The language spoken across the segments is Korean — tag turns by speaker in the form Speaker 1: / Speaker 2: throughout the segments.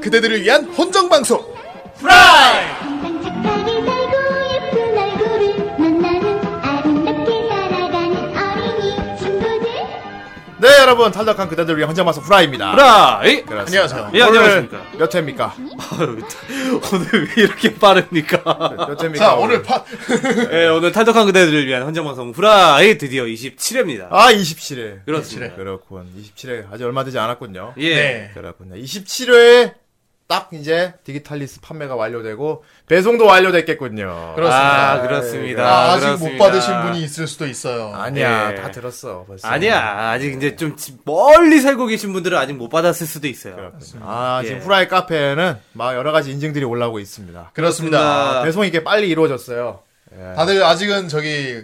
Speaker 1: 그대들을 위한 헌정 방송.
Speaker 2: 프라이!
Speaker 3: 항상 착하게 살고 예쁜 얼굴을 만나는 아름답게 살아가는 어린이 친구들
Speaker 1: 네, 여러분 탈덕한 그대들을 위한 헌정 방송 후라이입니다.
Speaker 2: 프라이!
Speaker 1: 그렇습니다.
Speaker 4: 안녕하세요.
Speaker 2: 예, 안녕하십니까.
Speaker 1: 오늘 몇 회입니까?
Speaker 2: 아유, 오늘 왜 이렇게 빠릅니까?
Speaker 1: 몇 회입니까?
Speaker 4: 자, 오늘 파,
Speaker 2: 예, 오늘 탈덕한 그대들을 위한 헌정방송 후라이 드디어 27회입니다.
Speaker 1: 아, 27회.
Speaker 2: 그렇습니다.
Speaker 1: 그렇군. 27회 아직 얼마 되지 않았군요.
Speaker 2: 예.
Speaker 4: 네.
Speaker 1: 그렇군요. 27회에 딱 이제 디지털리스 판매가 완료되고 배송도 완료됐겠군요.
Speaker 4: 그렇습니다.
Speaker 2: 아, 그렇습니다.
Speaker 4: 아, 아직 못
Speaker 2: 그렇습니다.
Speaker 4: 받으신 분이 있을 수도 있어요.
Speaker 1: 아니야,
Speaker 2: 예.
Speaker 1: 다 들었어. 벌써.
Speaker 2: 아니야. 아직 이제 좀 지- 멀리 살고 계신 분들은 아직 못 받았을 수도 있어요.
Speaker 1: 그렇군요. 아, 지금
Speaker 2: 예.
Speaker 1: 후라이 카페에는 막 여러 가지 인증들이 올라오고 있습니다.
Speaker 4: 그렇습니다.
Speaker 2: 아.
Speaker 1: 배송이 이렇게 빨리 이루어졌어요.
Speaker 4: 다들 아직은 저기,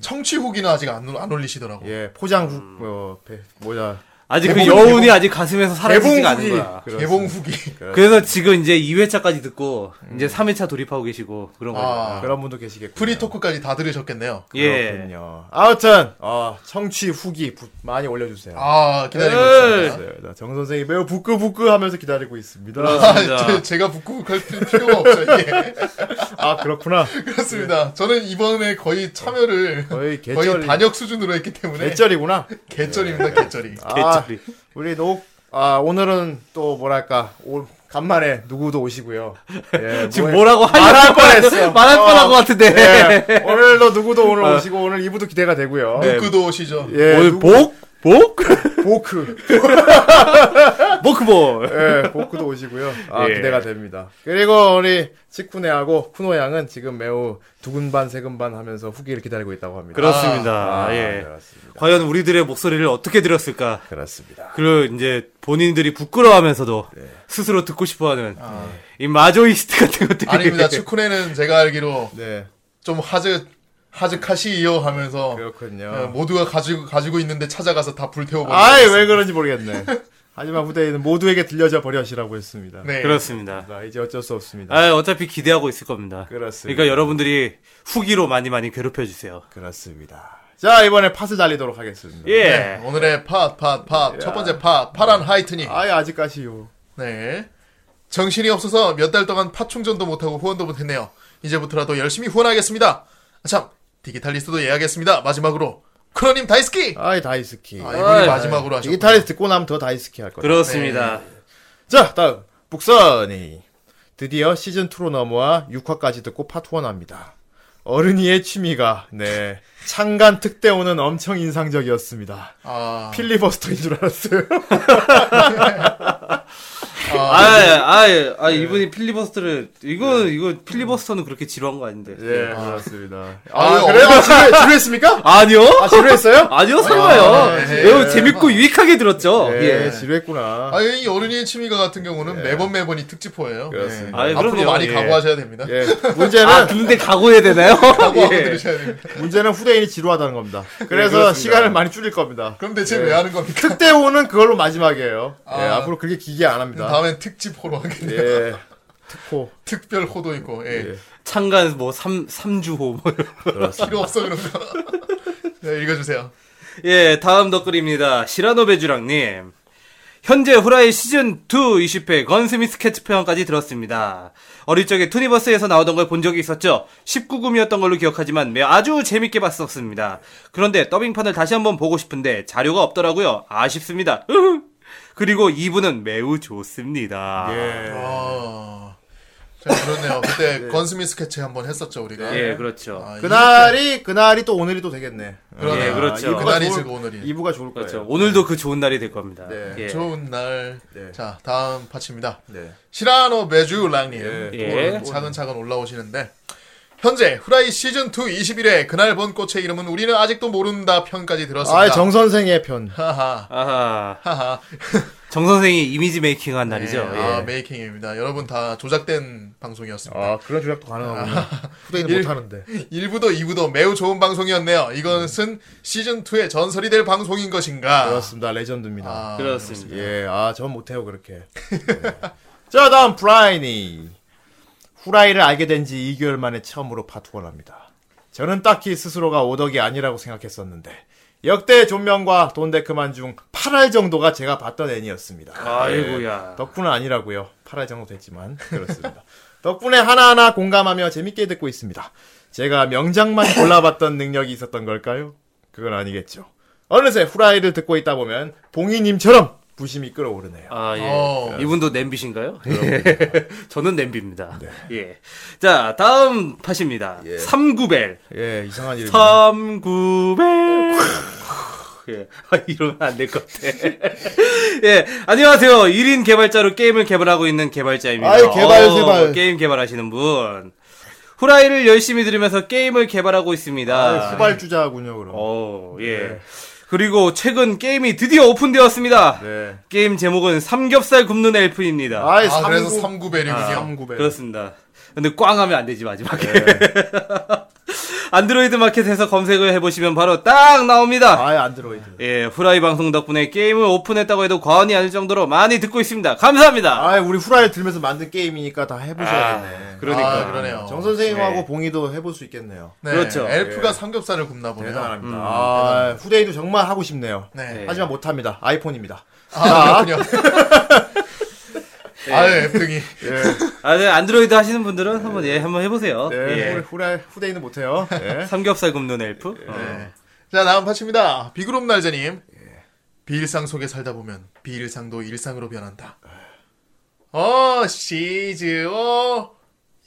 Speaker 4: 청취 후기는 아직 안, 안 올리시더라고. 요
Speaker 1: 예, 포장 후,
Speaker 2: 음.
Speaker 1: 어, 배, 뭐야.
Speaker 2: 아직 그
Speaker 4: 개봉,
Speaker 2: 여운이
Speaker 4: 개봉.
Speaker 2: 아직 가슴에서
Speaker 4: 개봉
Speaker 2: 사라지지가 않은
Speaker 4: 후기.
Speaker 2: 거야.
Speaker 1: 그렇습니다.
Speaker 4: 개봉 후기.
Speaker 2: 그래서 지금 이제 2회차까지 듣고
Speaker 1: 음.
Speaker 2: 이제 3회차 돌입하고 계시고 그런
Speaker 4: 아.
Speaker 2: 거예요.
Speaker 1: 그런 분도 계시겠군요.
Speaker 4: 프리 토크까지 다 들으셨겠네요.
Speaker 2: 예.
Speaker 1: 그렇군요. 아무튼, 어, 청취 후기 부- 많이 올려주세요.
Speaker 4: 아, 기다리고
Speaker 1: 네,
Speaker 2: 에이.
Speaker 4: 있습니다.
Speaker 1: 정 선생이 매우 부끄부끄 하면서 기다리고 있습니다.
Speaker 2: 네.
Speaker 4: 아, 제, 제가 북극할 필요가 없어요, 이게.
Speaker 1: 아, 그렇구나.
Speaker 4: 그렇습니다. 저는 이번에 거의 참여를
Speaker 1: 거의
Speaker 4: 거의,
Speaker 1: 개쩔이-
Speaker 4: 단역 수준으로 했기 때문에
Speaker 1: 개쩔이구나.
Speaker 4: 개쩔입니다, 개쩔이.
Speaker 1: 아,
Speaker 2: 개쩔이.
Speaker 1: 우리 녹, 아, 오늘은 또 뭐랄까, 올, 간만에 누구도 오시고요. 예,
Speaker 2: 지금
Speaker 1: 뭐-
Speaker 2: 뭐라고
Speaker 1: 말할
Speaker 2: 하려고
Speaker 1: 뻔했어.
Speaker 2: 말할 뻔한 것 같은데. 어.
Speaker 1: 예, 오늘도 누구도 오늘 오시고, 오늘 이부도 기대가 되고요.
Speaker 2: 네.
Speaker 4: 그도 오시죠.
Speaker 1: 예,
Speaker 2: 오늘
Speaker 1: 누구-
Speaker 2: 어, 복? 복?
Speaker 1: 보크.
Speaker 2: 보크볼.
Speaker 1: 예, 보크도 오시고요. 아,
Speaker 2: 예.
Speaker 1: 기대가 됩니다. 그리고 우리 치쿠네하고 쿠노 양은 지금 매우 두근반 세근반 하면서 후기를 기다리고 있다고 합니다.
Speaker 2: 그렇습니다.
Speaker 1: 아,
Speaker 2: 예.
Speaker 1: 그렇습니다.
Speaker 2: 과연 우리들의 목소리를 어떻게 들었을까?
Speaker 1: 그렇습니다.
Speaker 2: 그리고 이제 본인들이 부끄러워하면서도 스스로 듣고 싶어하는 이 마조이스트 같은 것들이
Speaker 4: 아닙니다. 축구네는 제가 알기로
Speaker 1: 네,
Speaker 4: 좀 하즈 하즈카시이요 하면서
Speaker 1: 그렇군요.
Speaker 2: 뭐,
Speaker 4: 어, 모두가 가지고 가지고 있는데 찾아가서 다 불태워버리고
Speaker 1: 아이, 왜 그런지 모르겠네. 하지만 후대에는 모두에게 들려져 버려시라고 했습니다.
Speaker 4: 네.
Speaker 2: 그렇습니다.
Speaker 1: 자, 이제 어쩔 수 없습니다.
Speaker 2: 아, 어차피 기대하고 있을 겁니다.
Speaker 1: 그렇습니다.
Speaker 2: 그러니까 여러분들이 후기로 많이 많이 괴롭혀 주세요.
Speaker 1: 그렇습니다. 자, 이번에 팟을 달리도록 하겠습니다.
Speaker 2: 예.
Speaker 4: 네, 오늘의 팟팟팟첫 번째 팟 파란 하이트닝
Speaker 1: 아이, 아직까지요.
Speaker 4: 네 정신이 없어서 몇 달 동안 팟 충전도 못하고 후원도 못했네요 이제부터라도 열심히 후원하겠습니다 아참 디기탈리스트도 예약했습니다 마지막으로 크로님 다이스키
Speaker 1: 아이, 다이스키.
Speaker 4: 아, 이분이
Speaker 2: 아이,
Speaker 4: 마지막으로 하셨고
Speaker 1: 디지털에서 듣고 나면 더 다이스키 할 거예요.
Speaker 2: 그렇습니다.
Speaker 1: 자, 다음. 북선이. 드디어 시즌2로 넘어와 6화까지 듣고 파트원합니다. 어른이의 취미가, 네. 창간 특대오는 엄청 인상적이었습니다.
Speaker 4: 아,
Speaker 1: 필리버스터인 줄 알았어요.
Speaker 2: 아, 아, 아, 아, 이분이 필리버스터를 이거 이거 필리버스터는 그렇게 지루한 거 아닌데.
Speaker 1: 예, 그렇습니다.
Speaker 4: 아,
Speaker 1: 아,
Speaker 4: 왜
Speaker 1: 그래요? 지루, 지루했습니까?
Speaker 2: 아니요?
Speaker 1: 아, 지루했어요?
Speaker 2: 아니요, 설마요.
Speaker 4: 네, 네.
Speaker 2: 매우 재밌고 유익하게 들었죠.
Speaker 1: 예,
Speaker 2: 예.
Speaker 1: 지루했구나.
Speaker 4: 아, 이 어른이의 취미가 같은 경우는 매번 매번이 특집호예요.
Speaker 1: 예. 그렇습니다.
Speaker 4: 예.
Speaker 2: 아이,
Speaker 4: 앞으로
Speaker 2: 그럼요.
Speaker 4: 많이
Speaker 2: 예.
Speaker 4: 각오하셔야 됩니다.
Speaker 1: 예, 문제는,
Speaker 2: 아, 근데 각오해야 되나요?
Speaker 4: 각오하고
Speaker 2: 예.
Speaker 4: 들으셔야 됩니다.
Speaker 1: 문제는 후대인이 지루하다는 겁니다. 그래서
Speaker 2: 그렇습니다.
Speaker 1: 시간을 많이 줄일 겁니다.
Speaker 4: 그럼 대체
Speaker 1: 예.
Speaker 4: 왜 하는 겁니까?
Speaker 1: 특대오는 그걸로 마지막이에요. 예,
Speaker 4: 아.
Speaker 1: 앞으로 그렇게 기계 안 합니다.
Speaker 4: 다음엔 특집호로 하겠네요.
Speaker 1: 예, 특호.
Speaker 4: 특별 호도 있고, 예.
Speaker 2: 창간 뭐 삼, 삼주호 뭐. 이런.
Speaker 4: 필요 없어, 그런 거. 네, 읽어주세요.
Speaker 2: 예, 다음 댓글입니다. 시라노 배주랑님. 현재 후라이 시즌2 20회 건스미스 캐치 편까지 들었습니다. 어릴 적에 투니버스에서 나오던 걸 본 적이 있었죠. 19금이었던 걸로 기억하지만 매- 아주 재밌게 봤었습니다. 그런데 더빙판을 다시 한번 보고 싶은데 자료가 없더라고요. 아쉽습니다. 그리고 2부는 매우 좋습니다.
Speaker 1: 예.
Speaker 4: 아. 자, 그렇네요. 그때 건스미스 캐치 한번 했었죠, 우리가.
Speaker 2: 예, 그렇죠.
Speaker 4: 아,
Speaker 1: 네. 그날이 그날이 또 오늘이 또 되겠네. 아,
Speaker 4: 그러네요.
Speaker 2: 예, 그렇죠.
Speaker 1: 이브가
Speaker 4: 그날이
Speaker 1: 좋을-
Speaker 4: 지금 오늘이.
Speaker 1: 이브가 좋을 거예요.
Speaker 2: 그렇죠.
Speaker 4: 네.
Speaker 2: 오늘도 그 좋은 날이 될 겁니다.
Speaker 1: 네,
Speaker 2: 예.
Speaker 4: 좋은 날.
Speaker 1: 네.
Speaker 4: 자, 다음 파츠입니다.
Speaker 1: 네.
Speaker 4: 시라노 메주랑님
Speaker 2: 예.
Speaker 4: 오늘 차근차근 올라오시는데 현재 후라이 시즌 2 21회 그날 본 꽃의 이름은 우리는 아직도 모른다 편까지 들었습니다.
Speaker 1: 아, 정 선생의 편.
Speaker 4: 하하
Speaker 2: 아하.
Speaker 4: 하하
Speaker 2: 정 선생이 이미지 메이킹 한
Speaker 4: 네,
Speaker 2: 날이죠. 예.
Speaker 4: 아 메이킹입니다. 여러분 다 조작된 방송이었습니다.
Speaker 1: 아, 그런 조작도 가능하구나. 후대인은
Speaker 4: 일-
Speaker 1: 못 하는데.
Speaker 4: 1부도 2부도 매우 좋은 방송이었네요. 이것은 시즌 2의 전설이 될 방송인 것인가?
Speaker 1: 그렇습니다. 레전드입니다.
Speaker 4: 아,
Speaker 2: 그렇습니다.
Speaker 1: 예, 아, 전 못해요, 그렇게. 네. 자, 다음, 브라이니. 후라이를 알게 된 지 2개월 만에 처음으로 파트원합니다. 저는 딱히 스스로가 오덕이 아니라고 생각했었는데, 역대 존명과 돈데크만 중 8할 정도가 제가 봤던 애니였습니다.
Speaker 2: 아이고야.
Speaker 4: 예.
Speaker 1: 덕분은 아니라고요. 8할 정도 됐지만 그렇습니다. 덕분에 하나하나 공감하며 재밌게 듣고 있습니다. 제가 명작만 골라봤던 능력이 있었던 걸까요? 그건 아니겠죠. 어느새 후라이를 듣고 있다 보면 봉이님처럼 부심이 끓어오르네요.
Speaker 2: 아, 예.
Speaker 4: 어. 네.
Speaker 2: 이분도 냄비신가요? 저는 냄비입니다. 예. 자, 다음 팟입니다. 삼구벨.
Speaker 1: 예, 이상한 이름.
Speaker 2: 삼구벨. 예. 아, 이러면 안 될 것 같아. 예. 안녕하세요. 1인 개발자로 게임을 개발하고 있는 개발자입니다.
Speaker 1: 아이, 개발,
Speaker 2: 어,
Speaker 1: 개발.
Speaker 2: 게임 개발하시는 분. 후라이를 열심히 들으면서 게임을 개발하고 있습니다.
Speaker 1: 아, 후발주자군요, 네. 그럼.
Speaker 2: 어, 예. 그리고 최근 게임이 드디어 오픈되었습니다.
Speaker 1: 네.
Speaker 2: 게임 제목은 삼겹살 굽는 엘프입니다.
Speaker 1: 아이,
Speaker 4: 아, 그래서
Speaker 1: 삼구-
Speaker 4: 삼구벨이군요. 아,
Speaker 1: 삼구벨.
Speaker 2: 그렇습니다. 근데 꽝 하면 안 되지, 마지막에.
Speaker 1: 네.
Speaker 2: 안드로이드 마켓에서 검색을 해보시면 바로 딱 나옵니다.
Speaker 1: 아예 안드로이드.
Speaker 2: 예, 후라이 방송 덕분에 게임을 오픈했다고 해도 과언이 아닐 정도로 많이 듣고 있습니다. 감사합니다.
Speaker 1: 아, 우리 후라이 들면서 만든 게임이니까 다 아, 해보셔야겠네.
Speaker 2: 그러니까.
Speaker 4: 아, 그러네요.
Speaker 1: 정 선생님하고
Speaker 2: 네.
Speaker 1: 봉이도 해볼 수 있겠네요.
Speaker 4: 네,
Speaker 2: 그렇죠.
Speaker 4: 엘프가 삼겹살을 굽나 보네요.
Speaker 1: 대단합니다. 예. 아, 후대인도 정말 하고 싶네요.
Speaker 4: 네.
Speaker 1: 하지만 못합니다. 아이폰입니다.
Speaker 4: 아, 그렇군요. 아유, 엘프이.
Speaker 2: 아, 네, 안드로이드 하시는 분들은 한번, 예, 한번 해보세요.
Speaker 1: 네,
Speaker 2: 예.
Speaker 1: 후- 후라이 후대인은 못해요. 네.
Speaker 2: 삼겹살 굽는 엘프? 어.
Speaker 4: 자, 다음 파츠입니다. 비그룹 날자님. 비일상 속에 살다 보면 비일상도 일상으로 변한다. 어, 시즈오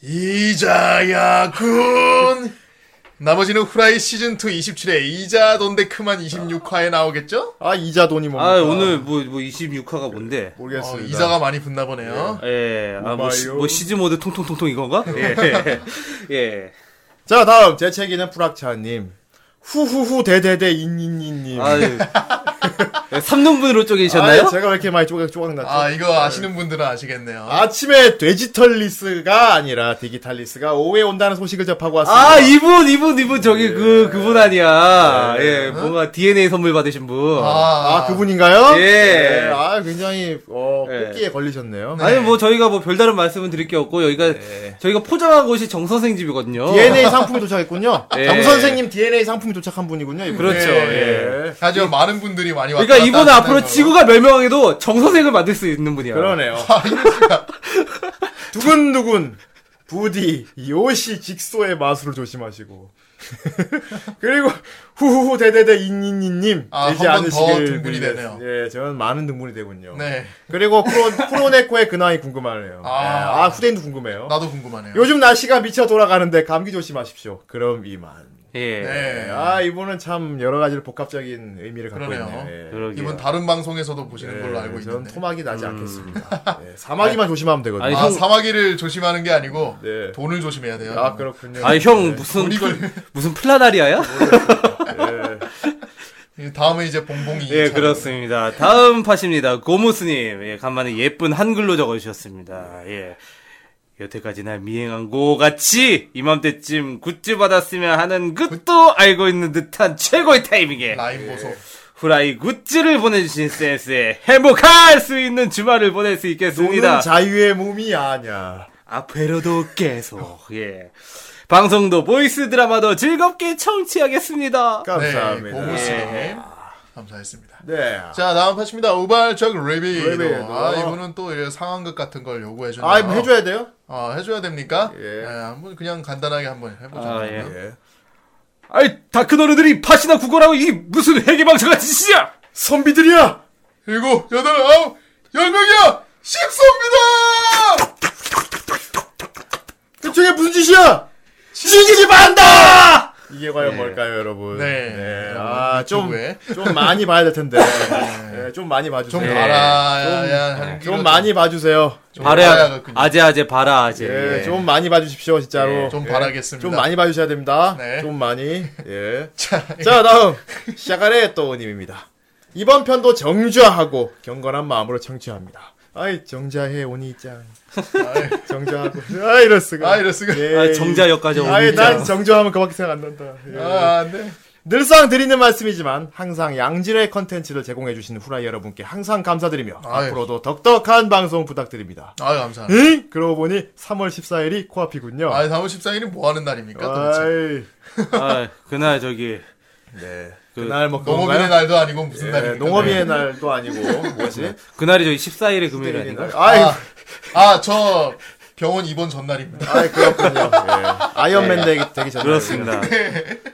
Speaker 4: 이자야군. 나머지는 후라이 시즌 2 27회 이자 돈데크만 26화에 나오겠죠? 어,
Speaker 1: 아 이자 돈이 뭡니까?
Speaker 2: 아, 오늘 뭐, 뭐 26화가 뭔데?
Speaker 4: 어,
Speaker 1: 모르겠습니다.
Speaker 4: 이자가 많이 붙나 보네요.
Speaker 2: 예, 아, 뭐, 시,
Speaker 1: 오마요.
Speaker 2: 뭐 시즈 모드 통통통통 이건가?
Speaker 1: 네.
Speaker 2: 예. 예.
Speaker 1: 자 다음 재채기는 불악차님 후후후 대대대 인인인님.
Speaker 2: 아유. 3등분으로 쪼개셨나요?
Speaker 1: 아, 제가 왜 이렇게 많이 조각 조각났죠?
Speaker 4: 아, 이거 아시는 분들은 아시겠네요.
Speaker 1: 아침에 디지털리스가 아니라 디지털리스가 오후에 온다는 소식을 접하고 왔습니다.
Speaker 2: 아, 이분, 이분, 이분, 저기, 그, 그분 아니야.
Speaker 4: 네.
Speaker 2: 예, 뭔가 DNA 선물 받으신 분. 아.
Speaker 1: 아, 그분인가요?
Speaker 2: 예.
Speaker 1: 네, 아, 굉장히, 어,
Speaker 2: 예.
Speaker 1: 뽑기에 걸리셨네요.
Speaker 2: 니뭐 저희가 뭐 별다른 말씀은 드릴 게 없고 여기가
Speaker 4: 네.
Speaker 2: 저희가 포장한 곳이 정 선생 집이거든요.
Speaker 4: 어.
Speaker 1: DNA 상품이 도착했군요.
Speaker 2: 예.
Speaker 1: 정선생님 DNA 상품이 도착한 분이군요. 이분.
Speaker 2: 그렇죠. 예.
Speaker 4: 하지만 많은 분들이 많이 왔다
Speaker 2: 그러니까
Speaker 4: 갔다
Speaker 2: 이분은
Speaker 4: 하시는
Speaker 2: 앞으로
Speaker 4: 걸로.
Speaker 2: 지구가 멸망해도 정 선생을 만들 수 있는
Speaker 4: 예.
Speaker 2: 분이야.
Speaker 1: 그러네요.
Speaker 4: 아,
Speaker 1: 두근두근 부디 요시 직소의 마술을 조심하시고 그리고 후후후 대대대 인인이님
Speaker 4: 아,
Speaker 1: 되지
Speaker 4: 한번더
Speaker 1: 않으시길
Speaker 4: 등분이 되네요.
Speaker 1: 예, 저는 많은 등분이 되군요.
Speaker 4: 네.
Speaker 1: 그리고 프로, 프로네코의 근황이 궁금하네요.
Speaker 4: 아.
Speaker 1: 아, 후대인도 궁금해요.
Speaker 4: 나도 궁금하네요.
Speaker 1: 요즘 날씨가 미쳐 돌아가는데 감기 조심하십시오. 그럼 이만.
Speaker 2: 예.
Speaker 4: 네.
Speaker 1: 아 이분은 참 여러 가지로 복합적인 의미를 갖고
Speaker 4: 그러네요.
Speaker 1: 있네요. 예.
Speaker 2: 그러게요.
Speaker 4: 이분 다른 방송에서도 보시는
Speaker 1: 예,
Speaker 4: 걸로 알고
Speaker 1: 저는
Speaker 4: 있는데.
Speaker 1: 토막이 나지 않겠습니다. 예, 사마귀만 조심하면 되거든요.
Speaker 2: 음. 아니,
Speaker 4: 아,
Speaker 2: 형-
Speaker 4: 사마귀를 조심하는 게 아니고
Speaker 1: 네.
Speaker 4: 돈을 조심해야 돼요.
Speaker 1: 아 그렇군요.
Speaker 2: 아니 형 무슨
Speaker 4: 네. 우리 걸-
Speaker 2: 플- 무슨 플라다리아야?
Speaker 1: 예,
Speaker 4: 이 다음에 이제 봉봉이.
Speaker 2: 예,
Speaker 4: 이차로.
Speaker 2: 그렇습니다. 다음 팟입니다. 고무스님, 예, 간만에 예쁜 한글로 적어주셨습니다. 예. 여태까지나 미행한 고같이 이맘때쯤 굿즈 받았으면 하는 것도 알고 있는 듯한 최고의 타이밍에
Speaker 4: 라인 보소.
Speaker 2: 후라이 굿즈를 보내주신 센스에 행복할 수 있는 주말을 보낼 수 있겠습니다.
Speaker 1: 돈은 자유의 몸이 아냐.
Speaker 4: 네,
Speaker 2: 앞으로도 계속, 예. 방송도 보이스 드라마도 즐겁게 청취하겠습니다.
Speaker 4: 네,
Speaker 1: 감사합니다.
Speaker 4: 고무씨.
Speaker 2: 예.
Speaker 4: 감사합니다.
Speaker 1: 네.
Speaker 4: 자, 다음 파입니다 우발적 레비도.
Speaker 1: 레비도.
Speaker 4: 아, 이분은 또 이런 상황극 같은 걸 요구해 주네요.
Speaker 1: 아, 뭐 해줘야 돼요?
Speaker 4: 아, 해줘야 됩니까?
Speaker 1: 예.
Speaker 4: 예. 한번 그냥 간단하게 한번 해보죠.
Speaker 2: 아, 예.
Speaker 4: 네.
Speaker 1: 예.
Speaker 2: 아이, 다크너르들이 팥이나 국어라고 이 무슨 해계방송같은 짓이야!
Speaker 1: 선비들이야!
Speaker 4: 일곱, 여덟, 아홉, 열 명이야. 식소입니다.
Speaker 1: 그쪽에 무슨 짓이야!
Speaker 2: 지지 반다!
Speaker 1: 이게 과연 뭘까요, 여러분?
Speaker 4: 네.
Speaker 1: 아, 좀,
Speaker 4: 유튜브에.
Speaker 1: 좀 많이 봐야 될 텐데. 네, 좀 많이 봐주세요.
Speaker 4: 좀
Speaker 2: 예.
Speaker 4: 알아야 하는
Speaker 1: 좀 많이 봐주세요.
Speaker 4: 좀
Speaker 2: 바라,
Speaker 4: 알아야겠군요.
Speaker 2: 예. 아재, 아재, 바라, 아재.
Speaker 1: 예, 좀 많이 봐주십시오, 진짜로.
Speaker 2: 예,
Speaker 4: 네, 좀
Speaker 1: 예.
Speaker 4: 바라겠습니다.
Speaker 1: 좀 많이 봐주셔야 됩니다.
Speaker 4: 네.
Speaker 1: 좀 많이. 예.
Speaker 4: 자,
Speaker 1: 자, 다음. 샤가레 또우님입니다. 이번 편도 정좌하고 경건한 마음으로 청취합니다. 아이, 정자해 오니 짱. 아이, 정자하고. 아, 이럴수가.
Speaker 4: 아, 이럴 수가.
Speaker 1: 예.
Speaker 2: 아, 정자역까지
Speaker 1: 아이,
Speaker 2: 오니
Speaker 1: 난
Speaker 2: 짱.
Speaker 1: 정자하면 그밖에 생각 안 난다. 예.
Speaker 4: 아, 안 돼.
Speaker 1: 늘상 드리는 말씀이지만 항상 양질의 컨텐츠를 제공해주시는 후라이 여러분께 항상 감사드리며
Speaker 4: 아유.
Speaker 1: 앞으로도 덕덕한 방송 부탁드립니다.
Speaker 4: 아유, 감사합니다.
Speaker 1: 응? 그러고 보니 3월 14일이 코앞이군요.
Speaker 4: 아, 4월 14일이 뭐 하는 날입니까? 도대체?
Speaker 1: 아이,
Speaker 2: 아, 그날 저기,
Speaker 1: 네. 그날 뭐
Speaker 4: 농업인의
Speaker 1: 그건가요?
Speaker 4: 날도 아니고 무슨
Speaker 1: 네,
Speaker 4: 날입니까?
Speaker 1: 농업인의 날도 아니고 뭐지?
Speaker 2: 그날이 저희 14일의 금요일
Speaker 1: 아,
Speaker 2: 아닌가?
Speaker 1: 아이,
Speaker 4: 네. 아 저 병원 입원 전날입니다.
Speaker 1: 아이 그렇군요. 예. 아이언맨 되기, 되기 전에
Speaker 2: 그렇습니다.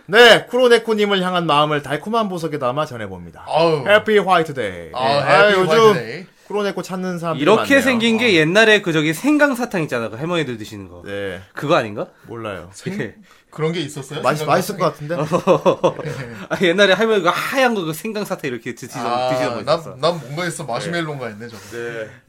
Speaker 1: 네, 쿠로네코님을 향한 마음을 달콤한 보석에 담아 전해봅니다.
Speaker 4: 아우.
Speaker 1: 해피 화이트데이.
Speaker 4: 아, 해피 화이트데이.
Speaker 1: 예. 쿠로네코 찾는 사람들이
Speaker 2: 이렇게
Speaker 1: 많네요. 어.
Speaker 2: 생긴 게 옛날에 그 저기 생강사탕 있잖아. 그 할머니들 드시는 거.
Speaker 1: 네,
Speaker 2: 그거 아닌가?
Speaker 1: 몰라요.
Speaker 2: 예.
Speaker 4: 그런 게 있었어요?
Speaker 1: 맛있,
Speaker 4: 생각나-
Speaker 1: 맛있을 것 같은데?
Speaker 2: 아, 옛날에 할머니 그 하얀 거 그 생강사탕 이렇게 드시던 드시던 거
Speaker 4: 아,
Speaker 2: 있었어.
Speaker 4: 난, 난 뭔가 했어. 마시멜로인가 했네, 저거.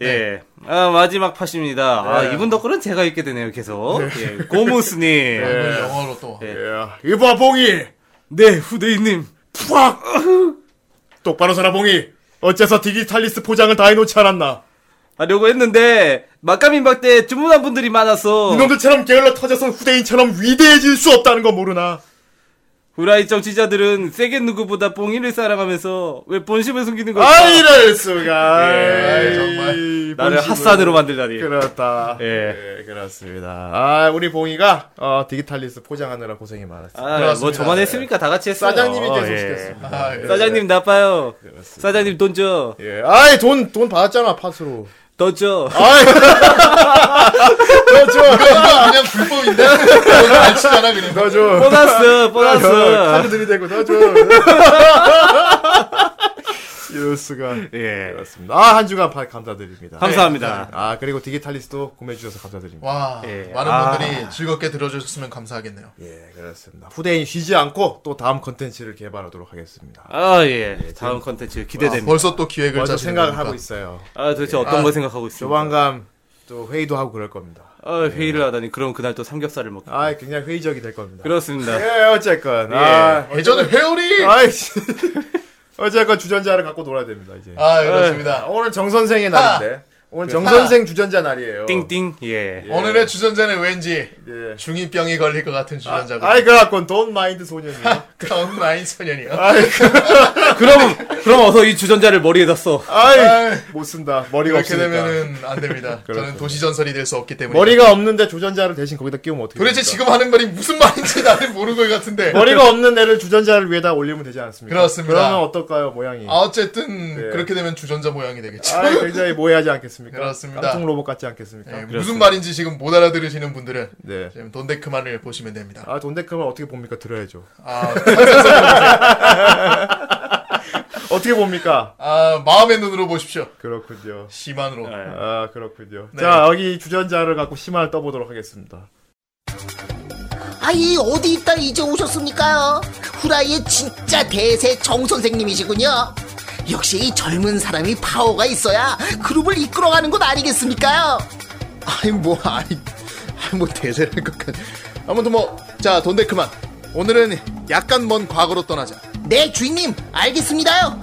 Speaker 2: 예. 아, 마지막 팟입니다. 아,
Speaker 1: 네.
Speaker 2: 이분 덕분은 제가 있게 되네요, 계속. 예. 고무스님. 네.
Speaker 4: 이걸 영어로 또.
Speaker 2: 예.
Speaker 1: 예. 이봐, 봉이!
Speaker 2: 네, 후대인님.
Speaker 1: 푸악! 똑바로 살아, 봉이! 어째서 디지탈리스 포장을 다 해놓지 않았나?
Speaker 2: 하려고 아, 했는데, 막감인박 때 주문한 분들이 많아서,
Speaker 1: 이놈들처럼 게을러 터져선 후대인처럼 위대해질 수 없다는 거 모르나?
Speaker 2: 후라이 정치자들은 세게 누구보다 뽕이를 사랑하면서, 왜 본심을 숨기는 걸까?
Speaker 1: 아, 이럴 수가.
Speaker 2: 그렇죠. 예,
Speaker 1: 아이,
Speaker 4: 정말.
Speaker 2: 나를
Speaker 1: 본심을.
Speaker 2: 핫산으로 만들다니.
Speaker 1: 그렇다.
Speaker 2: 예.
Speaker 1: 예, 그렇습니다. 아, 우리 봉이가 어, 디지털리스 포장하느라 고생이 많았어.
Speaker 2: 아, 뭐
Speaker 4: 그렇습니다.
Speaker 2: 저만 했습니까? 다 같이 했어요.
Speaker 1: 사장님이 네.
Speaker 2: 어,
Speaker 1: 계속
Speaker 2: 예.
Speaker 1: 시켰습니다.
Speaker 4: 아, 예.
Speaker 2: 사장님 나빠요. 사장님 돈 줘.
Speaker 1: 예. 아이, 돈, 돈 받았잖아, 팥으로.
Speaker 2: 더 줘.
Speaker 1: 아이,
Speaker 4: 이거 아, 그냥 불법인데? 이거 알치잖아, 그냥.
Speaker 1: 넣어줘. 네.
Speaker 2: 보너스,
Speaker 1: 카드
Speaker 2: 보너스.
Speaker 1: 들이대고 넣어줘. 이럴 수가.
Speaker 2: 예.
Speaker 1: 그렇습니다. 아, 한 주간 파- 감사드립니다.
Speaker 2: 감사합니다.
Speaker 1: 아, 그리고 디지털리스도 구매해주셔서 감사드립니다.
Speaker 4: 와,
Speaker 2: 예.
Speaker 4: 많은
Speaker 2: 아.
Speaker 4: 분들이 즐겁게 들어주셨으면 감사하겠네요.
Speaker 1: 예, 그렇습니다. 후대인 쉬지 않고 또 다음 컨텐츠를 개발하도록 하겠습니다.
Speaker 2: 아, 예. 다음 컨텐츠
Speaker 4: 아,
Speaker 2: 기대됩니다.
Speaker 4: 벌써 또 기획을
Speaker 1: 네. 먼저
Speaker 4: 짜시는
Speaker 1: 생각을 하고
Speaker 4: 거니까.
Speaker 1: 있어요.
Speaker 2: 아, 도대체 어떤
Speaker 4: 아,
Speaker 2: 걸 생각하고 있습니까?
Speaker 1: 조만간 또 회의도 하고 그럴 겁니다.
Speaker 2: 아, 회의를 하다니. 그럼 그날 또 삼겹살을 먹고.
Speaker 1: 아, 굉장히 회의적이 될 겁니다.
Speaker 2: 그렇습니다.
Speaker 1: 예, 어쨌건. 아,
Speaker 4: 예전에 회오리! 아,
Speaker 1: 아이씨. 어쨌건 주전자를 갖고 놀아야 됩니다, 이제. 아,
Speaker 4: 그렇습니다.
Speaker 1: 오늘 정선생의 날인데. 오늘
Speaker 4: 그
Speaker 1: 정선생 주전자 날이에요.
Speaker 2: 띵띵. 예.
Speaker 4: 오늘의 주전자는 왠지
Speaker 1: 예.
Speaker 4: 중2병이 걸릴 것 같은 주전자고.
Speaker 1: 아이, 그- 그래갖고, 돈 마인드 소년이요.
Speaker 4: 다음 라인 소년이요.
Speaker 2: 그럼 그럼 어서 이 주전자를 머리에다 써.
Speaker 1: 아이, 못 쓴다. 머리가
Speaker 4: 이렇게
Speaker 1: 없으니까. 그렇죠.
Speaker 4: 되면은 안 됩니다. 저는 도시전설이 될 수 없기 때문에.
Speaker 1: 머리가 없는데 주전자를 대신 거기다 끼우면 어떻게
Speaker 4: 도대체
Speaker 1: 됩니까?
Speaker 4: 지금 하는 말이 무슨 말인지 나는 모르는 것 같은데.
Speaker 1: 머리가 없는 애를 주전자를 위에다 올리면 되지 않습니까?
Speaker 4: 그렇습니다.
Speaker 1: 그러면 어떨까요, 모양이?
Speaker 4: 아, 어쨌든
Speaker 1: 네.
Speaker 4: 그렇게 되면 주전자 모양이 되겠죠.
Speaker 1: 아이, 굉장히 모해하지 않겠습니까?
Speaker 4: 그렇습니다.
Speaker 1: 깡통 로봇 같지 않겠습니까?
Speaker 4: 예, 무슨 말인지 지금 못 알아들으시는 분들은
Speaker 1: 네.
Speaker 4: 지금 돈데크만을 보시면 됩니다.
Speaker 1: 아, 돈데크만 어떻게 봅니까? 들어야죠.
Speaker 4: 아,
Speaker 1: 어떻게 봅니까?
Speaker 4: 아, 마음의 눈으로 보십시오.
Speaker 1: 그렇군요.
Speaker 4: 시만으로.
Speaker 1: 아, 그렇군요.
Speaker 4: 네.
Speaker 1: 자, 여기 주전자를 갖고 심화를 떠보도록 하겠습니다.
Speaker 5: 아이 어디 있다 이제 오셨습니까요? 그 후라이의 진짜 대세 정 선생님이시군요. 역시 이 젊은 사람이 파워가 있어야 그룹을 이끌어가는 것 아니겠습니까요?
Speaker 4: 아니 뭐 아니 아니, 뭐 대세랄 것 같. 아무튼 뭐 자 돈데크만 오늘은 약간 먼 과거로 떠나자.
Speaker 5: 네 주인님 알겠습니다요.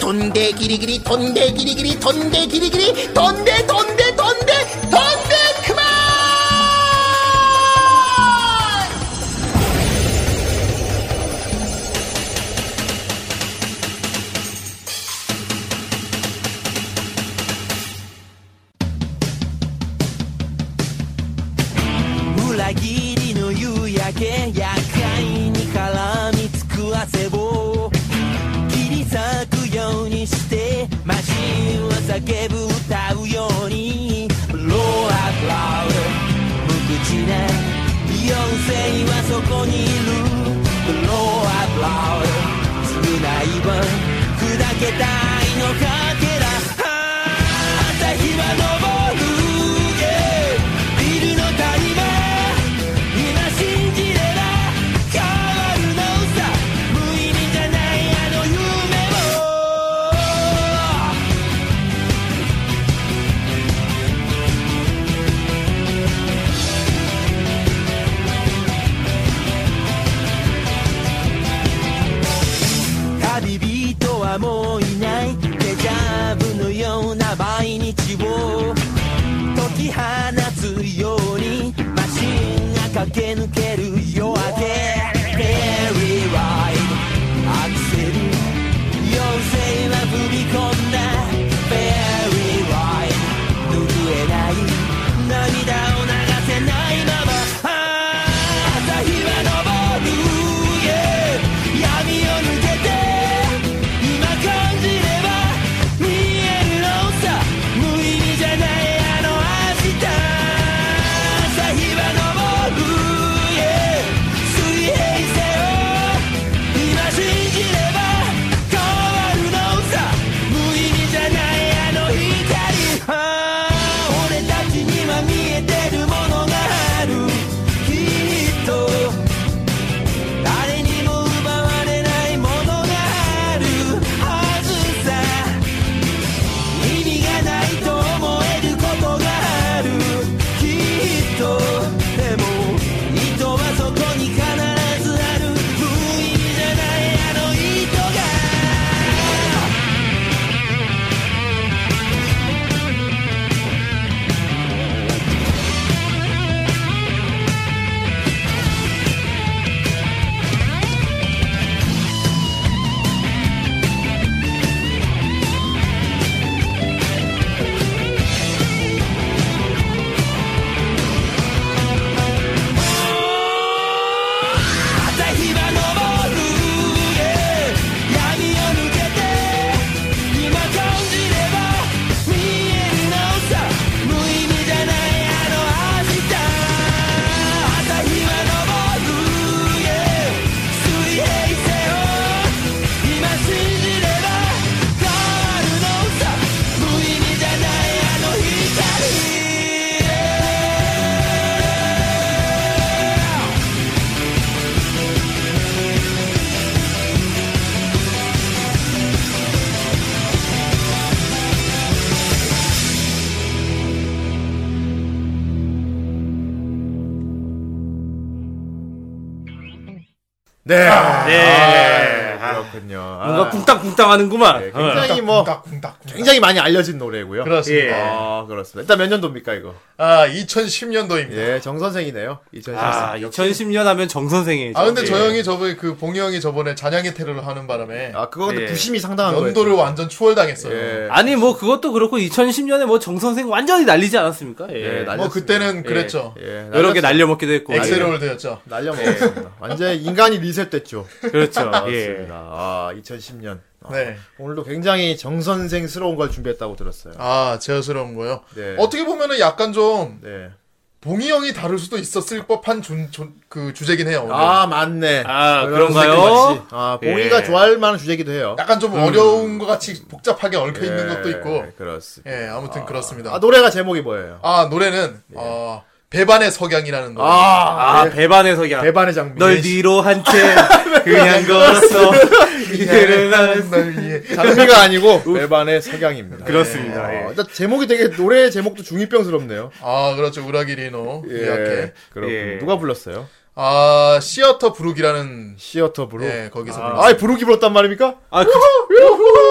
Speaker 5: 돈대 기리기리 돈대 기리기리 돈대 기리기리 돈대 돈대 돈대 돈대 그만!
Speaker 6: 裏切りの夕焼け厄介に絡みつく汗を切り裂くようにしてマシンは叫ぶ歌うように Blow out loud 無口なビヨンセはそこにいる Blow out loud 償いは砕けた愛のかけら朝日は昇る Yeah ビルの谷間今信じれば変わるのさ無意味じゃないあの夢を旅人はもういないデジャブのような毎日を解き放つようにマシンが駆け抜ける夜明けフェリーライドアクセル妖精は踏み込んだフェリーライド拭えない涙を流せないままあー朝日は昇る、yeah 闇を
Speaker 1: 네.
Speaker 2: 네.
Speaker 1: 아, 그렇군요. 아,
Speaker 2: 뭔가 쿵땅쿵땅 하는구만.
Speaker 1: 네, 굉장히 뭐
Speaker 4: 쿵닥쿵닥.
Speaker 1: 굉장히 많이 알려진 노래고요.
Speaker 4: 그렇습니다.
Speaker 2: 예.
Speaker 1: 아, 그렇습니다. 일단 몇 년도입니까 이거?
Speaker 4: 아, 2010년도입니다.
Speaker 1: 예, 정 선생이네요. 2014.
Speaker 2: 아, 2010년 하면 정선생이죠.
Speaker 4: 아, 근데 저
Speaker 1: 예.
Speaker 4: 형이 저번에 그 봉이 형이 저번에 잔향의 테러를 하는 바람에
Speaker 1: 아, 그거 근데
Speaker 2: 예.
Speaker 1: 부심이 상당한 거예요.
Speaker 4: 연도를 완전 추월당했어요.
Speaker 1: 예.
Speaker 2: 아니, 뭐, 그것도 그렇고, 2010년에 뭐, 정선생 완전히 날리지 않았습니까? 예.
Speaker 1: 예, 날-
Speaker 4: 뭐 그때는 그랬죠.
Speaker 1: 예,
Speaker 2: 여러 개
Speaker 1: 날렸-
Speaker 2: 날려먹기도 했고. 예.
Speaker 4: 엑셀월드였죠.
Speaker 1: 날려 먹었습니다. 완전 인간이 리셋됐죠.
Speaker 2: 예. 그렇죠. 예.
Speaker 1: 맞습니다. 아, 2010년.
Speaker 4: 네.
Speaker 1: 오늘도 굉장히 정선생스러운 걸 준비했다고 들었어요.
Speaker 4: 아, 제어스러운 거요.
Speaker 1: 네.
Speaker 4: 어떻게 보면은 약간 좀
Speaker 1: 네.
Speaker 4: 봉이 형이 다룰 수도 있었을 법한 준, 준- 그 주제긴 해요. 오늘.
Speaker 1: 아, 맞네.
Speaker 2: 아,
Speaker 1: 그런
Speaker 2: 그런가요?
Speaker 1: 선생님 같이. 아, 봉이가
Speaker 2: 예.
Speaker 1: 좋아할 만한 주제기도 해요.
Speaker 4: 약간 좀 어려운 것 같이 복잡하게 얽혀 있는 것도 있고.
Speaker 1: 음. 예, 그렇습니다.
Speaker 4: 예, 아무튼 그렇습니다.
Speaker 1: 아, 노래가 제목이 뭐예요?
Speaker 4: 아, 노래는 어, 배반의 석양이라는 노래.
Speaker 1: 아,
Speaker 2: 아, 배반에서 그냥.
Speaker 1: 배반의 네. 장미. 예,
Speaker 2: 널 뒤로 한 채 그냥 걸었어. 이들은 나는
Speaker 4: 날 위해.
Speaker 1: 장미가 아니고 배반의 석양입니다.
Speaker 2: 그렇습니다.
Speaker 1: 아,
Speaker 2: 예.
Speaker 1: 일단 제목이 되게 노래 제목도 중이병스럽네요.
Speaker 4: 아, 그렇죠. 우라기리노
Speaker 1: 예,
Speaker 4: 이렇게.
Speaker 1: 그렇군요.
Speaker 2: 예.
Speaker 1: 누가 불렀어요?
Speaker 4: 아, 시어터 부룩이라는
Speaker 1: 시어터 브루.
Speaker 4: 예, 거기서 불렀어요.
Speaker 1: 아, 브루기 불렀단 말입니까?
Speaker 2: 아, 극,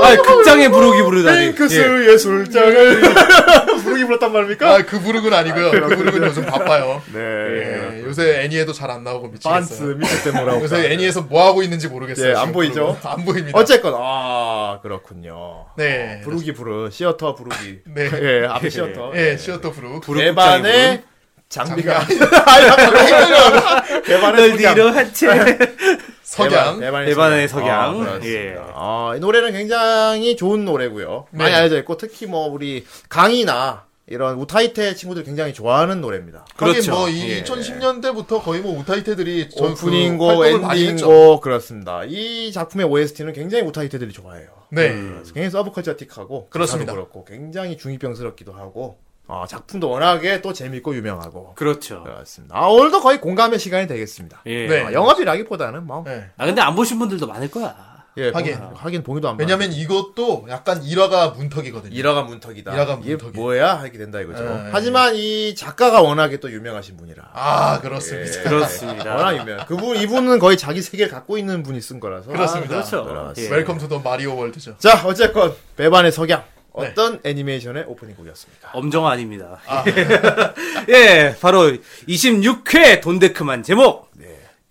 Speaker 2: 아, 극장의 부르기 부르다니. 예.
Speaker 1: 핑크스 예술장을 부르기 불렀단 말입니까?
Speaker 4: 아, 그 부룩은 아니고요. 그 부룩은 요즘 바빠요.
Speaker 1: 네.
Speaker 4: 예, 요새 애니에도 잘 안 나오고
Speaker 1: 반스
Speaker 4: 미치겠어요.
Speaker 1: 미칠 때 뭐라고.
Speaker 4: 요새 애니에서 뭐 하고 있는지 모르겠어요.
Speaker 1: 예, 안
Speaker 4: 지금
Speaker 1: 보이죠?
Speaker 4: 부룩은. 안 보입니다.
Speaker 1: 어쨌건 아 그렇군요.
Speaker 4: 네.
Speaker 1: 부르기 부르 시어터 부르기.
Speaker 4: 네.
Speaker 1: 예, 앞에 시어터.
Speaker 4: 예, 시어터 부룩.
Speaker 1: 대반의
Speaker 4: 장미가
Speaker 1: 장미가
Speaker 4: 아니라
Speaker 1: 대반의
Speaker 2: 널 뒤로
Speaker 1: 석양.
Speaker 2: 한 채.
Speaker 4: 석양.
Speaker 2: 대반의 석양.
Speaker 1: 아,
Speaker 2: 예.
Speaker 1: 그렇습니다. 아, 이 노래는 굉장히 좋은 노래고요. 많이
Speaker 4: 네.
Speaker 1: 알려져 있고 특히 뭐 우리 강이나 이런 우타이테 친구들 굉장히 좋아하는 노래입니다.
Speaker 4: 하긴
Speaker 2: 그렇죠.
Speaker 4: 뭐이
Speaker 2: 예.
Speaker 4: 2010년대부터 거의 뭐 우타이테들이 저- 그
Speaker 1: 오프닝고
Speaker 4: 활동을 많이 했죠.
Speaker 1: 엔딩고 그렇습니다. 이 작품의 OST는 굉장히 우타이테들이 좋아해요. 음.
Speaker 4: 네.
Speaker 1: 그래서 굉장히 서브컬처틱하고
Speaker 4: 그렇습니다.
Speaker 1: 가사도 그렇고 굉장히 중이병스럽기도 하고 아, 작품도 워낙에 또 재밌고 유명하고
Speaker 2: 그렇죠.
Speaker 1: 그렇습니다. 아, 오늘도 거의 공감의 시간이 되겠습니다.
Speaker 2: 예.
Speaker 4: 네.
Speaker 1: 아, 영업이라기보다는 뭐
Speaker 4: 네.
Speaker 2: 아, 근데 안 보신 분들도 많을 거야.
Speaker 1: 예,
Speaker 4: 하긴.
Speaker 1: 봉- 하긴 봉이도 안
Speaker 4: 왜냐면 이것도 약간 일화가 문턱이거든요.
Speaker 1: 일화가 문턱이다.
Speaker 4: 일화가
Speaker 1: 이게
Speaker 4: 문턱이.
Speaker 1: 뭐야? 하게 된다 이거죠.
Speaker 4: 예, 예.
Speaker 1: 하지만 이 작가가 워낙에 또 유명하신 분이라.
Speaker 4: 아, 그렇습니다.
Speaker 1: 예.
Speaker 2: 그렇습니다.
Speaker 1: 아, 워낙 유명. 그분 이분은 거의 자기 세계를 갖고 있는 분이 쓴 거라서.
Speaker 4: 그렇습니다. 네.
Speaker 2: 그렇죠.
Speaker 1: 그렇습니다.
Speaker 2: 예.
Speaker 4: 웰컴 투 더 마리오 월드죠.
Speaker 1: 자, 어쨌건 배반의 석양. 어떤 애니메이션의 오프닝곡이었습니까?
Speaker 2: 엄정화 아닙니다. 예, 바로 26회 돈데크만 제목.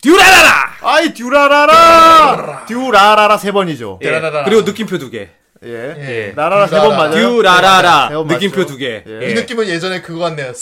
Speaker 2: 듀라라라!
Speaker 1: 아이 듀라라라. 듀라라라 세 번이죠.
Speaker 2: 예,
Speaker 4: 듀라라라.
Speaker 2: 그리고 느낌표 두 개.
Speaker 1: 예.
Speaker 4: 예.
Speaker 1: 라라라 세 번
Speaker 4: 듀라라라.
Speaker 1: 맞아요.
Speaker 2: 듀라라라.
Speaker 1: 세번
Speaker 2: 느낌표
Speaker 1: 맞죠.
Speaker 2: 두 개.
Speaker 1: 예.
Speaker 2: 예.
Speaker 4: 이 느낌은 예전에 그거 같네요.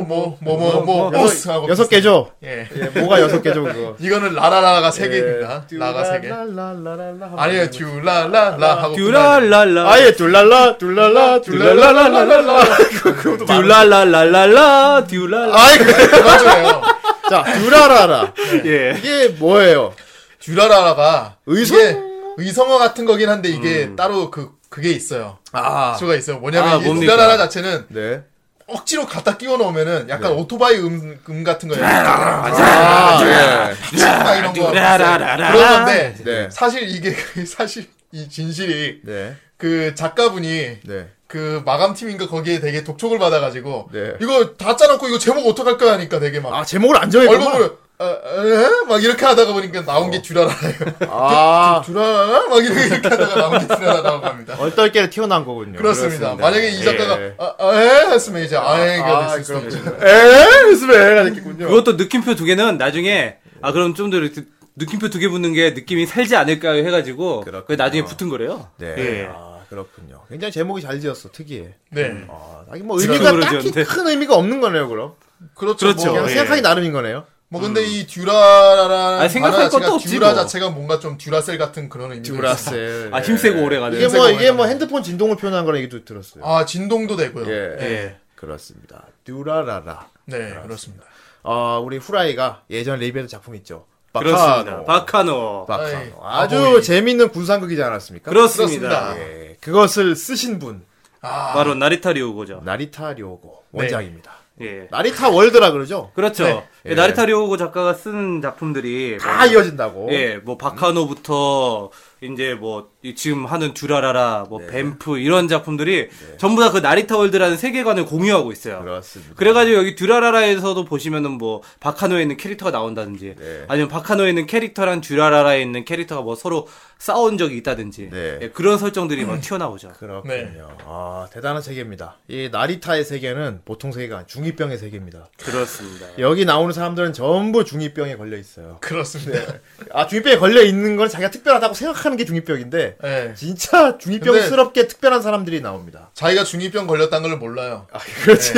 Speaker 4: 스모모모모모모 보스 하고
Speaker 1: 뭐, 여섯 개죠.
Speaker 4: 예.
Speaker 1: 예, 뭐가 여섯 개죠 그거.
Speaker 4: 이거는 라라라가 세 개입니다.
Speaker 1: 예.
Speaker 4: 라가 세 개.
Speaker 1: 듀라라라라라 하면
Speaker 4: 아니에요. 듀라라라 하고
Speaker 2: 듀라라라.
Speaker 1: 아예 듀랄라 듀랄라 듀랄라라라라 그것도
Speaker 2: 듀라라라라라. 듀라라.
Speaker 1: 아이 그-
Speaker 4: 맞아요.
Speaker 1: 자 듀라라라
Speaker 2: 예.
Speaker 1: 이게 뭐예요?
Speaker 4: 듀라라라가
Speaker 1: 의성?
Speaker 4: 이게 의성어 같은 거긴 한데 이게 따로 그 그게 있어요.
Speaker 1: 아
Speaker 4: 수가 있어요. 뭐냐면
Speaker 2: 아,
Speaker 4: 이
Speaker 2: 뭡니까?
Speaker 4: 듀라라라 자체는
Speaker 1: 네.
Speaker 4: 억지로 갖다 끼워 넣으면은 약간 오토바이 음, 음 같은 거예요.
Speaker 1: 아, 예.
Speaker 4: 막 이런 거.
Speaker 2: 듀라라라라.
Speaker 4: 그러는데
Speaker 1: 네.
Speaker 4: 사실 이게 그 사실 이 진실이
Speaker 1: 네.
Speaker 4: 그 작가분이
Speaker 1: 네.
Speaker 4: 그 마감팀인가 거기에 되게 독촉을 받아가지고
Speaker 1: 네.
Speaker 4: 이거 다 짜놓고 이거 제목 어떡할 거야 하니까 되게 막
Speaker 1: 아, 제목을 안 정했구나.
Speaker 4: 얼굴을 어, 에? 막 이렇게 하다가 보니까 나온 게 듀라라예요.
Speaker 1: 아,
Speaker 4: 듀라라라 막 이렇게 이렇게 하다가 나온 게 듀라라라고 합니다.
Speaker 1: 얼떨결에 튀어나온 거군요.
Speaker 4: 네, 그렇습니다. 만약에 이 작가가
Speaker 1: 예.
Speaker 4: 아, 아, 에? 했으면 이제 아에가 그렇죠. 예,
Speaker 1: 아,
Speaker 4: 됐을 수도 있죠.
Speaker 1: 에? 무슨 됐겠군요.
Speaker 2: 그것도 느낌표 두 개는 나중에, 아, 그럼 좀 더 이렇게 느낌표 두 개 붙는 게 느낌이 살지 않을까요? 해가지고,
Speaker 1: 그렇군요.
Speaker 2: 그게 나중에 붙은 거래요.
Speaker 1: 네.
Speaker 2: 예.
Speaker 1: 아, 그렇군요. 굉장히 제목이 잘 지었어. 특이해.
Speaker 4: 네.
Speaker 1: 아, 하긴 뭐 의미가
Speaker 2: 지각으로
Speaker 1: 딱히
Speaker 2: 지었는데.
Speaker 1: 큰 의미가 없는 거네요, 그럼.
Speaker 4: 그렇죠.
Speaker 2: 그렇죠.
Speaker 4: 뭐,
Speaker 1: 그냥
Speaker 2: 어, 예.
Speaker 1: 생각하기 나름인 거네요.
Speaker 4: 뭐 근데 이 듀라라라는
Speaker 2: 아니, 생각할
Speaker 4: 단어 자체가
Speaker 2: 것도 없지,
Speaker 4: 듀라
Speaker 2: 뭐.
Speaker 4: 자체가 뭔가 좀 듀라셀 같은 그런 의미도 있어요.
Speaker 1: 듀라셀.
Speaker 2: 아,
Speaker 1: 예.
Speaker 2: 힘세고 오래 가네요.
Speaker 1: 이게 뭐, 이게 뭐
Speaker 4: 생각나네요.
Speaker 1: 핸드폰 진동을 표현한 거라 얘기도 들었어요.
Speaker 4: 아 진동도 되고요.
Speaker 1: 예.
Speaker 2: 예.
Speaker 1: 그렇습니다. 듀라라라.
Speaker 4: 네 그렇습니다.
Speaker 1: 아, 우리 후라이가 예전 리뷰했던 작품 있죠.
Speaker 2: 그렇습니다.
Speaker 1: 바카노.
Speaker 2: 바카노.
Speaker 1: 바카노.
Speaker 4: 아이,
Speaker 1: 아주
Speaker 4: 바보이.
Speaker 1: 재밌는 군상극이지 않았습니까?
Speaker 2: 그렇습니다.
Speaker 4: 그렇습니다.
Speaker 1: 예, 그것을 쓰신 분
Speaker 4: 아
Speaker 2: 바로 나리타 리오고죠.
Speaker 1: 나리타 료고 원작입니다.
Speaker 2: 예.
Speaker 1: 나리타 월드라 그러죠?
Speaker 2: 그렇죠.
Speaker 4: 네.
Speaker 1: 예.
Speaker 2: 예, 나리타 리오고 작가가 쓴 작품들이 뭐
Speaker 1: 다 이어진다고.
Speaker 2: 예, 뭐 바카노부터 이제 뭐이 지금 하는 듀라라라, 뭐 뱀프 이런 작품들이 전부 다 그 나리타 월드라는 세계관을 공유하고 있어요.
Speaker 1: 그렇습니다.
Speaker 2: 그래가지고 여기 듀라라라에서도 보시면은 뭐 바카노에 있는 캐릭터가 나온다든지
Speaker 1: 네.
Speaker 2: 아니면 바카노에 있는 캐릭터랑 듀라라라에 있는 캐릭터가 뭐 서로 싸운 적이 있다든지
Speaker 1: 네.
Speaker 2: 예, 그런 설정들이 막 튀어나오죠.
Speaker 1: 그렇군요. 아, 대단한 세계입니다. 이 나리타의 세계는 보통 세계가 아니라 중이병의 세계입니다.
Speaker 2: 그렇습니다.
Speaker 1: 여기 나오는 사람들은 전부 중이병에 걸려 있어요.
Speaker 4: 그렇습니다.
Speaker 1: 아, 중이병에 걸려 있는 건 자기가 특별하다고 생각하는 게 중이병인데
Speaker 4: 네.
Speaker 1: 진짜 중이병스럽게 특별한 사람들이 나옵니다.
Speaker 4: 자기가 중이병 걸렸다는 걸 몰라요.
Speaker 1: 그렇지.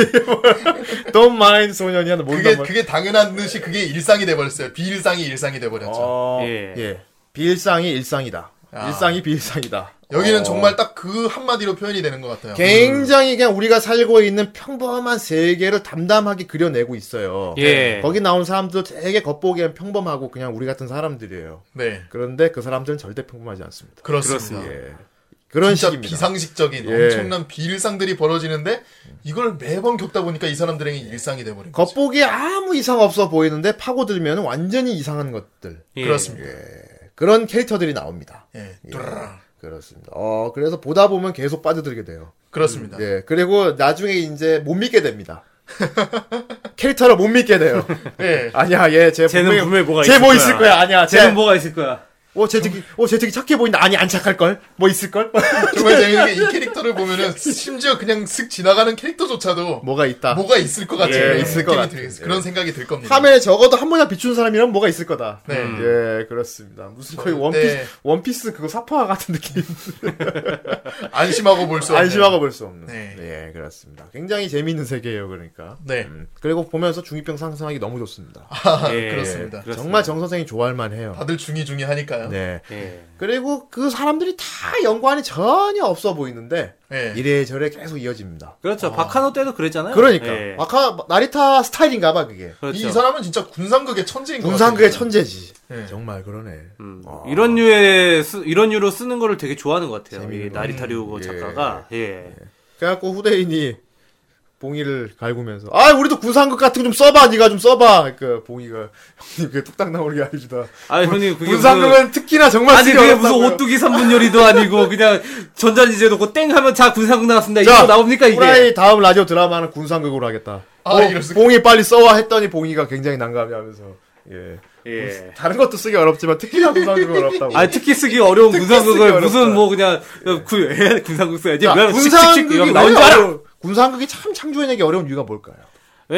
Speaker 1: Don't mind 뭐- 소년이 하는 모든
Speaker 4: 그게
Speaker 1: 말.
Speaker 4: 그게 당연한 듯이 그게 일상이 돼버렸어요. 비일상이 일상이 돼버렸죠.
Speaker 1: 어,
Speaker 2: 예.
Speaker 1: 예. 비일상이 일상이다.
Speaker 4: 그렇죠. 아.
Speaker 1: 일상이 비일상이다.
Speaker 4: 여기는
Speaker 1: 어.
Speaker 4: 정말 딱 그 한마디로 표현이 되는 것 같아요.
Speaker 1: 굉장히 그냥 우리가 살고 있는 평범한 세계를 담담하게 그려내고 있어요.
Speaker 2: 예.
Speaker 1: 거기 나온 사람도 되게 겉보기엔 평범하고 그냥 우리 같은 사람들이에요.
Speaker 4: 네,
Speaker 1: 그런데 그 사람들은 절대 평범하지 않습니다.
Speaker 4: 그렇습니다.
Speaker 1: 예. 그런
Speaker 4: 진짜
Speaker 1: 식입니다.
Speaker 4: 비상식적인
Speaker 1: 예.
Speaker 4: 엄청난 비일상들이 벌어지는데 이걸 매번 겪다 보니까 이 사람들에게
Speaker 1: 예.
Speaker 4: 일상이 돼버린 거죠.
Speaker 1: 겉보기에 아무 이상 없어 보이는데 파고들면 완전히 이상한 것들. 네,
Speaker 2: 예.
Speaker 4: 그렇습니다.
Speaker 1: 그런 캐릭터들이 나옵니다.
Speaker 4: 예,
Speaker 1: 예.
Speaker 4: 뚜라라.
Speaker 1: 그렇습니다. 어, 그래서 보다 보면 계속 빠져들게 돼요.
Speaker 4: 그렇습니다.
Speaker 1: 예, 그리고 나중에 이제 못 믿게 됩니다. 캐릭터를 못 믿게 돼요.
Speaker 4: 예.
Speaker 1: 네. 아니야, 얘, 쟤
Speaker 2: 쟤는 분명히 뭐가
Speaker 1: 쟤
Speaker 2: 있을
Speaker 1: 뭐
Speaker 2: 거야.
Speaker 1: 있을 거야. 아니야, 쟤,
Speaker 2: 쟤는 뭐가 있을 거야?
Speaker 1: 어, 쟤 되게, 어, 쟤 되게 착해 보인다. 아니, 안 착할걸? 뭐 있을걸?
Speaker 4: 정말 재밌는 게 이 캐릭터를 보면은 심지어 그냥 슥 지나가는 캐릭터조차도
Speaker 1: 뭐가 있다.
Speaker 4: 뭐가 있을 것 같은
Speaker 1: 예,
Speaker 4: 그런
Speaker 1: 있을 것
Speaker 4: 느낌이
Speaker 1: 같은,
Speaker 4: 들-
Speaker 1: 예.
Speaker 4: 그런 생각이 들 겁니다.
Speaker 1: 화면에 적어도 한 모양 비춘 사람이라면 뭐가 있을 거다.
Speaker 4: 네.
Speaker 1: 예, 그렇습니다. 무슨 거의
Speaker 4: 절대-
Speaker 1: 원피스, 원피스 그거 사파 같은 느낌.
Speaker 4: 안심하고 볼 수 없는.
Speaker 1: 안심하고 볼 수 없는.
Speaker 4: 네.
Speaker 1: 예, 그렇습니다. 굉장히 재미있는 세계예요, 그러니까.
Speaker 4: 네.
Speaker 1: 음, 그리고 보면서 중이병 상상하기 너무 좋습니다.
Speaker 4: 아,
Speaker 2: 예.
Speaker 4: 그렇습니다.
Speaker 2: 그렇습니다.
Speaker 1: 정말 정 선생이 좋아할 만해요.
Speaker 4: 다들 중이중이 하니까요.
Speaker 1: 네.
Speaker 2: 예.
Speaker 1: 그리고 그 사람들이 다 연관이 전혀 없어 보이는데
Speaker 4: 예.
Speaker 1: 이래저래 계속 이어집니다.
Speaker 2: 그렇죠. 박하노 때도 그랬잖아요.
Speaker 1: 아. 그러니까
Speaker 2: 예.
Speaker 1: 아까 나리타 스타일인가봐 그게.
Speaker 2: 그렇죠. 예.
Speaker 4: 이 사람은 진짜 군상극의 천재인 것
Speaker 1: 군상극의
Speaker 4: 같아요.
Speaker 1: 천재지.
Speaker 4: 네.
Speaker 1: 정말 그러네.
Speaker 2: 음,
Speaker 1: 아.
Speaker 2: 이런 류의 쓰- 이런 류로 쓰는 거를 되게 좋아하는 것 같아요. 이
Speaker 1: 재밌는
Speaker 2: 나리타리오고
Speaker 1: 예.
Speaker 2: 작가가 예.
Speaker 1: 그래갖고 후대인이 봉이를 갈구면서 아 우리도 군상극 같은 거 좀 써봐 니가 좀 써봐 그 봉이가 형님 그게 뚝딱 나오는 게 아닙니다
Speaker 2: 아 형님 그게 무슨-
Speaker 1: 군상극은 특히나 정말
Speaker 2: 아니
Speaker 1: 쓰기
Speaker 2: 그게 무슨
Speaker 1: 어렵다고요.
Speaker 2: 오뚜기 산분열이도 아니고 그냥 전자지제 놓고 땡 하면 자 군상국 나왔습니다.
Speaker 1: 자,
Speaker 2: 이거 나옵니까 이게?
Speaker 1: 후라이 다음 라디오 드라마는 군상극으로 하겠다
Speaker 4: 아,
Speaker 1: 어,
Speaker 4: 이럴 수가.
Speaker 1: 봉이 빨리 써와 했더니 봉이가 굉장히 난감해하면서 예.
Speaker 2: 예.
Speaker 1: 다른 것도 쓰기 어렵지만 특히나 군상극은 어렵다고
Speaker 2: 아 특히 쓰기 어려운 군상국을
Speaker 1: 쓰기
Speaker 2: 무슨
Speaker 1: 어렵다.
Speaker 2: 뭐 그냥 군 에, 군상국 써야지.
Speaker 1: 자,
Speaker 2: 왜
Speaker 1: 군상극이 왜
Speaker 2: 나온 줄 알아?
Speaker 1: 어려워? 그 군상극이 참 창조해내기 어려운 이유가 뭘까요?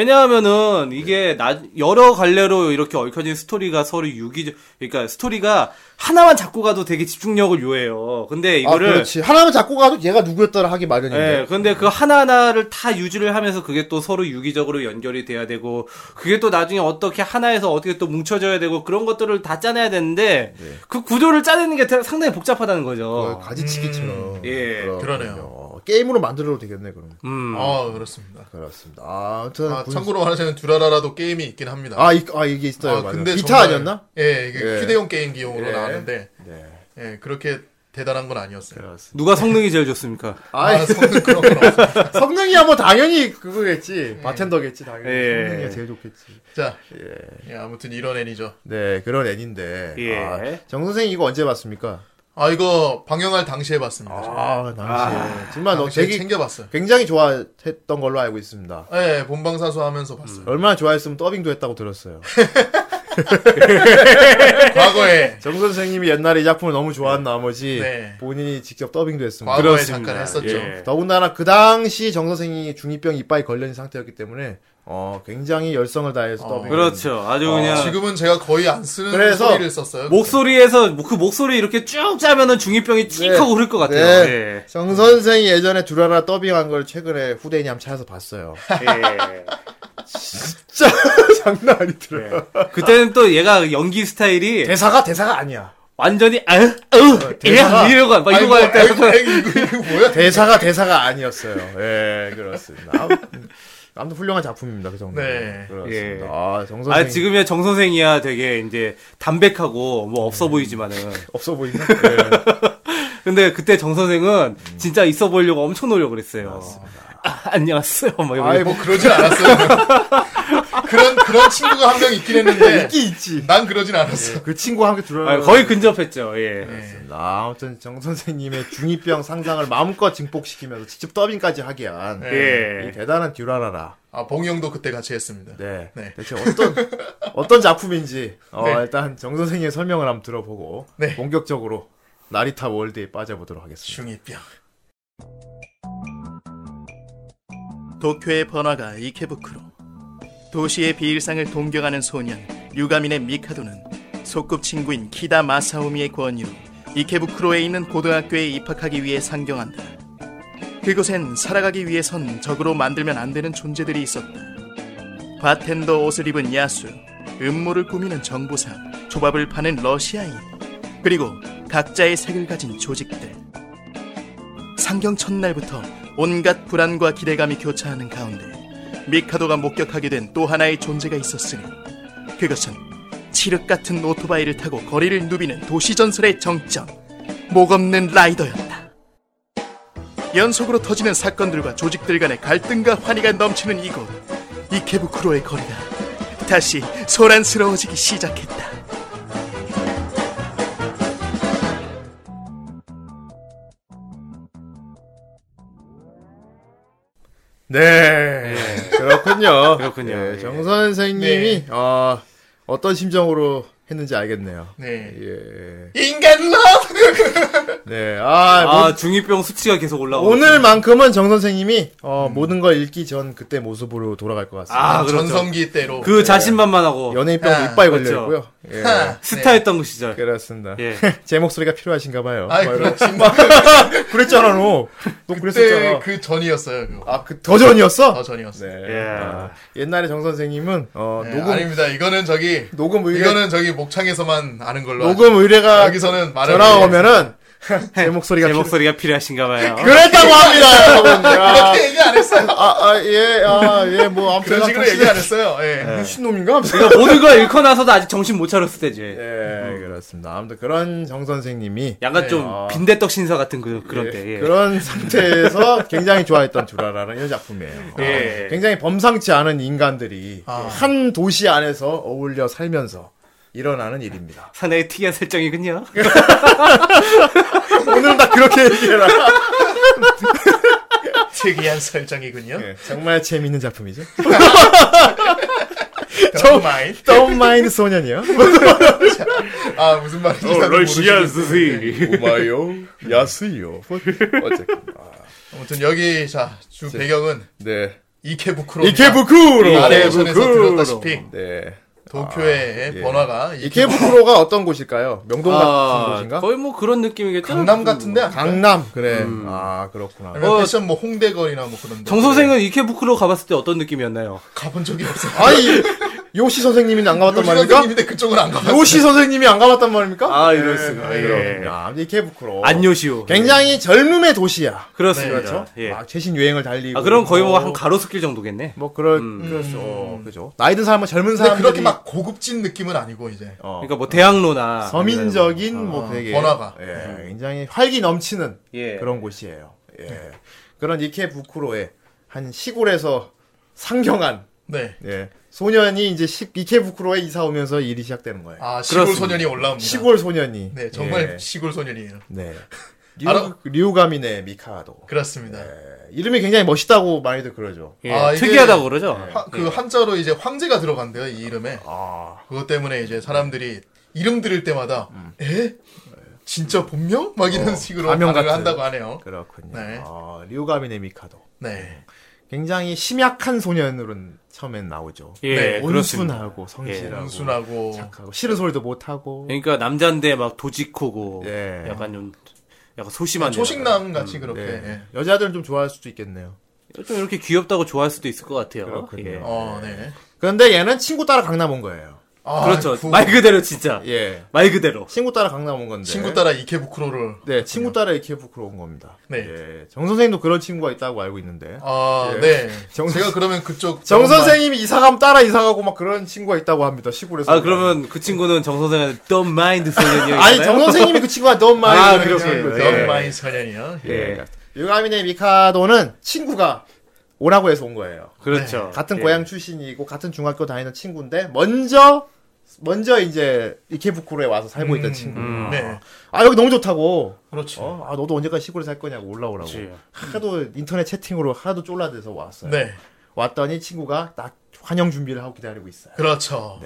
Speaker 2: 왜냐하면은 이게
Speaker 4: 네.
Speaker 2: 나- 여러 갈래로 이렇게 얽혀진 스토리가 서로 유기 그러니까 스토리가 하나만 잡고 가도 되게 집중력을 요해요. 근데
Speaker 1: 아,
Speaker 2: 이거를
Speaker 1: 그렇지 하나만 잡고 가도 얘가 누구였더라 하기 마련인데
Speaker 2: 예,
Speaker 4: 네.
Speaker 2: 근데 그 하나하나를 다 유지를 하면서 그게 또 서로 유기적으로 연결이 돼야 되고, 그게 또 나중에 어떻게 하나에서 어떻게 또 뭉쳐져야 되고, 그런 것들을 다 짜내야 되는데,
Speaker 4: 네.
Speaker 2: 그 구조를 짜내는 게 대- 상당히 복잡하다는
Speaker 1: 어,
Speaker 2: 거죠.
Speaker 1: 가지치기처럼.
Speaker 2: 예,
Speaker 1: 그렇군요.
Speaker 4: 그러네요.
Speaker 1: 게임으로 만들어도 되겠네, 그럼.
Speaker 2: 음.
Speaker 4: 아, 그렇습니다.
Speaker 1: 그렇습니다. 아, 아무튼.
Speaker 4: 아,
Speaker 1: 군-
Speaker 4: 참고로 말하자면 듀라라라도 게임이 있긴 합니다.
Speaker 1: 아, 이, 아, 이게 있어요. 맞아. 기타
Speaker 4: 정말-
Speaker 1: 아니었나?
Speaker 4: 예, 이게
Speaker 1: 예.
Speaker 4: 휴대용 게임기용으로
Speaker 1: 예.
Speaker 4: 나왔는데 예, 그렇게 대단한 건 아니었어요.
Speaker 1: 그렇습니다.
Speaker 2: 누가 성능이 제일 좋습니까?
Speaker 4: 아,
Speaker 1: 아,
Speaker 4: 성능 그런 건 없어요.
Speaker 1: 성능이야, 뭐, 당연히 그거겠지. 바텐더겠지, 당연히.
Speaker 2: 예.
Speaker 1: 성능이 제일 좋겠지.
Speaker 4: 자, 예, 아무튼 이런 애니죠.
Speaker 1: 네, 그런 애인데.
Speaker 2: 예.
Speaker 1: 아, 정선생님 이거 언제 봤습니까?
Speaker 4: 아, 이거 방영할 당시에 봤습니다. 저는.
Speaker 1: 아, 당시에. 정말 너
Speaker 4: 당시에
Speaker 1: 되게
Speaker 4: 챙겨봤어요.
Speaker 1: 굉장히 좋아했던 걸로 알고 있습니다.
Speaker 4: 예, 본방사수 하면서 봤어요.
Speaker 1: 얼마나 좋아했으면 더빙도 했다고 들었어요.
Speaker 4: 과거에
Speaker 1: 정 선생님이 옛날에 이 작품을 너무 좋아한 나머지
Speaker 4: 네.
Speaker 1: 본인이 직접 더빙도 했습니다.
Speaker 4: 과거에
Speaker 2: 그렇습니다.
Speaker 4: 잠깐 했었죠.
Speaker 2: 예.
Speaker 1: 더군다나 그 당시 정 선생이 중이병 이빨이 걸린 상태였기 때문에 어 굉장히 열성을 다해서
Speaker 4: 어.
Speaker 1: 더빙.
Speaker 2: 그렇죠. 아주 그냥.
Speaker 4: 지금은 제가 거의 안 쓰는
Speaker 1: 그래서
Speaker 4: 소리를 썼어요.
Speaker 2: 목소리에서, 그 목소리 이렇게 쭉 짜면은 중이병이 칙 하고 흐를 것 같아요.
Speaker 1: 네.
Speaker 2: 예.
Speaker 1: 정 선생이 예전에 두라라 더빙한 걸 최근에 후대인이 한번 찾아서 봤어요.
Speaker 2: 예.
Speaker 1: 진짜 장난 아니더라. 요
Speaker 2: 그때는 또 얘가 연기 스타일이
Speaker 1: 예. 대사가 대사가 아니야.
Speaker 2: 완전히, 아유, 아유,
Speaker 1: 대사가-
Speaker 2: 예, 이러고, 막
Speaker 4: 아이고,
Speaker 2: 이러고 할 때.
Speaker 4: 아이고, 아이고, 이거, 이거 뭐야?
Speaker 1: 대사가 대사가 아니었어요. 예, 그렇습니다. 아무튼, 아무튼 훌륭한 작품입니다. 그 정도.
Speaker 4: 네.
Speaker 1: 그렇습니다.
Speaker 2: 예.
Speaker 1: 아, 정 선생.
Speaker 2: 아 지금이야 정 선생이야 되게 이제 담백하고 뭐
Speaker 4: 네.
Speaker 2: 없어 보이지만은
Speaker 1: 없어 보이나?
Speaker 2: 네.
Speaker 1: 예.
Speaker 2: 근데 그때 정 선생은 진짜 있어 보이려고 엄청 노력을 했어요. 아, 안녕하세요. 막 이러고
Speaker 1: 예. 아이,
Speaker 4: 뭐 그러진 않았어요. 그런 그런 친구가 한 명 있긴 했는데
Speaker 1: 있긴 있지.
Speaker 4: 난 그러진 않았어.
Speaker 1: 그 친구와 함께 들어.
Speaker 2: 아, 거의 근접했죠. 예.
Speaker 4: 네.
Speaker 1: 아, 아무튼 정 선생님의 중이병 상상을 마음껏 증폭시키면서 직접 더빙까지 하게 한 이
Speaker 2: 예.
Speaker 1: 대단한 듀라라라.
Speaker 4: 아 봉영도 그때 같이 했습니다.
Speaker 1: 네.
Speaker 4: 네.
Speaker 1: 대체 어떤 어떤 작품인지 어,
Speaker 4: 네.
Speaker 1: 일단 정 선생님의 설명을 한번 들어보고
Speaker 4: 네.
Speaker 1: 본격적으로 나리타 월드에 빠져보도록 하겠습니다.
Speaker 4: 중이병.
Speaker 7: 도쿄의 번화가 이케부쿠로 도시의 비일상을 동경하는 소년 유가민의 미카도는 소꿉친구인 키다 마사오미의 권유로 이케부쿠로에 있는 고등학교에 입학하기 위해 상경한다 그곳엔 살아가기 위해선 적으로 만들면 안 되는 존재들이 있었다 바텐더 옷을 입은 야수 음모를 꾸미는 정보사 조밥을 파는 러시아인 그리고 각자의 색을 가진 조직들 상경 첫날부터 온갖 불안과 기대감이 교차하는 가운데 미카도가 목격하게 된 또 하나의 존재가 있었으니 그것은 칠흑 같은 오토바이를 타고 거리를 누비는 도시전설의 정점 목없는 라이더였다 연속으로 터지는 사건들과 조직들 간의 갈등과 환희가 넘치는 이곳 이케부쿠로의 거리가 다시 소란스러워지기 시작했다
Speaker 1: 네. 그렇군요. 네.
Speaker 2: 그렇군요. 예.
Speaker 1: 정 선생님이 어, 어떤 심정으로 했는지 알겠네요.
Speaker 4: 네.
Speaker 1: 예.
Speaker 4: 인간 러브.
Speaker 1: 네. 아, 뭐
Speaker 2: 아, 중이병 수치가 계속 올라오고.
Speaker 1: 오늘만큼은 정 선생님이
Speaker 4: 음.
Speaker 1: 어, 모든 걸 읽기 전 그때 모습으로 돌아갈 것 같습니다.
Speaker 2: 아, 그렇죠.
Speaker 4: 전성기 때로.
Speaker 2: 그 자신만만하고
Speaker 1: 연예인병도
Speaker 4: 아,
Speaker 1: 이빨
Speaker 2: 그렇죠.
Speaker 1: 걸려 있고요. 예.
Speaker 4: 하. 네.
Speaker 2: 스타였던 그 시절.
Speaker 1: 그렇습니다.
Speaker 2: 예.
Speaker 1: 제 목소리가 필요하신가 봐요.
Speaker 4: 아이
Speaker 1: 뭐 이런-
Speaker 4: 그렇지만
Speaker 1: 그랬잖아, 너. 너
Speaker 4: 그때
Speaker 1: 그랬었잖아.
Speaker 4: 그 전이었어요. 그거.
Speaker 1: 아, 그, 더 전이었어?
Speaker 4: 더 전이었어요.
Speaker 1: 네.
Speaker 2: 예.
Speaker 1: 아, 옛날에 정 선생님은 어,
Speaker 4: 네,
Speaker 1: 녹음
Speaker 4: 아닙니다. 이거는 저기
Speaker 1: 녹음 의뢰
Speaker 4: 이거는 저기 목창에서만 아는 걸로.
Speaker 1: 녹음
Speaker 4: 하죠.
Speaker 1: 의뢰가
Speaker 4: 여기서는 말을
Speaker 1: 전화가
Speaker 4: 안 해요.
Speaker 1: 오면은 제 목소리가
Speaker 2: 제
Speaker 1: 필요-
Speaker 2: 목소리가 필요하신가 봐요.
Speaker 1: 그랬다고 합니다, 여러분. 야.
Speaker 4: 그렇게 얘기 안 했어요.
Speaker 1: 아, 아, 예, 아, 예, 뭐, 아무튼.
Speaker 4: 그런 식으로 얘기 안 했어요. 예.
Speaker 1: 네. 신놈인가?
Speaker 2: 그러니까 모든 걸 잃고 나서도 아직 정신 못 차렸을 때지.
Speaker 1: 예, 그렇습니다. 아무튼 그런 정 선생님이
Speaker 2: 약간 좀 빈대떡 신사 같은 그, 그런 때. 네. 아. 예.
Speaker 1: 그런 상태에서 굉장히 좋아했던 두라라는 이런 작품이에요.
Speaker 2: 예.
Speaker 1: 어, 굉장히 범상치 않은 인간들이 한 도시 안에서 어울려 살면서 일어나는 일입니다.
Speaker 2: 상당히 특이한 설정이군요.
Speaker 1: 오늘은 다 그렇게 얘기해라.
Speaker 4: 특이한 설정이군요.
Speaker 1: 예, 정말 재밌는 작품이죠.
Speaker 4: 저 마인.
Speaker 1: Don't mind 소년이요.
Speaker 4: 아 무슨 말인지 잘 모르겠어요.
Speaker 2: 스시.
Speaker 1: 오마요, 야스요. 네. 어쨌든.
Speaker 4: 아무튼 여기 자 주 배경은
Speaker 1: 네.
Speaker 4: 이케부쿠로.
Speaker 1: 이케부쿠로.
Speaker 4: 나레이션에서 들었다시피
Speaker 1: 네.
Speaker 4: 도쿄의
Speaker 1: 예.
Speaker 4: 번화가 이케부
Speaker 1: 이케부쿠로가 어떤 곳일까요? 명동 같은 곳인가?
Speaker 2: 아, 거의 뭐 그런 느낌이겠죠?
Speaker 4: 강남 같은데 아닐까요?
Speaker 1: 강남. 그래.
Speaker 2: 음.
Speaker 1: 아 그렇구나.
Speaker 4: 아니면
Speaker 2: 어,
Speaker 4: 패션 뭐 홍대거리나 뭐 그런데 네,
Speaker 2: 정 선생은 이케부쿠로 가봤을 때 어떤 느낌이었나요?
Speaker 4: 가본 적이 없어요.
Speaker 1: 아니 요시 선생님이 안 가봤단
Speaker 4: 요시
Speaker 1: 말입니까?
Speaker 4: 선생님인데 그쪽은 안 가봤어요.
Speaker 1: 요시 선생님이 안 가봤단 말입니까?
Speaker 2: 아, 이럴 수가.
Speaker 1: 네,
Speaker 2: 예.
Speaker 1: 그렇군요. 아, 이케부쿠로.
Speaker 2: 안요시오. 예.
Speaker 1: 굉장히 젊음의 도시야.
Speaker 2: 어. 그렇습니다. 예.
Speaker 1: 막 최신 유행을 달리고.
Speaker 2: 아, 그럼 거의 뭐
Speaker 1: 어,
Speaker 2: 한 가로수길 음. 정도겠네.
Speaker 1: 뭐 그럴 그렇죠. 어, 그죠. 나이 든 사람은 젊은
Speaker 4: 근데
Speaker 1: 사람
Speaker 4: 그렇게 막 고급진 느낌은 아니고 이제
Speaker 1: 어,
Speaker 2: 그러니까 뭐 대학로나
Speaker 1: 서민적인 뭐
Speaker 4: 어,
Speaker 1: 되게
Speaker 4: 번화가.
Speaker 1: 예, 굉장히 활기 넘치는
Speaker 2: 아. 예.
Speaker 1: 그런 곳이에요. 예. 그런 이케부쿠로의 한 시골에서 상경한
Speaker 4: 네.
Speaker 1: 예. 소년이 이제 시- 이케부쿠로에 이사 오면서 일이 시작되는 거예요.
Speaker 4: 아 시골
Speaker 2: 그렇습니다.
Speaker 4: 소년이 올라옵니다.
Speaker 1: 시골 소년이.
Speaker 4: 네 정말
Speaker 1: 예.
Speaker 4: 시골 소년이에요.
Speaker 1: 네.
Speaker 4: 알아-
Speaker 1: 류가미네 미카도.
Speaker 4: 그렇습니다.
Speaker 1: 예, 이름이 굉장히 멋있다고 많이들 그러죠.
Speaker 2: 예.
Speaker 4: 아, 이게-
Speaker 2: 특이하다고 그러죠.
Speaker 4: 화- 그 한자로 이제 황제가 들어간대요 이 이름에.
Speaker 1: 네. 아,
Speaker 4: 그것 때문에 이제 사람들이 이름 들을 때마다 에 진짜 본명 막 이런 식으로
Speaker 1: 음. 어, 가명
Speaker 4: 반응을
Speaker 1: 같은.
Speaker 4: 한다고 하네요.
Speaker 1: 그렇군요.
Speaker 4: 네.
Speaker 1: 아, 류가미네 미카도.
Speaker 4: 네.
Speaker 1: 굉장히 심약한 소년으로는 처음엔 나오죠.
Speaker 2: 예,
Speaker 4: 네,
Speaker 2: 그렇습니다.
Speaker 1: 온순하고 성실하고
Speaker 4: 예, 온순하고
Speaker 1: 착하고 싫은 소리도 못 하고.
Speaker 2: 그러니까 남자인데 막 도지코고
Speaker 1: 예.
Speaker 2: 약간 좀 약간 소심한
Speaker 4: 네, 초식남 같이 그렇게.
Speaker 1: 네.
Speaker 4: 예.
Speaker 1: 여자들은 좀 좋아할 수도 있겠네요.
Speaker 2: 애가. 좀 이렇게 귀엽다고 좋아할 수도 있을 것 같아요.
Speaker 1: 그렇군요.
Speaker 2: 예.
Speaker 4: 어, 네.
Speaker 1: 그런데 얘는 친구 따라 강남 온 거예요.
Speaker 4: 아,
Speaker 2: 그렇죠.
Speaker 4: 그
Speaker 2: 말 그대로 진짜.
Speaker 1: 예.
Speaker 2: 말 그대로.
Speaker 1: 친구 따라 강남 온 건데.
Speaker 4: 친구 따라 이케부쿠로를.
Speaker 1: 네, 친구 따라 이케부쿠로 온 겁니다.
Speaker 4: 네.
Speaker 1: 예, 정 선생님도 그런 친구가 있다고 알고 있는데.
Speaker 4: 아,
Speaker 1: 예.
Speaker 4: 네.
Speaker 1: 정-
Speaker 4: 제가 그러면 그쪽
Speaker 1: 정 선생님이 이사 가면 따라 이사 가고 막 그런 친구가 있다고 합니다. 시골에서.
Speaker 2: 아 그러면 그 친구는 정 선생한테 Don't mind 소년이에요.
Speaker 1: 아니, 정 선생님이 그 친구가 너무 많이
Speaker 2: 아,
Speaker 1: 그런
Speaker 4: 네.
Speaker 2: 그렇군요.
Speaker 1: 친구죠.
Speaker 2: 예.
Speaker 4: 마인 소년이요.
Speaker 2: 예.
Speaker 1: 유가미네 미카도는 친구가 오라고 해서 온 거예요.
Speaker 2: 그렇죠.
Speaker 1: 네, 같은
Speaker 2: 예.
Speaker 1: 고향 출신이고 같은 중학교 다니는 친구인데 먼저 먼저 이제 이케부쿠로에 와서 살고 있던 친구.
Speaker 4: 네. 그렇죠.
Speaker 1: 아 여기 너무 좋다고.
Speaker 4: 그렇지.
Speaker 1: 어, 아 너도 언제까지 시골에 살 거냐고 올라오라고.
Speaker 2: 그렇지.
Speaker 1: 하도 인터넷 채팅으로 하도 쫄라대서 왔어요.
Speaker 4: 네.
Speaker 1: 왔더니 친구가 딱 환영 준비를 하고 기다리고 있어요.
Speaker 4: 그렇죠.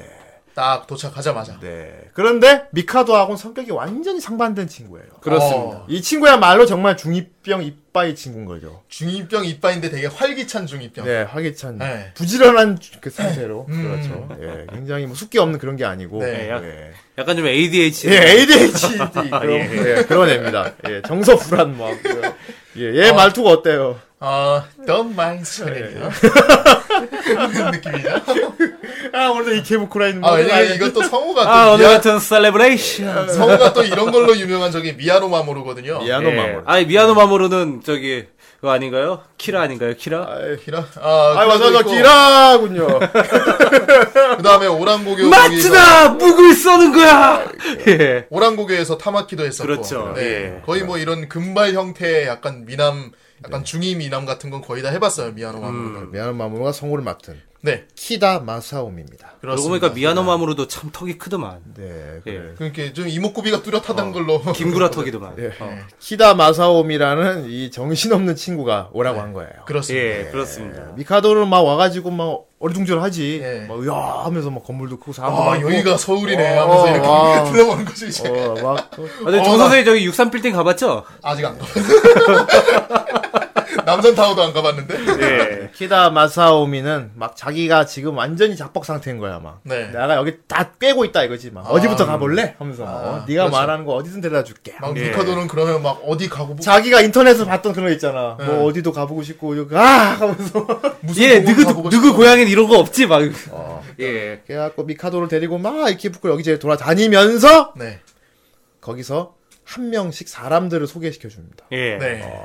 Speaker 4: 딱 도착하자마자.
Speaker 1: 네. 그런데 미카도하고는 성격이 완전히 상반된 친구예요.
Speaker 2: 그렇습니다.
Speaker 4: 어,
Speaker 1: 이 친구야말로 정말 중2병 이빠이 친구인 거죠.
Speaker 4: 중2병 이빠인데 되게 활기찬 중2병.
Speaker 1: 네, 활기찬.
Speaker 4: 네.
Speaker 1: 부지런한 그 상태로. 그렇죠. 예, 굉장히 뭐 숫기 없는 그런 게 아니고.
Speaker 4: 네.
Speaker 1: 예.
Speaker 2: 약간 좀 ADHD.
Speaker 1: 예,
Speaker 4: 아,
Speaker 1: ADHD. 그런, 예. 그런 애입니다. 예, 정서 불안 뭐. 하고요. 예, 얘 말투가 어때요?
Speaker 4: 어, don't mind 소리예요. 이런 느낌이냐?
Speaker 1: 아, 오늘도 이 케부쿠라인.
Speaker 4: 아, 왜냐면 이것도 성우가 또
Speaker 2: 아, 오늘
Speaker 4: 미야,
Speaker 2: 같은 셀레브레이션.
Speaker 4: 성우가 또 이런 걸로 유명한 저기 미야노 마모루거든요.
Speaker 1: 미야노 마모루.
Speaker 2: 아니, 미아노 마모루는 저기, 그거 아닌가요? 키라 아닌가요? 키라?
Speaker 4: 기라. 아,
Speaker 1: 아, 맞아, 맞아.
Speaker 4: 기라.
Speaker 1: 기라군요.
Speaker 4: 그다음에 오랑고교 거기서-
Speaker 2: 맞추다! 묵을 써는
Speaker 1: 아,
Speaker 2: 거야! 예.
Speaker 4: 오랑고교에서 타마키도 했었고.
Speaker 2: 그렇죠.
Speaker 4: 네.
Speaker 2: 예.
Speaker 4: 거의 뭐 이런 금발 형태의 약간 미남 약간 중2 미남 같은 건 거의 다 해봤어요 미야노 마모루.
Speaker 1: 미안한 마모루가 성우를 맡은
Speaker 4: 네.
Speaker 1: 키다 마사오미입니다.
Speaker 2: 그러고
Speaker 4: 그렇습니다.
Speaker 2: 보니까 미아노 마모루도 참 턱이 크더만.
Speaker 1: 네, 그래.
Speaker 2: 예.
Speaker 4: 그러니까 좀 이목구비가 뚜렷하던 걸로.
Speaker 2: 김구라 턱이더만.
Speaker 1: 예.
Speaker 2: 어.
Speaker 1: 키다 마사오미라는 이 정신없는 친구가 오라고 한 거예요.
Speaker 4: 그렇습니다.
Speaker 2: 예, 그렇습니다.
Speaker 1: 미카도는 막 와가지고 막 어리둥절하지.
Speaker 4: 예.
Speaker 1: 막 야 하면서 막 건물도 크고 사람도
Speaker 4: 아
Speaker 1: 많고.
Speaker 4: 여기가
Speaker 1: 뭐,
Speaker 4: 서울이네
Speaker 1: 어,
Speaker 4: 하면서
Speaker 1: 와.
Speaker 4: 이렇게 들어보는 거죠 이제.
Speaker 1: 어, 막 또-
Speaker 2: 아, 근데
Speaker 4: 어,
Speaker 2: 정
Speaker 4: 나-
Speaker 2: 선생님 저기 63 빌딩 가봤죠?
Speaker 4: 아직 안 가봤어. 남산 타워도 안 가봤는데.
Speaker 2: 예.
Speaker 1: 키다 마사오미는 막 자기가 지금 완전히 자뻑 상태인 거야 막.
Speaker 4: 네. 아, 음.
Speaker 1: 내가 여기 다 꿰고 있다 이거지 막. 어디부터 가볼래? 하면서 막. 어, 네가
Speaker 4: 그렇죠.
Speaker 1: 말하는 거 어디든 데려다 줄게.
Speaker 4: 막
Speaker 2: 예.
Speaker 4: 미카도는 그러면 막 어디 가고 뭐-
Speaker 1: 자기가 인터넷에서 봤던 그런 거 있잖아.
Speaker 4: 네.
Speaker 1: 뭐 어디도 가보고 싶고 여기- 아 하면서.
Speaker 4: 무슨
Speaker 2: 예,
Speaker 4: 공원
Speaker 2: 누구,
Speaker 4: 가보고
Speaker 2: 누구
Speaker 4: 싶어.
Speaker 2: 고향엔 이런 거 없지? 막.
Speaker 4: 아,
Speaker 2: 예.
Speaker 1: 그래갖고 미카도를 데리고 막 이키부쿠 여기저기 돌아다니면서
Speaker 4: 네.
Speaker 1: 거기서 한 명씩 사람들을 소개시켜 줍니다.
Speaker 2: 예.
Speaker 4: 네.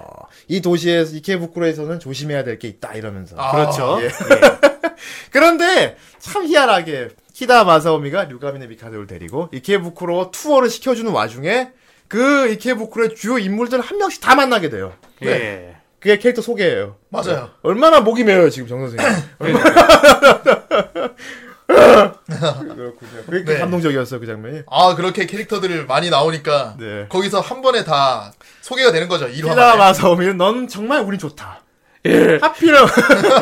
Speaker 1: 이 도시에 이케부쿠로에서는 조심해야 될 게 있다 이러면서.
Speaker 4: 아,
Speaker 2: 그렇죠.
Speaker 1: 예. 그런데 참 희한하게 키다 마사오미가 류가미네 미카도를 데리고 이케부쿠로 투어를 시켜주는 와중에 그 이케부쿠로의 주요 인물들 한 명씩 다 만나게 돼요.
Speaker 2: 예. 예.
Speaker 1: 그게 캐릭터 소개예요.
Speaker 4: 네, 맞아요.
Speaker 1: 얼마나 목이 메어요 지금 정 선생님. 그렇군요. 그게
Speaker 4: 네.
Speaker 1: 감동적이었어요 그 장면이.
Speaker 4: 아 그렇게 캐릭터들을 많이 나오니까
Speaker 1: 네.
Speaker 4: 거기서 한 번에 다 소개가 되는 거죠. 예. 일화
Speaker 1: 키다 마사오미는 넌 정말 우린 좋다. 하필은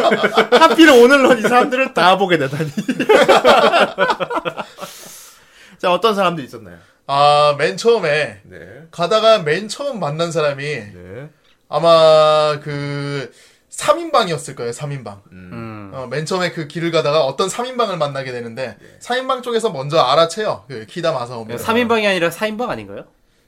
Speaker 1: 하필은 오늘 넌 이 사람들을 다 보게 되다니. 자 어떤 사람들이 있었나요?
Speaker 4: 아맨 처음에
Speaker 1: 네.
Speaker 4: 가다가 맨 처음 만난 사람이
Speaker 1: 네.
Speaker 4: 아마 그 3인방이었을 거예요. 3인방.
Speaker 2: 음.
Speaker 4: 어, 맨 처음에 그 길을 가다가 어떤 3인방을 만나게 되는데
Speaker 1: 네.
Speaker 4: 3인방 쪽에서 먼저 알아채요. 그 키다
Speaker 2: 네,
Speaker 4: 마사오미.
Speaker 2: 3인방이 아니라 4인방 아닌가요?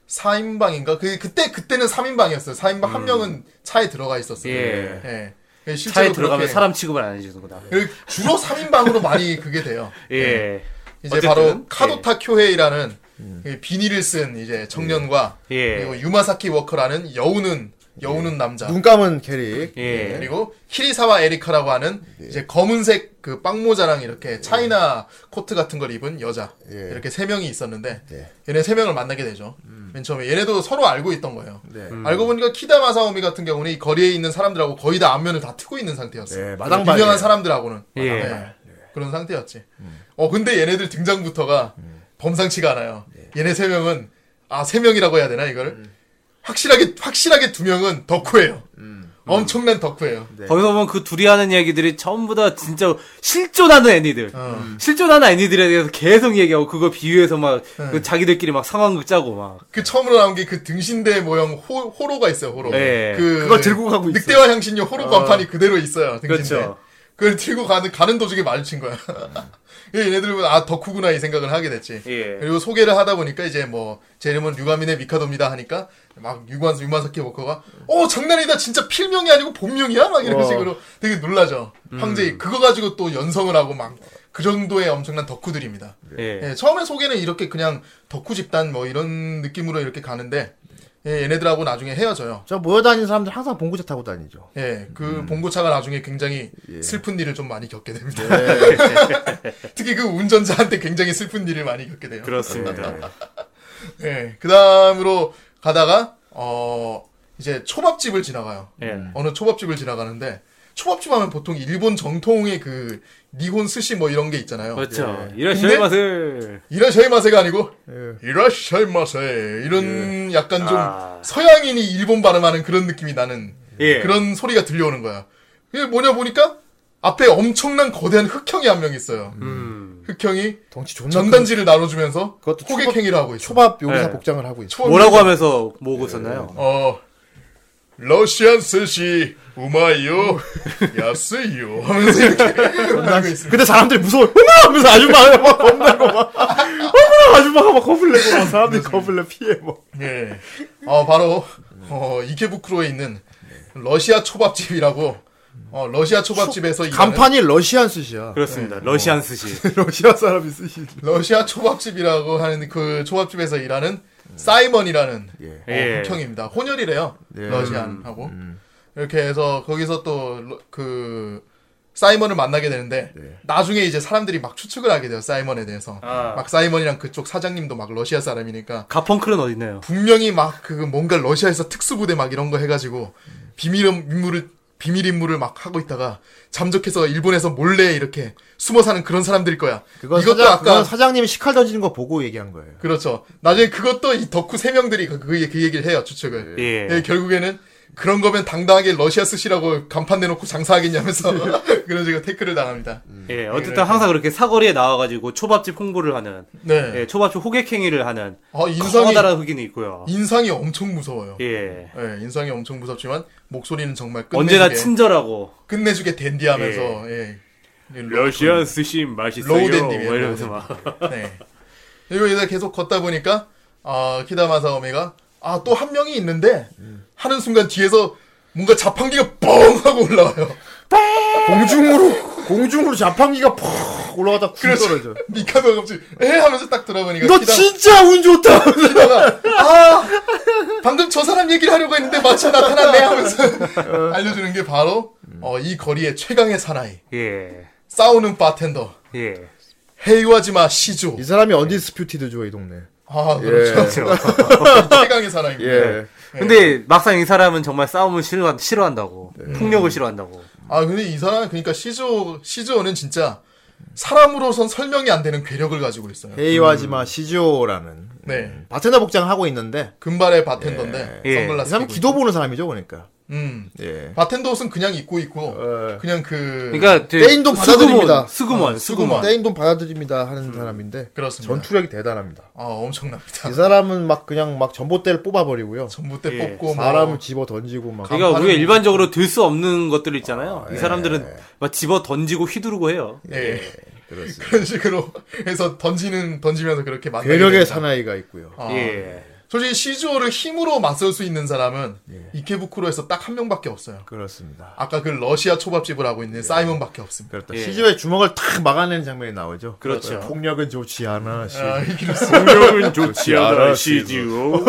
Speaker 4: 4인방인가? 그 그때 그때는 3인방이었어요. 4인방
Speaker 1: 음.
Speaker 4: 한 명은 차에 들어가 있었어요.
Speaker 2: 예.
Speaker 4: 예. 예. 실제로
Speaker 2: 차에 들어가면
Speaker 4: 그렇게-
Speaker 2: 사람 취급을 안 해주는구나.
Speaker 4: 예, 주로 3인방으로 많이 그게 돼요. 네.
Speaker 2: 예.
Speaker 4: 이제
Speaker 2: 어쨌든,
Speaker 4: 바로 카도타 쿄헤이라는 그 비닐을 쓴 이제 청년과
Speaker 2: 예.
Speaker 4: 그리고 유마사키 워커라는 여우는 여우는 남자
Speaker 1: 눈 감은 캐릭.
Speaker 2: 예.
Speaker 4: 그리고 히리사와 에리카라고 하는
Speaker 1: 네.
Speaker 4: 이제 검은색 그 빵모자랑 이렇게 차이나 코트 같은 걸 입은 여자
Speaker 1: 예.
Speaker 4: 이렇게 세 명이 있었는데 얘네 세 명을 만나게 되죠. 맨 처음에 얘네도 서로 알고 있던 거예요.
Speaker 1: 네.
Speaker 4: 알고 보니까 키다 마사오미 같은 경우는 이 거리에 있는 사람들하고 거의 다 안면을 다 트고 있는 상태였어요. 그러니까
Speaker 1: 예, 마당발이에요.
Speaker 4: 유명한 사람들하고는
Speaker 2: 예.
Speaker 4: 네, 그런 상태였지.
Speaker 1: 음.
Speaker 4: 어 근데 얘네들 등장부터가 범상치가 않아요. 얘네 세 명은 아 세 명이라고 해야 되나 이걸?
Speaker 1: 음.
Speaker 4: 확실하게 확실하게 두 명은 덕후예요.
Speaker 1: 음.
Speaker 4: 엄청난 덕후예요.
Speaker 1: 네.
Speaker 2: 거기서 보면 그 둘이 하는 이야기들이 전부 다 진짜 실존하는 애니들.
Speaker 4: 어.
Speaker 2: 실존하는 애니들에 대해서 계속 얘기하고 그거 비유해서 막그
Speaker 4: 네.
Speaker 2: 자기들끼리 막 상황극 짜고 막.
Speaker 4: 그 처음으로 나온 게 그 등신대 모형 호, 호로가 있어요, 호로.
Speaker 2: 예.
Speaker 4: 그
Speaker 1: 네. 그걸 들고 가고 있어요.
Speaker 4: 늑대와 향신료 호로 간판이 그대로 있어요, 등신대.
Speaker 2: 그렇죠.
Speaker 4: 그걸 들고 가는, 가는 도중에 마주친 거야.
Speaker 1: 음.
Speaker 4: 얘네들은, 아, 덕후구나, 이 생각을 하게 됐지.
Speaker 2: 예.
Speaker 4: 그리고 소개를 하다 보니까, 이제 뭐, 제 이름은 류가민의 미카도입니다 하니까, 막, 유관, 유만사키 워커가, 어, 장난이다, 진짜 필명이 아니고 본명이야? 막 이런
Speaker 1: 어.
Speaker 4: 식으로 되게 놀라죠.
Speaker 2: 음.
Speaker 4: 황제이, 그거 가지고 또 연성을 하고 막, 그 정도의 엄청난 덕후들입니다.
Speaker 2: 예.
Speaker 4: 예, 처음에 소개는 이렇게 그냥 덕후 집단 뭐 이런 느낌으로 이렇게 가는데 예, 얘네들하고 나중에 헤어져요.
Speaker 1: 저 모여다니는 사람들 항상 봉구차 타고 다니죠.
Speaker 4: 예, 그
Speaker 2: 음.
Speaker 4: 봉고차가 나중에 굉장히
Speaker 2: 예.
Speaker 4: 슬픈 일을 좀 많이 겪게 됩니다. 특히 그 운전자한테 굉장히 슬픈 일을 많이 겪게 돼요.
Speaker 2: 네. 그렇습니다.
Speaker 4: 예, 그다음으로 가다가 어 이제 초밥집을 지나가요.
Speaker 2: 예.
Speaker 4: 어느 초밥집을 지나가는데 초밥집하면 보통 일본 정통의 그 니혼 스시 뭐 이런 게 있잖아요.
Speaker 2: 그렇죠.
Speaker 4: 예.
Speaker 2: 이런
Speaker 4: 근데
Speaker 2: 시의 맛을.
Speaker 4: 이라샤이 마세가 아니고 이라샤이 마세 이런 약간 좀
Speaker 2: 예. 아.
Speaker 4: 서양인이 일본 발음하는 그런 느낌이 나는
Speaker 2: 예.
Speaker 4: 네. 그런 소리가 들려오는 거야. 이게 뭐냐 보니까 앞에 엄청난 거대한 흑형이 한 명 있어요.
Speaker 2: 음.
Speaker 4: 흑형이
Speaker 1: 덩치 존나
Speaker 4: 전단지를 나눠주면서
Speaker 1: 그것도
Speaker 4: 호객행위를 예. 하고 있어.
Speaker 1: 초밥 요리사
Speaker 2: 네.
Speaker 1: 복장을 하고 있어.
Speaker 4: 초밥
Speaker 2: 뭐라고 하면서 모으고 있었나요?
Speaker 4: 어 러시안 스시 우마이요 야스이요 하면서 이렇게 하고 있어.
Speaker 1: 근데 사람들이 무서워. 어머! 하면서 아줌마가 막 겁내고 막. 어머! 아줌마가 막 겁을 내고 막 사람들이 겁을 내 피해 뭐.
Speaker 4: 예. 어, 바로, 어, 이케부쿠로에 있는 러시아 초밥집이라고, 어, 러시아 초밥집에서 일하는,
Speaker 1: 간판이 러시안 스시야.
Speaker 4: 네.
Speaker 2: 그렇습니다. 러시안 스시.
Speaker 1: 러시아 사람이 스시.
Speaker 4: 러시아 초밥집이라고 하는 그 초밥집에서 일하는 사이먼이라는
Speaker 2: 예.
Speaker 4: 어, 형입니다. 혼혈이래요.
Speaker 1: 예.
Speaker 4: 러시안하고.
Speaker 1: 음,
Speaker 4: 이렇게 해서 거기서 또, 러- 그, 사이먼을 만나게 되는데,
Speaker 1: 네.
Speaker 4: 나중에 이제 사람들이 막 추측을 하게 돼요, 사이먼에 대해서.
Speaker 2: 아.
Speaker 4: 막 사이먼이랑 그쪽 사장님도 막 러시아 사람이니까,
Speaker 2: 가펑클은 어딨나요?
Speaker 4: 분명히 막 그 뭔가 러시아에서 특수부대 막 이런 거 해가지고 비밀 임무를 비밀 임무를 막 하고 있다가 잠적해서 일본에서 몰래 이렇게 숨어 사는 그런 사람들일 거야.
Speaker 1: 그건
Speaker 4: 이것도
Speaker 1: 사장,
Speaker 4: 아까
Speaker 1: 그건 사장님이 식칼 던지는 거 보고 얘기한 거예요.
Speaker 4: 그렇죠. 나중에 그것도 이 덕후 세 명들이 그, 그, 얘- 그 얘기를 해요 추측을.
Speaker 2: 예.
Speaker 4: 예, 결국에는 그런 거면 당당하게 러시아 스시라고 간판 내놓고 장사하겠냐면서 그런 식으로 태클을 당합니다.
Speaker 2: 예.
Speaker 4: 그러니까
Speaker 2: 어쨌든 항상 그렇게 사거리에 나와가지고 초밥집 홍보를 하는.
Speaker 4: 네.
Speaker 2: 예. 초밥집 호객행위를 하는.
Speaker 4: 아, 인상이
Speaker 2: 커다란 흑인이 있고요.
Speaker 4: 인상이 엄청 무서워요.
Speaker 2: 예.
Speaker 4: 예, 인상이 엄청 무섭지만 목소리는 정말 끝내주게
Speaker 2: 언제나 친절하고.
Speaker 4: 끝내주게 댄디하면서 예.
Speaker 2: 러시안 스시 맛있어요.
Speaker 4: 로우댄님이에요,
Speaker 2: 뭐 이러면서
Speaker 4: 로우댄님.
Speaker 2: 막.
Speaker 4: 네. 그리고 이제 계속 걷다 보니까 아 키다마사 오메가 아 또 한 명이 있는데
Speaker 2: 음.
Speaker 4: 하는 순간 뒤에서 뭔가 자판기가 뻥 하고 올라와요.
Speaker 1: 공중으로, 공중으로 자판기가 퍽 올라가다 쿵
Speaker 4: 그렇죠.
Speaker 1: 떨어져.
Speaker 4: 미카도 갑자기 에 하면서 딱 들어보니까
Speaker 1: 너 진짜 운 좋다!
Speaker 4: 키다마가 아 방금 저 사람 얘기를 하려고 했는데 마침 나타났네 하면서 알려주는 게 바로 어, 이 거리의 최강의 사나이
Speaker 2: 예.
Speaker 4: 싸우는 바텐더 네.
Speaker 2: 예.
Speaker 4: 헤이와지마 시조
Speaker 1: 이 사람이 언디스퓨티드죠, 이 동네.
Speaker 4: 아 그렇죠
Speaker 2: 그렇죠.
Speaker 1: 예.
Speaker 4: 최강의 사나이입니다.
Speaker 1: 네.
Speaker 4: 네.
Speaker 2: 근데 막상 이 사람은 정말 싸움을 싫어한, 싫어한다고.
Speaker 4: 네.
Speaker 2: 폭력을 싫어한다고.
Speaker 4: 아 근데 이 사람 그러니까 시조 시조는 진짜 사람으로선 설명이 안 되는 괴력을 가지고 있어요.
Speaker 1: 예. 헤이와지마 시조라는.
Speaker 4: 네.
Speaker 1: 바텐더 복장 하고 있는데.
Speaker 4: 금발의 바텐더인데
Speaker 2: 예.
Speaker 1: 이
Speaker 4: 선글라스.
Speaker 1: 사람
Speaker 4: 끼고
Speaker 1: 기도 보는 사람이죠, 그러니까.
Speaker 4: 있고. 음.
Speaker 1: 예.
Speaker 4: 바텐더 옷은 그냥 입고 있고
Speaker 1: 예.
Speaker 4: 그냥 그
Speaker 2: 그러니까 그
Speaker 1: 떼인 돈 받아들입니다.
Speaker 2: 수구먼, 수구먼,
Speaker 4: 네, 수구먼.
Speaker 2: 수구먼.
Speaker 1: 떼인 돈 받아들입니다 하는 사람인데.
Speaker 4: 음, 그렇습니다.
Speaker 1: 전투력이 대단합니다.
Speaker 4: 아 엄청납니다.
Speaker 1: 이 사람은 막 그냥 막 전봇대를 뽑아버리고요.
Speaker 4: 전부 때
Speaker 2: 예.
Speaker 4: 뽑고 뭐
Speaker 1: 사람을 집어 던지고 막.
Speaker 2: 그러니까
Speaker 4: 간판은 네.
Speaker 2: 우리가 일반적으로 들 수 없는 것들 있잖아요. 이 사람들은 막 집어 던지고 휘두르고 해요.
Speaker 4: 뭐, 예.
Speaker 1: 그렇습니다.
Speaker 4: 그런 식으로 해서 던지는 던지면서 그렇게 만나.
Speaker 1: 괴력의 사나이가 있고요.
Speaker 4: 아,
Speaker 2: 예.
Speaker 4: 솔직히 시조를 힘으로 맞설 수 있는 사람은
Speaker 1: 예.
Speaker 4: 이케부쿠로에서 딱 한 명밖에 없어요.
Speaker 1: 그렇습니다.
Speaker 4: 아까 그 러시아 초밥집을 하고 있는 사이먼밖에 없습니다.
Speaker 1: 그렇다.
Speaker 2: 예.
Speaker 1: 시조의 주먹을 탁 막아내는 장면이 나오죠.
Speaker 2: 그렇죠.
Speaker 1: 폭력은 좋지 않아. 시.
Speaker 4: 아, 이게
Speaker 2: 공격은 좋지
Speaker 1: 않아,
Speaker 2: 시지요.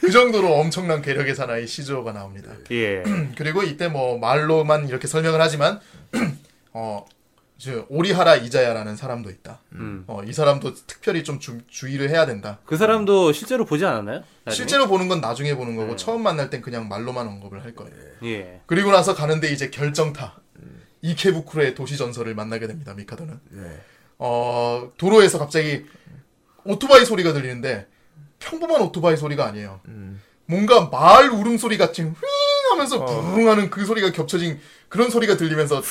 Speaker 4: 그 정도로 엄청난 괴력의 사나이 시조가 나옵니다.
Speaker 2: 예.
Speaker 4: 그리고 이때 뭐 말로만 이렇게 설명을 하지만 어, 저 오리하라 이자야라는 사람도 있다.
Speaker 2: 음.
Speaker 4: 어, 이 사람도 특별히 좀 주, 주의를 해야 된다.
Speaker 2: 그 사람도 실제로 보지 않았나요? 나중에?
Speaker 4: 실제로 보는 건 나중에 보는 거고 처음 만날 땐 그냥 말로만 언급을 할 거예요.
Speaker 2: 예.
Speaker 4: 그리고 나서 가는데 이제 결정타 이케부쿠로의 도시 전설을 만나게 됩니다. 미카도는 어, 도로에서 갑자기 오토바이 소리가 들리는데 평범한 오토바이 소리가 아니에요. 뭔가 말 울음소리 같이 휘잉 하면서 부릉 하는 그 소리가 겹쳐진 그런 소리가 들리면서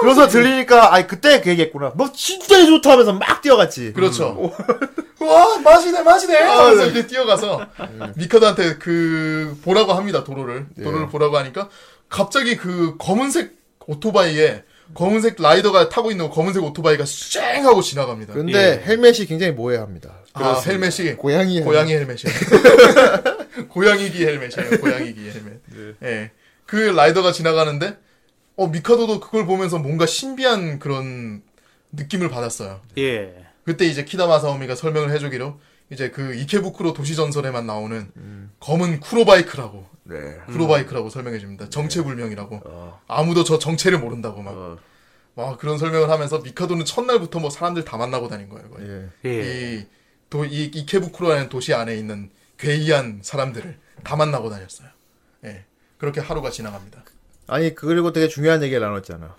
Speaker 1: 그래서 들리니까 아 그때 그 얘기했구나. 너 진짜 좋다 하면서 막 뛰어갔지.
Speaker 4: 그렇죠. 와 맛이네 맛이네 하면서 이제 뛰어가서 미카도한테 그 보라고 합니다 도로를 도로를 보라고 하니까 갑자기 그 검은색 오토바이에 검은색 라이더가 타고 있는 검은색 오토바이가 쌩 하고 지나갑니다.
Speaker 1: 근데
Speaker 2: 예.
Speaker 1: 헬멧이 굉장히 모해합니다.
Speaker 4: 아 헬멧이
Speaker 1: 그, 고양이
Speaker 4: 고양이 헬멧이에요. 고양이기 헬멧이에요. 고양이기 헬멧. 예. 그 라이더가 지나가는데 어 미카도도 그걸 보면서 뭔가 신비한 그런 느낌을 받았어요.
Speaker 2: 예.
Speaker 4: 그때 이제 키다마사오미가 설명을 해주기로 이제 그 이케부쿠로 도시 전설에만 나오는 검은 쿠로바이크라고
Speaker 1: 네.
Speaker 4: 쿠로바이크라고 설명해 줍니다.
Speaker 2: 네.
Speaker 4: 정체불명이라고
Speaker 2: 어.
Speaker 4: 아무도 저 정체를 모른다고 막. 막 그런 설명을 하면서 미카도는 첫날부터 뭐 사람들 다 만나고 다닌 거예요. 거의.
Speaker 1: 예.
Speaker 2: 예.
Speaker 4: 이, 도, 이 이케부쿠로라는 도시 안에 있는 괴이한 사람들을 다 만나고 다녔어요. 예. 그렇게 하루가 지나갑니다.
Speaker 1: 아니 그리고 되게 중요한 얘기를 나눴잖아.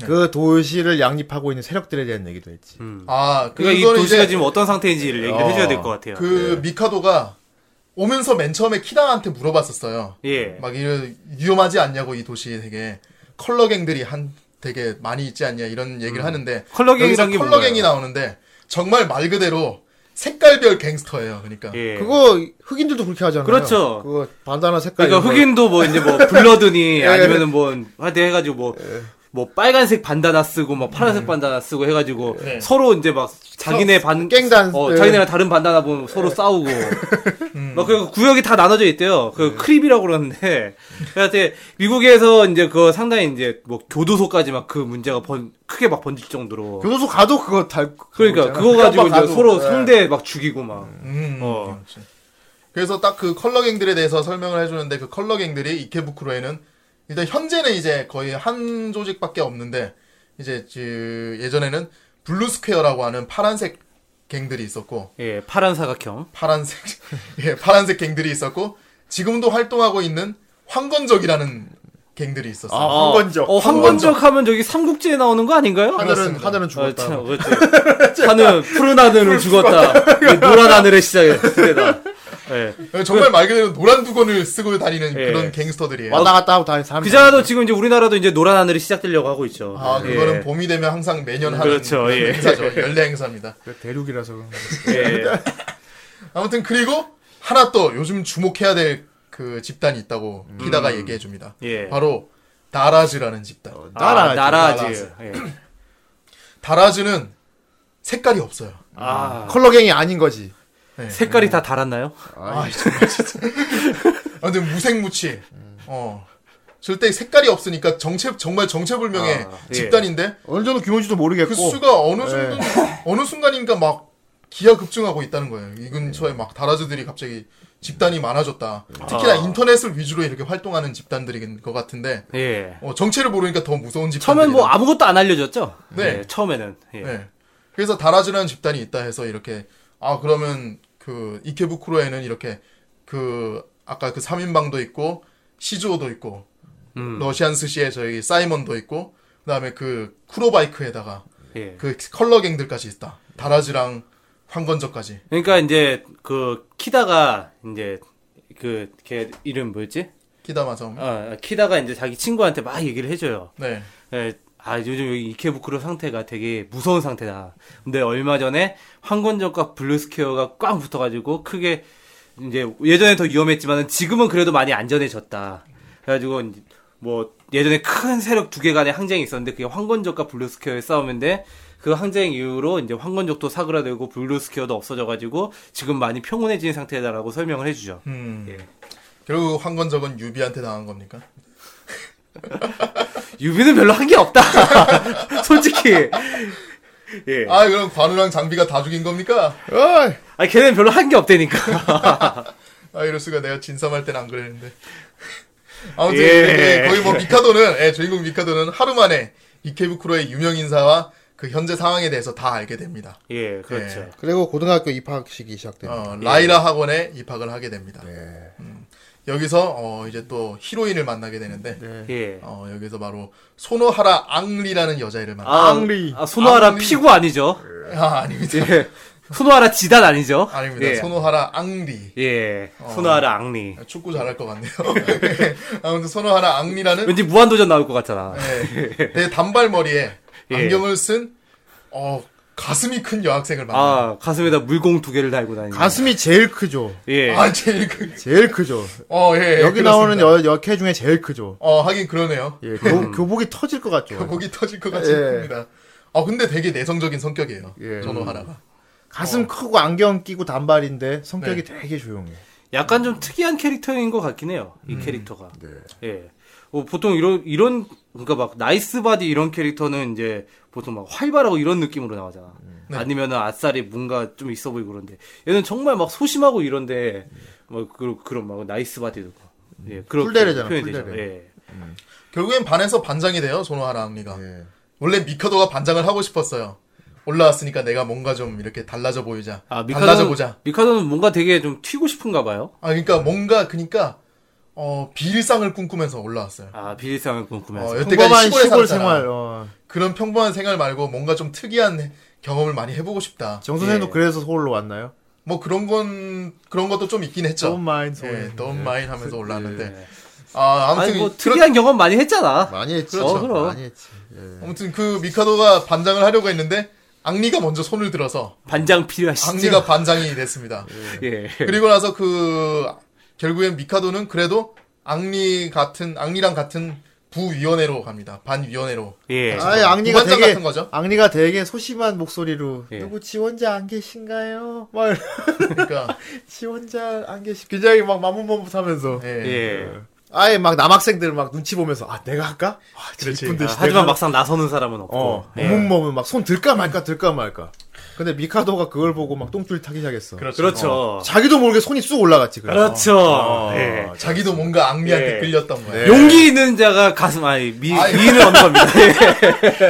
Speaker 2: 네.
Speaker 1: 그 도시를 양립하고 있는 세력들에 대한 얘기도 했지.
Speaker 4: 아,
Speaker 2: 그러니까 이
Speaker 4: 그거는
Speaker 2: 도시가
Speaker 4: 이제
Speaker 2: 지금 어떤 상태인지를 얘기를
Speaker 1: 어.
Speaker 2: 해줘야 될 것 같아요. 예.
Speaker 4: 그 미카도가 오면서 맨 처음에 키다한테 물어봤었어요.
Speaker 2: 예.
Speaker 4: 막 이런 위험하지 않냐고 이 도시에 되게 컬러갱들이 한 되게 많이 있지 않냐 이런 얘기를 하는데
Speaker 2: 음. 컬러갱이란
Speaker 4: 여기서
Speaker 2: 게
Speaker 4: 컬러갱이
Speaker 2: 뭔가요?
Speaker 4: 나오는데 정말 말 그대로 색깔별 갱스터예요. 그러니까
Speaker 2: 예.
Speaker 1: 그거 흑인들도 그렇게 하잖아요.
Speaker 2: 그렇죠.
Speaker 1: 그거 반다나 색깔.
Speaker 2: 그러니까
Speaker 1: 이런
Speaker 2: 흑인도 뭐 이제 뭐
Speaker 4: 예.
Speaker 2: 블러드니 아니면은 뭐 하여튼 해가지고 뭐. 뭐 빨간색 반다나 쓰고 뭐 파란색 반다나 쓰고 해가지고
Speaker 4: 네.
Speaker 2: 서로 이제 막 자기네 반
Speaker 1: 깽단.
Speaker 2: 어
Speaker 1: 네.
Speaker 2: 자기네랑 다른 반다나 보면
Speaker 4: 예.
Speaker 2: 서로 싸우고
Speaker 4: 음.
Speaker 2: 막 그리고 구역이 다 나눠져 있대요 그 크립이라고 그러는데 그한테 미국에서 이제 그 상당히 이제 뭐 교도소까지 막 그 문제가 번 크게 막 번질 정도로
Speaker 1: 거. 교도소 가도 그거 달.
Speaker 2: 그러니까
Speaker 1: 있잖아.
Speaker 2: 그거 가지고 이제
Speaker 1: 가도.
Speaker 2: 서로
Speaker 1: 예.
Speaker 2: 상대 막 죽이고 막
Speaker 4: 음,
Speaker 2: 어.
Speaker 4: 그렇지. 그래서 딱 그 컬러갱들에 대해서 설명을 해주는데 그 컬러갱들이 이케부쿠로에는 일단 현재는 이제 거의 한 조직밖에 없는데 이제 그 예전에는 블루스퀘어라고 하는 파란색 갱들이 있었고
Speaker 2: 예 파란 사각형
Speaker 4: 파란색 예 파란색 갱들이 있었고 지금도 활동하고 있는 황건적이라는 갱들이 있었어요.
Speaker 1: 아, 황건적.
Speaker 2: 어 황건적 하면 저기 삼국지에 나오는 거 아닌가요?
Speaker 1: 하늘은
Speaker 4: 그렇습니다.
Speaker 1: 하늘은 죽었다.
Speaker 2: 참, 그렇지. 하늘 푸른 하늘은 죽었다. 이 노란 하늘의 시작이야. 그때다. 예.
Speaker 4: 정말 말 그대로 노란 두건을 쓰고 다니는
Speaker 2: 예.
Speaker 4: 그런 갱스터들이에요.
Speaker 1: 왔다 갔다 하고 다니는 아, 사람.
Speaker 2: 그자도 지금 이제 우리나라도 이제 노란 하늘이 시작되려고 하고 있죠.
Speaker 4: 아
Speaker 2: 예.
Speaker 4: 그거는 봄이 되면 항상 매년 하는
Speaker 2: 그렇죠,
Speaker 4: 그런
Speaker 2: 예.
Speaker 4: 행사죠. 연례 행사입니다.
Speaker 1: 대륙이라서. 그런 거지.
Speaker 2: 예.
Speaker 4: 아무튼 그리고 하나 또 요즘 주목해야 될 그 집단이 있다고 키다가 얘기해 줍니다.
Speaker 2: 예. 어,
Speaker 4: 바로 다라즈라는 집단.
Speaker 2: 아, 나라, 나라지.
Speaker 4: 나라지.
Speaker 2: 예.
Speaker 4: 다라즈는 색깔이 없어요.
Speaker 2: 아,
Speaker 1: 컬러갱이 아닌 거지.
Speaker 2: 색깔이 다 달았나요?
Speaker 4: 아, 정말 진짜. 아무튼 무색무취. 어. 절대 색깔이 없으니까 정체 정말 정체불명의
Speaker 2: 아, 예.
Speaker 4: 집단인데
Speaker 1: 어느 정도 규모인지도 모르겠고.
Speaker 4: 그 수가 어느 순간 어느 순간인가 막 기하급증하고 있다는 거예요. 이 근처에 막 다라즈들이 갑자기 집단이 많아졌다. 특히나 인터넷을 위주로 이렇게 활동하는 집단들인 것 같은데
Speaker 2: 예.
Speaker 4: 어, 정체를 모르니까 더 무서운 집단.
Speaker 2: 처음엔 뭐 아무것도 안 알려졌죠?
Speaker 4: 네.
Speaker 2: 예, 처음에는. 예.
Speaker 4: 네. 그래서 다라즈라는 집단이 있다 해서 이렇게 아 그러면 그 이케부쿠로에는 이렇게 그 아까 그 3인방도 있고 시즈오도 있고 러시안 스시에 저희 사이먼도 있고 그다음에 그 쿠로바이크에다가
Speaker 2: 예.
Speaker 4: 그 컬러갱들까지 있다. 다라즈랑 황건적까지.
Speaker 2: 그러니까 이제 그 키다가 이제 그 걔 이름 뭐였지?
Speaker 4: 키다마섬.
Speaker 2: 아, 키다가 이제 자기 친구한테 막 얘기를 해줘요.
Speaker 4: 네.
Speaker 2: 예, 아, 요즘 여기 이케부쿠로 상태가 되게 무서운 상태다. 근데 얼마 전에 황건적과 블루스퀘어가 꽉 붙어가지고 크게 이제 예전에 더 위험했지만은 지금은 그래도 많이 안전해졌다. 그래가지고 이제 뭐 예전에 큰 세력 두 개 간의 항쟁이 있었는데 그게 황건적과 블루스퀘어의 싸움인데 그 항쟁 이후로 이제 황건적도 사그라들고 블루스퀘어도 없어져가지고 지금 많이 평온해진 상태다라고 설명을 해주죠.
Speaker 4: 음.
Speaker 2: 예.
Speaker 4: 결국 황건적은 유비한테 당한 겁니까?
Speaker 2: 유비는 별로 한 게 없다. 솔직히. 예.
Speaker 4: 아 그럼 관우랑 장비가 다 죽인 겁니까?
Speaker 1: 어이,
Speaker 2: 아 걔는 별로 한 게 없다니까.
Speaker 4: 아 이럴 수가 내가 진삼할 땐 안 그랬는데. 아무튼
Speaker 2: 예.
Speaker 4: 예, 거의 뭐 미카도는 예, 주인공 미카도는 하루 만에 이케부쿠로의 유명 인사와 그 현재 상황에 대해서 다 알게 됩니다.
Speaker 2: 예, 그렇죠.
Speaker 4: 예.
Speaker 1: 그리고 고등학교 입학식이 시작돼요.
Speaker 4: 어,
Speaker 2: 예.
Speaker 4: 라이라 학원에 입학을 하게 됩니다. 음, 여기서 어, 이제 또 히로인을 만나게 되는데
Speaker 2: 예.
Speaker 4: 어, 여기서 바로 소노하라 앙리라는 여자애를 만나.
Speaker 2: 아,
Speaker 1: 앙리.
Speaker 2: 아, 소노하라
Speaker 4: 앙리.
Speaker 2: 피구 아니죠?
Speaker 4: 아, 아닙니다.
Speaker 2: 예. 소노하라 지단 아니죠?
Speaker 4: 아닙니다.
Speaker 2: 예.
Speaker 4: 소노하라 어. 예. 앙리.
Speaker 2: 예. 소노하라 앙리.
Speaker 4: 축구 잘할 것 같네요.
Speaker 2: 예.
Speaker 4: 아무튼 소노하라 앙리라는
Speaker 2: 왠지 무한도전 나올 것 같잖아.
Speaker 4: 예, 내 단발머리에
Speaker 2: 예.
Speaker 4: 안경을 쓴 어, 가슴이 큰 여학생을 만나.
Speaker 2: 아, 가슴에다 물공 두 개를 달고 다니는.
Speaker 1: 아, 가슴이 제일 크죠.
Speaker 2: 예.
Speaker 4: 아, 제일 그
Speaker 1: 제일 크죠.
Speaker 4: 어, 예. 예,
Speaker 1: 여기
Speaker 4: 그렇습니다.
Speaker 1: 나오는 여, 여캐 중에 제일 크죠.
Speaker 4: 어, 하긴 그러네요.
Speaker 1: 예, 교, 교복이 터질 것 같죠.
Speaker 4: 목이 터질 것 같이
Speaker 1: 예.
Speaker 4: 큽니다. 아, 근데 되게 내성적인 성격이에요.
Speaker 1: 예.
Speaker 4: 소노하라가.
Speaker 1: 가슴 크고 안경 끼고 단발인데 성격이 되게 조용해.
Speaker 2: 약간 좀 특이한 캐릭터인 것 같긴 해요. 이 캐릭터가. 예. 어, 보통 이런 이런 그러니까 막 나이스 바디 이런 캐릭터는 이제 보통 막 활발하고 이런 느낌으로 나오잖아. 아니면은 아싸리 뭔가 좀 있어 보이고 그런데 얘는 정말 막 소심하고 이런데 뭐 그런 그런 막 나이스 바디도 그렇고. 예 그런
Speaker 1: 풀데레잖아,
Speaker 2: 표현이 되죠.
Speaker 1: 풀데레.
Speaker 2: 예.
Speaker 4: 결국엔 반에서 반장이 돼요, 소노하라 앙리가.
Speaker 1: 예.
Speaker 4: 원래 미카도가 반장을 하고 싶었어요. 올라왔으니까 내가 뭔가 좀 이렇게 달라져 보이자.
Speaker 2: 아
Speaker 4: 달라져
Speaker 2: 미카도는
Speaker 4: 보자.
Speaker 2: 미카도는 뭔가 되게 좀 튀고 싶은가 봐요.
Speaker 4: 아, 그러니까 뭔가 그러니까 어, 비일상을 꿈꾸면서 올라왔어요.
Speaker 2: 아, 비일상을 꿈꾸면서.
Speaker 4: 어, 여태까지
Speaker 1: 평범한
Speaker 4: 시골에
Speaker 1: 시골
Speaker 4: 살았잖아.
Speaker 1: 생활. 어.
Speaker 4: 그런 평범한 생활 말고 뭔가 좀 특이한 경험을 많이 해보고 싶다.
Speaker 1: 정 선생도
Speaker 2: 예.
Speaker 1: 그래서 서울로 왔나요?
Speaker 4: 뭐 그런 건 그런 것도 좀 있긴 했죠.
Speaker 1: Don't mind 서울.
Speaker 4: 예, don't mind 하면서 올라왔는데
Speaker 2: 예.
Speaker 4: 아 아무튼
Speaker 2: 아니, 뭐,
Speaker 4: 그런-
Speaker 2: 특이한 경험 많이 했잖아.
Speaker 1: 많이 했지.
Speaker 2: 그렇죠. 어, 그럼.
Speaker 1: 많이 했지. 예.
Speaker 4: 아무튼 그 미카도가 반장을 하려고 했는데 앙리가 먼저 손을 들어서
Speaker 2: 반장 필요하시죠?
Speaker 4: 앙리가 반장이 됐습니다.
Speaker 2: 예.
Speaker 4: 그리고 나서 그 결국엔 미카도는 그래도 앙리 같은 앙리랑 같은 부위원회로 갑니다. 반위원회로.
Speaker 2: 예.
Speaker 1: 아예 악리가
Speaker 4: 무반장
Speaker 1: 되게
Speaker 4: 같은 거죠?
Speaker 1: 악리가 되게 소심한 목소리로
Speaker 2: 예.
Speaker 1: 누구 지원자 안 계신가요? 막 이러-
Speaker 4: 그러니까
Speaker 1: 지원자 안 계시. 굉장히 막 마문모뭇하면서
Speaker 4: 예.
Speaker 2: 예.
Speaker 1: 아예 막 남학생들 막 눈치 보면서 아 내가 할까? 아,
Speaker 4: 그렇지.
Speaker 1: 이쁜데
Speaker 2: 아,
Speaker 1: 씨,
Speaker 2: 하지만
Speaker 1: 내가-
Speaker 2: 막상 나서는 사람은 없고.
Speaker 1: 어
Speaker 2: 예.
Speaker 1: 몸몸은 막손 들까 말까 들까 말까. 근데 미카도가 그걸 보고 막 똥줄 타기 시작했어.
Speaker 4: 그렇죠.
Speaker 2: 그렇죠.
Speaker 4: 어.
Speaker 1: 자기도 모르게 손이 쑥 올라갔지. 그래서.
Speaker 2: 그렇죠.
Speaker 1: 어.
Speaker 2: 예.
Speaker 4: 자기도 뭔가 앙리한테
Speaker 2: 예.
Speaker 4: 끌렸던 거야.
Speaker 1: 네.
Speaker 2: 용기 있는 자가 가슴, 아니, 미,
Speaker 4: 아이.
Speaker 2: 미인을 얻는 겁니다.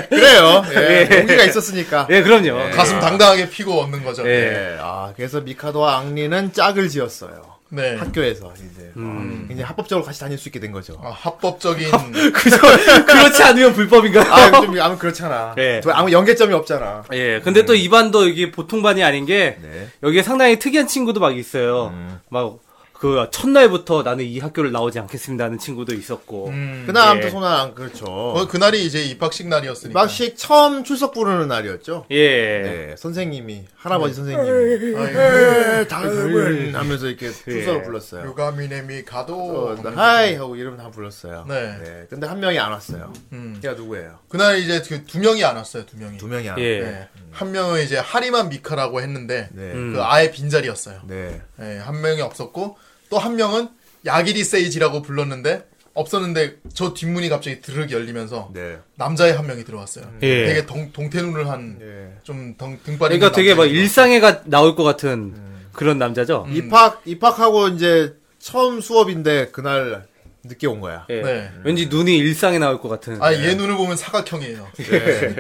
Speaker 1: 그래요. 예. 용기가 있었으니까.
Speaker 2: 예, 그럼요.
Speaker 4: 가슴 당당하게 피고 얻는 거죠.
Speaker 2: 예.
Speaker 1: 예. 아 그래서 미카도와 앙리는 짝을 지었어요.
Speaker 4: 네.
Speaker 1: 학교에서 이제
Speaker 2: 음.
Speaker 1: 어, 이제 합법적으로 같이 다닐 수 있게 된 거죠.
Speaker 4: 아, 합법적인
Speaker 2: 그죠? 그렇지 않으면 불법인가요?
Speaker 1: 아, 좀, 아무 그렇잖아.
Speaker 2: 예.
Speaker 1: 또 아무 연계점이 없잖아.
Speaker 2: 예, 근데 또 이 반도 여기 보통 반이 아닌 게,
Speaker 1: 네.
Speaker 2: 여기에 상당히 특이한 친구도 막 있어요. 막, 그, 첫날부터 나는 이 학교를 나오지 않겠습니다 하는 친구도 있었고.
Speaker 1: 그날
Speaker 2: 예.
Speaker 1: 아무튼 손아 안 그렇죠.
Speaker 4: 어, 그날이 이제 입학식 날이었으니까.
Speaker 1: 막식 처음 출석 부르는 날이었죠.
Speaker 2: 예.
Speaker 1: 네, 선생님이 할아버지 선생님이 예, 다음은 하면서 이렇게 출석을 불렀어요.
Speaker 4: 유가미네미 가도
Speaker 1: 어, 하이 하고 이름 다 불렀어요.
Speaker 4: 네.
Speaker 1: 근데 한 명이 안 왔어요.
Speaker 4: 음.
Speaker 1: 걔가 누구예요?
Speaker 4: 그날 이제 그 두 명이 안 왔어요. 두 명이.
Speaker 1: 두 명이 안.
Speaker 2: 예.
Speaker 1: 왔어요.
Speaker 4: 네. 한 명은 이제 하리만 미카라고 했는데
Speaker 1: 네.
Speaker 2: 음.
Speaker 4: 그 아예 빈자리였어요.
Speaker 1: 네.
Speaker 4: 예, 한 명이 없었고 또 한 명은 야기리 세이지라고 불렀는데 없었는데 저 뒷문이 갑자기 드르륵 열리면서
Speaker 1: 네.
Speaker 4: 남자애 한 명이 들어왔어요.
Speaker 2: 예.
Speaker 4: 되게 동, 동태눈을 한
Speaker 1: 예.
Speaker 4: 좀 덩, 등발이
Speaker 2: 그러니까
Speaker 4: 있는
Speaker 2: 되게 막
Speaker 4: 남자애가.
Speaker 2: 일상에 가, 나올 것 같은 그런 남자죠.
Speaker 1: 입학 입학하고 이제 처음 수업인데 그날 늦게 온 거야.
Speaker 2: 예.
Speaker 4: 네.
Speaker 2: 왠지 눈이 일상에 나올 것 같은.
Speaker 4: 아,
Speaker 1: 네.
Speaker 4: 얘 눈을 보면 사각형이에요.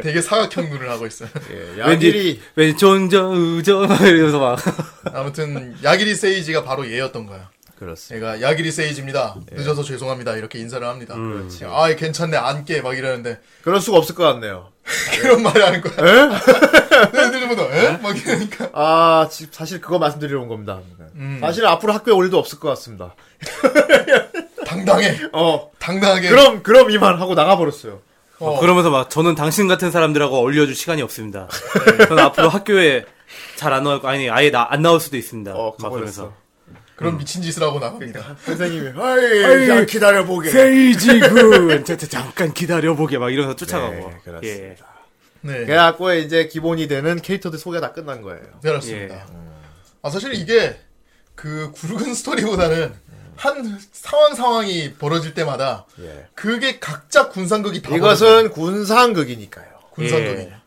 Speaker 4: 되게 사각형 눈을 하고 있어요.
Speaker 1: 예.
Speaker 2: 왠지,
Speaker 1: 야길이
Speaker 2: 왠지 존저, 어, 우저, 이러면서 막.
Speaker 4: 아무튼 야기리 세이지가 바로 얘였던 거야.
Speaker 1: 그렇습니다.
Speaker 4: 제가 야기리 세이지입니다.
Speaker 1: 네.
Speaker 4: 늦어서 죄송합니다. 이렇게 인사를 합니다.
Speaker 1: 음.
Speaker 4: 아, 괜찮네. 안깨 막 이러는데
Speaker 1: 그럴 수가 없을 것 같네요.
Speaker 4: 그런 말을 하는 거야. 네, 애들보다
Speaker 1: 네?
Speaker 4: 에? 막 이러니까.
Speaker 1: 아, 지- 사실 그거 말씀드리러 온 겁니다. 사실 앞으로 학교에 올 일도 없을 것 같습니다.
Speaker 4: 당당해.
Speaker 1: 어,
Speaker 4: 당당하게.
Speaker 1: 그럼, 그럼 이만 하고 나가버렸어요.
Speaker 4: 어,
Speaker 2: 그러면서 막, 저는 당신 같은 사람들하고 어울려줄 시간이 없습니다. 네, 저는 앞으로 학교에 잘 안 나올, 아니, 아예 나, 안 나올 수도 있습니다.
Speaker 1: 어,
Speaker 2: 막 그러면서.
Speaker 1: 가버렸어.
Speaker 4: 그럼 미친 짓을 하고 나갑니다.
Speaker 1: 선생님이, 아이, 그냥 기다려보게. 예,
Speaker 2: 페이지군 자, 자, 잠깐 기다려보게 막 이러면서 쫓아가고
Speaker 1: 네, 그렇습니다.
Speaker 4: 네.
Speaker 1: 그래갖고 이제 기본이 되는 캐릭터들 소개가 다 끝난 거예요.
Speaker 4: 그렇습니다.
Speaker 2: 예.
Speaker 4: 아, 사실 이게 그 구르근 스토리보다는 한 상황 상황이 벌어질 때마다
Speaker 1: 예.
Speaker 4: 그게 각자 군상극이 다 벌어져요.
Speaker 1: 이것은 군상극이니까요.
Speaker 4: 군상극이.
Speaker 2: 예.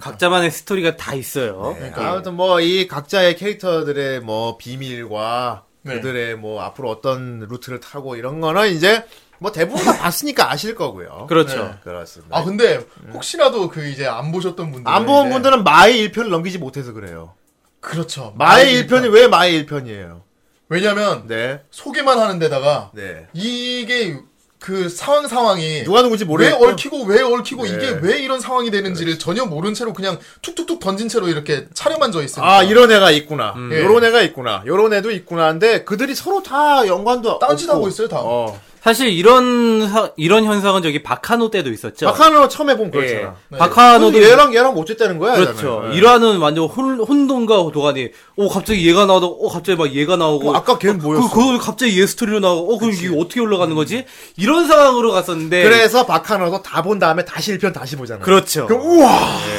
Speaker 2: 각자만의 스토리가 다 있어요
Speaker 1: 네, 아무튼 뭐 이 각자의 캐릭터들의 뭐 비밀과
Speaker 4: 네.
Speaker 1: 그들의 뭐 앞으로 어떤 루트를 타고 이런 거는 이제 뭐 대부분 다 봤으니까 아실 거고요.
Speaker 2: 그렇죠
Speaker 4: 네.
Speaker 1: 그렇습니다.
Speaker 4: 아 근데 혹시라도 그 이제 안 보셨던 분들
Speaker 1: 안 본 분들은 마의 1편을 넘기지 못해서 그래요.
Speaker 4: 그렇죠
Speaker 1: 마의 1편이 왜 마의 1편이에요?
Speaker 4: 왜냐면
Speaker 1: 네.
Speaker 4: 소개만 하는 데다가
Speaker 1: 네.
Speaker 4: 이게 그 상황 상황이
Speaker 1: 누가 누군지
Speaker 4: 왜
Speaker 1: 모르겠고.
Speaker 4: 얽히고 왜 얽히고
Speaker 1: 네. 그렇죠.
Speaker 4: 이게 왜 이런 상황이 되는지를 전혀 모른 채로 그냥 툭툭툭 던진 채로 이렇게 차려만져 있으니까
Speaker 1: 아, 이런 애가 있구나.
Speaker 4: 예.
Speaker 1: 요런 애가 있구나. 요런 애도 있구나. 한데 그들이 서로 다 연관도
Speaker 4: 딴짓하고
Speaker 1: 없고.
Speaker 4: 있어요 다
Speaker 1: 어.
Speaker 2: 사실 이런 사- 이런 현상은 저기 바카노 때도 있었죠
Speaker 1: 박하노 처음 해본
Speaker 2: 예.
Speaker 1: 그렇잖아.
Speaker 4: 네.
Speaker 2: 바카노도
Speaker 1: 근데 그렇죠. 얘랑 얘랑 어쨌다는 거야? 네. 예.
Speaker 2: 그렇죠
Speaker 1: 얘는.
Speaker 2: 일화는 완전 혼, 혼돈과 도가니 오 갑자기 얘가 나오다 오 갑자기 막 얘가 나오고
Speaker 1: 어, 아까 걔는 뭐였어?
Speaker 2: 그, 그거 갑자기 얘 스토리로 나오고 어 그럼 이게 어떻게 올라가는 거지 이런 상황으로 갔었는데
Speaker 1: 그래서 박하노도 다 본 다음에 다시 1편 다시 보잖아.
Speaker 2: 그렇죠
Speaker 1: 그럼 우와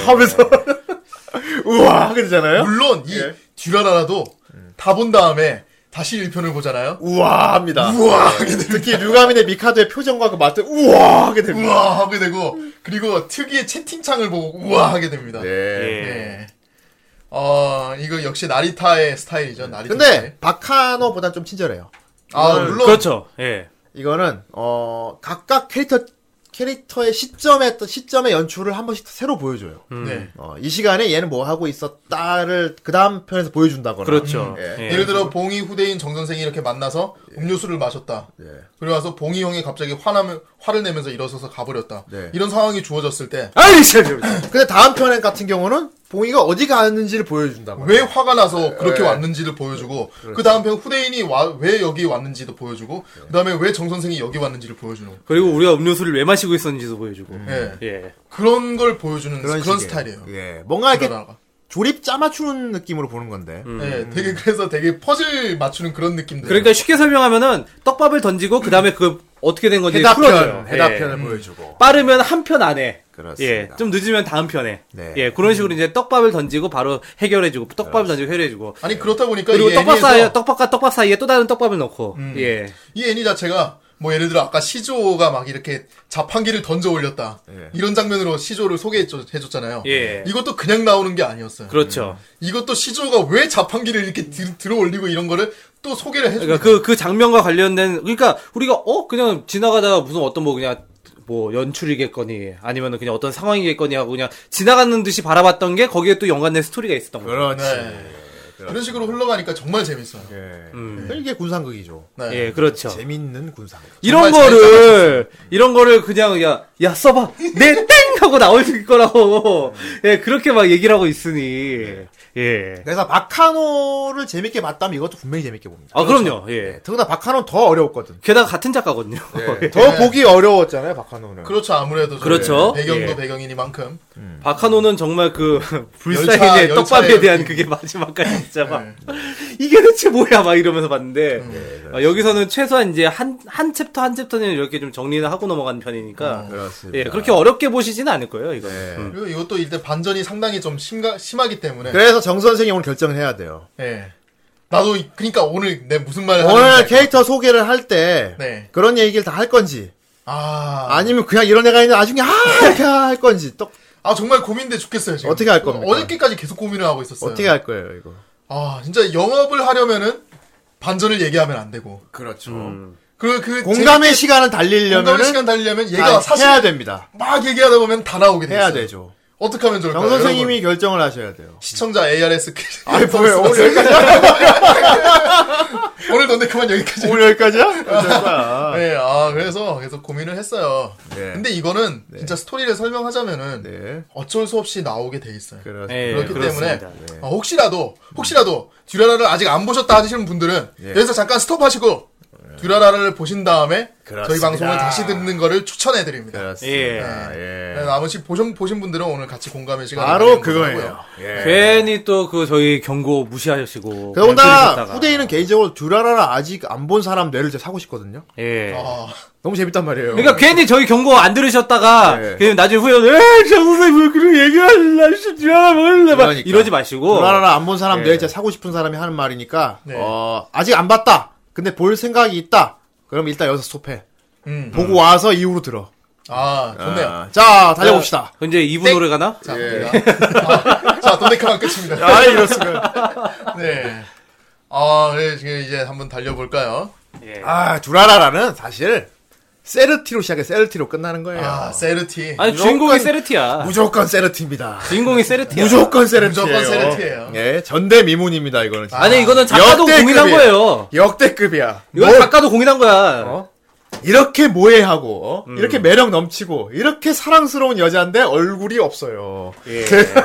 Speaker 1: 하면서 우와 하게 되잖아요.
Speaker 4: 물론 이
Speaker 1: 예. 음.
Speaker 4: 듀라라라도 다 본 다음에 다시 1편을 보잖아요
Speaker 1: 우와 합니다. 예.
Speaker 4: 우와 하게 되
Speaker 1: 특히 류가민의 미카도의 표정과 그 맛을 우와 하게 됩니다.
Speaker 4: 우와 하게 되고 그리고 특유의 채팅창을 보고 우와 하게 됩니다
Speaker 1: 네.
Speaker 4: 예. 어, 이거 역시 나리타의 스타일이죠, 나리타. 스타일.
Speaker 1: 네. 근데 박하노보단 좀 친절해요.
Speaker 4: 아,
Speaker 1: 이거는-
Speaker 4: 물론.
Speaker 2: 그렇죠 예
Speaker 1: 이거는 어 각각 캐릭터 캐릭터의 시점에 또 시점의 연출을 한 번씩 새로 보여줘요.
Speaker 2: 음.
Speaker 4: 네.
Speaker 1: 어, 이 시간에 얘는 뭐 하고 있었다를 그 다음 편에서 보여준다거나.
Speaker 2: 그렇죠.
Speaker 1: 예.
Speaker 2: 예.
Speaker 4: 예를 들어 봉이 후대인 정 선생이 이렇게 만나서 음료수를 마셨다.
Speaker 1: 예.
Speaker 4: 그리고 와서 봉이 형이 갑자기 화나면 화를 내면서 일어서서 가버렸다.
Speaker 1: 네.
Speaker 4: 이런 상황이 주어졌을 때 왜
Speaker 2: 아이 참.
Speaker 1: 근데 다음 편 같은 경우는 봉이가 어디 가는지를 보여준단 말이에요.
Speaker 4: 화가 나서 그렇게
Speaker 1: 예.
Speaker 4: 왔는지를 보여주고
Speaker 1: 그렇죠.
Speaker 4: 그 다음 편 후대인이 와, 왜 여기 왔는지도 보여주고
Speaker 1: 예.
Speaker 4: 그 다음에 왜 정 선생이 여기 왔는지를 보여주는 거.
Speaker 2: 그리고 우리가 음료수를 왜 마시고 있었는지도 보여주고.
Speaker 1: 음.
Speaker 4: 예.
Speaker 2: 예.
Speaker 4: 그런 걸 보여주는 그런,
Speaker 1: 식의.
Speaker 4: 스타일이에요.
Speaker 1: 예. 뭔가 이렇게
Speaker 4: 드라마가.
Speaker 1: 조립 짜 맞추는 느낌으로 보는 건데.
Speaker 2: 음.
Speaker 4: 예, 되게 그래서 되게 퍼즐 맞추는 그런 느낌들.
Speaker 2: 그러니까 쉽게 설명하면은 떡밥을 던지고 그 다음에 그 어떻게 된 건지 풀어줘요.
Speaker 1: 해답편,
Speaker 2: 예.
Speaker 1: 해답편을 보여주고.
Speaker 2: 빠르면 한 편 안에.
Speaker 1: 그렇습니다.
Speaker 2: 예, 좀 늦으면 다음 편에.
Speaker 1: 네.
Speaker 2: 예, 그런 식으로 이제 떡밥을 던지고 바로 해결해주고 떡밥을 던지고
Speaker 1: 그러니까
Speaker 2: 해결해주고.
Speaker 4: 아니 그렇다 보니까
Speaker 2: 그리고
Speaker 4: 이
Speaker 2: 떡밥
Speaker 4: 애니에서
Speaker 2: 사이 떡밥과 떡밥 사이에 또 다른 떡밥을 넣고.
Speaker 1: 음.
Speaker 2: 예.
Speaker 4: 이 애니 자체가 뭐 예를 들어 아까 시조가 막 이렇게 자판기를 던져 올렸다
Speaker 1: 예.
Speaker 4: 이런 장면으로 시조를 소개해줬잖아요.
Speaker 2: 예.
Speaker 4: 이것도 그냥 나오는 게
Speaker 1: 음.
Speaker 4: 아니었어요.
Speaker 2: 그렇죠.
Speaker 4: 이것도 시조가 왜 자판기를 이렇게 들, 들어 올리고 이런 거를 또 소개를 해주고
Speaker 2: 그러니까 그, 그 장면과 관련된, 그러니까 우리가, 어? 그냥 지나가다가 무슨 어떤 뭐 그냥, 뭐 연출이겠거니, 아니면은 그냥 어떤 상황이겠거니 하고 그냥 지나가는 듯이 바라봤던 게 거기에 또 연관된 스토리가 있었던 거죠.
Speaker 1: 음. 그렇지.
Speaker 4: 네. 그런 식으로 흘러가니까 정말 재밌어요.
Speaker 1: 예. 이게 군상극이죠.
Speaker 4: 네.
Speaker 2: 예, 음. 그렇죠.
Speaker 1: 재밌는 군상극.
Speaker 2: 이런
Speaker 4: 정말
Speaker 2: 거를, 이런 거를 그냥, 야, 야, 써봐! 내 땡! 하고 나올 거라고. 예, 그렇게 막 얘기를 하고 있으니. 예.
Speaker 1: 그래서 바카노를 재밌게 봤다면 이것도 분명히 재밌게 봅니다.
Speaker 2: 아, 그럼요. 예.
Speaker 1: 더구나 바카노는 더 어려웠거든.
Speaker 2: 게다가 같은 작가거든요. 예.
Speaker 1: 더 보기 어려웠잖아요, 바카노는.
Speaker 4: 네. 그렇죠 아무래도 좀
Speaker 2: 그렇죠.
Speaker 4: 배경도
Speaker 2: 예.
Speaker 4: 배경이니만큼
Speaker 2: 바카노는 정말 그
Speaker 4: 열차,
Speaker 2: 불사인의
Speaker 4: 열차의
Speaker 2: 떡밥에 대한
Speaker 4: 느낌.
Speaker 2: 그게 마지막까지 진짜 막
Speaker 1: 네.
Speaker 2: 이게 대체 뭐야 막 이러면서 봤는데 어, 여기서는 최소한 이제 한 한 챕터 한 챕터는 이렇게 좀 정리를 하고 넘어가는 편이니까
Speaker 1: 음, 그렇습니다.
Speaker 2: 예 그렇게 어렵게 보시지는 않을 거예요 이거
Speaker 1: 예.
Speaker 2: 는
Speaker 4: 그리고 이것도 일단 반전이 상당히 좀 심가, 심하기 때문에
Speaker 1: 그래서 정 선생이 오늘 결정을 해야 돼요.
Speaker 4: 예. 나도 이- 그러니까 오늘 내 무슨 말을
Speaker 1: 오늘
Speaker 4: 하는지
Speaker 1: 캐릭터 소개를 할 때
Speaker 4: 네.
Speaker 1: 그런 얘기를 다 할 건지
Speaker 4: 아
Speaker 1: 아니면 그냥 이런 애가 있는 나중에 아 이렇게 할 건지 또
Speaker 4: 아 정말 고민돼 죽겠어요 지금.
Speaker 1: 어떻게 할 겁니까?
Speaker 4: 어저께까지 계속 고민을 하고 있었어요.
Speaker 1: 어떻게 할 거예요 이거?
Speaker 4: 아 진짜 영업을 하려면은 반전을 얘기하면 안 되고.
Speaker 1: 그렇죠.
Speaker 4: 그 그
Speaker 1: 공감의 시간을 달리려면
Speaker 4: 공감의
Speaker 1: 은
Speaker 4: 시간 달리려면 얘가
Speaker 1: 다
Speaker 4: 사실
Speaker 1: 해야 됩니다.
Speaker 4: 막 얘기하다 보면 다 나오게 돼
Speaker 1: 해야
Speaker 4: 있어요.
Speaker 1: 되죠.
Speaker 4: 어떻게 하면 좋을까요?
Speaker 1: 정 선생님이
Speaker 4: 여러분,
Speaker 1: 결정을 하셔야 돼요.
Speaker 4: 시청자 ARS
Speaker 1: 아니 뭐예요? 오늘 여기까지
Speaker 4: 오늘 근데 그만 여기까지.
Speaker 1: 오늘 여기까지야? 어쩔 거야.
Speaker 4: 네, 아 그래서 계속 고민을 했어요.
Speaker 1: 네.
Speaker 4: 근데 이거는 진짜 스토리를 설명하자면은
Speaker 1: 네. 그렇죠.
Speaker 4: 어쩔 수 없이 나오게 돼 있어요.
Speaker 1: 그렇습니다.
Speaker 2: 예,
Speaker 4: 네, 그렇기 때문에
Speaker 2: 그렇습니다.
Speaker 1: 네.
Speaker 4: 어, 혹시라도 혹시라도 듀라라를 아직 안 보셨다 하시는 분들은
Speaker 1: 예.
Speaker 4: 여기서 잠깐 스톱하시고 듀라라를 보신 다음에 저희
Speaker 1: 그렇습니다.
Speaker 4: 방송을 다시 듣는 거를 추천해 드립니다. 네,
Speaker 1: 그렇습니다. 예.
Speaker 4: 나머지 보신 보신 분들은 오늘 같이 공감의 시간
Speaker 1: 바로 그거예요. 예.
Speaker 2: 괜히 또 그 저희 경고 무시하시고
Speaker 1: 더군다나
Speaker 2: 그냥
Speaker 1: 그러니까 후대인은 개인적으로 듀라라라 아직 안 본 사람 뇌를 제가 사고 싶거든요.
Speaker 2: 예
Speaker 4: 아,
Speaker 1: 너무 재밌단 말이에요.
Speaker 2: 그러니까 괜히 저희 경고 안 들으셨다가
Speaker 1: 예.
Speaker 2: 그냥 나중에 후회하고 에이 정선생님 왜 그런 얘기하려 진짜 몰라 막
Speaker 1: 그러니까.
Speaker 2: 이러지 마시고
Speaker 1: 듀라라라 안 본 사람
Speaker 2: 예.
Speaker 1: 뇌를 제가 사고 싶은 사람이 하는 말이니까
Speaker 4: 네.
Speaker 1: 어, 아직 안 봤다. 근데 볼 생각이 있다. 그럼 일단 여기서 스톱해.
Speaker 4: 음.
Speaker 1: 보고 와서 이후로 들어.
Speaker 4: 아 좋네요.
Speaker 1: 아, 자 달려봅시다.
Speaker 2: 이제 2부 노래 가나?
Speaker 4: 자, 아, 자 돈데크만 끝입니다.
Speaker 1: 아 이렇습니다.
Speaker 4: 네. 아, 네, 지금 이제 한번 달려볼까요?
Speaker 2: 예.
Speaker 1: 아 듀라라라는 사실 세르티로 시작해 세르티로 끝나는 거예요.
Speaker 4: 아, 세르티.
Speaker 2: 아니 주인공이 세르티야.
Speaker 1: 무조건 세르티입니다.
Speaker 2: 주인공이 세르티야.
Speaker 1: 무조건 세르티예요.
Speaker 4: 무조건 세르티예요.
Speaker 1: 예, 전대 미문입니다 이거는. 진짜.
Speaker 2: 아니 이거는 작가도
Speaker 1: 역대급이에요.
Speaker 2: 공인한 거예요.
Speaker 1: 역대급이야.
Speaker 2: 이건
Speaker 1: 뭘
Speaker 2: 작가도 공인한 거야.
Speaker 1: 이렇게 모해하고 어?
Speaker 2: 음.
Speaker 1: 이렇게 매력 넘치고 이렇게 사랑스러운 여자인데 얼굴이 없어요.
Speaker 2: 예,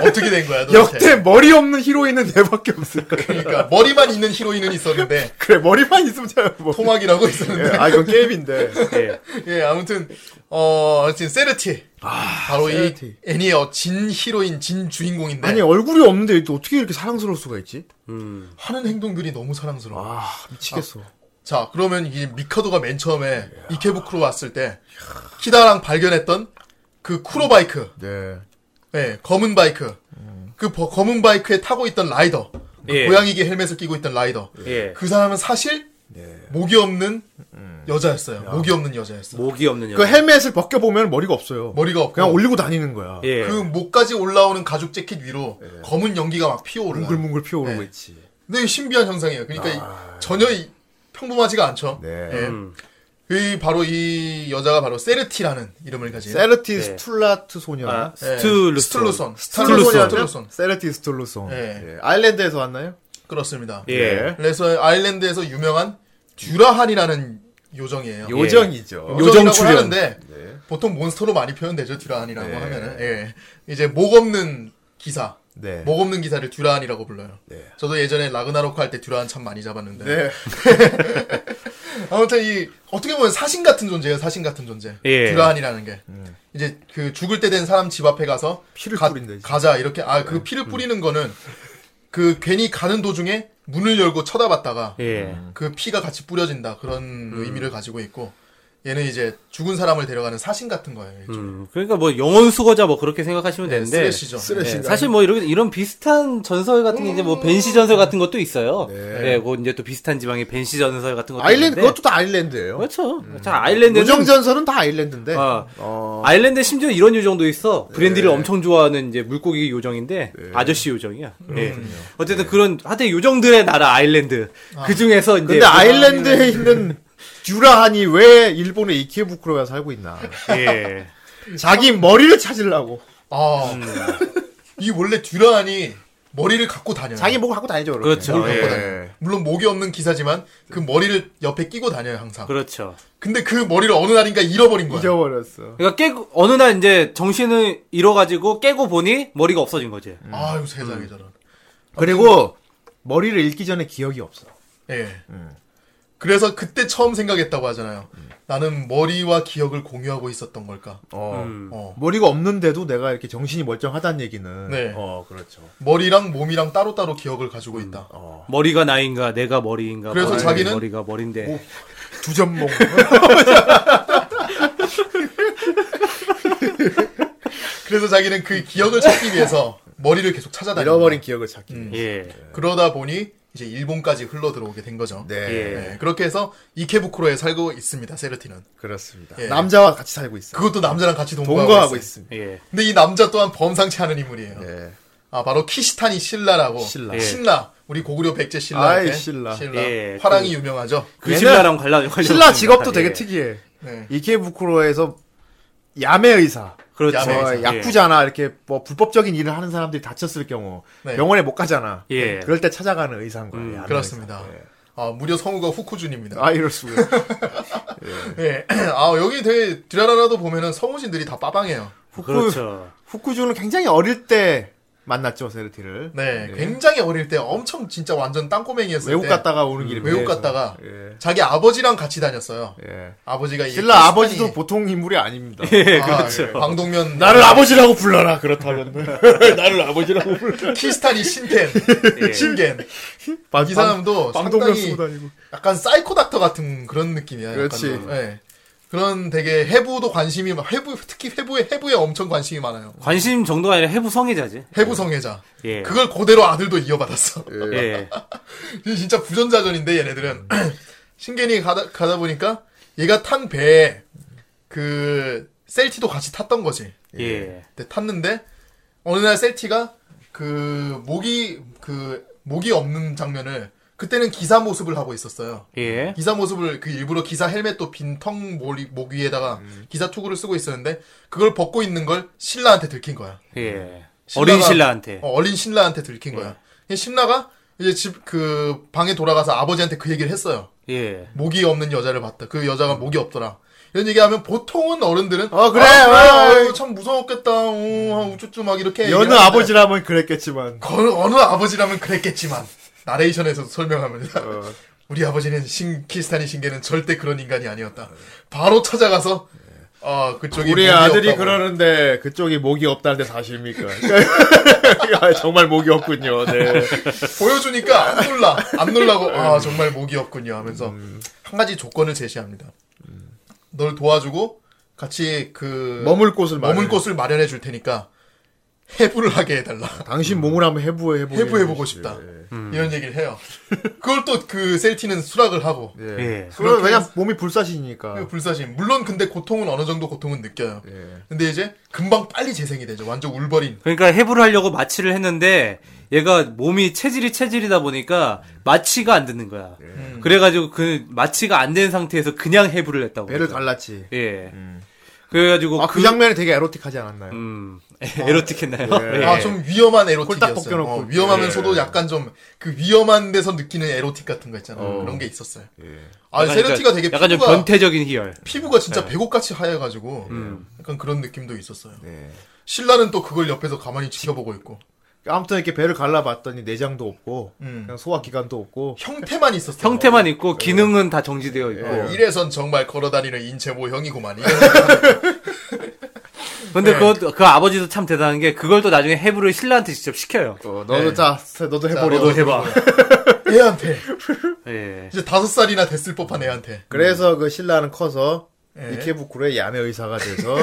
Speaker 4: 어떻게 된 거야, 도대체?
Speaker 1: 역대 머리 없는 히로인은 얘밖에 없을 거야.
Speaker 4: 그러니까 머리만 있는 히로인은 있었는데
Speaker 1: 그래 머리만 있으면 잘 뭐.
Speaker 4: 토막이라고 있었는데.
Speaker 1: 예, 아 이건 게임인데.
Speaker 2: 예.
Speaker 4: 예, 아무튼 어, 아무튼 세르티. 바로
Speaker 1: 세르티.
Speaker 4: 이 애니의 어, 진 히로인, 진 주인공인데
Speaker 1: 아니 얼굴이 없는데 또 어떻게 이렇게 사랑스러울 수가 있지?
Speaker 4: 하는 행동들이 너무 사랑스러워.
Speaker 1: 아 미치겠어.
Speaker 4: 자, 그러면 이 미카도가 맨 처음에 이케부쿠로 왔을 때 키다랑 발견했던 그 쿠로 바이크,
Speaker 1: 네.
Speaker 4: 예, 검은 바이크,
Speaker 1: 음.
Speaker 4: 그 버- 검은 바이크에 타고 있던 라이더, 그
Speaker 2: 예.
Speaker 4: 고양이기 헬멧을 끼고 있던 라이더.
Speaker 2: 예.
Speaker 4: 그 사람은 사실
Speaker 1: 예.
Speaker 4: 목이 없는
Speaker 1: 음.
Speaker 4: 여자였어요. 목이 없는 여자였어. 요
Speaker 2: 목이 없는
Speaker 1: 그
Speaker 2: 여자.
Speaker 1: 헬멧을 벗겨 보면 머리가 없어요.
Speaker 4: 머리가 없고
Speaker 1: 그냥 올리고 다니는 거야.
Speaker 2: 뭐- 예.
Speaker 4: 그 목까지 올라오는 가죽 재킷 위로 검은 연기가 막 피어올라. 요
Speaker 1: 뭉글뭉글 피어오르고
Speaker 4: 네.
Speaker 1: 있지.
Speaker 2: 아, 예.
Speaker 4: 근데 이거 신비한 현상이에요. 그러니까 이- 전혀 이- 평범하지가 않죠.
Speaker 2: 음.
Speaker 1: 네.
Speaker 4: 예. 이 바로 이 여자가 바로 세르티라는 이름을 가진
Speaker 1: 세르티 스툴라트 소녀.
Speaker 2: 예. 아,
Speaker 4: 예,
Speaker 2: 스툴루손.
Speaker 4: 스툴루손.
Speaker 2: 스툴루손.
Speaker 4: 스툴루손.
Speaker 1: 세르티 스툴루손.
Speaker 4: 예.
Speaker 1: 예. 아일랜드에서 왔나요?
Speaker 4: 그렇습니다. 네.
Speaker 2: 예.
Speaker 4: 그래서 아일랜드에서 유명한 듀라한이라는 요정이에요.
Speaker 2: 예.
Speaker 4: 예.
Speaker 1: 요정이죠.
Speaker 2: 요-
Speaker 4: 요정이라고
Speaker 2: 요정 출연.
Speaker 4: 하는데
Speaker 2: 네.
Speaker 4: 보통 몬스터로 많이 표현되죠 듀라한이라고 하면은 예. 이제 목 없는 기사
Speaker 1: 네.
Speaker 4: 목 없는 기사를 듀라한이라고 불러요. 저도 예전에 라그나로크 할 때 듀라한 참 많이 잡았는데
Speaker 1: 네.
Speaker 4: 아무튼 이 어떻게 보면 사신 같은 존재예요 사신 같은 존재
Speaker 2: 예.
Speaker 4: 듀라한이라는 게 이제 그 죽을 때 된 사람 집 앞에 가서
Speaker 1: 피를
Speaker 4: 가,
Speaker 1: 뿌린다, 이제. 네. 음.
Speaker 4: 가자 이렇게 아 그 피를 뿌리는 거는 그 괜히 가는 도중에 문을 열고 쳐다봤다가
Speaker 2: 예. 음.
Speaker 4: 그 피가 같이 뿌려진다 그런 의미를 가지고 있고 얘는 이제 죽은 사람을 데려가는 사신 같은 거예요. 일종의.
Speaker 2: 음, 그러니까 뭐 영혼 수거자 뭐 그렇게 생각하시면
Speaker 4: 네,
Speaker 2: 되는데
Speaker 4: 쓰레쉬죠. 쓰레쉬.
Speaker 2: 예, 사실 뭐 이런 이런 비슷한 전설 같은 게 이제 뭐 벤시 전설 같은 것도 있어요. 예, 뭐 이제 또 비슷한 지방의 벤시 전설 같은 것도
Speaker 1: 아일랜드
Speaker 2: 있는데.
Speaker 1: 그것도 다 아일랜드예요.
Speaker 2: 그렇죠. 자, 아일랜드는
Speaker 1: 요정 전설은 다 아일랜드인데.
Speaker 2: 아,
Speaker 1: 어.
Speaker 2: 아일랜드에 심지어 이런 요정도 있어.
Speaker 1: 네.
Speaker 2: 브랜디를 엄청 좋아하는 이제 물고기 요정인데 아저씨 요정이야.
Speaker 1: 음,
Speaker 2: 예.
Speaker 1: 네.
Speaker 2: 어쨌든 그런 하여튼 요정들의 나라 아일랜드. 그 중에서 이제
Speaker 1: 근데 아일랜드에 있는 듀라한이 왜 일본의 이케부쿠로에 살고 있나?
Speaker 2: 예.
Speaker 1: 자기 머리를 찾으려고.
Speaker 4: 아, 이 원래 듀라한이 머리를 갖고 다녀요.
Speaker 1: 자기 목을 하고 다니죠. 그렇게.
Speaker 2: 그렇죠.
Speaker 1: 예.
Speaker 2: 갖고
Speaker 4: 다녀요. 물론 목이 없는 기사지만 그
Speaker 1: 음.
Speaker 4: 머리를 옆에 끼고 다녀요 항상.
Speaker 2: 그렇죠.
Speaker 4: 근데 그 머리를 어느 날인가 잃어버린 거야.
Speaker 1: 잊어버렸어.
Speaker 2: 그러니까 깨고 어느 날 이제 정신을 잃어가지고 깨고 보니 머리가 없어진 거지.
Speaker 4: 음. 아유
Speaker 1: 음.
Speaker 4: 세상에 저런.
Speaker 1: 그리고 머리를 잃기 전에 기억이 없어.
Speaker 4: 예.
Speaker 1: 음.
Speaker 4: 그래서 그때 처음 생각했다고 하잖아요. 나는 머리와 기억을 공유하고 있었던 걸까?
Speaker 1: 어.
Speaker 2: 음.
Speaker 4: 어.
Speaker 1: 머리가 없는데도 내가 이렇게 정신이 멀쩡하다는 얘기는
Speaker 4: 네.
Speaker 1: 어 그렇죠.
Speaker 4: 머리랑 몸이랑 따로따로 기억을 가지고
Speaker 1: 음.
Speaker 4: 있다.
Speaker 1: 어. 아.
Speaker 2: 머리가 나인가 내가 머리인가
Speaker 4: 그래서
Speaker 2: 머리가
Speaker 4: 자기는-
Speaker 2: 머리가 머린데
Speaker 1: 두점목
Speaker 4: 그래서 자기는 그 기억을 찾기 위해서 머리를 계속 찾아다니
Speaker 1: 잃어버린 기억을 찾기.
Speaker 4: 음.
Speaker 1: 위해.
Speaker 2: 예.
Speaker 4: 그러다 보니 이제 일본까지 흘러 들어오게 된 거죠.
Speaker 1: 네.
Speaker 2: 예.
Speaker 4: 네, 그렇게 해서 이케부쿠로에 살고 있습니다. 세르티는
Speaker 1: 그렇습니다.
Speaker 4: 예.
Speaker 1: 남자와 같이 살고 있어요.
Speaker 4: 그것도 남자랑 같이 동거하고,
Speaker 1: 네. 동거하고
Speaker 4: 있어요.
Speaker 1: 있습니다.
Speaker 2: 예.
Speaker 4: 근데 이 남자 또한 범상치 않은 인물이에요.
Speaker 1: 예.
Speaker 4: 아 바로 키시타니 신라라고.
Speaker 1: 신라.
Speaker 2: 예.
Speaker 4: 신라. 우리 고구려 백제 신라.
Speaker 1: 아이,
Speaker 4: 이렇게.
Speaker 1: 신라.
Speaker 2: 예,
Speaker 4: 화랑이 유명하죠.
Speaker 2: 그
Speaker 1: 얘는
Speaker 2: 신라랑 관련 예. 관련
Speaker 1: 신라 직업도 되게 특이해.
Speaker 4: 네.
Speaker 1: 이케부쿠로에서 야매 의사,
Speaker 2: 그렇죠.
Speaker 4: 야매
Speaker 1: 뭐
Speaker 4: 의사.
Speaker 1: 야쿠자나 이렇게 뭐 불법적인 일을 하는 사람들이 다쳤을 경우
Speaker 4: 네.
Speaker 1: 병원에 못 가잖아.
Speaker 2: 예.
Speaker 1: 그럴 때 찾아가는 의사인 거예요. 야매
Speaker 4: 그렇습니다.
Speaker 1: 의사. 예.
Speaker 4: 아 무려 성우가 후쿠준입니다.
Speaker 1: 아 이럴 수가.
Speaker 4: 예. 아 여기 되게 드라라라도 보면은 성우진들이 다 빠방해요.
Speaker 1: 후쿠
Speaker 2: 그렇죠.
Speaker 1: 후쿠주는 굉장히 어릴 때 만났죠 세르티를.
Speaker 4: 네,
Speaker 1: 예.
Speaker 4: 굉장히 어릴 때 엄청 진짜 완전 땅꼬맹이였을
Speaker 1: 외국
Speaker 4: 때
Speaker 1: 갔다가 오는 길이
Speaker 4: 네. 음, 외국
Speaker 1: 미래에서.
Speaker 4: 갔다가
Speaker 1: 예.
Speaker 4: 자기 아버지랑 같이 다녔어요.
Speaker 1: 예.
Speaker 4: 아버지가 이
Speaker 1: 신라 아버지도
Speaker 4: 키스탄이-
Speaker 1: 보통 인물이 아닙니다.
Speaker 2: 예,
Speaker 4: 아,
Speaker 2: 그렇죠.
Speaker 4: 예, 방동면
Speaker 1: 나를 아버지라고 불러라 그렇다면 나를 아버지라고 불러라.
Speaker 4: 키스탄이 신텐 신겐 이 사람도
Speaker 1: 예. 방동면
Speaker 4: 뭐 상당히
Speaker 1: 쓰고 다니고.
Speaker 4: 약간 사이코 닥터 같은 그런 느낌이야. 약간
Speaker 1: 그렇지.
Speaker 4: 좀, 예. 그런 되게 해부도 관심이 많- 해부 특히 해부에 해부에 엄청 관심이 많아요.
Speaker 2: 관심 정도가 아니라 해부 성애자지.
Speaker 4: 해부 성애자.
Speaker 2: 예.
Speaker 4: 그걸 그대로 아들도 이어받았어.
Speaker 2: 예.
Speaker 4: 진짜 부전자전인데 얘네들은 신겐이 가다, 가다 보니까 얘가 탄 배에 그 셀티도 같이 탔던 거지.
Speaker 2: 예.
Speaker 4: 근데 네, 탔는데 어느 날 셀티가 그 목이 그 목이 없는 장면을 그때는 기사 모습을 하고 있었어요.
Speaker 2: 예.
Speaker 4: 기사 모습을 그 일부러 기사 헬멧도 빈텅 몰이- 목 위에다가
Speaker 2: 음.
Speaker 4: 기사 투구를 쓰고 있었는데 그걸 벗고 있는 걸 신라한테 들킨 거야.
Speaker 2: 예.
Speaker 4: 신라가-
Speaker 2: 어린 신라한테. 음.
Speaker 4: 어, 린 신라한테 들킨 거야. 신라가 이제 집 그 방에 돌아가서 아버지한테 그 얘기를 했어요.
Speaker 2: 예.
Speaker 4: 목이 없는 여자를 봤다. 그 여자가 목이 없더라. 이런 얘기하면 보통은 어른들은
Speaker 1: 어, 그래,
Speaker 4: 아,
Speaker 1: 어,
Speaker 4: 아유, 참 무서웠겠다. 어, 우쭈쭈 막 이렇게
Speaker 1: 여느
Speaker 4: 얘기하는데
Speaker 1: 아버지라면 그랬겠지만.
Speaker 4: 거- 어느 아버지라면 그랬겠지만 나레이션에서 설명하면
Speaker 1: 어.
Speaker 4: 우리 아버지는 신 키스탄이 신계는 절대 그런 인간이 아니었다. 바로 찾아가서 어 그쪽이
Speaker 1: 우리
Speaker 4: 목이
Speaker 1: 아들이
Speaker 4: 없다고.
Speaker 1: 그러는데 그쪽이 목이 없다는데 사실입니까? 아, 정말 목이 없군요. 네.
Speaker 4: 보여주니까 안 놀라 안 놀라고 아
Speaker 1: 음.
Speaker 4: 정말 목이 없군요 하면서 한 가지 조건을 제시합니다. 널 도와주고 같이 그
Speaker 1: 머물 곳을 마련.
Speaker 4: 머물 곳을 마련해 줄 테니까 해부를 하게 해달라.
Speaker 1: 당신 몸을 한번 해부해 예. 해보.
Speaker 4: 해부해 보고 싶다.
Speaker 1: 음.
Speaker 4: 이런 얘기를 해요. 그걸 또 그 셀티는 수락을 하고 그
Speaker 1: 예.
Speaker 2: 예.
Speaker 1: 그럼 왜냐 몸이 불사신이니까.
Speaker 4: 불사신. 물론 근데 고통은 어느 정도 고통은 느껴요.
Speaker 1: 예.
Speaker 4: 근데 이제 금방 빨리 재생이 되죠. 완전 울버린.
Speaker 2: 그러니까 해부를 하려고 마취를 했는데 얘가 몸이 체질이 체질이다 보니까 마취가 안 듣는 거야. 그래가지고 그 마취가 안 된 상태에서 그냥 해부를 했다고.
Speaker 1: 배를
Speaker 2: 그러죠.
Speaker 1: 갈랐지.
Speaker 2: 예. 그래가지고
Speaker 1: 아, 그, 장면이 되게 에로틱하지 않았나요?
Speaker 2: 음, 에로틱했나요?
Speaker 1: 예.
Speaker 4: 아, 좀 위험한 에로틱이었어요.
Speaker 1: 홀딱 벗겨놓고.
Speaker 4: 어, 위험하면서도 약간 좀 그 위험한 데서 느끼는 에로틱 같은 거 있잖아요. 그런 게 있었어요.
Speaker 1: 예.
Speaker 4: 아,
Speaker 2: 약간
Speaker 4: 세르티가
Speaker 2: 그러니까
Speaker 4: 되게
Speaker 2: 약간
Speaker 4: 피부가
Speaker 2: 좀 변태적인 희열.
Speaker 4: 피부가
Speaker 1: 예.
Speaker 4: 진짜 백옥같이 하얘가지고
Speaker 1: 음.
Speaker 4: 약간 그런 느낌도 있었어요.
Speaker 1: 네.
Speaker 4: 신라는 또 그걸 옆에서 가만히 지켜보고 있고
Speaker 1: 아무튼 이렇게 배를 갈라봤더니 내장도 없고
Speaker 4: 음.
Speaker 1: 그냥 소화 기관도 없고
Speaker 4: 형태만 있었어요.
Speaker 2: 형태만 있고 기능은 다 정지되어 있고.
Speaker 1: 네.
Speaker 4: 어, 이래선 정말 걸어다니는 인체 모형이구만. 이런
Speaker 2: 근데 그, 그 아버지도 참 대단한 게 그걸 또 나중에 해부를 신라한테 직접 시켜요.
Speaker 1: 어, 너도 자 너도 해보려
Speaker 4: 너도
Speaker 1: 해봐.
Speaker 4: 애한테
Speaker 2: 예.
Speaker 4: 이제 다섯 살이나 됐을 법한 애한테
Speaker 1: 그래서 그 신라는 커서
Speaker 4: 예.
Speaker 1: 이케부쿠로의 야매 의사가 돼서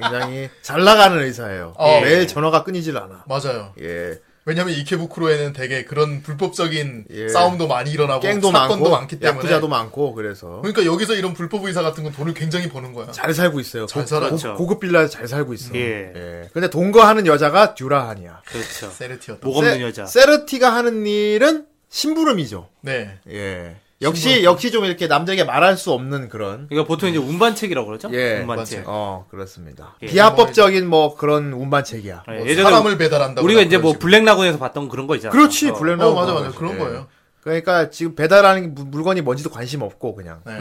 Speaker 1: 굉장히 잘 나가는 의사예요.
Speaker 4: 어.
Speaker 1: 매일 전화가 끊이질 않아.
Speaker 4: 맞아요.
Speaker 1: 예.
Speaker 4: 왜냐면 이케부쿠로에는 되게 그런 불법적인
Speaker 1: 예.
Speaker 4: 싸움도 많이 일어나고
Speaker 1: 깽도
Speaker 4: 사건도
Speaker 1: 많고
Speaker 4: 많기 때문에
Speaker 1: 야쿠자도 많고 그래서
Speaker 4: 그러니까 여기서 이런 불법 의사 같은 건 돈을 굉장히 버는 거야.
Speaker 1: 잘 살고 있어요.
Speaker 4: 잘
Speaker 1: 고-
Speaker 4: 살았죠.
Speaker 1: 고, 급 빌라에서 잘 살고 있어.
Speaker 2: 예.
Speaker 1: 예. 근데 동거하는 여자가 듀라한이야.
Speaker 2: 그렇죠.
Speaker 4: 세르티였다.
Speaker 1: 뭐
Speaker 2: 목 없는 여자.
Speaker 1: 세르티가 하는 일은 심부름이죠.
Speaker 4: 네.
Speaker 1: 예. 역시 역시 좀 이렇게 남자에게 말할 수 없는 그런
Speaker 2: 그러니까 보통 이제 운반책이라고 그러죠?
Speaker 1: 예,
Speaker 2: 운반책.
Speaker 1: 어 그렇습니다.
Speaker 2: 예.
Speaker 1: 비합법적인 뭐 그런 운반책이야.
Speaker 2: 예,
Speaker 4: 뭐
Speaker 2: 예전에
Speaker 4: 사람을 배달한다.
Speaker 2: 우리가 이제 뭐 블랙라군에서 봤던 그런 거 있잖아.
Speaker 1: 그렇지
Speaker 2: 어.
Speaker 1: 블랙
Speaker 4: 어,
Speaker 1: 라고
Speaker 4: 맞아
Speaker 1: 그런
Speaker 4: 맞아
Speaker 1: 거지.
Speaker 4: 그런
Speaker 1: 예.
Speaker 4: 거예요.
Speaker 1: 그러니까 지금 배달하는 무- 물건이 뭔지도 관심 없고 그냥
Speaker 4: 네.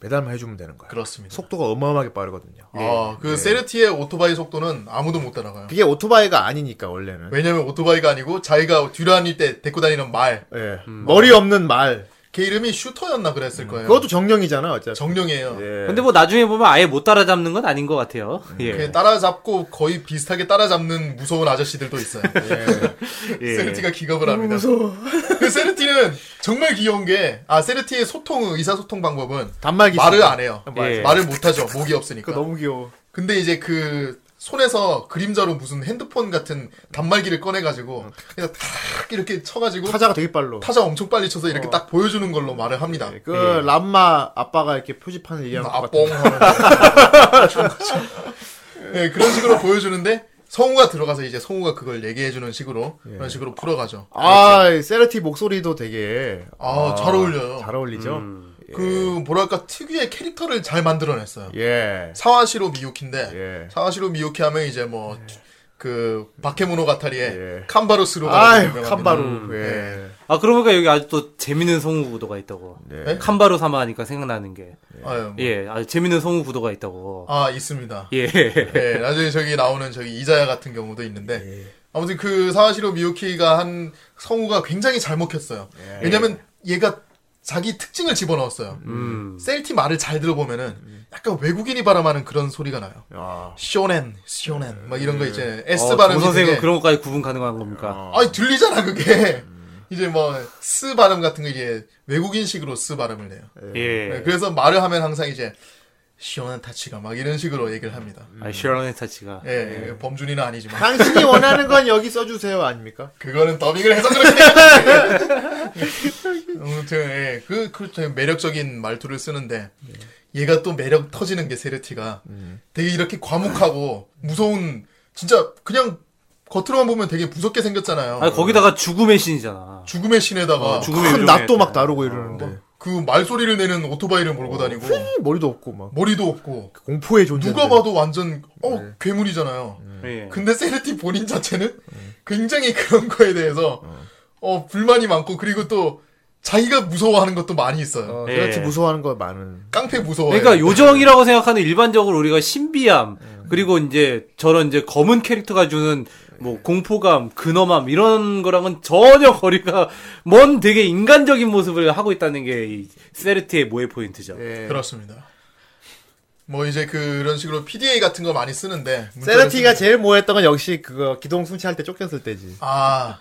Speaker 1: 배달만 해주면 되는 거야. 음.
Speaker 4: 그렇습니다.
Speaker 1: 속도가 예, 어마어마하게 빠르거든요.
Speaker 4: 아, 그 세르티의 오토바이 속도는 아무도 못 따라가요.
Speaker 1: 그게 오토바이가 아니니까 원래는.
Speaker 4: 왜냐면 오토바이가 아니고 자기가 듀란일 때 데리고 다니는 말.
Speaker 1: 예.
Speaker 4: 음.
Speaker 1: 머리 없는 말.
Speaker 4: 걔 이름이 슈터였나 그랬을 거예요.
Speaker 1: 음. 그것도 정령이잖아 어차피.
Speaker 4: 정령이에요.
Speaker 1: 예.
Speaker 2: 근데 뭐 나중에 보면 아예 못 따라잡는 건 아닌 것 같아요.
Speaker 1: 음.
Speaker 4: 걔
Speaker 2: 예.
Speaker 4: 따라잡고 거의 비슷하게 따라잡는 무서운 아저씨들도 있어요.
Speaker 1: 예.
Speaker 4: 예. 세르티가 기겁을 합니다. 무서워. 그 세르티는 정말 귀여운 게, 아, 세르티의 소통, 의사소통 방법은
Speaker 1: 단말기
Speaker 4: 말을
Speaker 1: 쓰고.
Speaker 4: 안 해요.
Speaker 2: 예.
Speaker 4: 말을 못 하죠. 목이 없으니까.
Speaker 1: 그거 너무 귀여워.
Speaker 4: 근데 이제 그 손에서 그림자로 무슨 핸드폰 같은 단말기를 꺼내가지고 그냥 탁 이렇게 쳐가지고 그 타자,
Speaker 1: 어. 타자가 어. 되게 빨로.
Speaker 4: 엄청 빨리 쳐서 이렇게 딱 보여주는 걸로 말을 합니다.
Speaker 1: 그 람마 아빠가 이렇게 표지판을 얘기하는 것 같은.
Speaker 4: 음, 아뽕 하는 네, 그런 식으로 보여주는데 성우가 들어가서 이제 성우가 그걸 얘기해주는 식으로 그런 식으로 풀어가죠.
Speaker 1: 아, 이 세르티 목소리도 되게
Speaker 4: 아, 잘 어울려요.
Speaker 1: 잘 어울리죠.
Speaker 4: 그 뭐랄까 특유의 캐릭터를 잘 만들어냈어요.
Speaker 1: 예.
Speaker 4: 사와시로 미유키인데
Speaker 1: 예.
Speaker 4: 사와시로 미유키 하면 이제 뭐 그 바케모노 가타리의
Speaker 1: 예.
Speaker 4: 캄바루스로
Speaker 1: 아유, 칸바루.
Speaker 4: 음.
Speaker 1: 예.
Speaker 2: 아, 그러고 보니까 여기 아주 또 재밌는 성우 구도가 있다고.
Speaker 1: 네. 음.
Speaker 2: 칸바루 사마 하니까 생각나는 게.
Speaker 4: 아유, 뭐.
Speaker 2: 예, 아주 재밌는 성우 구도가 있다고.
Speaker 4: 아 있습니다.
Speaker 2: 예.
Speaker 4: 예, 나중에 저기 나오는 저기 이자야 같은 경우도 있는데
Speaker 2: 예.
Speaker 4: 아무튼 그 사와시로 미유키가 한 성우가 굉장히 잘 먹혔어요.
Speaker 2: 예.
Speaker 4: 왜냐면 얘가 자기 특징을 집어넣었어요.
Speaker 2: 음.
Speaker 4: 셀티 말을 잘 들어보면은 약간 외국인이 바람하는 그런 소리가 나요.
Speaker 1: 아.
Speaker 4: 쇼넨, 쇼넨 막 이런 거 이제 S
Speaker 2: 어, 조
Speaker 4: 발음이
Speaker 2: 선생은
Speaker 4: 되게
Speaker 2: 그런 것까지 구분 가능한 겁니까?
Speaker 4: 아니 들리잖아 그게
Speaker 2: 음.
Speaker 4: 이제 뭐 쓰 발음 같은 거 이제 외국인식으로 쓰 발음을 내요.
Speaker 2: 예.
Speaker 4: 네, 그래서 말을 하면 항상 이제 시원한 타치가 막 이런 식으로 얘기를 합니다.
Speaker 2: 아, 셔런 헤타치가.
Speaker 4: 예, 예, 범준이는 아니지만
Speaker 1: 당신이 원하는 건 여기 써주세요 아닙니까?
Speaker 4: 그거는 더빙을 해서 그렇게 해야지. 아무튼 예, 그, 그 되게 매력적인 말투를 쓰는데 얘가 또 매력 터지는 게 세르티가 되게 이렇게 과묵하고 무서운 진짜 그냥 겉으로만 보면 되게 무섭게 생겼잖아요.
Speaker 2: 아, 거기다가 죽음의 신이잖아.
Speaker 4: 죽음의 신에다가 네.
Speaker 2: 죽음의
Speaker 1: 큰
Speaker 2: 요정의-
Speaker 1: 낫도 막 다루고 이러는데
Speaker 4: 그 말소리를 내는 오토바이를 몰고
Speaker 2: 어.
Speaker 4: 다니고
Speaker 1: 이 머리도 없고 막
Speaker 4: 머리도 없고
Speaker 1: 공포의 존재.
Speaker 4: 누가 봐도 완전 어
Speaker 2: 네.
Speaker 4: 괴물이잖아요.
Speaker 2: 예.
Speaker 4: 근데 세르티 본인 자체는 굉장히 그런 거에 대해서 어 불만이 많고 그리고 또 자기가 무서워하는 것도 많이 있어요.
Speaker 2: 예.
Speaker 1: 세르티 무서워하는 거 많은.
Speaker 4: 깡패 무서워요.
Speaker 1: 네.
Speaker 2: 그러니까 요정이라고 생각하는 일반적으로 우리가 신비함 그리고 이제 저런 이제 검은 캐릭터가 주는
Speaker 1: 네.
Speaker 2: 뭐 공포감, 근엄함 이런 거랑은 전혀 거리가 먼 되게 인간적인 모습을 하고 있다는 게 이 세르티의 모의 포인트죠.
Speaker 1: 예.
Speaker 4: 네. 그렇습니다. 뭐 이제 그런 식으로 PDA 같은 거 많이 쓰는데 문자를
Speaker 1: 세르티가
Speaker 4: 쓰는데-
Speaker 1: 제일 모했던 건 역시 그거 기동 순찰 때 쫓겼을 때지.
Speaker 4: 아.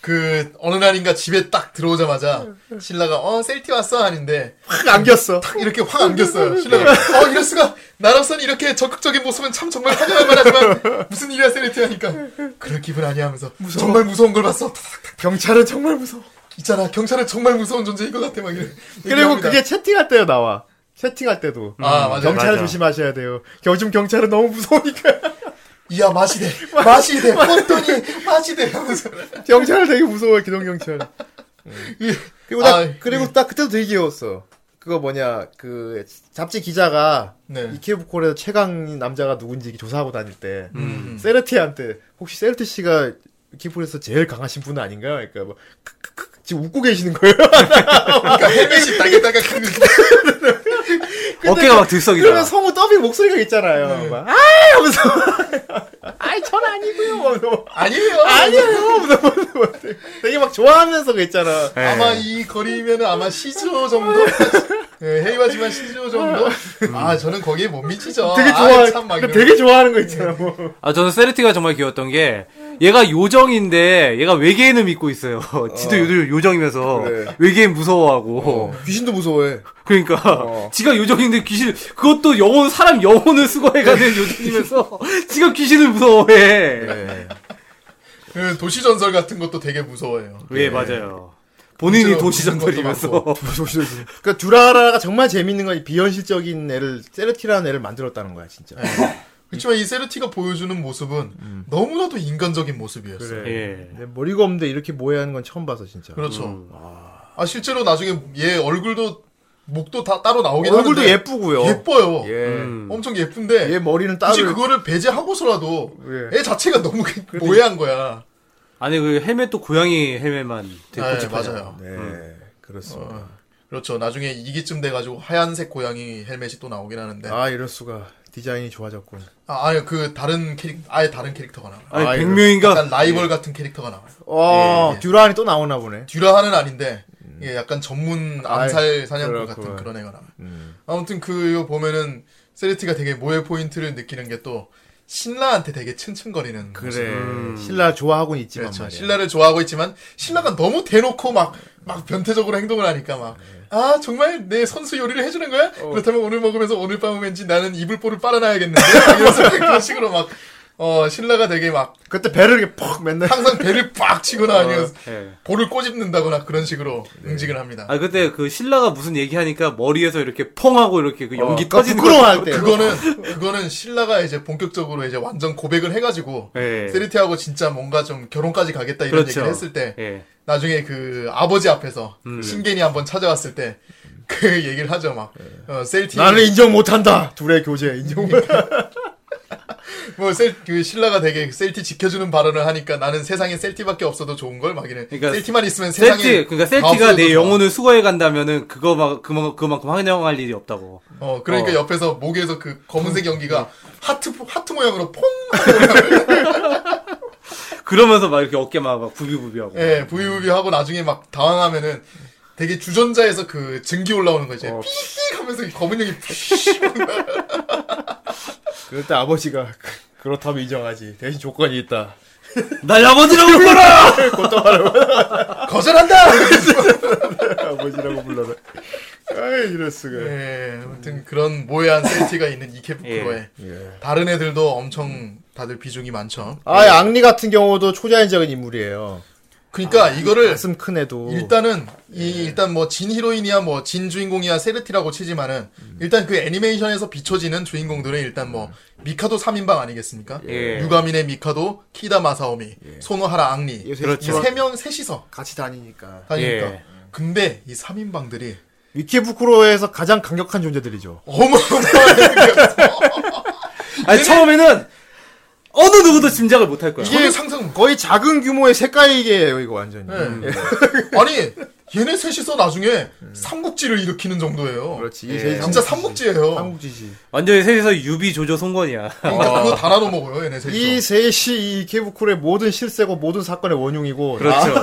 Speaker 4: 그 어느 날인가 집에 딱 들어오자마자 신라가 어 셀티 왔어 하는데
Speaker 1: 확 안겼어.
Speaker 4: 탁 이렇게 확 안겼어요. 신라가 어 이럴 수가 나로선 이렇게 적극적인 모습은 참 정말 환영할 만하지만 무슨 일이야 세리티 하니까 그럴 기분 아니야 하면서 정말 무서운 걸 봤어. 탁탁탁.
Speaker 1: 경찰은 정말 무서워.
Speaker 4: 있잖아 경찰은 정말 무서운 존재인 것 같아 막 이래.
Speaker 1: 그리고 그게 채팅할 때도 나와. 채팅할 때도. 음.
Speaker 4: 아 맞아.
Speaker 1: 경찰을
Speaker 2: 맞아.
Speaker 1: 조심하셔야 돼요. 요즘 경찰은 너무 무서우니까.
Speaker 4: 이야 마시대 마시대 혼돈이 마시대 하면서
Speaker 1: 경찰 되게 무서워요 기동 경찰. 그리고 나
Speaker 4: 아,
Speaker 1: 그리고 딱 그때도 되게 귀여웠어. 그거 뭐냐 그 잡지 기자가
Speaker 4: 네.
Speaker 1: 이케부코에서 최강 남자가 누군지 조사하고 다닐 때
Speaker 4: 음.
Speaker 1: 세르티한테 혹시 세르티 씨가 이케부코에서 제일 강하신 분은 아닌가요? 그러니까 뭐 크크크 지금 웃고 계시는 거예요.
Speaker 4: 그러니까 헬멧이 그 따개따개 큰
Speaker 2: 어깨가 막 들썩이다.
Speaker 1: 그러면 성우 더빙 목소리가
Speaker 4: 네.
Speaker 1: 있잖아요. 막, 아이 하면서 아이 전 아니고요. 하면서 막,
Speaker 4: 아니에요
Speaker 1: 아니에요. 하면서 막 되게 막 좋아하면서 그 있잖아.
Speaker 4: 아마 이 거리면은 아마 시조 정도 예, 헤이와지만 시조 정도 아 저는 거기에 못 미치죠
Speaker 1: 음. 되게
Speaker 4: 아,
Speaker 1: 좋아.
Speaker 4: 참
Speaker 1: 그러니까
Speaker 4: 막 이러면서.
Speaker 1: 되게 좋아하는 거 있잖아. 뭐.
Speaker 2: 아, 저는 세르티가 정말 귀여웠던 게, 얘가 요정인데, 얘가 외계인을 믿고 있어요. 지도 요- 요정이면서,
Speaker 1: 그래.
Speaker 2: 외계인
Speaker 1: 어.
Speaker 2: 무서워하고.
Speaker 4: 어.
Speaker 1: 귀신도 무서워해.
Speaker 2: 그러니까, 지가 요정인데 귀신, 그것도 영혼, 사람 영혼을
Speaker 4: 네.
Speaker 2: 수거해가는 요정이면서, 지가 귀신을 무서워해.
Speaker 4: 네. 그 도시 전설 같은 것도 되게 무서워해요
Speaker 2: 예, 맞아요. 본인이
Speaker 4: 진짜로
Speaker 2: 도시전설이면서.
Speaker 4: 무서운
Speaker 1: 그러니까 듀라라가 정말 재밌는 건 이 비현실적인 애를 세르티라는 애를 만들었다는 거야 진짜.
Speaker 4: 네. 그렇지만 이 세르티가 보여주는 모습은
Speaker 1: 음.
Speaker 4: 너무나도 인간적인 모습이었어요
Speaker 2: 예.
Speaker 1: 근데 머리가 없는데 이렇게 모해하는 건 처음 봐서 진짜.
Speaker 4: 그렇죠 아 실제로 나중에 얘 얼굴도 목도 다 따로 나오긴
Speaker 1: 얼굴도
Speaker 4: 하는데
Speaker 1: 예쁘고요.
Speaker 4: 예뻐요
Speaker 1: 예.
Speaker 2: 음.
Speaker 4: 엄청 예쁜데
Speaker 1: 얘 머리는 따로.
Speaker 4: 굳이 그거를 배제하고서라도
Speaker 1: 예. 그러니까
Speaker 4: 애 자체가 너무 모해한 거야.
Speaker 2: 아니, 그 헬멧도 고양이 헬멧만 되게
Speaker 4: 네,
Speaker 2: 꽂힙하잖아.
Speaker 4: 맞아요.
Speaker 1: 네, 그렇습니다.
Speaker 4: 어. 그렇죠. 나중에 이기쯤 돼가지고 하얀색 고양이 헬멧이 또 나오긴 하는데. 아,
Speaker 1: 아 이럴 수가 디자인이 좋아졌군.
Speaker 4: 아예 그 다른 캐릭, 아예 다른 캐릭터가 나와요.
Speaker 2: 아니,
Speaker 1: 아,
Speaker 2: 백명인가?
Speaker 4: 약간 라이벌 같은 캐릭터가 나와요.
Speaker 1: 어
Speaker 4: 예.
Speaker 1: 듀란이 또 나오나 보네.
Speaker 4: 듀라하는 아닌데, 예, 약간 전문
Speaker 1: 음.
Speaker 4: 암살
Speaker 1: 아이, 음.
Speaker 4: 사냥꾼
Speaker 1: 그렇구만.
Speaker 4: 같은 그런 애가 나와요. 아무튼 그거 보면은 세레티가 되게 모해 포인트를 느끼는 게 또 신라한테 되게 층층거리는 모습.
Speaker 1: 그래 신라 좋아하고 있지만
Speaker 4: 그렇죠.
Speaker 1: 말이야.
Speaker 4: 신라를 좋아하고 있지만 신라가 너무 대놓고 막 막 변태적으로 행동을 하니까 막
Speaker 1: 네.
Speaker 4: 아 정말 내 선수 요리를 해주는 거야?
Speaker 1: 어.
Speaker 4: 그렇다면 오늘 먹으면서 오늘 밤은 왠지 나는 이불보를 빨아놔야겠는데 막 이러면서 그런 식으로 막 어 신라가 되게 막
Speaker 1: 그때 배를 이렇게 퍽 맨날.
Speaker 4: 항상 배를 빡
Speaker 1: 어.
Speaker 4: 치거나 아니면
Speaker 2: 예.
Speaker 4: 볼을 꼬집는다거나 그런 식으로
Speaker 1: 네.
Speaker 4: 응징을 합니다.
Speaker 2: 아, 그때 그 신라가 무슨 얘기하니까 머리에서 이렇게 펑 하고 이렇게
Speaker 4: 어,
Speaker 2: 그
Speaker 4: 아,
Speaker 2: 연기
Speaker 1: 그러니까
Speaker 2: 터지는
Speaker 1: 부끄러워할 때.
Speaker 4: 그거는 그거는 신라가 이제 본격적으로 이제 완전 고백을 해가지고
Speaker 2: 예.
Speaker 4: 세리티하고 진짜 뭔가 좀 결혼까지 가겠다 이런
Speaker 2: 그렇죠.
Speaker 4: 얘기를 했을 때
Speaker 2: 예.
Speaker 4: 나중에 그 아버지 앞에서
Speaker 2: 음.
Speaker 4: 신겐이 한번 찾아왔을 때 그 얘기를 하죠 막 어, 셀티
Speaker 1: 나는 인정 못한다. 둘의 교제 인정. 못-
Speaker 4: 뭐셀그 신라가 되게 셀티 지켜주는 발언을 하니까 나는 세상에 셀티밖에 없어도 좋은 걸 막이는
Speaker 2: 그러니까
Speaker 4: 셀티만 있으면 세상에
Speaker 2: 셀티, 그러니까
Speaker 4: 다
Speaker 2: 셀티가
Speaker 4: 없어도
Speaker 2: 내
Speaker 4: 좋아.
Speaker 2: 영혼을 수거해 간다면은 그거 막 그만 그만큼 환영할 일이 없다고.
Speaker 4: 어 그러니까
Speaker 2: 어. 음.
Speaker 4: 옆에서 목에서 그 검은색 연기가 하트 하트 모양으로 퐁
Speaker 2: 그러면서 막 이렇게 어깨 막, 막 부비부비하고.
Speaker 4: 예, 부유부유하고 나중에 막 당황하면은 되게 주전자에서 그 증기 올라오는 거지 삐익 하면서 검은 연기 삐익
Speaker 1: 그럴 때 아버지가 그렇다면 인정하지. 대신 조건이 있다.
Speaker 2: 날 아버지라고 불러라.
Speaker 4: 거절한다
Speaker 1: 아버지라고 불러라. 아이 이럴 수가.
Speaker 4: 예, 아무튼 그런 모해한 셀티가 있는 이케부쿠로에 다른 애들도 엄청 다들 비중이 많죠.
Speaker 1: 예. 아, 이 앙리 같은 경우도 초자연적인 인물이에요.
Speaker 4: 그러니까 이거를
Speaker 1: 가슴 큰 애도.
Speaker 4: 일단은 이 일단 뭐 진 히로인이야 뭐 진 주인공이야 세르티라고 치지만은 일단 그 애니메이션에서 비춰지는 주인공들은 일단 뭐 미카도 3인방 아니겠습니까?
Speaker 2: 예.
Speaker 4: 유가민의 미카도, 키다 마사오미, 소노하라 앙리
Speaker 1: 예, 그렇죠.
Speaker 4: 이세명 셋이서
Speaker 1: 같이 다니니까.
Speaker 4: 다니니까.
Speaker 2: 예.
Speaker 4: 근데 이 3인방들이
Speaker 1: 위키부쿠로에서 가장 강력한 존재들이죠. 어,
Speaker 4: 어마어마하게
Speaker 2: 아니 처음에는 어느 누구도 짐작을 못 할 거야.
Speaker 4: 이게 상상
Speaker 1: 거의 작은 규모의 색깔이게요, 이거 완전히. 예.
Speaker 4: 네. 아니 얘네 셋이서 나중에 삼국지를 일으키는 정도예요.
Speaker 1: 그렇지.
Speaker 2: 예.
Speaker 1: 제일
Speaker 4: 진짜
Speaker 1: 삼국지지.
Speaker 4: 삼국지예요.
Speaker 1: 삼국지지.
Speaker 2: 완전히 셋이서 유비 조조 송건이야.
Speaker 4: 그러니까
Speaker 2: 아.
Speaker 4: 그거 다 나눠 먹어요 얘네 셋이서.
Speaker 1: 이 셋이 이 케부쿨의 모든 실세고 모든 사건의 원흉이고.
Speaker 2: 그렇죠.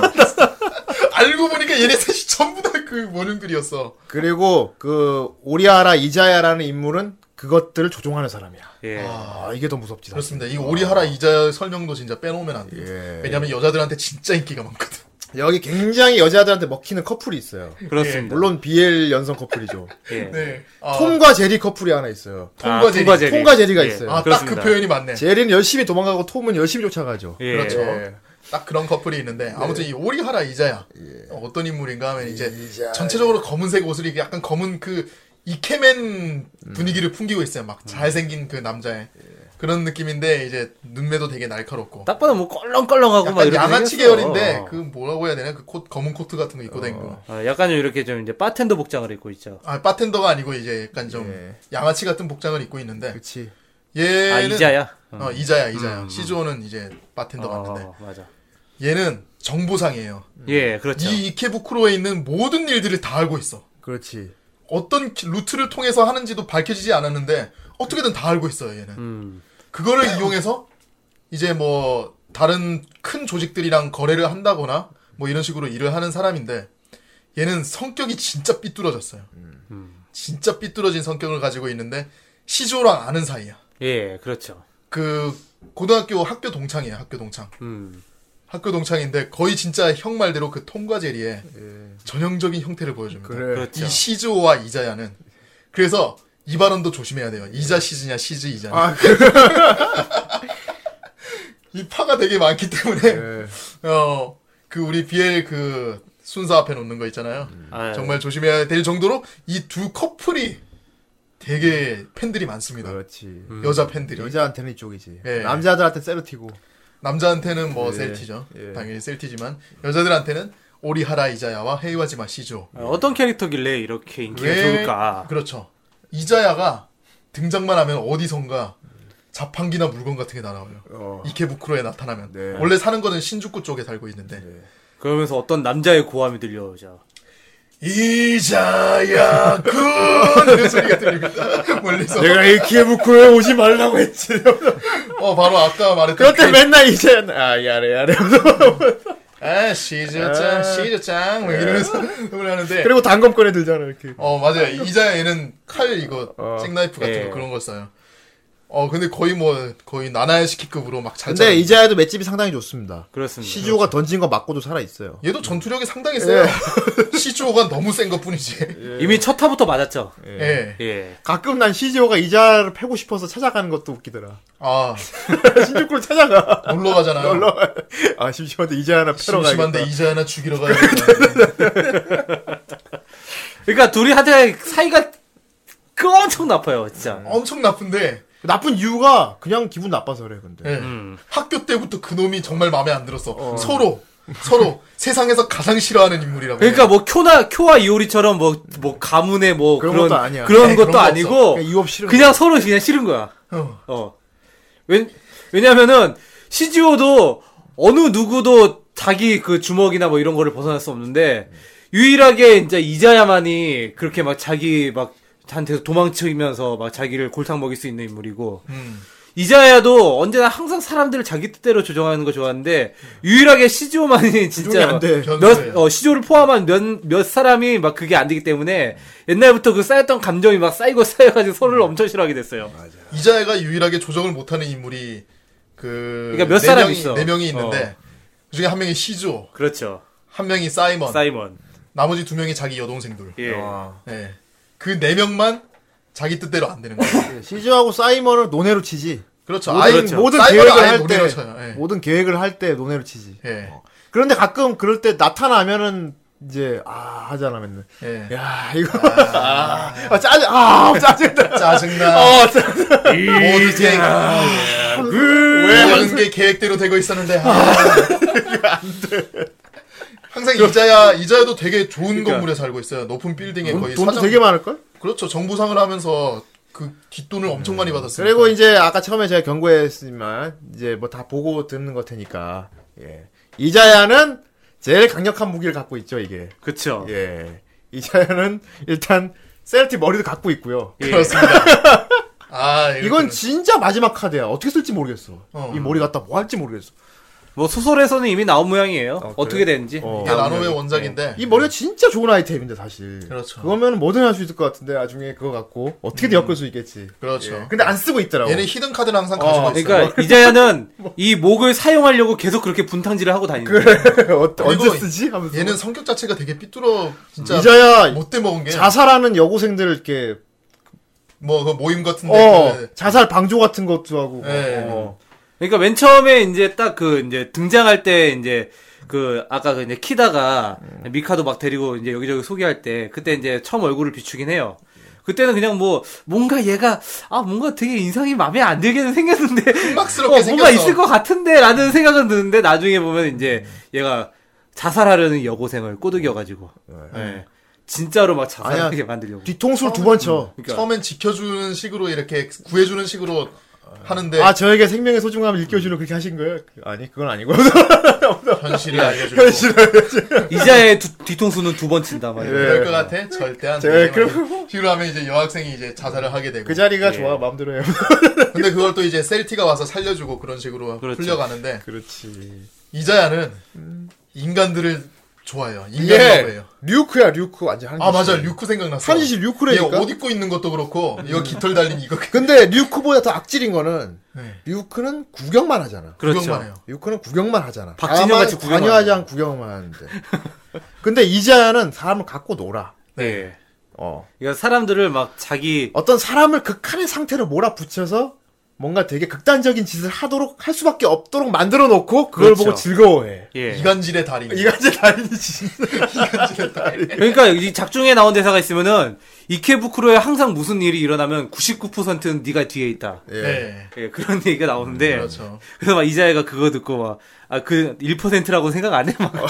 Speaker 4: 알고 보니까 얘네 셋이 전부 다 그 원흉들이었어.
Speaker 1: 그리고 그 오리아라 이자야라는 인물은 그것들을 조종하는 사람이야.
Speaker 2: 예.
Speaker 1: 아, 이게 더 무섭지. 사실.
Speaker 4: 그렇습니다. 이
Speaker 2: 아.
Speaker 4: 오리하라 이자 설명도 진짜 빼놓으면 안 돼요.
Speaker 1: 예.
Speaker 4: 왜냐면 여자들한테 진짜 인기가 많거든.
Speaker 1: 여기 굉장히 여자들한테 먹히는 커플이 있어요.
Speaker 2: 그렇습니다.
Speaker 1: 물론 BL 연성 커플이죠.
Speaker 2: 예.
Speaker 4: 네. 아,
Speaker 1: 톰과 제리 커플이 하나 있어요.
Speaker 4: 톰과
Speaker 2: 아,
Speaker 4: 제리.
Speaker 2: 제리.
Speaker 1: 톰과 제리가 있어요.
Speaker 4: 아, 딱 그
Speaker 2: 그렇습니다.
Speaker 4: 표현이 맞네.
Speaker 1: 제리는 열심히 도망가고 톰은 열심히 쫓아가죠.
Speaker 2: 예.
Speaker 4: 그렇죠. 딱 그런 커플이 있는데 아무튼 이 오리하라 이자야 어, 어떤 인물인가 하면 이제 전체적으로 검은색 옷을 입고 약간 검은 그 이케맨 분위기를 풍기고 있어요. 막 잘생긴 그 남자의 그런 느낌인데 이제 눈매도 되게 날카롭고
Speaker 2: 딱 봐도 뭐 껄렁껄렁하고 막
Speaker 4: 약간
Speaker 2: 이런
Speaker 4: 양아치 계열인데 그 뭐라고 해야 되나 그 콧, 검은 코트 같은 거 입고 다니고
Speaker 2: 어. 아, 약간 좀 이렇게 좀 이제 바텐더 복장을 입고 있죠.
Speaker 4: 아 바텐더가 아니고 이제 약간 좀
Speaker 1: 예.
Speaker 4: 양아치 같은 복장을 입고 있는데
Speaker 1: 그치.
Speaker 4: 얘는
Speaker 2: 아 이자야. 어,
Speaker 4: 어 이자야 이자야 시조는 이제 바텐더
Speaker 2: 어,
Speaker 4: 맞는데
Speaker 2: 맞아.
Speaker 4: 얘는 정보상이에요
Speaker 2: 예, 그렇죠.
Speaker 4: 음. 이 이케부쿠로에 있는 모든 일들을 다 알고 있어
Speaker 1: 그렇지.
Speaker 4: 어떤 기- 루트를 통해서 하는지도 밝혀지지 않았는데 어떻게든 다 알고 있어요 얘는
Speaker 2: 음,
Speaker 4: 그거를 이용해서 이제 뭐 다른 큰 조직들이랑 거래를 한다거나 뭐 이런 식으로 일을 하는 사람인데 얘는 성격이 진짜 삐뚤어졌어요.
Speaker 2: 음.
Speaker 4: 진짜 삐뚤어진 성격을 가지고 있는데 시조랑 아는 사이야.
Speaker 2: 예, 그렇죠.
Speaker 4: 그 고등학교 학교 동창이에요. 학교 동창.
Speaker 2: 음,
Speaker 4: 학교 동창인데 거의 진짜 형 말대로 그 톰과 제리의 전형적인 형태를 보여줍니다.
Speaker 1: 예. 그래.
Speaker 2: 그렇죠.
Speaker 4: 이 시조와 이자야는 그래서 이 발언도 조심해야 돼요. 이자 시즈냐 시즈 이자냐.
Speaker 1: 아, 그래.
Speaker 4: 이 파가 되게 많기
Speaker 1: 예.
Speaker 4: 때문에 어 그 우리 BL 그 순서 앞에 놓는 거 있잖아요.
Speaker 1: 음.
Speaker 2: 아,
Speaker 4: 정말 조심해야 될 정도로 이 두 커플이 되게 팬들이 많습니다.
Speaker 1: 그렇지.
Speaker 4: 여자 팬들이
Speaker 1: 음. 여자한테는 이쪽이지.
Speaker 4: 예.
Speaker 1: 남자들한테 세르티고.
Speaker 4: 남자한테는 뭐
Speaker 1: 예.
Speaker 4: 셀티죠.
Speaker 1: 예.
Speaker 4: 당연히 셀티지만 여자들한테는 오리하라 이자야와 헤이와지마 시조.
Speaker 2: 아, 어떤 캐릭터길래 이렇게 인기가 좋을까?
Speaker 4: 그렇죠. 이자야가 등장만 하면 어디선가 자판기나 물건 같은 게 날아와요.
Speaker 1: 어.
Speaker 4: 이케부쿠로에 나타나면
Speaker 1: 네.
Speaker 4: 원래 사는 거는 신주쿠 쪽에 살고 있는데
Speaker 2: 그러면서 어떤 남자의 고함이 들려오죠.
Speaker 4: 이자야 군 이런 소리가 들립니다 멀리서
Speaker 1: 내가 이 키에부쿠에 오지 말라고 했지.
Speaker 4: 어 바로 아까 말했던
Speaker 1: 그때 맨날 이제 아 야래 야래.
Speaker 4: 아 시즈짱
Speaker 1: 아. 네.
Speaker 4: 시즈짱 뭐 이러면서 흥을 하는데
Speaker 1: 그리고 단검 꺼내 들잖아 이렇게.
Speaker 4: 어 맞아요 이자야 얘는 칼 이거
Speaker 1: 어.
Speaker 4: 잭나이프 같은
Speaker 2: 예.
Speaker 4: 거 그런 걸 써요 어 근데 거의 뭐 거의 나나야시키급으로 막잘
Speaker 1: 근데 이자야도 맷집이 상당히 좋습니다.
Speaker 2: 그렇습니다.
Speaker 1: 시조가 던진 거 맞고도 살아 있어요.
Speaker 4: 얘도 전투력이 상당히 세요 시조가 너무 센 것 뿐이지
Speaker 2: 이미 첫 타부터 맞았죠.
Speaker 4: 예.
Speaker 2: 예.
Speaker 1: 가끔 난 시조가 이자를 패고 싶어서 찾아가는 것도 웃기더라.
Speaker 4: 아
Speaker 1: 신주쿠를 찾아가.
Speaker 4: 놀러 가잖아요
Speaker 1: 아 심심한데 이자 하나 패러 가야겠다.
Speaker 4: 심심한데 이자 하나 죽이러 가야겠다
Speaker 2: 그러니까 둘이 하여튼 사이가 그 엄청 나빠요, 진짜.
Speaker 1: 어.
Speaker 4: 엄청 나쁜데
Speaker 1: 나쁜 이유가 그냥 기분 나빠서 그래 근데.
Speaker 4: 예.
Speaker 2: 음.
Speaker 4: 학교 때부터 그놈이 정말 마음에 안 들었어. 서로 서로 세상에서 가장 싫어하는 인물이라고.
Speaker 2: 그러니까 뭐 쿄나 쿄와 이오리처럼 뭐 뭐 가문의 뭐
Speaker 1: 그런
Speaker 2: 그런
Speaker 1: 것도 아니야.
Speaker 2: 그런
Speaker 4: 네,
Speaker 2: 것도
Speaker 4: 그런 거
Speaker 2: 아니고
Speaker 1: 그냥 이유 없이 싫은
Speaker 2: 그냥 서로 그냥 싫은 거야.
Speaker 4: 어.
Speaker 2: 어. 왜, 왜냐면은, CGO도 어느 누구도 자기 그 주먹이나 뭐 이런 거를 벗어날 수 없는데, 유일하게 이제 이자야만이 그렇게 막 자기 막, 한테서 도망치면서 막 자기를 골탕 먹일 수 있는 인물이고,
Speaker 4: 음.
Speaker 2: 이자야도 언제나 항상 사람들을 자기 뜻대로 조정하는 거 좋아하는데, 유일하게 CGO만이 진짜.
Speaker 1: 안 돼.
Speaker 4: 변수예요.
Speaker 2: 몇, 어, 시조를 포함한 몇, 몇 사람이 막 그게 안 되기 때문에 옛날부터 그 쌓였던 감정이 막 쌓이고 쌓여가지고 서로를 엄청 싫어하게 됐어요.
Speaker 4: 이자애가 유일하게 조정을 못하는 인물이 그
Speaker 2: 그러니까 몇
Speaker 4: 네
Speaker 2: 사람
Speaker 4: 명이-
Speaker 2: 있어.
Speaker 4: 네 명이 있는데 그 중에 한 명이 시조,
Speaker 2: 그렇죠.
Speaker 4: 한 명이 사이먼,
Speaker 2: 사이먼.
Speaker 4: 나머지 두 명이 자기 여동생들.
Speaker 2: 예.
Speaker 4: 예. 그 네 명만 자기 뜻대로 안 되는 거예요.
Speaker 1: 시조하고 사이먼을 논외로 치지.
Speaker 4: 그렇죠.
Speaker 1: 모든,
Speaker 4: 아예
Speaker 1: 모든
Speaker 4: 사이먼은
Speaker 1: 계획을
Speaker 4: 아예
Speaker 1: 할 때,
Speaker 4: 논외로 쳐요. 예.
Speaker 1: 모든 계획을 할 때 논외로 치지.
Speaker 4: 예.
Speaker 1: 그런데 가끔 그럴 때 나타나면은 이제 아 하잖아 맨날.
Speaker 4: 예.
Speaker 1: 야 이거 아, 아, 짜증 아 짜증나.
Speaker 4: 짜증나.
Speaker 1: 어 짜증.
Speaker 4: 모두 제
Speaker 1: 왜
Speaker 4: 모든 게 계획대로 되고 있었는데 아, 항상 이자야 이자야도 되게 좋은 건물에 살고 있어요. 높은 빌딩에 거의
Speaker 1: 돈도
Speaker 4: 사장
Speaker 1: 되게 많을 걸?
Speaker 4: 그렇죠. 정부상을 하면서 그 뒷돈을 엄청 많이
Speaker 1: 음.
Speaker 4: 받았어요.
Speaker 1: 그리고 이제 아까 처음에 제가 경고했지만 이제 뭐 다 보고 듣는 것 테니까 예. 이자야는 제일 강력한 무기를 갖고 있죠 이게
Speaker 2: 그쵸. 예.
Speaker 1: 예 이자야는 일단 세르티 머리도 갖고 있고요
Speaker 4: 예, 그렇습니다. 아
Speaker 1: 이건
Speaker 4: 이건
Speaker 1: 진짜 마지막 카드야 어떻게 쓸지 모르겠어
Speaker 4: 어.
Speaker 1: 이 머리 갖다 뭐 할지 모르겠어
Speaker 2: 뭐 소설에서는 이미 나온 모양이에요.
Speaker 1: 그래요?
Speaker 2: 어, 떻게 되는지.
Speaker 1: 어.
Speaker 4: 이게 나노의 원작인데
Speaker 1: 이 머리가 진짜 좋은 아이템인데 사실
Speaker 4: 네. 그렇죠.
Speaker 1: 그거면 뭐든 할 수 있을 것 같은데 나중에 그거 갖고 어떻게든 엮을 수 있겠지
Speaker 4: 그렇죠.
Speaker 1: 예. 근데 안 쓰고 있더라고
Speaker 4: 얘는 히든 카드를 항상 가지고
Speaker 1: 어,
Speaker 4: 있어요.
Speaker 2: 그러니까 이자야는 이 목을 사용하려고 계속 그렇게 분탕질을 하고 다니는 거예요.
Speaker 1: 어, 언제
Speaker 4: 그리고
Speaker 1: 쓰지? 하면서
Speaker 4: 얘는 성격 자체가 되게 삐뚤어
Speaker 1: 그러니까
Speaker 4: 진짜
Speaker 1: 이자야
Speaker 4: 못돼 먹은
Speaker 1: 자살하는 여고생들을 이렇게
Speaker 4: 게 뭐 그 모임 같은데
Speaker 1: 어,
Speaker 4: 그-
Speaker 1: 자살 방조 같은 것도 하고.
Speaker 4: 예.
Speaker 1: 어.
Speaker 2: 그러니까 맨 처음에 이제 딱 그 이제 등장할 때 이제 그 아까 그 이제 키다가 미카도 막 데리고 이제 여기저기 소개할 때 그때 이제 처음 얼굴을 비추긴 해요. 그때는 그냥 뭐 뭔가 얘가 아 뭔가 되게 인상이 마음에 안 들게는 생겼는데
Speaker 4: 흑막스럽게
Speaker 2: 뭔가
Speaker 4: 생겼어.
Speaker 2: 있을 것 같은데라는 생각은 드는데 나중에 보면 이제 얘가 자살하려는 여고생을 꼬드겨가지고
Speaker 4: 네.
Speaker 2: 예. 진짜로 막 자살하게
Speaker 1: 아니야.
Speaker 2: 만들려고
Speaker 1: 뒤통수를 두 번 쳐.
Speaker 2: 그러니까
Speaker 4: 처음엔 지켜주는 식으로 이렇게 구해주는 식으로 하는데
Speaker 1: 아 저에게 생명의 소중함을 일깨워주려 그렇게 하신 거예요? 아니 그건 아니고 예,
Speaker 4: 현실을 알려주고
Speaker 2: 이자의 두- 뒤통수는 두 번 친다 말이야
Speaker 4: 그럴 것 같아? 절대 안
Speaker 1: 제가
Speaker 4: 돼.
Speaker 1: 그럼-
Speaker 4: 뒤로 하면 이제 여학생이 이제 자살을 하게 되고.
Speaker 1: 그 자리가 좋아 마음대로 해요.
Speaker 4: 근데 그걸 또 이제 셀티가 와서 살려주고 그런 식으로
Speaker 2: 그렇죠.
Speaker 4: 풀려가는데
Speaker 1: 그렇지.
Speaker 4: 이자야는 인간들을 좋아해요.
Speaker 1: 이게
Speaker 4: 인간lov예요.
Speaker 1: 류크야 류크 완전 한국.
Speaker 4: 아 맞아 류크 예, 생각났어.
Speaker 1: 한시 류크라니까. 음.
Speaker 4: 얘옷 입고 있는 것도 그렇고 이거 깃털 달린 이거
Speaker 1: 근데 류크보다 더 악질인 거는
Speaker 4: 네.
Speaker 1: 류크는 구경만 하잖아.
Speaker 2: 그렇죠.
Speaker 4: 구경만 해요.
Speaker 1: 류크는 구경만 하잖아.
Speaker 2: 박진영
Speaker 1: 다만
Speaker 2: 같이 구경만
Speaker 1: 관여하지
Speaker 2: 하잖아.
Speaker 1: 않고 구경만 하는데. 근데 이자야는 사람을 갖고 놀아.
Speaker 2: 네.
Speaker 1: 어.
Speaker 2: 그러니까 사람들을 막 자기
Speaker 1: 어떤 사람을 극한의 상태로 몰아붙여서 뭔가 되게 극단적인 짓을 하도록 할 수밖에 없도록 만들어 놓고 그걸
Speaker 2: 그렇죠.
Speaker 1: 보고 즐거워해.
Speaker 2: 예.
Speaker 4: 이간질의 달인.
Speaker 1: 이거 이제 다행이지.
Speaker 4: 이간질의 달인.
Speaker 2: 그러니까 이 작중에 나온 대사가 있으면은 이케부쿠로에 항상 무슨 일이 일어나면 99%는 네가 뒤에 있다.
Speaker 1: 예.
Speaker 4: 네.
Speaker 2: 예, 그런 얘기가 나오는데
Speaker 1: 음,
Speaker 4: 그렇죠.
Speaker 2: 그래서 막 이자애가 그거 듣고 막아그 1%라고 생각 안 해 막.
Speaker 1: 어,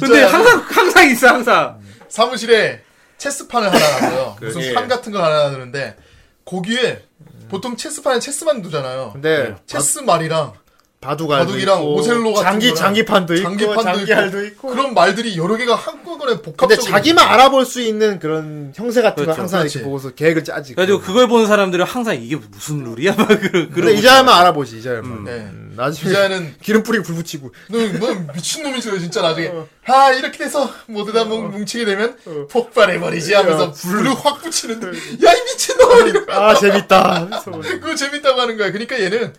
Speaker 2: 근데
Speaker 4: 이자야는
Speaker 2: 항상 항상 있어 항상.
Speaker 1: 음.
Speaker 4: 사무실에 체스판을 하나 놔둬요.
Speaker 1: 예.
Speaker 4: 무슨 판 같은 걸 하나 놔두는데 거기에 보통 체스판에 체스만 두잖아요.
Speaker 1: 근데
Speaker 4: 체스 말이랑
Speaker 1: 바둑
Speaker 4: 바둑이랑 오셀로 같은
Speaker 1: 장기
Speaker 4: 거랑
Speaker 1: 장기판도 있고
Speaker 4: 장기판도
Speaker 1: 장기알도 있고.
Speaker 4: 그런 말들이 여러 개가 한꺼번에 복합적으로
Speaker 1: 근데 자기만 알아볼 수 있는 그런 형세 같은 걸
Speaker 2: 그렇죠.
Speaker 1: 항상
Speaker 4: 그렇지.
Speaker 1: 이렇게 보고서 계획을 짜지.
Speaker 2: 그래가지고 그걸 보는 사람들은 항상 이게 무슨 룰이야 막 그런
Speaker 1: 근데
Speaker 2: 그런.
Speaker 1: 이자야만 알아보지 이자야만.
Speaker 4: 네.
Speaker 1: 음, 나중에
Speaker 4: 기자는
Speaker 1: 기름 뿌리고 불 붙이고
Speaker 4: 너너 뭐 미친놈이죠 진짜 나중에
Speaker 1: 어.
Speaker 4: 아 이렇게 돼서 모두 다 뭉- 뭉치게 되면 폭발해버리지 하면서 불을 확 붙이는데 야 이 미친놈 이러고
Speaker 1: 어. 아 재밌다. 그래서
Speaker 4: 그거 재밌다고 하는 거야 그러니까 얘는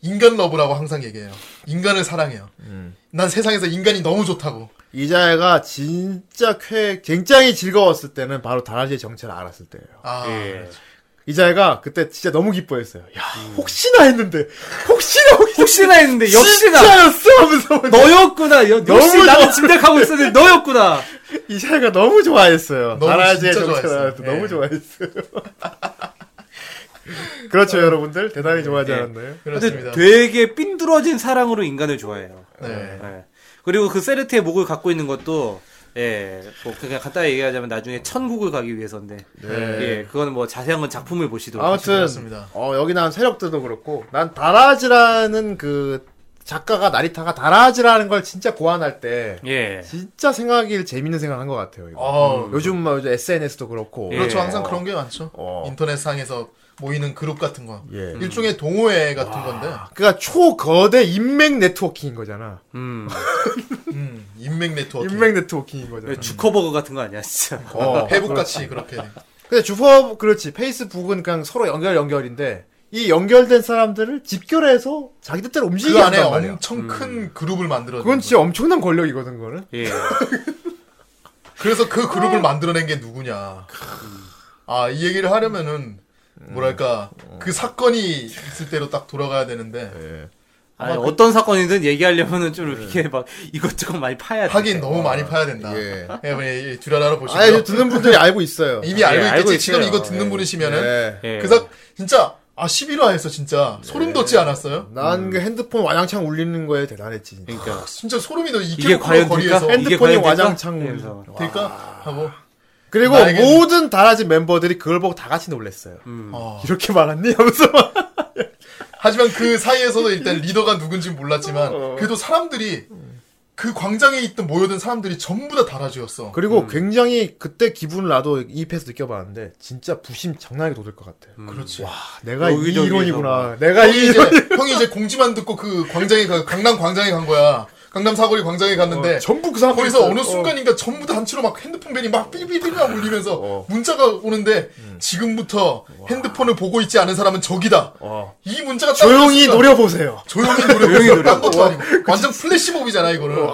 Speaker 4: 인간 러브라고 항상 얘기해요 인간을 사랑해요
Speaker 1: 음.
Speaker 4: 난 세상에서 인간이 너무 좋다고
Speaker 1: 이자야가 진짜 쾌 굉장히 즐거웠을 때는 바로 다라지의 정체를 알았을 때예요.
Speaker 4: 아
Speaker 2: 예.
Speaker 1: 이자애가 그때 진짜 너무 기뻐했어요. 야, 혹시나 했는데, 혹시나, 혹시나.
Speaker 2: 혹시나 했는데 역시나
Speaker 1: 진짜였어! 하면서. 막
Speaker 2: 너였구나. 여,
Speaker 1: 너무
Speaker 2: 역시
Speaker 1: 좋아.
Speaker 2: 나는 짐작하고 있었는데 너였구나.
Speaker 1: 이자애가 너무 좋아했어요.
Speaker 4: 너무
Speaker 1: 나라지의
Speaker 4: 진짜
Speaker 1: 정체를
Speaker 4: 좋아했어요.
Speaker 1: 알았을 때
Speaker 4: 예.
Speaker 1: 너무 좋아했어요. 그렇죠, 여러분들. 대단히 좋아하지
Speaker 2: 예.
Speaker 1: 않았나요?
Speaker 4: 어. 그렇습니다
Speaker 2: 되게 삔뚫어진 사랑으로 인간을 좋아해요.
Speaker 4: 네.
Speaker 2: 예. 그리고 그 세르트의 목을 갖고 있는 것도 예, 뭐 그냥 간단히 얘기하자면 나중에 천국을 가기 위해서인데 예, 그거는 뭐 자세한 건 작품을 보시도록
Speaker 1: 아무튼,
Speaker 4: 그렇습니다.
Speaker 1: 어, 여기 나온 세력들도 그렇고, 난 다라지라는 그, 작가가, 나리타가 다라지라는 걸 진짜 고안할 때,
Speaker 2: 하시고. 예.
Speaker 1: 진짜 생각이 재밌는 생각을 한 것 같아요, 이거.
Speaker 4: 어,
Speaker 1: 요즘 뭐, 요즘 SNS도 그렇고.
Speaker 2: 예.
Speaker 4: 그렇죠 항상 그런 게 많죠
Speaker 1: 어.
Speaker 4: 인터넷상에서 모이는 그룹 같은 거
Speaker 1: 예.
Speaker 4: 일종의 동호회 같은 건데
Speaker 1: 그러니까 초거대 인맥 네트워킹인 거잖아.
Speaker 2: 음.
Speaker 4: 음, 인맥 네트워킹
Speaker 1: 인맥 네트워킹인 거잖아.
Speaker 2: 주커버거 같은 거 아니야, 진짜.
Speaker 1: 어.
Speaker 4: 회복같이 그렇게
Speaker 1: 근데 주퍼 그렇지 페이스북은 그냥 서로 연결 연결인데 이 연결된 사람들을 집결해서 자기들대로
Speaker 4: 그
Speaker 1: 움직이게
Speaker 4: 안에
Speaker 1: 한단 말이야. 음.
Speaker 4: 엄청 큰 그룹을 만들어.
Speaker 1: 그건 진짜 엄청난 권력이거든 그거는.
Speaker 2: 예.
Speaker 4: 그래서 그
Speaker 2: 아.
Speaker 4: 그룹을 만들어낸 게 누구냐. 아, 이 얘기를 하려면은, 뭐랄까, 그 사건이 있을 때로 딱 돌아가야 되는데,
Speaker 2: 아니, 어떤 사건이든 얘기하려면은 좀 이렇게 막 이것저것 많이 파야 돼.
Speaker 4: 하긴 너무 많이 파야 된다. 예.
Speaker 1: 예.
Speaker 4: 예, 듀라라로 보시고.
Speaker 1: 아예 듣는 분들이 알고 있어요.
Speaker 4: 이미
Speaker 2: 예,
Speaker 4: 알고 있겠지.
Speaker 2: 알고
Speaker 4: 지금
Speaker 2: 있어요.
Speaker 4: 이거 듣는
Speaker 2: 예.
Speaker 4: 분이시면은.
Speaker 1: 예.
Speaker 2: 예.
Speaker 4: 그래서, 진짜, 아, 11화에서 진짜 소름 돋지 않았어요?
Speaker 1: 난 그 핸드폰 와장창 울리는 거에 대단했지. 진짜.
Speaker 2: 그러니까
Speaker 4: 진짜 소름이 돋,
Speaker 2: 이게
Speaker 4: 이게
Speaker 2: 과연
Speaker 4: 거리에서.
Speaker 2: 될까? 이게
Speaker 1: 핸드폰이
Speaker 2: 과연 될까? 예,
Speaker 1: 와장창
Speaker 2: 이러면서.
Speaker 1: 울리는 거.
Speaker 4: 될까? 하고,
Speaker 1: 그리고
Speaker 4: 나에겐-
Speaker 1: 모든 다라진 멤버들이 그걸 보고 다 같이 놀랬어요.
Speaker 4: 어.
Speaker 1: 이렇게 말았니? 하면서 막
Speaker 4: 하지만 그 사이에서도 일단 리더가 누군지 몰랐지만 그래도 사람들이 그 광장에 있던 모여든 사람들이 전부 다 달아주었어.
Speaker 1: 그리고 굉장히 그때 기분을 나도 이입해서 느껴봤는데 진짜 부심 장난하게 돋을 것 같아요.
Speaker 4: 그렇지.
Speaker 1: 와 내가 이
Speaker 2: 여기저기에서
Speaker 1: 이론이구나. 내가 이
Speaker 4: 형이 이제
Speaker 1: 이론
Speaker 4: 형이 이제 공지만 듣고 그 광장에 가 강남 광장에 간 거야. 강남 사거리 광장에 갔는데
Speaker 1: 전부 그 사람
Speaker 4: 거기서 어느 순간인가 전부 다 단체로 막 핸드폰 벨이 막 삐리삐리랑 울리면서
Speaker 1: 어. 음.
Speaker 4: 문자가 오는데 지금부터 핸드폰을 보고 있지 않은 사람은 적이다. 이 문자가 딱
Speaker 1: 어. 조용히
Speaker 4: 울렸으니까
Speaker 1: 노려보세요.
Speaker 4: 조용히 노려 조용히 노려 딴 것도 아니고 완전 플래시몹이잖아 이거는.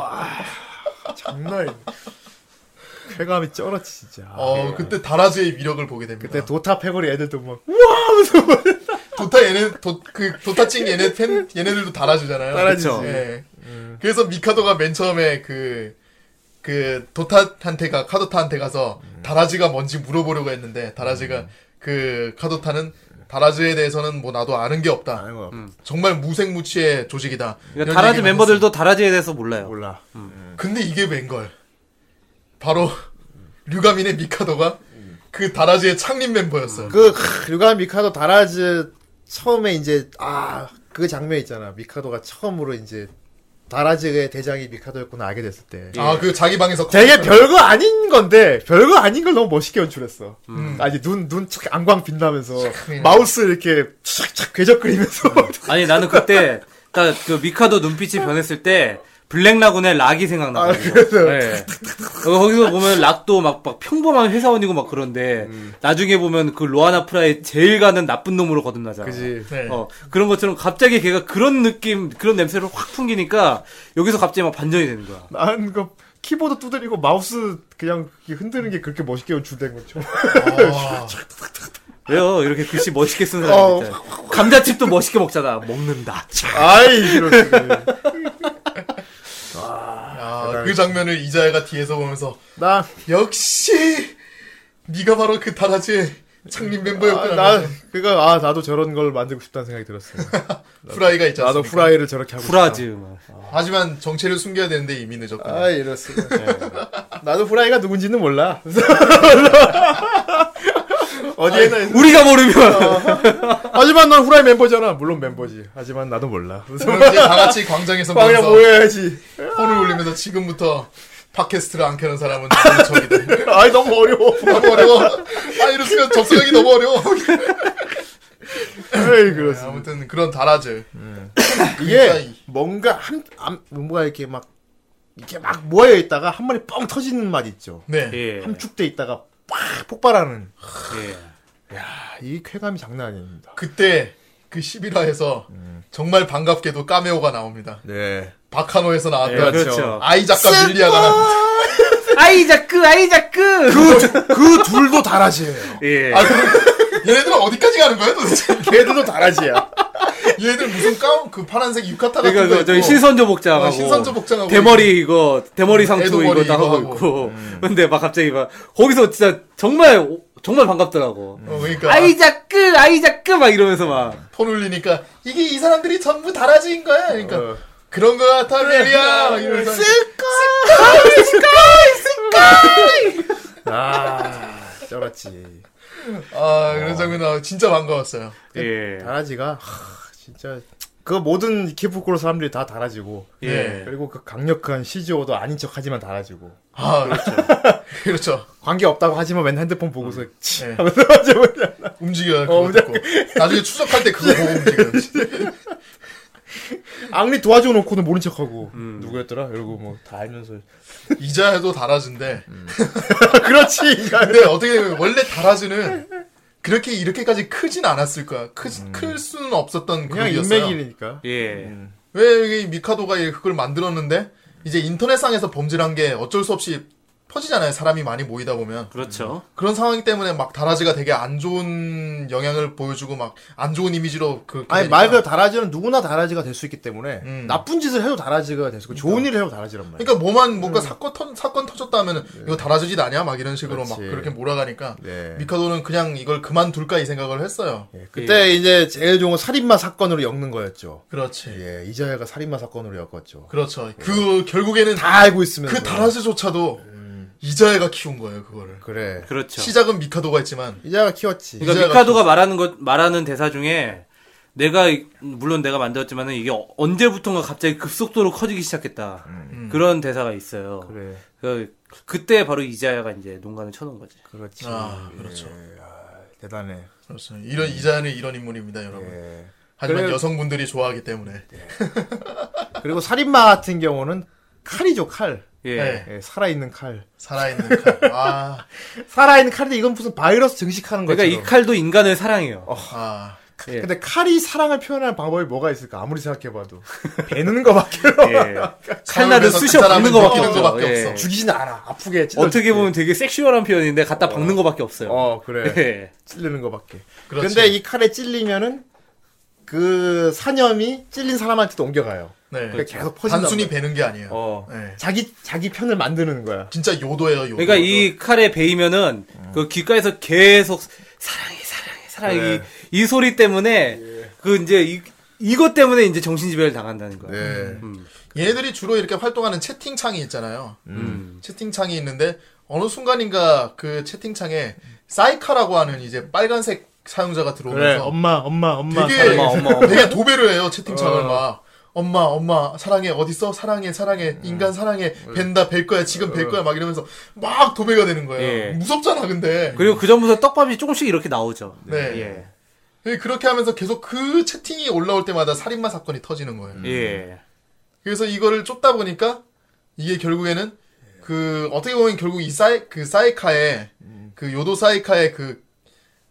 Speaker 1: 장난. 쾌감이 쩔었지 진짜.
Speaker 4: 어, 그때 음. 다라즈의 위력을 보게 됩니다.
Speaker 1: 그때
Speaker 4: 도,
Speaker 1: 도타 패거리 애들도 막
Speaker 4: 타 얘네 도, 그 도타찡 얘네 팬 얘네들도 달아주잖아요. 음.
Speaker 1: 따라지지.
Speaker 4: 예. 그래서 미카도가 맨 처음에 그 그 도타한테 가 카도타한테 가서 다라지가 뭔지 물어보려고 했는데 다라지가 그 카도타는 다라즈에 대해서는 뭐 나도 아는 게 없다.
Speaker 1: 아는 거
Speaker 4: 정말 무색무취의 조직이다.
Speaker 2: 그러니까
Speaker 4: 이런
Speaker 2: 다라즈
Speaker 4: 얘기만
Speaker 2: 멤버들도 다라즈에 대해서 몰라요.
Speaker 1: 몰라.
Speaker 4: 했어요. 근데 이게 웬걸? 바로 류가민의 미카도가 그 다라즈의 창립 멤버였어요.
Speaker 1: 그 크, 류가 미카도 다라즈 처음에 이제 아 그 장면 있잖아. 미카도가 처음으로 이제 다라즈의 대장이 미카도였구나 알게 됐을 때.
Speaker 4: 아 그 자기 방에서
Speaker 1: 되게
Speaker 4: 컴퓨터를-
Speaker 1: 별거 아닌 건데 별거 아닌 걸 너무 멋있게 연출했어. 아니 눈눈 안광 빛나면서 마우스 이렇게 착착 궤적 그리면서
Speaker 2: 아니 나는 그때 딱 그 미카도 눈빛이 변했을 때 블랙라군의 락이 생각나거든요. 예. 어, 거기서 보면 락도 막, 막 평범한 회사원이고 막 그런데 나중에 보면 그 로아나 프라의 제일 가는 나쁜 놈으로 거듭나잖아.
Speaker 1: 그지.
Speaker 4: 네.
Speaker 2: 어 그런 것처럼 갑자기 걔가 그런 느낌 그런 냄새를 확 풍기니까 여기서 갑자기 막 반전이 되는 거야.
Speaker 1: 난 그 키보드 두드리고 마우스 그냥 흔드는 게 그렇게 멋있게 연출된 거죠.
Speaker 4: 아,
Speaker 2: 왜요? 이렇게 글씨 멋있게 쓰는 사람 있잖아. 감자칩도 멋있게 먹잖아. 먹는다.
Speaker 1: 아이 이런.
Speaker 4: 야, 그 장면을 이자야가 뒤에서 보면서
Speaker 1: 나
Speaker 4: 역시 네가 바로 그 다라지의 창립
Speaker 1: 아,
Speaker 4: 멤버였구나.
Speaker 1: 나 그거 아 나도 저런 걸 만들고 싶다는 생각이 들었어요.
Speaker 4: 후라이가 있지 않습니까?
Speaker 1: 나도 후라이를 저렇게 하고
Speaker 2: 브라즈.
Speaker 1: 싶다.
Speaker 2: 막.
Speaker 4: 하지만 정체를 숨겨야 되는데 이미 늦었군요.
Speaker 1: 아 이렇습니다. 어. 나도 후라이가 누군지는 몰라. 어디에나 있어.
Speaker 2: 우리가 모르면
Speaker 1: 하지만 넌 후라이 멤버잖아. 물론 멤버지. 하지만 나도 몰라.
Speaker 4: 그럼 이제 다 같이 광장에서
Speaker 1: 막 그냥
Speaker 4: 모여서
Speaker 1: 모여야지.
Speaker 4: 혼을 울리면서 지금부터 팟캐스트를 안 켜는 사람은 저기 적이다.
Speaker 1: 아이 너무 어려워.
Speaker 4: 너무 어려워. 아 이럴수가 접속하기 너무 어려워.
Speaker 1: 에이 그렇습니다.
Speaker 4: 아무튼 그런 다라즈.
Speaker 1: 이게
Speaker 4: 그러니까
Speaker 1: 뭔가 한 암- 뭔가 이렇게 막 이렇게 막 모여 있다가 한 번에 뻥 터지는 맛 있죠.
Speaker 4: 네.
Speaker 2: 예.
Speaker 1: 함축돼 있다가 빡 폭발하는.
Speaker 2: 예.
Speaker 1: 아, 이 쾌감이 장난 아닙니다.
Speaker 4: 그때 그 11화에서 정말 반갑게도 까메오가 나옵니다.
Speaker 1: 네.
Speaker 4: 박하노에서
Speaker 2: 예,
Speaker 4: 나왔던
Speaker 2: 그렇죠.
Speaker 4: 아이작과 밀리아가 나옵니다.
Speaker 2: 아이자크 아이자크.
Speaker 1: 그 둘도 다라지예요.
Speaker 2: 예.
Speaker 4: 아, 그럼 얘네들은 어디까지 가는 거예요 도대체?
Speaker 1: 걔들도 다라지야.
Speaker 4: 얘네들 무슨 가운 그 파란색 유카타 같은
Speaker 2: 그러니까
Speaker 4: 거
Speaker 2: 그 저희
Speaker 4: 입고
Speaker 2: 신선조 복장하고
Speaker 4: 어, 신선조 복장하고 음,
Speaker 2: 대머리 이거 대머리 상투
Speaker 4: 애도머리
Speaker 2: 이거 다
Speaker 4: 이거
Speaker 2: 하고
Speaker 4: 하고. 음.
Speaker 2: 있고 근데 막 갑자기 막 거기서 진짜 정말 오- 정말 반갑더라고
Speaker 4: 어, 그러니까
Speaker 2: 아이자크 아이자크 막 이러면서 막
Speaker 4: 폰 울리니까 이게 이 사람들이 전부 다라지인 거야. 그러니까
Speaker 2: 어.
Speaker 1: 어,
Speaker 4: 그런 거 같아 밀리아 막 이러면서
Speaker 1: 아, 쩔었지.
Speaker 4: 아 그런 장면 나 진짜 반가웠어요.
Speaker 2: 예.
Speaker 1: 다라지가 하, 진짜 그 모든 이케부쿠로 사람들이 다 다라지고
Speaker 4: 네.
Speaker 2: 예.
Speaker 1: 그리고 그 강력한 시즈오도 아닌 척하지만 다라지고
Speaker 4: 아 그렇죠. 그렇죠.
Speaker 1: 관계 없다고 하지만 맨날 핸드폰 보고서 치
Speaker 2: 아,
Speaker 4: 예.
Speaker 1: 하면서 하지 뭐냐.
Speaker 4: 움직여요.
Speaker 1: 어,
Speaker 4: 그거 듣고. 나중에 추적할 때 그거 보고 움직여요.
Speaker 1: 악리 도와줘 놓고는 모른 척하고 누구였더라 이러고 뭐 음. 다 알면서
Speaker 4: 이자야도 다라즈인데.
Speaker 1: 그렇지 이거.
Speaker 4: 근데 어떻게 보면 원래 다라즈는 그렇게 이렇게까지 크진 않았을 거야. 크,
Speaker 2: 음.
Speaker 4: 클 수는 없었던
Speaker 1: 그냥
Speaker 4: 그룹이었어요.
Speaker 1: 인맥이니까
Speaker 2: 예.
Speaker 4: 음. 왜 이 미카도가 이- 그걸 만들었는데 이제 인터넷상에서 범죄란 게 어쩔 수 없이 퍼지잖아요. 사람이 많이 모이다 보면.
Speaker 2: 그렇죠
Speaker 4: 그런 상황 때문에 막 다라지가 되게 안 좋은 영향을 보여주고 막 안 좋은 이미지로 그
Speaker 1: 아니 말 그대로 다라지는 누구나 다라지가 될 수 있기 때문에
Speaker 4: 음.
Speaker 1: 나쁜 짓을 해도 다라지가 될 수 있고 좋은 일을 해도 다라지란 말이야
Speaker 4: 그러니까 뭐만 뭔가
Speaker 1: 음.
Speaker 4: 사건 터, 사건 터졌다 하면은 이거 다라지짓 아니야? 막 이런 식으로 막
Speaker 1: 네. 그렇지.
Speaker 4: 그렇게 몰아가니까
Speaker 1: 네.
Speaker 4: 미카도는 그냥 이걸 그만둘까 이 생각을 했어요.
Speaker 1: 예, 그때 이제 제일 좋은 건 살인마 사건으로 엮는 거였죠
Speaker 4: 그렇지.
Speaker 1: 예 이자야가 살인마 사건으로 엮었죠
Speaker 4: 그렇죠. 그 결국에는
Speaker 1: 네. 다 알고 있으면
Speaker 4: 그 다라지조차도 이자야가 키운 거예요, 그거를.
Speaker 1: 그래
Speaker 2: 그렇죠
Speaker 4: 시작은 미카도가 했지만
Speaker 1: 이자야가 키웠지
Speaker 2: 그러니까
Speaker 4: 이자야가
Speaker 2: 미카도가 말하는 것 말하는 대사 중에 내가 이- 물론 내가 만들었지만은 이게 어- 언제부턴가 갑자기 급속도로 커지기 시작했다
Speaker 4: 음.
Speaker 2: 그런 대사가 있어요
Speaker 1: 그래
Speaker 2: 그 그때 바로 이자야가 이제 농간을 쳐놓은 거지
Speaker 1: 그렇지 예.
Speaker 4: 아, 그렇죠.
Speaker 1: 대단해
Speaker 4: 그렇죠. 이런 이자야는 이런 인물입니다, 여러분.
Speaker 1: 예.
Speaker 4: 하지만
Speaker 1: 그래요.
Speaker 4: 여성분들이 좋아하기 때문에.
Speaker 1: 그리고 살인마 같은 경우는 칼이죠 칼
Speaker 2: 예.
Speaker 4: 네.
Speaker 1: 예, 살아있는 칼
Speaker 4: 살아있는 칼. 아,
Speaker 1: 살아있는 칼인데 이건 무슨 바이러스 증식하는 거죠
Speaker 2: 그러니까
Speaker 4: 그렇죠.
Speaker 2: 이 칼도 인간을 사랑해요.
Speaker 4: 아.
Speaker 2: 예.
Speaker 1: 근데 칼이 사랑을 표현하는 방법이 뭐가 있을까? 아무리 생각해봐도 베는 거밖에
Speaker 2: 예. 칼날을
Speaker 4: 사용해서
Speaker 2: 쑤셔
Speaker 4: 그
Speaker 2: 박는
Speaker 4: 사람을
Speaker 2: 거밖에
Speaker 4: 죽이는
Speaker 2: 없죠.
Speaker 4: 거밖에
Speaker 2: 예.
Speaker 4: 없어. 네.
Speaker 1: 죽이진 않아. 아프게 찔러.
Speaker 2: 어떻게 보면 되게 섹슈얼한 표현인데 갖다 박는 거밖에 없어요.
Speaker 1: 어 그래
Speaker 2: 예.
Speaker 4: 네.
Speaker 1: 찔리는 거밖에.
Speaker 4: 그렇지.
Speaker 1: 근데 이 칼에 찔리면은 그 사념이 찔린 사람한테도 옮겨가요.
Speaker 4: 네.
Speaker 1: 그게 계속 퍼진다.
Speaker 4: 단순히 베는 게 아니에요.
Speaker 2: 어.
Speaker 4: 네.
Speaker 1: 자기 자기 편을 만드는 거야.
Speaker 4: 진짜 요도예요, 요도.
Speaker 2: 그러니까 이 칼에 베이면은
Speaker 4: 음.
Speaker 2: 그 귓가에서 계속 사랑해 사랑해 사랑해 이-
Speaker 4: 네.
Speaker 2: 이, 소리 때문에
Speaker 4: 예.
Speaker 2: 그 이제 이, 이것 때문에 이제 정신 지배를 당한다는 거야.
Speaker 4: 네. 얘네들이 주로 이렇게 활동하는 채팅창이 있잖아요. 음. 채팅창이 있는데 어느 순간인가 그 채팅창에 사이카라고 하는 이제 빨간색 사용자가
Speaker 1: 그래
Speaker 4: 들어오면서
Speaker 1: 엄마 엄마 엄마.
Speaker 4: 되게
Speaker 2: 엄마, 엄마, 엄마.
Speaker 4: 되게 도배를 해요 채팅창을 막. 엄마, 엄마, 사랑해, 어딨어? 사랑해, 사랑해, 인간 사랑해, 벤다, 뵐 거야, 지금 뵐 거야, 막 이러면서 막 도배가 되는 거예요.
Speaker 2: 예.
Speaker 4: 무섭잖아, 근데.
Speaker 2: 그리고 그 전부터 떡밥이 조금씩 이렇게 나오죠.
Speaker 4: 네. 예. 그렇게 하면서 계속 그 채팅이 올라올 때마다 살인마 사건이 터지는 거예요.
Speaker 2: 예.
Speaker 4: 그래서 이거를 쫓다 보니까 이게 결국에는 그 어떻게 보면 결국 이 사이 그 사이카의 그 요도 사이카의 그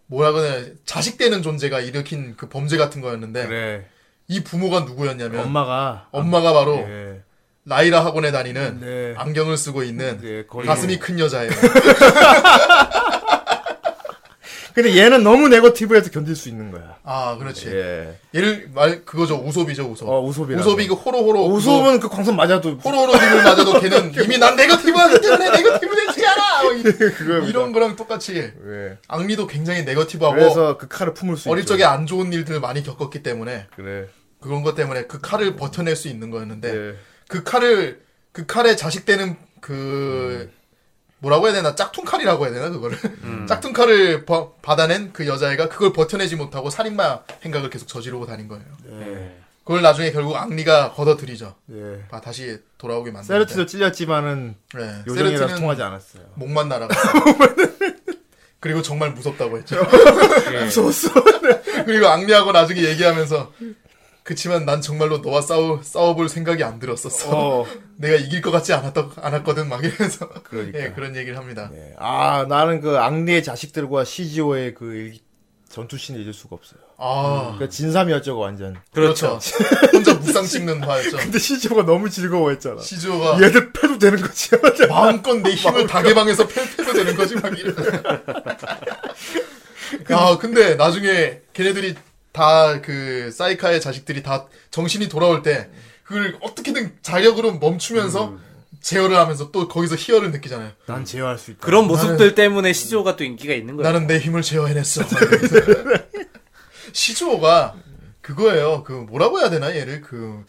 Speaker 4: 뭐라 그러냐 자식되는 존재가 일으킨 그 범죄 같은 거였는데
Speaker 1: 그래
Speaker 4: 이 부모가 누구였냐면 엄마,
Speaker 1: 엄마가
Speaker 4: 가 바로
Speaker 1: 예.
Speaker 4: 라이라 학원에 다니는
Speaker 1: 네.
Speaker 4: 안경을 쓰고 있는
Speaker 1: 예, 거의-
Speaker 4: 가슴이 큰 여자예요.
Speaker 1: 근데 얘는 너무 네거티브해서 견딜 수 있는 거야.
Speaker 4: 아 그렇지.
Speaker 1: 예.
Speaker 4: 얘를 말 그거죠 우소비죠 우소.
Speaker 1: 어, 우솝이라고.
Speaker 4: 우소비 그 호로호로 그거-
Speaker 1: 우수업은 그 광선 맞아도
Speaker 4: 호로호로님을 맞아도 걔는 이미 난 네거티브하기 때문에 네거티브 되지 않아! 뭐 이-
Speaker 1: 그겁니다.
Speaker 4: 이런 거랑 똑같이
Speaker 1: 예.
Speaker 4: 악리도 굉장히 네거티브하고
Speaker 1: 그래서 그 칼을 품을 수
Speaker 4: 어릴
Speaker 1: 있죠.
Speaker 4: 적에 뭐, 안 좋은 일들을 많이 겪었기 때문에
Speaker 1: 그래.
Speaker 4: 그런 것 때문에 그 칼을 버텨낼 수 있는 거였는데
Speaker 1: 예.
Speaker 4: 그 칼을 그 칼에 자식되는 그 뭐라고 해야 되나 짝퉁 칼이라고 해야 되나 그거를 짝퉁 칼을 버- 받아낸 그 여자애가 그걸 버텨내지 못하고 살인마 행각을 계속 저지르고 다닌 거예요.
Speaker 1: 네.
Speaker 4: 그걸 나중에 결국 악리가 걷어들이죠.
Speaker 1: 예.
Speaker 4: 아, 다시 돌아오게 만드는데.
Speaker 1: 세르트도 찔렸지만은
Speaker 4: 네,
Speaker 1: 요정이라서
Speaker 4: 세르티는
Speaker 1: 통하지 않았어요.
Speaker 4: 목만 날아가. 그리고 정말 무섭다고 했죠.
Speaker 1: 무서웠어.
Speaker 4: 그리고 악리하고 나중에 얘기하면서 그치만 난 정말로 너와 싸우 싸워볼 생각이 안 들었었어.
Speaker 1: 어.
Speaker 4: 내가 이길 것 같지 않았다 않았거든 막 이러면서
Speaker 1: 그러니까.
Speaker 4: 예 그런 얘기를 합니다.
Speaker 1: 예. 아 나는 그 앙리의 자식들과 시지오의 그 일- 전투신 잊을 수가 없어요.
Speaker 4: 아
Speaker 1: 그 진삼이었죠, 완전.
Speaker 4: 그렇죠. 혼자 무쌍 찍는 화였죠.
Speaker 1: 근데 시지오가 너무 즐거워했잖아.
Speaker 4: 시조가
Speaker 1: 얘들 패도 되는 거지.
Speaker 4: 마음껏 내 힘을 다개방해서 펼쳐도 되는 거지 막 이러면서. 야 근데 나중에 걔네들이 다 그 사이카의 자식들이 다 정신이 돌아올 때 그걸 어떻게든 자력으로 멈추면서 제어를 하면서 또 거기서 희열을 느끼잖아요.
Speaker 1: 난 제어할 수 있다.
Speaker 2: 그런 모습들 때문에 시조가 또 인기가 있는 거야.
Speaker 4: 나는 내 힘을 제어해냈어. 네, 시조가 그거예요. 그 뭐라고 해야 되나 얘를 그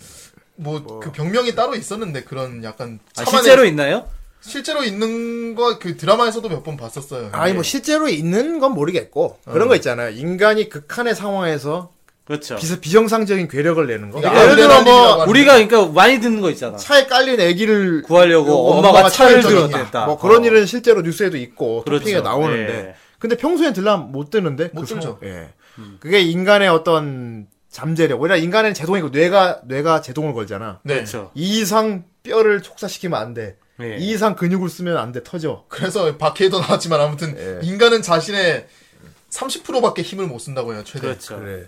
Speaker 4: 뭐 그 병명이 따로 있었는데 그런 약간
Speaker 2: 아,
Speaker 4: 참아내-
Speaker 2: 실제로 있나요?
Speaker 4: 실제로 있는 거 그 드라마에서도 몇 번 봤었어요.
Speaker 1: 아니
Speaker 2: 네.
Speaker 1: 뭐 실제로 있는 건 모르겠고 그런 거 있잖아요. 인간이 극한의 상황에서
Speaker 2: 어. 그렇죠.
Speaker 1: 비, 비정상적인 괴력을 내는 거.
Speaker 4: 그러니까
Speaker 1: 예를 들어
Speaker 4: 아르데란이라고
Speaker 1: 뭐
Speaker 4: 하는-
Speaker 2: 우리가 그러니까 많이 듣는 거 있잖아.
Speaker 1: 차에 깔린 아기를
Speaker 2: 구하려고 엄마가 차를 들었댔다.
Speaker 1: 뭐 그런
Speaker 2: 어.
Speaker 1: 일은 실제로 뉴스에도 있고
Speaker 2: 그렇죠.
Speaker 1: 토핑에 나오는데
Speaker 2: 예.
Speaker 1: 근데 평소엔 들라면 못 드는데
Speaker 4: 못 들죠.
Speaker 1: 예.
Speaker 2: 음.
Speaker 1: 그게 인간의 어떤 잠재력. 오히려 인간은 제동이고 뇌가 뇌가 제동을 걸잖아.
Speaker 4: 네.
Speaker 2: 그렇죠.
Speaker 1: 이 이상 뼈를 촉사시키면 안 돼.
Speaker 2: 예.
Speaker 1: 이 이상 근육을 쓰면 안 돼. 터져.
Speaker 4: 그래서 바퀴에도 나왔지만 아무튼
Speaker 1: 예.
Speaker 4: 인간은 자신의 30%밖에 힘을 못 쓴다고 해요. 최대.
Speaker 2: 그렇죠.
Speaker 1: 그래.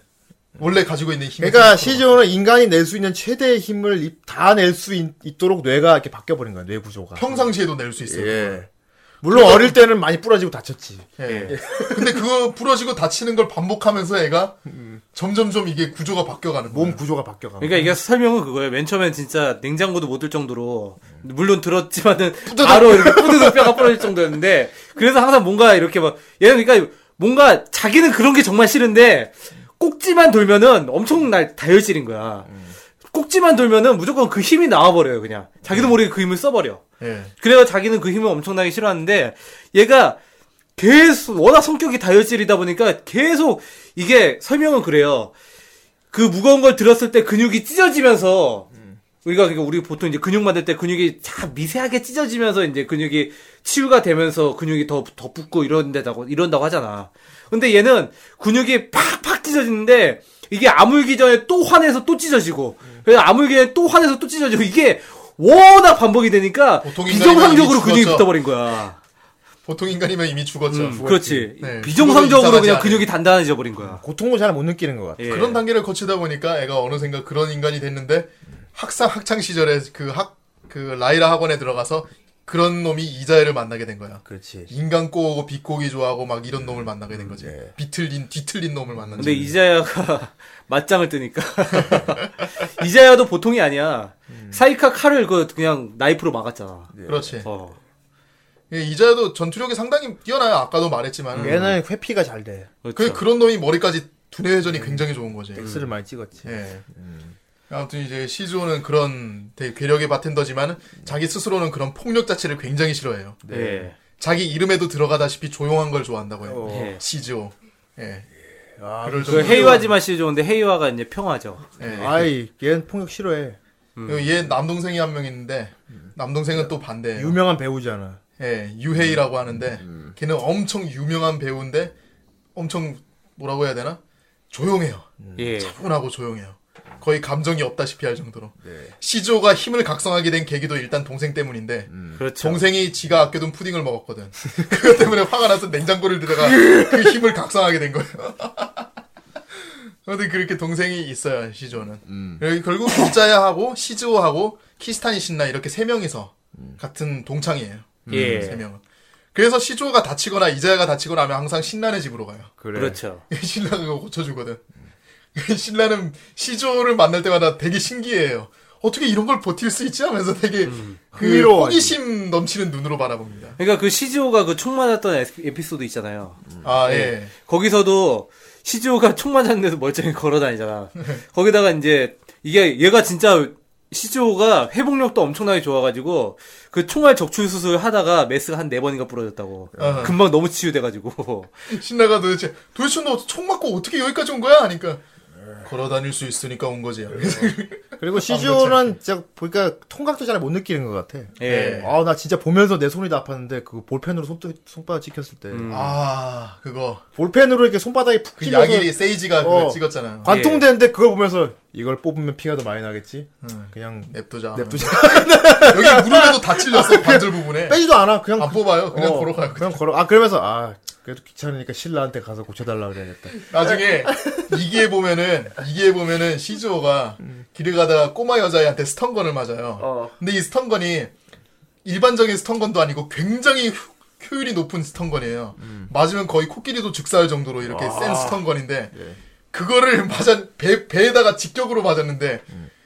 Speaker 4: 원래 가지고 있는 힘.
Speaker 1: 그러니까 시즈오는 인간이 낼 수 있는 최대의 힘을 다 낼 수 있도록 뇌가 이렇게 바뀌어 버린 거야. 뇌 구조가.
Speaker 4: 평상시에도 그러니까 낼 수 있어요.
Speaker 1: 예. 물론 어릴 때는 많이 부러지고 다쳤지.
Speaker 4: 예. 근데 그거 부러지고 다치는 걸 반복하면서 애가
Speaker 2: 음.
Speaker 4: 점점점 이게 구조가 바뀌어가는 거예요.
Speaker 1: 몸 구조가 바뀌어 가고.
Speaker 2: 그러니까 이게 설명은 그거예요. 맨 처음엔 진짜 냉장고도 못 들 정도로 물론 들었지만은 바로 이렇게 뿌드득 뼈가 부러질 정도였는데 그래서 항상 뭔가 이렇게 막 얘는 그러니까 뭔가 자기는 그런 게 정말 싫은데 꼭지만 돌면은 엄청 날 다혈질인 거야. 꼭지만 돌면은 무조건 그 힘이 나와버려요 그냥 자기도 모르게 그 힘을 써버려.
Speaker 4: 예.
Speaker 2: 그래서 자기는 그 힘을 엄청나게 싫어하는데 얘가 계속 워낙 성격이 다혈질이다 보니까 계속 이게 설명은 그래요. 그 무거운 걸 들었을 때 근육이 찢어지면서 우리가 그러니까 우리 보통 이제 근육 만들 때 근육이 참 미세하게 찢어지면서 이제 근육이 치유가 되면서 근육이 더 더 붙고 이런 데다고 이런다고 하잖아. 근데 얘는 근육이 팍팍 찢어지는데 이게 아물기 전에 또 화내서 또 찢어지고 그래서 아물기 전에 또 화내서 또 찢어지고 이게 워낙 반복이 되니까
Speaker 4: 보통 인간이
Speaker 2: 비정상적으로
Speaker 4: 이미
Speaker 2: 근육이
Speaker 4: 죽었죠.
Speaker 2: 붙어버린 거야.
Speaker 4: 보통 인간이면 이미 죽었죠.
Speaker 2: 음, 그렇지.
Speaker 4: 네, 죽어도
Speaker 2: 비정상적으로
Speaker 4: 이상하지
Speaker 2: 그냥
Speaker 4: 않아요.
Speaker 2: 근육이 단단해져 버린 거야.
Speaker 1: 고통도 잘 못 느끼는 것 같아.
Speaker 2: 예.
Speaker 4: 그런 단계를 거치다 보니까 애가 어느샌가 그런 인간이 됐는데 학사 학창 시절에 그 학 그 라이라 학원에 들어가서 그런 놈이 이자애를 만나게 된 거야.
Speaker 1: 그렇지.
Speaker 4: 인간 꼬고 비꼬기 좋아하고 막 이런 놈을 만나게 된 거지. 비틀린 뒤틀린 놈을
Speaker 2: 음,
Speaker 4: 만난
Speaker 2: 예. 근데
Speaker 4: 거지.
Speaker 2: 이자야가 맞짱을 뜨니까 이자야도 보통이 아니야.
Speaker 4: 음.
Speaker 2: 사이카 칼을 그 그냥 나이프로 막았잖아.
Speaker 4: 그렇지.
Speaker 2: 어.
Speaker 4: 예, 이자애도 전투력이 상당히 뛰어나요. 아까도 말했지만.
Speaker 1: 얘는 회피가 잘 돼.
Speaker 4: 그
Speaker 2: 음. 그렇죠. 음.
Speaker 4: 그런 놈이 머리까지 두뇌 회전이 굉장히 좋은 거지.
Speaker 1: X를 많이 찍었지.
Speaker 4: 예. 아무튼 이제 시즈오는 그런 되게 괴력의 바텐더지만
Speaker 2: 음.
Speaker 4: 자기 스스로는 그런 폭력 자체를 굉장히 싫어해요. 네.
Speaker 2: 예.
Speaker 4: 자기 이름에도 들어가다시피 조용한 걸 좋아한다고 해요.
Speaker 2: 예.
Speaker 4: 시즈오. 예.
Speaker 1: 아,
Speaker 4: 그럴
Speaker 2: 그
Speaker 4: 정도로-
Speaker 2: 헤이와지만 씨 좋은데 헤이와가 이제 평화죠.
Speaker 4: 예.
Speaker 1: 아이, 얘는 폭력 싫어해.
Speaker 4: 그리고 얘 남동생이 한 명 있는데
Speaker 2: 음.
Speaker 4: 남동생은 또 반대예요.
Speaker 1: 유명한 배우잖아.
Speaker 4: 예, 유해이라고 하는데 걔는 엄청 유명한 배우인데 엄청 뭐라고 해야 되나? 조용해요.
Speaker 2: 예.
Speaker 4: 차분하고 조용해요. 거의 감정이 없다시피 할 정도로. 시조가 힘을 각성하게 된 계기도 일단 동생 때문인데
Speaker 2: 그렇죠.
Speaker 4: 동생이 지가 아껴둔 푸딩을 먹었거든. 그것 때문에 화가 나서 냉장고를 들다가 그 힘을 각성하게 된 거예요. 근데 그렇게 동생이 있어요 시조는. 그리고 결국 기자야하고 시즈오하고 키스타니 신나 이렇게 세 명이서 같은 동창이에요.
Speaker 2: 예.
Speaker 4: 세 명은. 그래서 시조가 다치거나 이자야가 다치거나 하면 항상 신라네 집으로 가요.
Speaker 8: 그래.
Speaker 2: 그렇죠.
Speaker 4: 네. 신라가 그거 고쳐주거든. 신라는 시조를 만날 때마다 되게 신기해요. 어떻게 이런 걸 버틸 수 있지 하면서 되게 그
Speaker 1: 음. 흥미로워.
Speaker 4: 호기심 넘치는 눈으로 바라봅니다.
Speaker 2: 그러니까 그 시즈오가 그 총 맞았던 에스- 에피소드 있잖아요.
Speaker 1: 음.
Speaker 4: 아
Speaker 1: 네.
Speaker 4: 예.
Speaker 2: 거기서도 시즈오가 총 맞았는데도 멀쩡히 걸어다니잖아. 거기다가 이제 이게 얘가 진짜 시즈오가 회복력도 엄청나게 좋아가지고 그 총알 적출 수술 하다가 메스가 한 네 번인가 부러졌다고.
Speaker 4: 어.
Speaker 2: 금방 너무 치유돼가지고.
Speaker 4: 예. 신라가 도대체 도대체 너 총 맞고 어떻게 여기까지 온 거야? 하니까 걸어 다닐 수 있으니까 온 거지. 그래서 아,
Speaker 1: 그리고 시즈오는 진짜 보니까 통각도 잘 못 느끼는 것 같아.
Speaker 2: 예.
Speaker 1: 아, 나 진짜 보면서 내 손이 다 아팠는데, 그 볼펜으로 손, 손바닥 찍혔을 때.
Speaker 4: 아 그거
Speaker 1: 볼펜으로 이렇게 손바닥에 푹
Speaker 4: 그
Speaker 1: 찔려서
Speaker 4: 야길이 세이지가
Speaker 1: 어.
Speaker 4: 그거 찍었잖아요.
Speaker 1: 관통되는데 그걸 보면서 이걸 뽑으면 피가 더 많이 나겠지? 그냥
Speaker 4: 냅두자.
Speaker 1: 냅두자.
Speaker 4: 여기 무릎에도 다 찔렸어 관절 부분에.
Speaker 1: 빼지도 않아. 그냥
Speaker 4: 안 뽑아요. 그냥
Speaker 1: 어,
Speaker 4: 걸어가요.
Speaker 1: 그냥 걸어. 아 그러면서 아 그래도 귀찮으니까 신라한테 가서 고쳐달라 그래야겠다.
Speaker 4: 나중에 이기에 보면은 이기에 보면은 시즈오가 길을 가다가 꼬마 여자애한테 스턴건을 맞아요.
Speaker 2: 어.
Speaker 4: 근데 이 스턴건이 일반적인 스턴건도 아니고 굉장히 효- 효율이 높은 스턴건이에요. 맞으면 거의 코끼리도 즉사할 정도로 이렇게 센 스턴건인데 그거를 맞아 배 배에다가 직격으로 맞았는데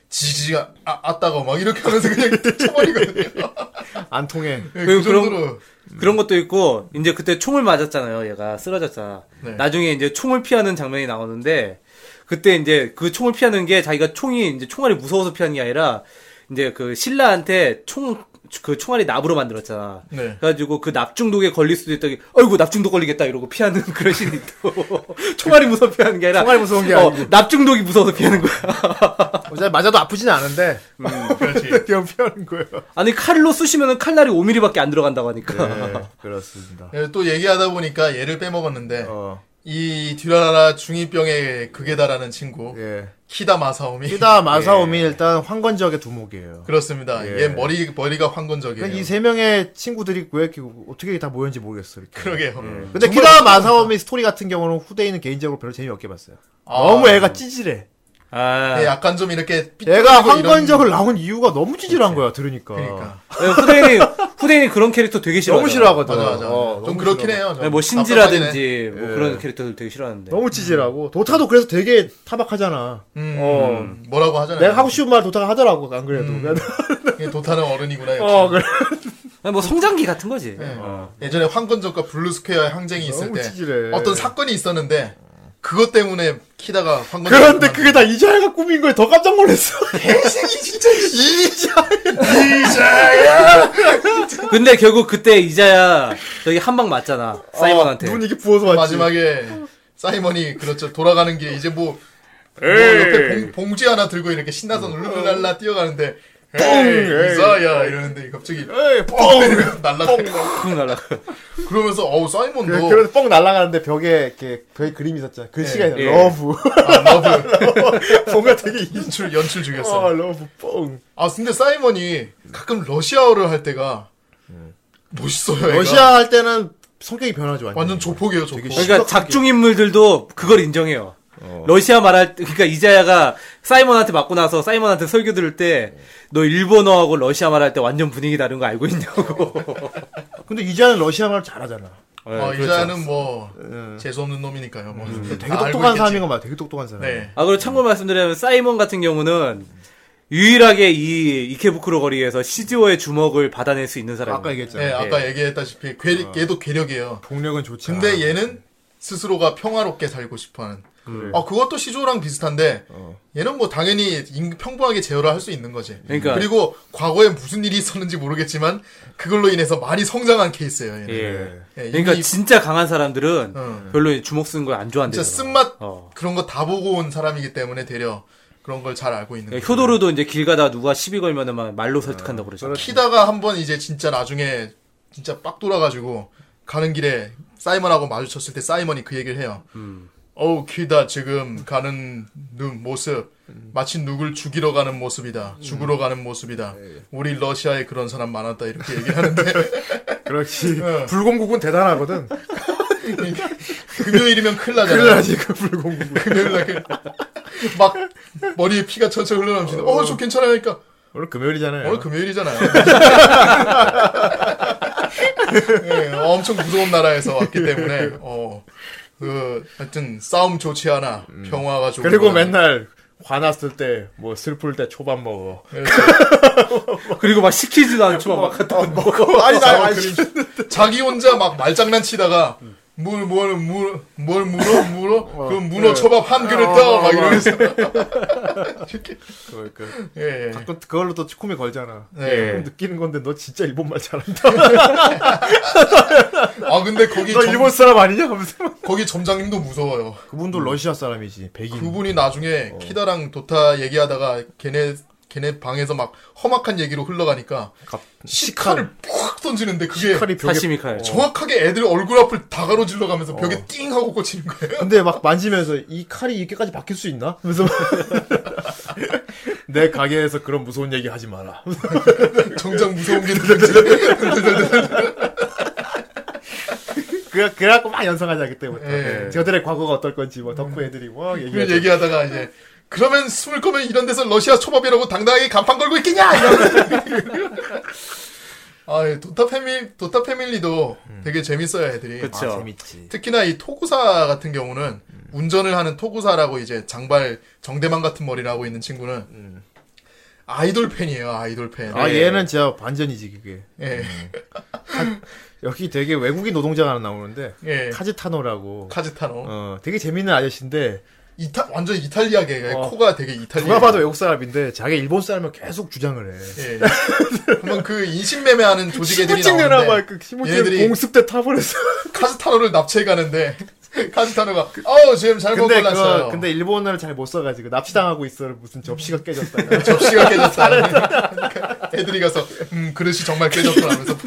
Speaker 4: 지지가 아, 아따가 막 이렇게 하면서 그냥 쳐버리거든요.
Speaker 1: 안 통해.
Speaker 4: 그
Speaker 2: 그리고 그런-
Speaker 4: 정도로
Speaker 2: 그런 것도 있고 이제 그때 총을 맞았잖아요. 얘가 쓰러졌잖아.
Speaker 4: 네.
Speaker 2: 나중에 이제 총을 피하는 장면이 나오는데 그때 이제 그 총을 피하는 게 자기가 총이 이제 총알이 무서워서 피하는 게 아니라 이제 그 신라한테 총 그 총알이 납으로 만들었잖아.
Speaker 4: 네.
Speaker 2: 그래가지고 그 납중독에 걸릴 수도 있다. 아이고 납중독 걸리겠다 이러고 피하는 그런 신이 있고 총알이 무서워 피하는 게 아니라
Speaker 1: 총알이 무서운 게
Speaker 2: 어,
Speaker 1: 아니고.
Speaker 2: 납중독이 무서워서 피하는 거야.
Speaker 1: 어제 맞아도 아프진 않은데
Speaker 4: 그렇지.
Speaker 1: 그냥 피하는 거예요.
Speaker 2: 아니 칼로 쑤시면은 칼날이 5mm밖에 안 들어간다고 하니까.
Speaker 1: 네, 그렇습니다.
Speaker 4: 예, 또 얘기하다 보니까 얘를 빼먹었는데
Speaker 1: 어,
Speaker 4: 이 듀라라 중이병의 극에다라는 친구
Speaker 1: 예.
Speaker 4: 키다 마사오미
Speaker 1: 히다 마사오미 일단 황건 지역의 두목이에요.
Speaker 4: 그렇습니다.
Speaker 1: 예. 그러니까
Speaker 4: 얘 머리 머리가 황건적이에요.
Speaker 1: 이 세 명의 친구들이 왜 이렇게 어떻게 다 모였는지 모르겠어. 이렇게.
Speaker 4: 그러게요.
Speaker 1: 근데 키다 마사오미 스토리 같은 경우는 후대인은 개인적으로 별로 재미없게 봤어요. 너무 애가 찌질해.
Speaker 2: 아.
Speaker 4: 예, 약간 좀 이렇게
Speaker 1: 애가
Speaker 4: 삐뚤어지고 이런-
Speaker 1: 황건적을 나온 이유가 너무 찌질한 거야, 들으니까.
Speaker 4: 그러니까
Speaker 2: 네, 후대인이 후대인이 그런 캐릭터 되게 싫어.
Speaker 1: 너무 싫어하거든.
Speaker 4: 맞아 맞아.
Speaker 1: 어,
Speaker 4: 좀
Speaker 1: 너무
Speaker 4: 그렇긴
Speaker 1: 싫어하거든.
Speaker 4: 해요. 좀.
Speaker 2: 뭐
Speaker 4: 답답하긴 해.
Speaker 2: 신지라든지 뭐
Speaker 1: 예.
Speaker 2: 그런 캐릭터들 되게 싫어하는데.
Speaker 1: 너무 찌질하고 도타도 그래서 되게 타박하잖아.
Speaker 4: 음,
Speaker 1: 어.
Speaker 4: 음, 뭐라고 하잖아요.
Speaker 1: 내가 하고 싶은 말 도타가 하더라고 안 그래도.
Speaker 4: 예, 도타는 어른이구나. 역시.
Speaker 1: 어 그래.
Speaker 2: 아니, 뭐 성장기 같은 거지.
Speaker 4: 예.
Speaker 2: 어.
Speaker 4: 예전에 황건적과 블루스퀘어의 항쟁이 있을
Speaker 1: 너무
Speaker 4: 때
Speaker 1: 찌질해.
Speaker 4: 어떤 사건이 있었는데 그것 때문에 키다가 황건적
Speaker 1: 그런데 그게 다 이자야가 꾸민 거에 더 깜짝 놀랐어.
Speaker 4: 개새끼 진짜 이자
Speaker 2: 근데 결국 그때 이자야 저기 한 방 맞잖아 사이먼한테.
Speaker 1: 눈 이게 부어서 왔지.
Speaker 4: 마지막에 사이먼이 그렇죠 돌아가는 길에 이제 뭐, 뭐 옆에 봉, 봉지 하나 들고 이렇게 신나서
Speaker 1: 음.
Speaker 4: 룰루랄라 뛰어가는데 뽕 이사야 이러는데 갑자기 뽕 날라가
Speaker 2: 쿵 날라.
Speaker 4: 그러면서 어우 사이먼도
Speaker 1: 그래, 그래서 뻥 날아가는데 벽에 이렇게 벽에 그림이 있었잖아. 글씨가 있어.
Speaker 2: 예.
Speaker 1: 러브.
Speaker 4: 아, 러브
Speaker 1: 뭔가 되게 이.
Speaker 4: 연출 연출 죽였어.
Speaker 1: 어 러브 뻥.
Speaker 4: 아 근데 사이먼이 가끔 러시아어를 할 때가 멋있어요. 얘가.
Speaker 1: 러시아 할 때는 성격이 변하지 완전.
Speaker 4: 완전 조폭이에요 조폭.
Speaker 1: 되게
Speaker 2: 그러니까 작중 인물들도 그걸 인정해요. 러시아 말할 때, 그러니까 이자야가 사이먼한테 맞고 나서 사이먼한테 설교 들을 때 너 일본어하고 러시아 말할 때 완전 분위기 다른 거 알고 있냐고.
Speaker 1: 근데 이자는 러시아 말 잘하잖아.
Speaker 2: 네,
Speaker 4: 어,
Speaker 2: 그렇죠.
Speaker 4: 이자는 뭐 재수 없는 놈이니까요. 뭐.
Speaker 1: 예. 음. 되게
Speaker 4: 다 알고
Speaker 1: 똑똑한
Speaker 4: 있겠지.
Speaker 1: 사람인 거 맞아. 되게 똑똑한 사람.
Speaker 4: 네.
Speaker 2: 아, 그리고 참고로 말씀드리면 사이먼 같은 경우는 유일하게 이 이케부쿠로 거리에서 시즈오의 주먹을 받아낼 수 있는 사람입니다.
Speaker 1: 그러니까 아까 얘기했잖아.
Speaker 4: 네, 아까 얘기했다시피 괴,
Speaker 1: 어.
Speaker 4: 얘도 괴력이에요.
Speaker 1: 동력은 좋지.
Speaker 4: 근데
Speaker 1: 않아.
Speaker 4: 얘는 스스로가 평화롭게 살고 싶어하는. 아 그것도 시조랑 비슷한데 얘는 뭐 당연히 인- 평범하게 제어를 할 수 있는 거지.
Speaker 2: 그러니까.
Speaker 4: 리고 과거에 무슨 일이 있었는지 모르겠지만 그걸로 인해서 많이 성장한 케이스예요. 얘는.
Speaker 2: 예.
Speaker 4: 예, 이미
Speaker 2: 그러니까 진짜 강한 사람들은
Speaker 4: 어.
Speaker 2: 별로 이 주먹 쓰는 걸 안 좋아한대요.
Speaker 4: 진짜 쓴맛
Speaker 2: 어.
Speaker 4: 그런 거 다 보고 온 사람이기 때문에 되려 그런 걸 잘 알고 있는.
Speaker 2: 그러니까
Speaker 4: 거예요.
Speaker 2: 효도르도 이제 길 가다 누가 시비 걸면은 막 말로 설득한다고 그러죠.
Speaker 4: 키다가 한 번 이제 진짜 나중에 진짜 빡 돌아가지고 가는 길에 사이먼하고 마주쳤을 때 사이먼이 그 얘기를 해요.
Speaker 1: 음.
Speaker 4: 어우 키다 지금 가는 눈- 모습 마치 누굴 죽이러 가는 모습이다.
Speaker 1: 음.
Speaker 4: 죽으러 가는 모습이다.
Speaker 1: 예,
Speaker 4: 우리 러시아에 그런 사람 많았다 이렇게 얘기하는데
Speaker 1: 그렇지. 불공국은 대단하거든.
Speaker 4: 금요일이면 큰일 나잖아.
Speaker 1: 큰일 나지 그 불공국.
Speaker 4: 금요일 날 그- 막 머리에 피가 철철 흘러나오면서 어저 그러니까 괜찮으니까
Speaker 1: 오늘 금요일이잖아요.
Speaker 4: 오늘 금요일이잖아요. 예, 엄청 무서운 나라에서 왔기 때문에 어. 그 하여튼 싸움 좋지 않아 평화가 좋고
Speaker 1: 음. 그리고 맨날 화났을 때 뭐 슬플 때 초밥 먹어.
Speaker 2: 그리고 막 시키지도 않지만 막 갖다
Speaker 1: 먹어. 아니 나 아니,
Speaker 4: 자기 혼자 막 말장난치다가 물 뭘 물 뭘 물어 물어 그
Speaker 1: 네.
Speaker 4: 문어 초밥 한 그릇 더막 이러면서
Speaker 1: 어.
Speaker 4: 이렇게.
Speaker 1: 그러니까
Speaker 4: 예, 예.
Speaker 1: 가끔 그걸로 또 치코미 걸잖아. 예.
Speaker 4: 네.
Speaker 1: 느끼는 건데 너 진짜 일본말 잘한다.
Speaker 4: 아 근데 거기
Speaker 1: 너
Speaker 4: 점-
Speaker 1: 일본 사람 아니냐? 하면서 음.
Speaker 4: 거기 점장님도 무서워요.
Speaker 1: 그분도 러시아 사람이지. 백인.
Speaker 4: 그분이
Speaker 1: 어.
Speaker 4: 나중에 키다랑 도타 얘기하다가 걔네 걔네 방에서 막 험악한 얘기로 흘러가니까
Speaker 1: 갑-
Speaker 4: 시칼을 푹 던지는데 그게
Speaker 1: 칼이 벽에
Speaker 2: 사시미 칼.
Speaker 4: 어. 정확하게 애들 얼굴 앞을 다 가로질러
Speaker 2: 어.
Speaker 4: 가면서 벽에 띵 하고 꽂히는 거예요.
Speaker 1: 근데 막 만지면서 이 칼이 이렇게까지 바뀔 수 있나? 그래서 내 가게에서 그런 무서운 얘기 하지 마라.
Speaker 4: 정작 무서운 게 들려지네.
Speaker 1: 그래 그래갖고 막 연상하자 그때부터.
Speaker 4: 예.
Speaker 1: 저들의 과거가 어떨 건지 뭐 덕후 애들이 막
Speaker 4: 그걸
Speaker 1: 얘기하자.
Speaker 4: 얘기하다가 이제 그러면 숨을 거면 이런 데서 러시아 초밥이라고 당당하게 간판 걸고 있겠냐? 이러면서. 아, 예, 도타 패밀 도타 패밀리도 되게 아, 재밌어요, 애들이.
Speaker 2: 음. 그쵸. 음.
Speaker 1: 재밌지.
Speaker 4: 특히나 이 토구사 같은 경우는 운전을 하는 토구사라고 이제 장발 정대만 같은 머리를 하고 있는 친구는 아이돌 팬이에요 아이돌 팬.
Speaker 1: 아
Speaker 2: 음. 예.
Speaker 1: 얘는 진짜 반전이지 그게.
Speaker 4: 예.
Speaker 1: 여기 되게 외국인 노동자가 하나 나오는데
Speaker 2: 음.
Speaker 4: 예.
Speaker 1: 카지타노라고.
Speaker 4: 카즈타노.
Speaker 1: 어 되게 재밌는 아저씨인데
Speaker 4: 이타 완전 이탈리아계
Speaker 1: 어.
Speaker 4: 코가 되게 이탈리아.
Speaker 1: 누가 봐도 외국 사람인데 자기 일본 사람을 계속 주장을 해.
Speaker 4: 예. 한번 그 인신매매하는 조직애들이
Speaker 1: 신문찍느라
Speaker 4: 나오는데
Speaker 1: 막그 그
Speaker 4: 얘네들이-
Speaker 1: 신문찍 공습대 탑을 했어.
Speaker 4: 카즈타노를 납치해 가는데 카즈타노가 어 지금 잘못
Speaker 1: 그 근데
Speaker 4: 골랐어요.
Speaker 1: 그 근데 일본어를 잘 못 써가지고 납치당하고 있어. 무슨 접시가 깨졌다.
Speaker 4: 접시가 깨졌다. 그러니까 애들이 가서 음 그릇이 정말 깨졌구나 하면서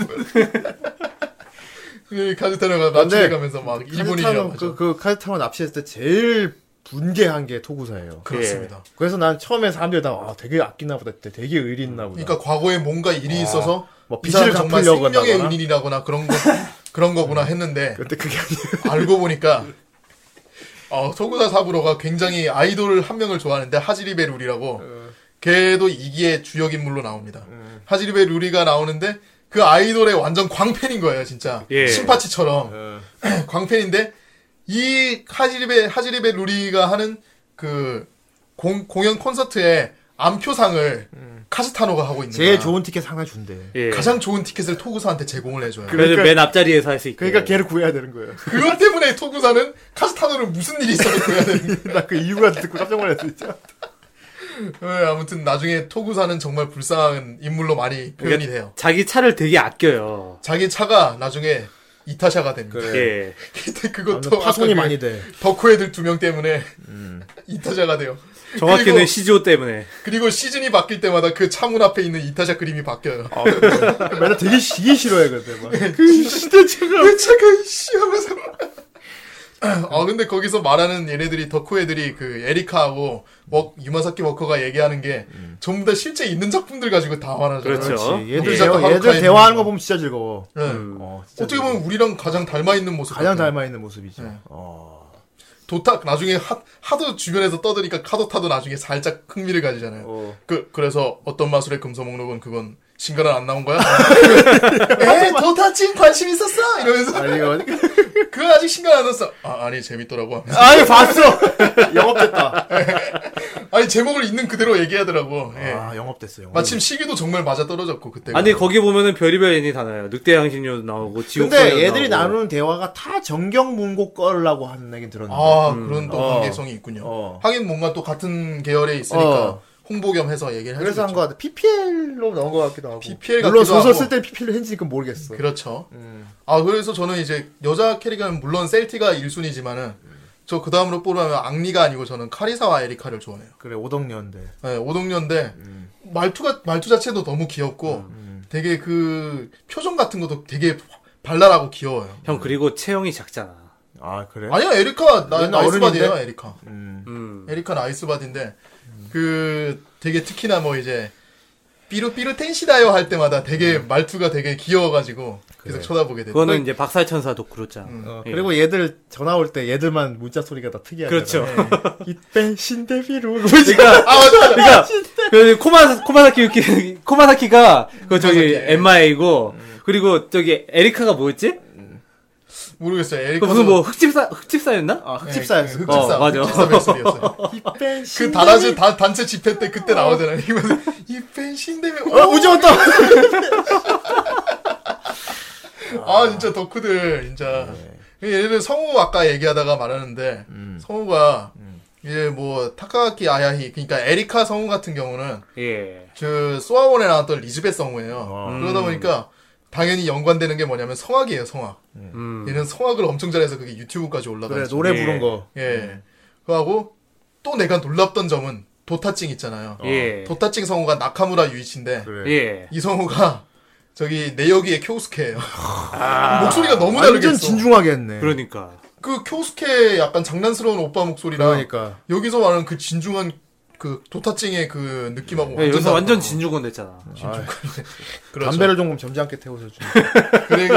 Speaker 4: 이 카즈타노가
Speaker 1: 근데
Speaker 4: 납치해가면서 막 일본인이라고
Speaker 1: 카즈타노 그,
Speaker 4: 하죠.
Speaker 1: 그 카즈타노 납치했을 때 제일 분개한 게 토구사예요.
Speaker 4: 그렇습니다.
Speaker 1: 그래서 난 처음에 사람들이 다 아, 되게 아끼나 보다 했대. 되게 의리 있나 보다.
Speaker 4: 그러니까 과거에 뭔가 일이 있어서
Speaker 1: 뭐
Speaker 4: 이 사람
Speaker 1: 빚을
Speaker 4: 정말
Speaker 1: 갚으려고
Speaker 4: 생명의
Speaker 1: 한다거나. 음.
Speaker 4: 은인이라거나 그런 거 그런 거구나 했는데
Speaker 1: 근데 그게 아니에요.
Speaker 4: 알고 보니까 어, 소구사 사부로가 굉장히 아이돌 한 명을 좋아하는데 하지리베 루리라고
Speaker 1: 어.
Speaker 4: 걔도 이기의 주역 인물로 나옵니다. 하지리베 루리가 나오는데 그 아이돌의 완전 광팬인 거예요, 진짜.
Speaker 2: 예.
Speaker 4: 심파치처럼
Speaker 1: 어.
Speaker 4: 광팬인데 이 하지리베 하지리베 루리가 하는 그 공, 공연 콘서트에 암표상을 카스타노가 하고 있는
Speaker 1: 음. 제일
Speaker 4: 거야.
Speaker 1: 좋은 티켓 하나 준대.
Speaker 2: 예.
Speaker 4: 가장 좋은 티켓을 토구사한테 제공을 해줘요.
Speaker 2: 그래서 맨 앞자리에서 할 수 있게.
Speaker 1: 그러니까 걔를 구해야 되는 거예요.
Speaker 4: 그것 때문에 토구사는 카스타노를 무슨 일이 있어도 구해야 되는 거야.
Speaker 1: 나 그 이유가 듣고 깜짝 놀랐어 진짜.
Speaker 4: 예, 아무튼 나중에 토구사는 정말 불쌍한 인물로 많이 표현이 돼요.
Speaker 2: 자기 차를 되게 아껴요.
Speaker 4: 자기 차가 나중에 이타샤가 됩니다.
Speaker 2: 예.
Speaker 4: 근데 그것도
Speaker 1: 완전 파손이
Speaker 4: 아까 그
Speaker 1: 많이 돼.
Speaker 4: 덕후 애들 두 명 때문에 이타샤가 돼요.
Speaker 2: 정확히는
Speaker 4: 그리고-
Speaker 2: 시조 때문에.
Speaker 4: 그리고 시즌이 바뀔 때마다 그 차문 앞에 있는 이타샤 그림이 바뀌어요.
Speaker 1: 아, 맨날 되게 시기 싫어해 근데 막. 그
Speaker 4: 왜 차가 이씨 하면서. 아 근데 거기서 말하는 얘네들이 덕후 애들이 그 에리카하고 먹 유마사키 워커가 얘기하는 게 전부 다 실제 있는 작품들 가지고 다 말하잖아요.
Speaker 2: 그렇죠.
Speaker 1: 그렇지. 얘들
Speaker 4: 예.
Speaker 1: 대화,
Speaker 4: 하루카이
Speaker 1: 얘들 대화하는
Speaker 4: 뭐.
Speaker 1: 거 보면 진짜 즐거워.
Speaker 4: 예.
Speaker 1: 어, 진짜 네.
Speaker 4: 어떻게 보면 우리가- 우리랑 가장 닮아 있는 모습.
Speaker 1: 가장
Speaker 4: 같아요.
Speaker 1: 닮아 있는 모습이죠. 어.
Speaker 4: 도타 나중에 하, 하도 주변에서 떠드니까 카도타도 나중에 살짝 흥미를 가지잖아요.
Speaker 1: 어.
Speaker 4: 그 그래서 어떤 마술의 금서 목록은 그건 신가는 안 나온 거야? 에 도타 찐 관심 있었어 이러면서
Speaker 1: 아니 이거
Speaker 4: 그 아직 신간 안 났어. 아 아니 재밌더라고. 하면서.
Speaker 1: 아니 봤어. 영업됐다.
Speaker 4: 아니 제목을 있는 그대로 얘기하더라고. 예.
Speaker 1: 아 영업됐어 영업.
Speaker 4: 마침 시기도 정말 맞아 떨어졌고 그때.
Speaker 2: 아니 거기 보면은 별의별 애니 다 나와요. 늑대 향신료 나오고 지옥
Speaker 1: 근데
Speaker 2: 소녀
Speaker 1: 애들이
Speaker 2: 나오고.
Speaker 1: 나누는 대화가 다 정경 문고 거라고 하는 얘기 들었는데.
Speaker 4: 아 그런 또
Speaker 1: 어.
Speaker 4: 관계성이 있군요.
Speaker 1: 어.
Speaker 4: 하긴 뭔가 또 같은 계열에 있으니까
Speaker 1: 어.
Speaker 4: 홍보 겸 해서 얘기를
Speaker 1: 그래서 한 것 같아. PPL로 나온 것 같기도 하고.
Speaker 4: PPL 같기도
Speaker 1: 물론 소설
Speaker 4: 하고.
Speaker 1: 쓸 때 PPL 했는지 그건 모르겠어.
Speaker 4: 그렇죠.
Speaker 1: 음.
Speaker 4: 아 그래서 저는 이제 여자 캐릭은 물론 셀티가 1순위지만은 저 그 다음으로 뽑으면 악리가 아니고 저는 카리사와 에리카를 좋아해요.
Speaker 1: 그래 오덕년대.
Speaker 4: 네, 오동년대
Speaker 1: 음.
Speaker 4: 말투가 말투 자체도 너무 귀엽고 되게 그 표정 같은 것도 되게 발랄하고 귀여워요.
Speaker 2: 형 그리고 체형이 작잖아.
Speaker 1: 아 그래?
Speaker 4: 아니야 에리카 나,
Speaker 1: 옛날
Speaker 4: 나이스바디예요
Speaker 1: 어른인데?
Speaker 4: 에리카.
Speaker 1: 음.
Speaker 2: 음.
Speaker 4: 에리카 나이스바디인데 그 되게 특히나 뭐 이제 삐루 삐루 텐시다요 할 때마다 되게
Speaker 1: 음.
Speaker 4: 말투가 되게 귀여워가지고 계속 쳐다보게 되요
Speaker 2: 그거는 이제 박살천사 예. 독구로짱.
Speaker 1: 어, 그리고 얘들 전화 올 때 얘들만 문자 소리가 다 특이하잖아. 네.
Speaker 2: 그렇죠.
Speaker 1: 이때 신데비로.
Speaker 2: 그러니까 아 맞다. 그러니까 그 코마 코마사키 유키 코마사키가 그 저기
Speaker 4: 코마사키.
Speaker 2: 엠마이고 그리고 저기 에리카가 뭐였지?
Speaker 4: 모르겠어요
Speaker 2: 그
Speaker 4: 에리카
Speaker 2: 무슨 뭐 흑집사 흑집사였나?
Speaker 1: 아, 흑집사였어.
Speaker 4: 흑집사
Speaker 2: 어, 맞아.
Speaker 4: 흑집사 멜소리였어요.
Speaker 1: 이때
Speaker 4: 그
Speaker 1: 신데비.
Speaker 4: 다라즈 다, 단체 집회 때 그때 나오잖아요. 이거는 이팬 신데미.
Speaker 1: 어,
Speaker 2: 예.
Speaker 1: 우지 왔다.
Speaker 4: 아 진짜 덕후들 진짜 예, 얘네들 성우 아까 얘기하다가 말하는데 성우가 이제 뭐 타카키 아야히 그러니까 에리카 성우 같은 경우는
Speaker 2: 예.
Speaker 4: 그 소아원에 나왔던 리즈벳 성우예요 음.
Speaker 1: 아.
Speaker 4: 그러다 보니까 당연히 연관되는 게 뭐냐면 성악이에요 성악
Speaker 2: 음.
Speaker 4: 얘는 성악을 엄청 잘해서 그게 유튜브까지 올라가
Speaker 1: 그래
Speaker 4: 있죠
Speaker 1: 노래
Speaker 2: 예.
Speaker 1: 부른 거.
Speaker 4: 예 그하고 또 내가 놀랍던 점은 도타찡 있잖아요
Speaker 2: 예.
Speaker 4: 도타찡 성우가 나카무라 유이치인데
Speaker 1: 어. 그래. 아,
Speaker 2: 예.
Speaker 4: 이 성우가 저기 내역이의 쿄스케예요 그 목소리가 너무 다르겠어
Speaker 1: 아. 완전 진중하게 했네.
Speaker 2: 그러니까.
Speaker 4: 그 쿄스케 약간 장난스러운 오빠 목소리랑
Speaker 1: 그러니까.
Speaker 4: 여기서 말하는 그 진중한 그 도타찡의 그 느낌하고
Speaker 1: 네,
Speaker 2: 야, 예, 여기서
Speaker 4: 다르다.
Speaker 2: 완전 진중권 됐잖아.
Speaker 4: 그렇죠.
Speaker 1: 담배를 조금 점잖게 태워서 좀.
Speaker 4: 그리고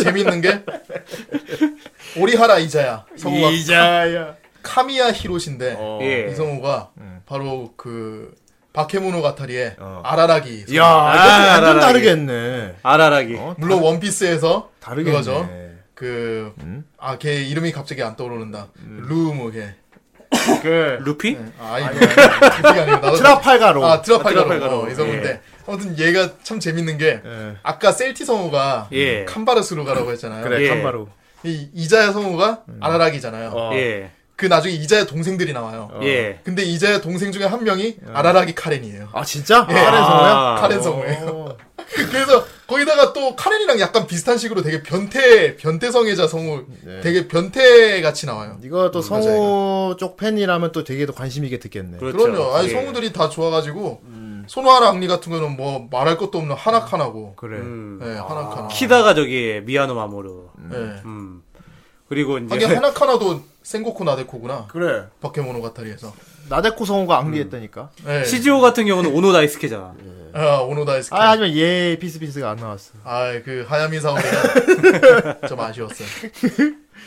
Speaker 4: 재밌는 게 오리하라 이자야 성우가
Speaker 1: 이자야.
Speaker 4: 카미야 히로시인데
Speaker 1: 어. 음.
Speaker 2: 예.
Speaker 4: 이 성우가 바로 그 바케모노 가타리의
Speaker 1: 어.
Speaker 4: 아라라기 성우.
Speaker 1: 야,
Speaker 2: 아,
Speaker 1: 아, 완전
Speaker 2: 알아라,
Speaker 1: 다르게 했네.
Speaker 2: 아라라기.
Speaker 1: 어?
Speaker 4: 물론 원피스에서
Speaker 1: 다르게
Speaker 4: 그거죠.
Speaker 1: 했네.
Speaker 4: 그
Speaker 1: 음?
Speaker 4: 아 걔 이름이 갑자기 안 떠오르는다 루무게 뭐
Speaker 1: 그
Speaker 2: 루피?
Speaker 4: 아 이거 아니야. 아니야. 나도-
Speaker 1: 트라팔가로.
Speaker 4: 아 트라팔가로,
Speaker 2: 트라팔가로.
Speaker 4: 어, 이 성우인데 아무튼 얘가 참 재밌는 게
Speaker 1: 예.
Speaker 4: 아까 셀티 성우가
Speaker 2: 예.
Speaker 4: 캄바르스루가라고 했잖아요.
Speaker 1: 그래
Speaker 2: 예.
Speaker 1: 간바로.
Speaker 4: 이 이자야 성우가 아라락이잖아요.
Speaker 1: 어.
Speaker 2: 예.
Speaker 4: 그 나중에 이자야 동생들이 나와요.
Speaker 2: 예.
Speaker 4: 근데 이자야 동생 중에 한 명이 아라락이 카렌이에요.
Speaker 1: 어. 아 진짜?
Speaker 4: 예.
Speaker 1: 카렌 성우야? 어.
Speaker 2: 아.
Speaker 4: 카렌 성우예요. 그래서 거기다가 또 카렌이랑 약간 비슷한 식으로 되게 변태 변태 성애자 성우
Speaker 1: 예.
Speaker 4: 되게 변태 같이 나와요.
Speaker 1: 이거 또
Speaker 4: 맞아,
Speaker 1: 성우 쪽 팬이라면 또 되게 더 관심 있게 듣겠네.
Speaker 2: 그렇죠.
Speaker 4: 그럼요. 아니
Speaker 2: 예.
Speaker 4: 성우들이 다 좋아가지고
Speaker 1: 음.
Speaker 4: 손화랑 악리 같은 거는 뭐 말할 것도 없는 하나카나고.
Speaker 1: 그래.
Speaker 2: 음.
Speaker 4: 예,
Speaker 1: 아,
Speaker 4: 하나카나.
Speaker 2: 키다가 저기 미아노 마모루.
Speaker 1: 네.
Speaker 4: 예.
Speaker 2: 음. 그리고
Speaker 4: 하긴
Speaker 2: 이제
Speaker 4: 하나카나도 생고쿠 나데코구나.
Speaker 1: 그래.
Speaker 4: 바케모노가타리에서.
Speaker 1: 나데코 성우가 앙리했다니까.
Speaker 4: 예.
Speaker 2: 시즈오 같은 경우는 오노 다이스케잖아.
Speaker 1: 네.
Speaker 4: 아, 오노다이스키.
Speaker 1: 아 하지만 얘 피스피스가 안 나왔어.
Speaker 4: 아, 그 하야미 사오미가 좀 아쉬웠어요.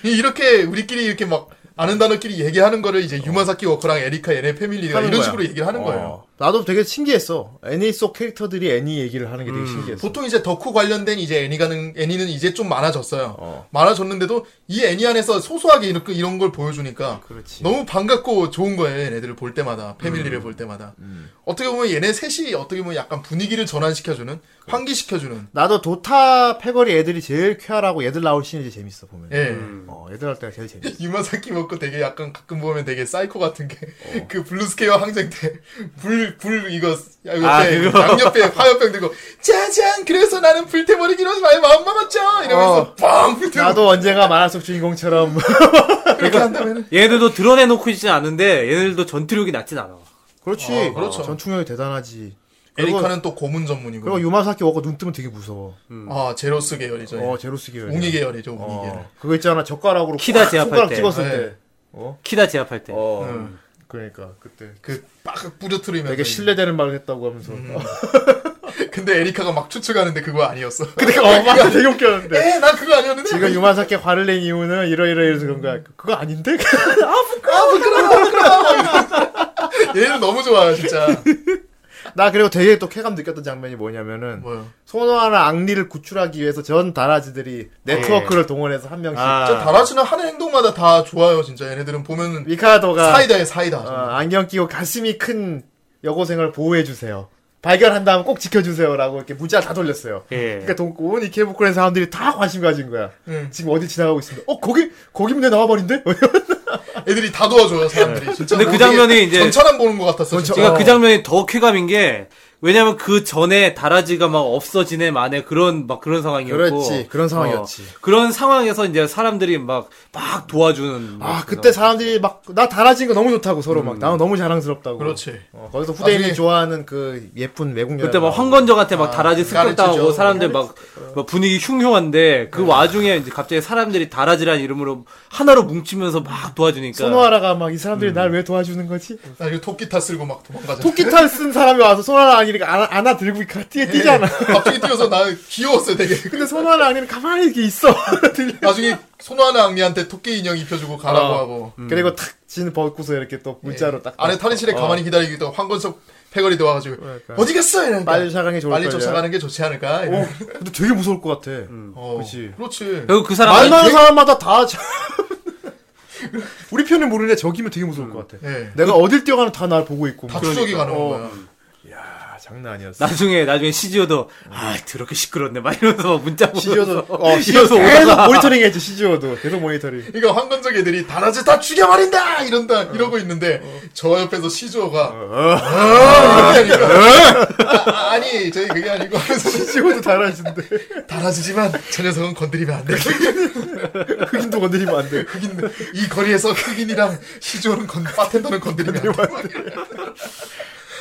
Speaker 4: 이- 이렇게 우리끼리 이렇게 막 아는 단어끼리 얘기하는 거를 이제 유마사키 워커랑 에리카 얘네 패밀리가
Speaker 1: 하는
Speaker 4: 이런
Speaker 1: 거야.
Speaker 4: 식으로 얘기를 하는 거예요.
Speaker 1: 어. 나도 되게 신기했어. 애니 속 캐릭터들이 애니 얘기를 하는 게 되게 신기했어.
Speaker 4: 보통 이제 덕후 관련된 이제 애니가는 애니는 이제 좀 많아졌어요.
Speaker 1: 어.
Speaker 4: 많아졌는데도 이 애니 안에서 소소하게 이렇게 이런 걸 보여주니까
Speaker 1: 그렇지.
Speaker 4: 너무 반갑고 좋은 거예요. 얘네들을 볼 때마다 패밀리를 볼 때마다 어떻게 보면 얘네 셋이 어떻게 보면 약간 분위기를 전환시켜주는 환기시켜주는
Speaker 1: 나도 도타 패거리 애들이 제일 쾌활하고 얘들 나올 씬이 제일 재밌어 보면.
Speaker 4: 예.
Speaker 1: 어, 애들 할 때가 제일 재밌어.
Speaker 4: 유마사키 먹고 되게 약간 가끔 보면 되게 사이코 같은 게 그 블루스케어 항쟁 때불불 이거 야, 이거
Speaker 2: 아,
Speaker 4: 때
Speaker 2: 그거.
Speaker 4: 양옆에 화염병 들고 짜잔 그래서 나는 불태버리기로 많이 마음 먹었죠 이러면서
Speaker 1: 어.
Speaker 4: 빵 불태워
Speaker 1: 나도 언젠가 만화 속 주인공처럼
Speaker 4: 그렇게 한다면은
Speaker 2: 얘네들도 드러내놓고 있진 않은데 얘네들도 전투력이 낮진 않아.
Speaker 1: 그렇지.
Speaker 4: 어, 그렇죠.
Speaker 1: 전투력이 대단하지. 그리고-
Speaker 4: 에리카는 또 고문 전문이고
Speaker 1: 그리고 유마사키 워커 눈 뜨면 되게 무서워.
Speaker 4: 아 제로스 계열이죠
Speaker 1: 어, 제로스 계열.
Speaker 4: 옹이 계열이죠 옹이 계열
Speaker 1: 어, 그거 있잖아. 젓가락으로
Speaker 2: 키다
Speaker 1: 꽉
Speaker 2: 제압할
Speaker 1: 손가락
Speaker 2: 때.
Speaker 1: 찍었을
Speaker 4: 네.
Speaker 1: 때.
Speaker 2: 키다 제압할 때.
Speaker 1: 어.
Speaker 4: 음.
Speaker 1: 그러니까 그때
Speaker 4: 그빡 뿌려트리면서
Speaker 1: 음. 되게 신뢰되는 말을 했다고 하면서.
Speaker 4: 근데 에리카가 막 추측하는데 그거 아니었어.
Speaker 1: 근데 어, 막 되게 웃겼는데.
Speaker 4: 에, 난 그거 아니었는데.
Speaker 1: 지금 유마사케 화를 낸 이유는 이러이러이러서 그런 거야. 그거 아닌데?
Speaker 4: 얘는 너무 좋아요, 진짜.
Speaker 1: 나 그리고 되게 또 쾌감 느꼈던 장면이 뭐냐면은
Speaker 4: 뭐요?
Speaker 1: 소노아나 앙리를 구출하기 위해서 전 다라지들이 네트워크를 동원해서 한 명씩
Speaker 2: 아.
Speaker 4: 진짜 다라지는 하는 행동마다 다 좋아요, 진짜. 얘네들은 보면은
Speaker 1: 미카도가
Speaker 4: 사이다에 사이다.
Speaker 1: 어,
Speaker 4: 정말.
Speaker 1: 안경 끼고 가슴이 큰 여고생을 보호해 주세요. 발견한 다음 꼭 지켜주세요라고 이렇게 문자 다 돌렸어요.
Speaker 2: 예.
Speaker 1: 그러니까 돈온 이케부쿠라는 사람들이 다 관심 가진 거야.
Speaker 4: 응.
Speaker 1: 지금 어디 지나가고 있습니다. 어 거기 거기면 내 나와버린데?
Speaker 2: 아,
Speaker 4: 애들이 다 도와줘요, 사람들이.
Speaker 1: 네.
Speaker 4: 진짜
Speaker 2: 근데 그
Speaker 4: 모든
Speaker 2: 장면이
Speaker 4: 게
Speaker 2: 이제-
Speaker 4: 전차만 보는 것 같았어. 진짜.
Speaker 2: 제가 그 장면이 더 쾌감인 게 왜냐면 그 전에 다라지가 막 없어지네 만에 그런 막 그런 상황이었고
Speaker 1: 그렇지, 그런 상황이었지.
Speaker 2: 어, 그런 상황에서 이제 사람들이 막 막 도와주는
Speaker 1: 아
Speaker 2: 그런
Speaker 1: 그때
Speaker 2: 상황.
Speaker 1: 사람들이 막 나 달아진 거 너무 좋다고 서로
Speaker 2: 음.
Speaker 1: 막 나는 너무 자랑스럽다고.
Speaker 4: 그렇지.
Speaker 1: 어, 거기서 후대인이
Speaker 4: 나중에-
Speaker 1: 좋아하는 그 예쁜 외국 여자.
Speaker 2: 그때 막 황건적한테 막 다라지 습격당하고
Speaker 4: 아, 가르치죠.
Speaker 2: 사람들 막, 막 분위기 흉흉한데 그 와중에 이제 갑자기 사람들이 다라지란 이름으로 하나로 뭉치면서 막 도와주니까
Speaker 1: 소노하라가 막 이
Speaker 2: 음.
Speaker 1: 사람들이 날 왜 도와주는 거지?
Speaker 4: 나 이거 토끼타 쓸고 막 도망가자.
Speaker 1: 토끼탈 쓴 사람이 와서 소노하라 아니니까 안아, 안아 들고 가- 뛰-
Speaker 2: 예.
Speaker 1: 뛰잖아.
Speaker 4: 예. 갑자기 뛰어서 나 귀여웠어요, 되게.
Speaker 1: 근데 소노하라 아니는 가만히 이렇게 있어.
Speaker 4: 나중에 손아나 악리한테 토끼 인형 입혀주고 가라고
Speaker 1: 어.
Speaker 4: 하고.
Speaker 1: 그리고 탁진 벗고서 이렇게 또 문자로 딱 어.
Speaker 4: 안에 예. 탈의실에 가만히 기다리고 있다가 황건석 패거리 돼와가지고 어디 갔어? 이러니까
Speaker 1: 빨리 쫓아가는 게 좋을
Speaker 4: 빨리
Speaker 1: 걸요.
Speaker 4: 쫓아가는 게 좋지 않을까?
Speaker 1: 어,
Speaker 4: 이러고.
Speaker 1: 근데 되게 무서울 것 같아.
Speaker 4: 어,
Speaker 1: 그치. 그러니까.
Speaker 4: 그렇지.
Speaker 2: 결국 그
Speaker 1: 말
Speaker 2: 사람
Speaker 1: 많은 음. 사람마다 다 참- 우리 편은 모르는데 저기면 되게 무서울 것 같아.
Speaker 4: 예.
Speaker 1: 내가 어딜 뛰어가는 음. 다 날 보고 있고.
Speaker 4: 다
Speaker 1: 막.
Speaker 4: 추적이 가는
Speaker 1: 어.
Speaker 4: 거야.
Speaker 1: 아, 장난 아니었어.
Speaker 2: 나중에 나중에 시지오도 아 더럽게 시끄럽네 막 이러면서 막 문자 보면서
Speaker 1: 시지어도 어, 시지어
Speaker 2: 이러면서
Speaker 1: 계속
Speaker 2: 오다가
Speaker 1: 모니터링 했지 시지어도 계속 모니터링.
Speaker 4: 그러니까 황건적 애들이 다라지 다 죽여버린다 이런다
Speaker 1: 어.
Speaker 4: 이러고 있는데 저 옆에서 시조가 어, 이렇게 하니까 아, 아니 저희 그게 아니고 하면서
Speaker 1: 시지어도 달아진데
Speaker 4: 다라지지만 저 녀석은 건드리면 안돼
Speaker 1: 흑인도 건드리면 안 돼.
Speaker 4: 흑인 이 거리에서 흑인이랑 시조는 건 바텐더는 건드리면 안돼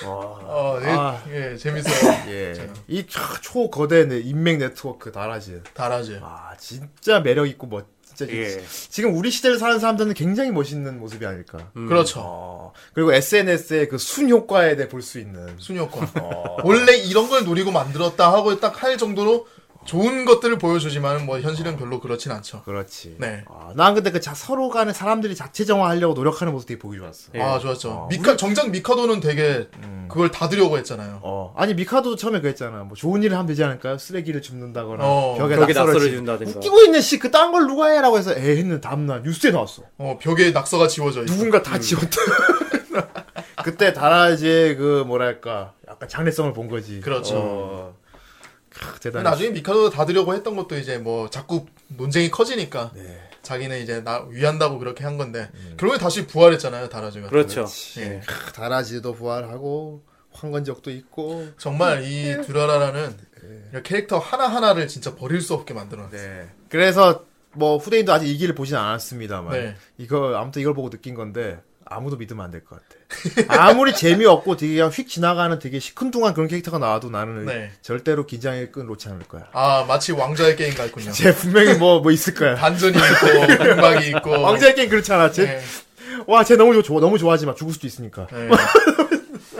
Speaker 4: 어, 예,
Speaker 1: 아.
Speaker 4: 예, 재밌어요.
Speaker 1: 예. 이초 거대 네, 인맥 네트워크 달아진.
Speaker 4: 다라지.
Speaker 1: 아 진짜 매력 있고 멋. 진짜
Speaker 2: 예.
Speaker 1: 지금 우리 시대를 사는 사람들은 굉장히 멋있는 모습이 아닐까.
Speaker 4: 그렇죠.
Speaker 1: 어, 그리고 SNS의 그 순효과에 대해 볼 수 있는.
Speaker 4: 순효과. 원래 이런 걸 노리고 만들었다 하고 딱 할 정도로 좋은 것들을 보여주지만 뭐 현실은 별로 그렇진 않죠.
Speaker 1: 그렇지.
Speaker 4: 네.
Speaker 1: 아, 난 근데 그 자, 서로 간에 사람들이 자체 정화하려고 노력하는 모습 되게 보기 좋았어.
Speaker 4: 아 좋았죠. 미카 정작 미카도는 되게 그걸 다 드려고 했잖아요.
Speaker 1: 어. 아니 미카도도 처음에 그랬잖아. 뭐 좋은 일을 하면 되지 않을까요? 쓰레기를 줍는다거나
Speaker 4: 어,
Speaker 1: 벽에
Speaker 2: 벽에
Speaker 1: 낙서를
Speaker 2: 낙서를
Speaker 1: 지-
Speaker 2: 준다든가.
Speaker 1: 웃기고 있는 씨 그딴 걸 누가 해라고 해서 에 했는데 다음날 뉴스에 나왔어.
Speaker 4: 어 벽에 낙서가 지워져 있어.
Speaker 1: 누군가 다 지웠다. 그때 다라지의 그 뭐랄까 약간 장래성을 본 거지.
Speaker 4: 그렇죠.
Speaker 1: 어. 크, 대단해.
Speaker 4: 나중에 미카도 다 드려고 했던 것도 이제 뭐 자꾸 논쟁이 커지니까
Speaker 1: 네.
Speaker 4: 자기는 이제 나 위한다고 그렇게 한 건데 결국에 다시 부활했잖아요 다라지가.
Speaker 2: 그렇죠
Speaker 4: 예.
Speaker 1: 크, 다라지도 부활하고 황건적도 있고.
Speaker 4: 정말 이 듀라라라는 이런 캐릭터 하나 하나를 진짜 버릴 수 없게 만들어놨어요.
Speaker 1: 네. 그래서 뭐 후대인도 아직 이 길을 보진 않았습니다만
Speaker 4: 네.
Speaker 1: 이거 아무튼 이걸 보고 느낀 건데 아무도 믿으면 안 될 것 같아. 아무리 재미없고 되게 그냥 휙 지나가는 되게 시큰둥한 그런 캐릭터가 나와도 나는
Speaker 4: 네.
Speaker 1: 절대로 긴장의 끈 놓지 않을 거야.
Speaker 4: 아 마치 왕자의 게임 같군요.
Speaker 1: 쟤 분명히 뭐 뭐 있을 거야.
Speaker 4: 반전이 있고 공박이 있고.
Speaker 1: 왕자의 게임 그렇지 않았지?
Speaker 4: 예.
Speaker 1: 와, 쟤 너무 좋아, 너무 좋아하지만 죽을 수도 있으니까.
Speaker 4: 네. 예.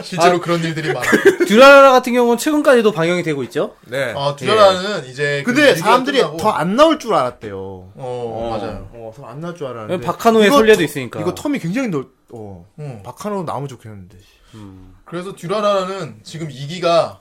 Speaker 4: 실제로 그런 일들이 많아요.
Speaker 2: 듀라라 같은 경우는 최근까지도 방영이 되고 있죠
Speaker 1: 네.
Speaker 4: 아, 듀라라는 이제 그
Speaker 1: 근데
Speaker 4: 리그가
Speaker 1: 사람들이
Speaker 4: 끝나고-
Speaker 1: 더 안 나올 줄 알았대요.
Speaker 4: 어, 맞아요.
Speaker 1: 어, 더 안 나올 줄 알았는데.
Speaker 2: 네, 박한호의
Speaker 1: 이거
Speaker 2: 설례도
Speaker 1: 텀-
Speaker 2: 있으니까.
Speaker 1: 이거 텀이 굉장히 넓, 어.
Speaker 4: 음.
Speaker 1: 박한호 나오면 좋겠는데.
Speaker 4: 그래서 듀라라는 지금 2기가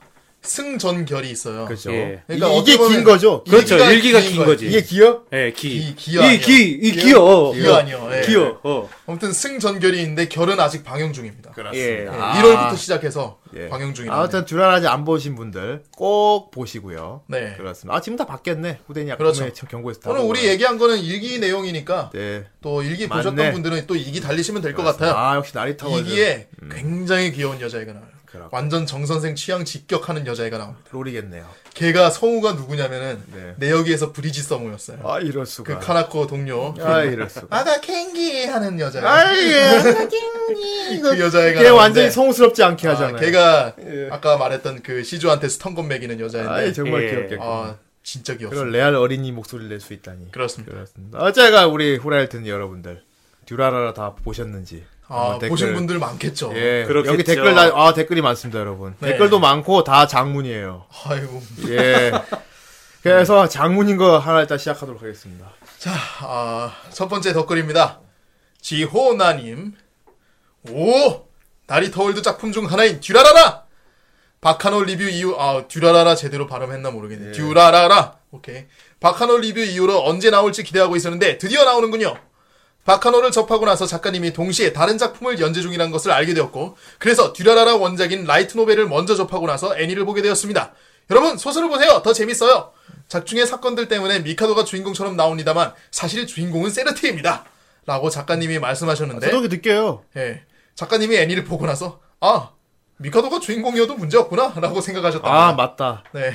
Speaker 4: 승전결이 있어요.
Speaker 1: 그죠.
Speaker 2: 예.
Speaker 4: 그러니까
Speaker 1: 이- 이게
Speaker 4: 어떻게 보면
Speaker 1: 긴 거죠?
Speaker 2: 그렇죠
Speaker 4: 일기가
Speaker 2: 일기가
Speaker 4: 긴
Speaker 2: 긴
Speaker 4: 거예요.
Speaker 2: 거지
Speaker 1: 이게 기어?
Speaker 2: 예,
Speaker 4: 기,
Speaker 2: 기.
Speaker 4: 기어 아니야.
Speaker 2: 이 기, 이
Speaker 4: 기어?
Speaker 2: 기어.
Speaker 4: 기어 아니요. 예.
Speaker 2: 기어. 어.
Speaker 4: 아무튼 승전결이 있는데 결은 아직 방영 중입니다.
Speaker 2: 예.
Speaker 4: 예,
Speaker 2: 아.
Speaker 4: 1월부터 시작해서
Speaker 1: 예.
Speaker 4: 방영 중입니다.
Speaker 1: 아무튼 듀라라지 안 보신 분들 꼭 보시고요.
Speaker 4: 네.
Speaker 1: 그렇습니다. 아 지금 다 바뀌었네. 후대인 약품에
Speaker 4: 그렇죠.
Speaker 1: 경고에서 다.
Speaker 4: 오늘 우리
Speaker 1: 보고요.
Speaker 4: 얘기한 거는 일기 내용이니까
Speaker 1: 네.
Speaker 4: 또 일기
Speaker 1: 맞네.
Speaker 4: 보셨던 분들은 또 2기 달리시면 될 것 같아요.
Speaker 1: 아 역시 나리타
Speaker 4: 이
Speaker 1: 월드.
Speaker 4: 2기에 굉장히 귀여운 여자애가 나와요.
Speaker 1: 그렇군요.
Speaker 4: 완전 정선생 취향 직격하는 여자애가 나옵니다.
Speaker 1: 롤이겠네요.
Speaker 4: 걔가 성우가 누구냐면은
Speaker 1: 네.
Speaker 4: 내 여기에서 브리지 성우였어요.
Speaker 1: 아 이럴
Speaker 4: 그
Speaker 1: 수가.
Speaker 4: 카나코 동료.
Speaker 1: 아 이럴 수가.
Speaker 4: 아가 캥기 하는 여자.
Speaker 1: 아예.
Speaker 4: 아, 예. 그 여자애가.
Speaker 1: 걔
Speaker 4: 나오는데,
Speaker 1: 완전히 성우스럽지 않게
Speaker 4: 아,
Speaker 1: 하잖아요. 예.
Speaker 4: 걔가 아까 말했던 그 시조한테 스턴건 먹이는
Speaker 1: 아이
Speaker 4: 여자인데.
Speaker 1: 정말
Speaker 2: 예.
Speaker 1: 귀엽겠고.
Speaker 4: 아 진짜
Speaker 1: 그런
Speaker 4: 귀엽습니다.
Speaker 1: 레알 어린이 목소리를 낼 수 있다니.
Speaker 4: 그렇습니다.
Speaker 1: 그렇습니다. 어째가 우리 후라이를 듣는 여러분들 듀라라라 다 보셨는지
Speaker 4: 아,
Speaker 1: 댓글.
Speaker 4: 보신 분들 많겠죠.
Speaker 1: 예,
Speaker 2: 그렇겠죠.
Speaker 1: 여기 댓글 다, 아 댓글이 많습니다, 여러분.
Speaker 4: 네.
Speaker 1: 댓글도 많고 다 장문이에요.
Speaker 4: 아이고.
Speaker 1: 예. 그래서 장문인 거 하나 일단 시작하도록 하겠습니다.
Speaker 4: 자, 아, 첫 번째 덧글입니다. 지호나님. 오! 나리터월드 작품 중 하나인 듀라라라! 박한올 리뷰 이후, 아, 듀라라라 제대로 발음했나
Speaker 9: 예.
Speaker 4: 모르겠네. 듀라라라! 오케이. 박한올 리뷰 이후로 언제 나올지 기대하고 있었는데 드디어 나오는군요. 박한호를 접하고 나서 작가님이 동시에 다른 작품을 연재 중이라는 것을 알게 되었고 그래서 듀라라라 원작인 라이트 노벨을 먼저 접하고 나서 애니를 보게 되었습니다. 여러분 소설을 보세요. 더 재밌어요. 작중의 사건들 때문에 미카도가 주인공처럼 나옵니다만 사실 주인공은 세르티입니다. 라고 작가님이 말씀하셨는데
Speaker 9: 아, 저도 그렇게 느껴요.
Speaker 4: 예, 작가님이 애니를 보고 나서 아 미카도가 주인공이어도 문제없구나 라고 생각하셨다.
Speaker 1: 아 맞다.
Speaker 4: 네.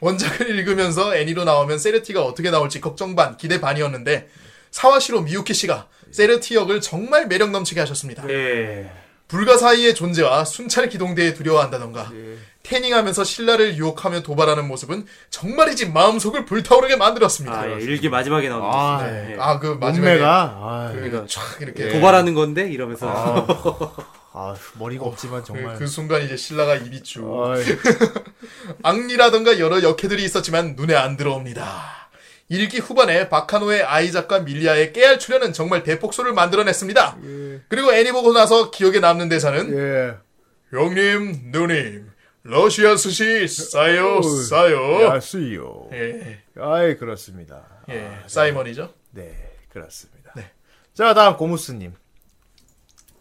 Speaker 4: 원작을 읽으면서 애니로 나오면 세르티가 어떻게 나올지 걱정 반, 기대 반이었는데 사와시로 미유키 씨가 세르티 역을 정말 매력 넘치게 하셨습니다.
Speaker 2: 예.
Speaker 4: 불가사의의 존재와 순찰 기동대에 두려워한다던가
Speaker 2: 예.
Speaker 4: 태닝하면서 신라를 유혹하며 도발하는 모습은 정말이지 마음속을 불타오르게 만들었습니다.
Speaker 2: 아, 예. 일기 마지막에 나오는 거.
Speaker 1: 아,
Speaker 4: 네.
Speaker 2: 예.
Speaker 4: 아, 그 마지막에
Speaker 1: 몸매가 예.
Speaker 4: 그
Speaker 2: 그러니까
Speaker 4: 촥 이렇게
Speaker 2: 도발하는 건데 이러면서
Speaker 1: 아, 휴 머리가 없지만
Speaker 4: 그,
Speaker 1: 정말.
Speaker 4: 그 순간 이제 신라가 입이 쭉
Speaker 1: 어이,
Speaker 4: 악리라던가 여러 역해들이 있었지만 눈에 안 들어옵니다. 일기 후반에 박하노의 아이작과 밀리아의 깨알 출연은 정말 대폭소를 만들어냈습니다. 그리고 애니 보고 나서 기억에 남는 대사는
Speaker 1: 예.
Speaker 4: 형님, 누님, 러시아 스시 싸요 싸요.
Speaker 1: 예. 야수요.
Speaker 4: 어. 예,
Speaker 1: 아이 그렇습니다.
Speaker 4: 예, 사이먼이죠.
Speaker 1: 네, 그렇습니다.
Speaker 4: 네.
Speaker 1: 자, 다음 고무스님.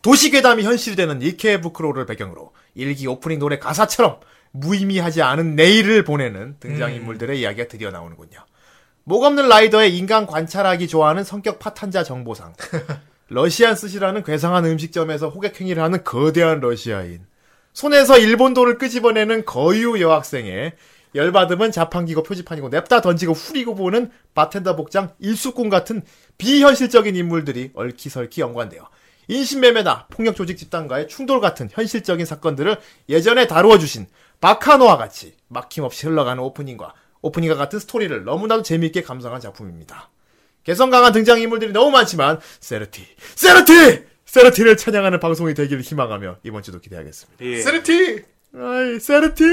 Speaker 1: 도시괴담이 현실되는 이케 부크로를 배경으로 일기 오프닝 노래 가사처럼 무의미하지 않은 내일을 보내는 등장인물들의 이야기가 드디어 나오는군요. 목 없는 라이더의 인간 관찰하기 좋아하는 성격 파탄자 정보상. 러시안 스시라는 괴상한 음식점에서 호객행위를 하는 거대한 러시아인. 손에서 일본도를 끄집어내는 거유 여학생의 열받음은 자판기고 표지판이고 냅다 던지고 후리고 보는 바텐더 복장 일수꾼 같은 비현실적인 인물들이 얼키설키 연관되어 인신매매나 폭력 조직 집단과의 충돌 같은 현실적인 사건들을 예전에 다루어 주신 바카노와 같이 막힘없이 흘러가는 오프닝과 오프닝과 같은 스토리를 너무나도 재미있게 감상한 작품입니다. 개성 강한 등장인물들이 너무 많지만 세르티, 세르티, 세르티를 찬양하는 방송이 되기를 희망하며 이번 주도 기대하겠습니다.
Speaker 2: 예.
Speaker 4: 세르티.
Speaker 1: 아이, 세르티!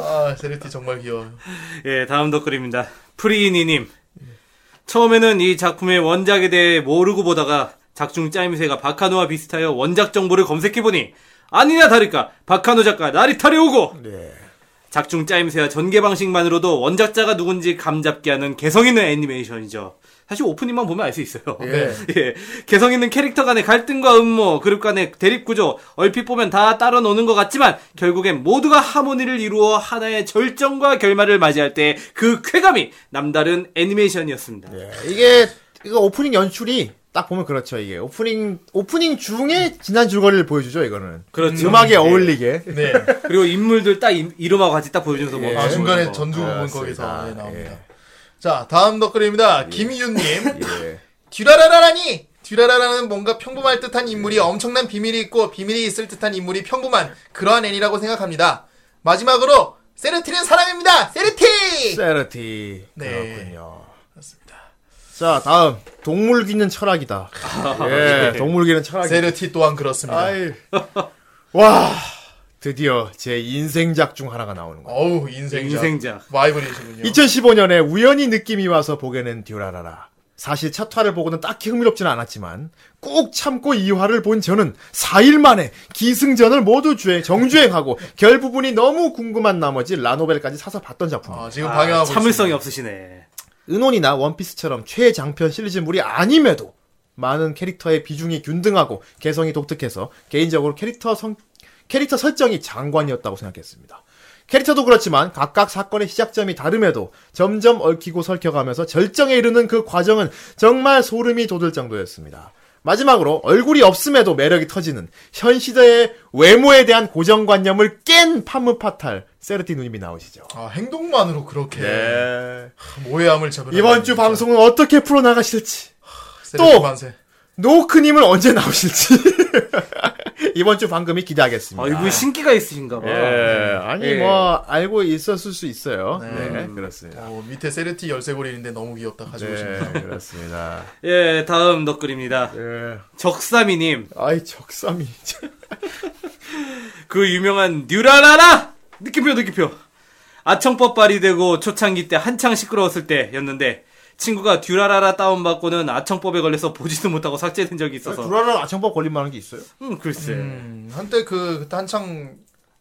Speaker 4: 아, 세르티 정말 귀여워요.
Speaker 2: 예, 다음 댓글입니다. 프리니님. 처음에는 이 작품의 원작에 대해 모르고 보다가 작중 짜임새가 박한우와 비슷하여 원작 정보를 검색해보니 아니나 다를까 박한우 작가 나리탈이 오고 작중 짜임새와 전개 방식만으로도 원작자가 누군지 감잡게 하는 개성 있는 애니메이션이죠. 사실 오프닝만 보면 알 수 있어요.
Speaker 4: 예.
Speaker 2: 예. 개성 있는 캐릭터 간의 갈등과 음모, 그룹 간의 대립 구조, 얼핏 보면 다 따라 노는 것 같지만 결국엔 모두가 하모니를 이루어 하나의 절정과 결말을 맞이할 때 그 쾌감이 남다른 애니메이션이었습니다.
Speaker 1: 예. 이게, 이거 오프닝 연출이 딱 보면 그렇죠, 이게. 오프닝, 오프닝 중에 지난 줄거리를 보여주죠, 이거는.
Speaker 2: 그렇죠.
Speaker 1: 음악에
Speaker 2: 예.
Speaker 1: 어울리게.
Speaker 4: 네.
Speaker 2: 그리고 인물들 딱 이- 이름하고 같이 딱 보여주면서
Speaker 1: 예.
Speaker 2: 뭐
Speaker 4: 아, 중간에
Speaker 2: 뭐.
Speaker 4: 전주 부분 거기서
Speaker 1: 알았습니다.
Speaker 4: 네, 나옵니다. 자, 다음 덧글입니다. 김희윤님.
Speaker 1: 예.
Speaker 4: 듀라라라라니! 듀라라라는 뭔가 평범할 듯한 인물이 엄청난 비밀이 있고 비밀이 있을 듯한 인물이 평범한 그러한 애니라고 생각합니다. 마지막으로 세르티는 사람입니다. 세르티!
Speaker 1: 세르티.
Speaker 4: 네.
Speaker 1: 그렇군요.
Speaker 4: 그렇습니다.
Speaker 1: 자, 다음. 동물귀는 철학이다. 예, 동물귀는 철학이다.
Speaker 4: 세르티 또한 그렇습니다.
Speaker 1: 아이. 와. 드디어 제 인생작 중 하나가 나오는 거야.
Speaker 4: 어우 인생작.
Speaker 2: 인생작.
Speaker 4: 와이브리시군요.
Speaker 1: 2015년에 우연히 느낌이 와서 보게 된 듀라라라. 사실 첫화를 보고는 딱히 흥미롭지는 않았지만 꾹 참고 2화를 본 저는 4일 만에 기승전을 모두 주행, 정주행하고 결 부분이 너무 궁금한 나머지 라노벨까지 사서 봤던 작품입니다.
Speaker 4: 아, 지금
Speaker 2: 아,
Speaker 4: 방영하고
Speaker 2: 참을성이
Speaker 4: 있습니다.
Speaker 2: 없으시네.
Speaker 1: 은혼이나 원피스처럼 최장편 시리즈물이 아님에도 많은 캐릭터의 비중이 균등하고 개성이 독특해서 개인적으로 캐릭터 성, 캐릭터 설정이 장관이었다고 생각했습니다. 캐릭터도 그렇지만 각각 사건의 시작점이 다름에도 점점 얽히고 설켜가면서 절정에 이르는 그 과정은 정말 소름이 돋을 정도였습니다. 마지막으로 얼굴이 없음에도 매력이 터지는 현 시대의 외모에 대한 고정관념을 깬 파무파탈 세르티 누님이 나오시죠.
Speaker 4: 아, 행동만으로 그렇게
Speaker 1: 네.
Speaker 4: 모해함을 잡으
Speaker 1: 이번 주 방송은 어떻게 풀어나가실지
Speaker 4: 또
Speaker 1: 또! 노크님은 언제 나오실지. 이번 주 방금이 기대하겠습니다.
Speaker 2: 아, 이분 신기가 있으신가 봐.
Speaker 1: 예, 아니
Speaker 2: 예.
Speaker 1: 뭐 알고 있었을 수 있어요. 네, 그렇습니다.
Speaker 4: 어, 밑에 세르티 열쇠고리인데 너무 귀엽다 가지고 오시네요.
Speaker 1: 네, 그렇습니다.
Speaker 2: 예, 다음 댓글입니다.
Speaker 1: 예.
Speaker 2: 적삼이님,
Speaker 1: 아이 적삼이 참.
Speaker 2: 그 유명한 뉴라라라! 느낌표, 느낌표. 아청법 발의되고 초창기 때 한창 시끄러웠을 때였는데, 친구가 듀라라라 다운받고는 아청법에 걸려서 보지도 못하고 삭제된 적이 있어서.
Speaker 1: 불안한 아청법 걸릴 만한 게 있어요?
Speaker 2: 음, 글쎄.
Speaker 4: 음, 한때 그 그때 한창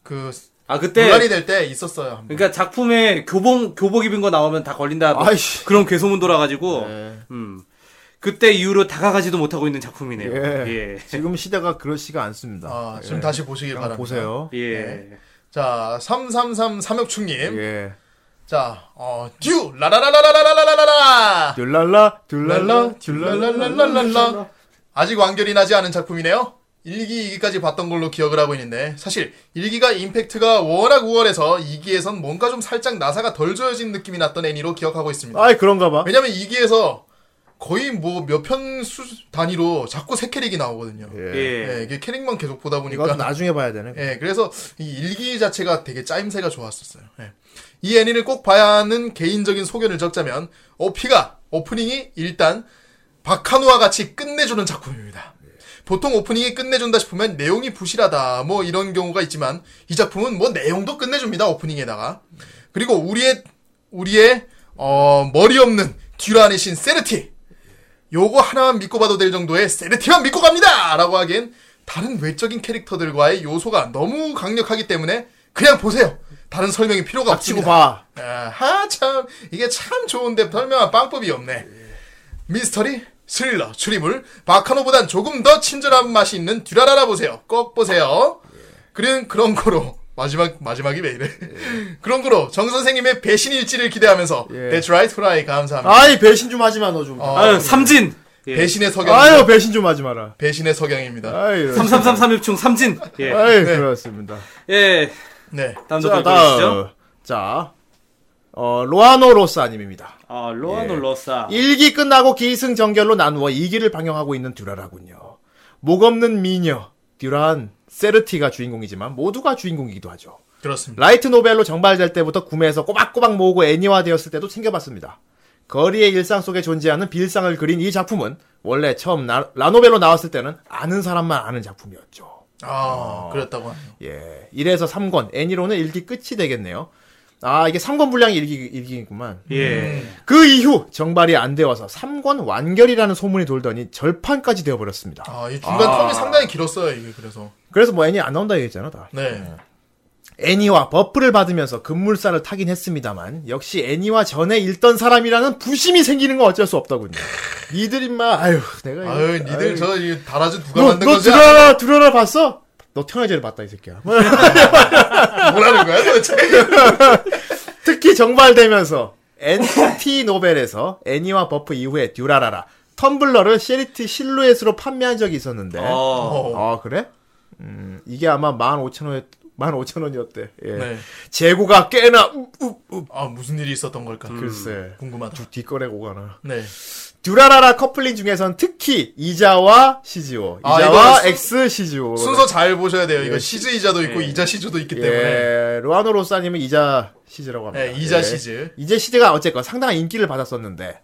Speaker 4: 그
Speaker 2: 아, 그때.
Speaker 4: 논란이 될 때 있었어요. 한번.
Speaker 2: 그러니까 작품에 교복 교복 입은 거 나오면 다 걸린다. 뭐
Speaker 1: 아이씨. 네.
Speaker 2: 그런 괴소문 돌아가지고 음. 그때 이후로 다가가지도 못하고 있는 작품이네요.
Speaker 1: 예.
Speaker 2: 예.
Speaker 1: 지금 시대가 그렇지가 않습니다.
Speaker 4: 아, 지금
Speaker 1: 예.
Speaker 4: 다시 보시길
Speaker 1: 그냥
Speaker 4: 바랍니다.
Speaker 1: 보세요.
Speaker 2: 예.
Speaker 1: 네.
Speaker 4: 자, 333 삼역충님.
Speaker 1: 예.
Speaker 4: 자, 어, 듀! 라라라라라라라라라라!
Speaker 1: 듈랄라 듈랄라
Speaker 4: 랄라, 듀랄랄랄랄랄라. 아직 완결이 나지 않은 작품이네요. 1기, 2기까지 봤던 걸로 기억을 하고 있는데, 사실 1기가 임팩트가 워낙 우월해서 2기에선 뭔가 좀 살짝 나사가 덜 조여진 느낌이 났던 애니로 기억하고 있습니다.
Speaker 1: 아이 그런가 봐.
Speaker 4: 왜냐면 2기에서 거의 뭐 몇 편 수 단위로 자꾸 새 캐릭이 나오거든요.
Speaker 1: 예.
Speaker 2: 예.
Speaker 4: 예, 이게 캐릭만 계속 보다 보니까
Speaker 1: 이건 나중에 봐야 되네.
Speaker 4: 예, 그래서 이 일기 자체가 되게 짜임새가 좋았었어요. 예. 이 애니를 꼭 봐야 하는 개인적인 소견을 적자면 오피가 오프닝이 일단 박한우와 같이 끝내주는 작품입니다. 보통 오프닝이 끝내준다 싶으면 내용이 부실하다 뭐 이런 경우가 있지만 이 작품은 뭐 내용도 끝내줍니다 오프닝에다가 그리고 우리의 우리의 어, 머리 없는 듀란의 신 세르티 요거 하나만 믿고 봐도 될 정도의 세르티만 믿고 갑니다! 라고 하기엔 다른 외적인 캐릭터들과의 요소가 너무 강력하기 때문에 그냥 보세요. 다른 설명이 필요가
Speaker 1: 치고
Speaker 4: 없습니다.
Speaker 1: 봐.
Speaker 4: 아하, 참. 이게 참 좋은데 설명한 방법이 없네. 미스터리, 스릴러, 추리물, 바카노보단 조금 더 친절한 맛이 있는 듀라라라 보세요. 꼭 보세요. 그런, 그런 거로. 마지막, 마지막이 왜 이래. 그런 거로 정선생님의 배신일지를 기대하면서. That's right, 후라이. 감사합니다.
Speaker 1: 예. 아이 배신 좀 하지 마 너 좀.
Speaker 4: 어,
Speaker 2: 아유, 삼진. 예.
Speaker 4: 배신의 석양.
Speaker 1: 아유 배신 좀 하지 마라.
Speaker 4: 배신의 석양입니다.
Speaker 1: 아이
Speaker 2: 333 3육충 삼진. 예.
Speaker 1: 아이
Speaker 4: 네.
Speaker 1: 그렇습니다.
Speaker 2: 예.
Speaker 4: 네.
Speaker 2: 다음
Speaker 1: 자
Speaker 2: 댓글 보시죠.
Speaker 1: 다음 자 어, 로아노 로스 아님입니다.
Speaker 2: 아,
Speaker 4: 예.
Speaker 2: 로아놀러사.
Speaker 1: 1기 끝나고 기승전결로 나누어 2기를 방영하고 있는 듀라라군요. 목없는 미녀, 듀란, 세르티가 주인공이지만 모두가 주인공이기도 하죠.
Speaker 4: 그렇습니다.
Speaker 1: 라이트 노벨로 정발될 때부터 구매해서 꼬박꼬박 모으고 애니화되었을 때도 챙겨봤습니다. 거리의 일상 속에 존재하는 빌상을 그린 이 작품은 원래 처음 라, 라노벨로 나왔을 때는 아는 사람만 아는 작품이었죠.
Speaker 4: 아, 그랬다고 하네요.
Speaker 1: 예. 1에서 3권, 애니로는 1기 끝이 되겠네요. 아, 이게 3권 분량이 1기, 1기이구만.
Speaker 2: 예.
Speaker 1: 그 이후 정발이 안 되어서 3권 완결이라는 소문이 돌더니 절판까지 되어버렸습니다.
Speaker 4: 아, 이 중간 텀이 상당히 길었어요, 이게 그래서.
Speaker 1: 그래서 뭐 애니 안 나온다 얘기했잖아, 다.
Speaker 4: 네.
Speaker 1: 애니와 버프를 받으면서 급물살을 타긴 했습니다만 역시 애니와 전에 읽던 사람이라는 부심이 생기는 건 어쩔 수 없더군요. 니들 임마, 아유, 내가 이거-
Speaker 4: 아유, 니들 저이 다라즈 누가
Speaker 1: 너,
Speaker 4: 만든
Speaker 1: 너
Speaker 4: 건지
Speaker 1: 들어라, 들어라 봤어? 너 태어나기 전에 봤다 이 새끼야.
Speaker 4: 아- 뭐라는 거야, 도대체?
Speaker 1: 특히 정발되면서 NT 노벨에서 애니와 버프 이후에 듀라라라 텀블러를 시리티 실루엣으로 판매한 적이 있었는데.
Speaker 2: 어.
Speaker 4: 어.
Speaker 1: 아 그래? 음 이게 아마 15,000원에 15,000원이었대. 예.
Speaker 4: 네.
Speaker 1: 재고가 꽤나 우우우
Speaker 4: 아, 무슨 일이 있었던 걸까?
Speaker 1: 음.
Speaker 4: 그
Speaker 1: 글쎄.
Speaker 4: 궁금하다.
Speaker 1: 뒷거래 고가나.
Speaker 4: 네.
Speaker 1: 듀라라라 커플링 중에선 특히 이자와 시즈오,
Speaker 4: 아,
Speaker 1: 이자와
Speaker 4: 이거는
Speaker 1: 엑스 시즈오.
Speaker 4: 순서 잘 보셔야 돼요. 이거
Speaker 1: 예,
Speaker 4: 시즈 이자도 있고 이자 시즈도 있기 때문에.
Speaker 1: 예, 로아노 로사님은 이자 시즈라고 합니다. 예.
Speaker 4: 네, 이자 시즈.
Speaker 1: 이제 시즈가 어쨌건 상당한 인기를 받았었는데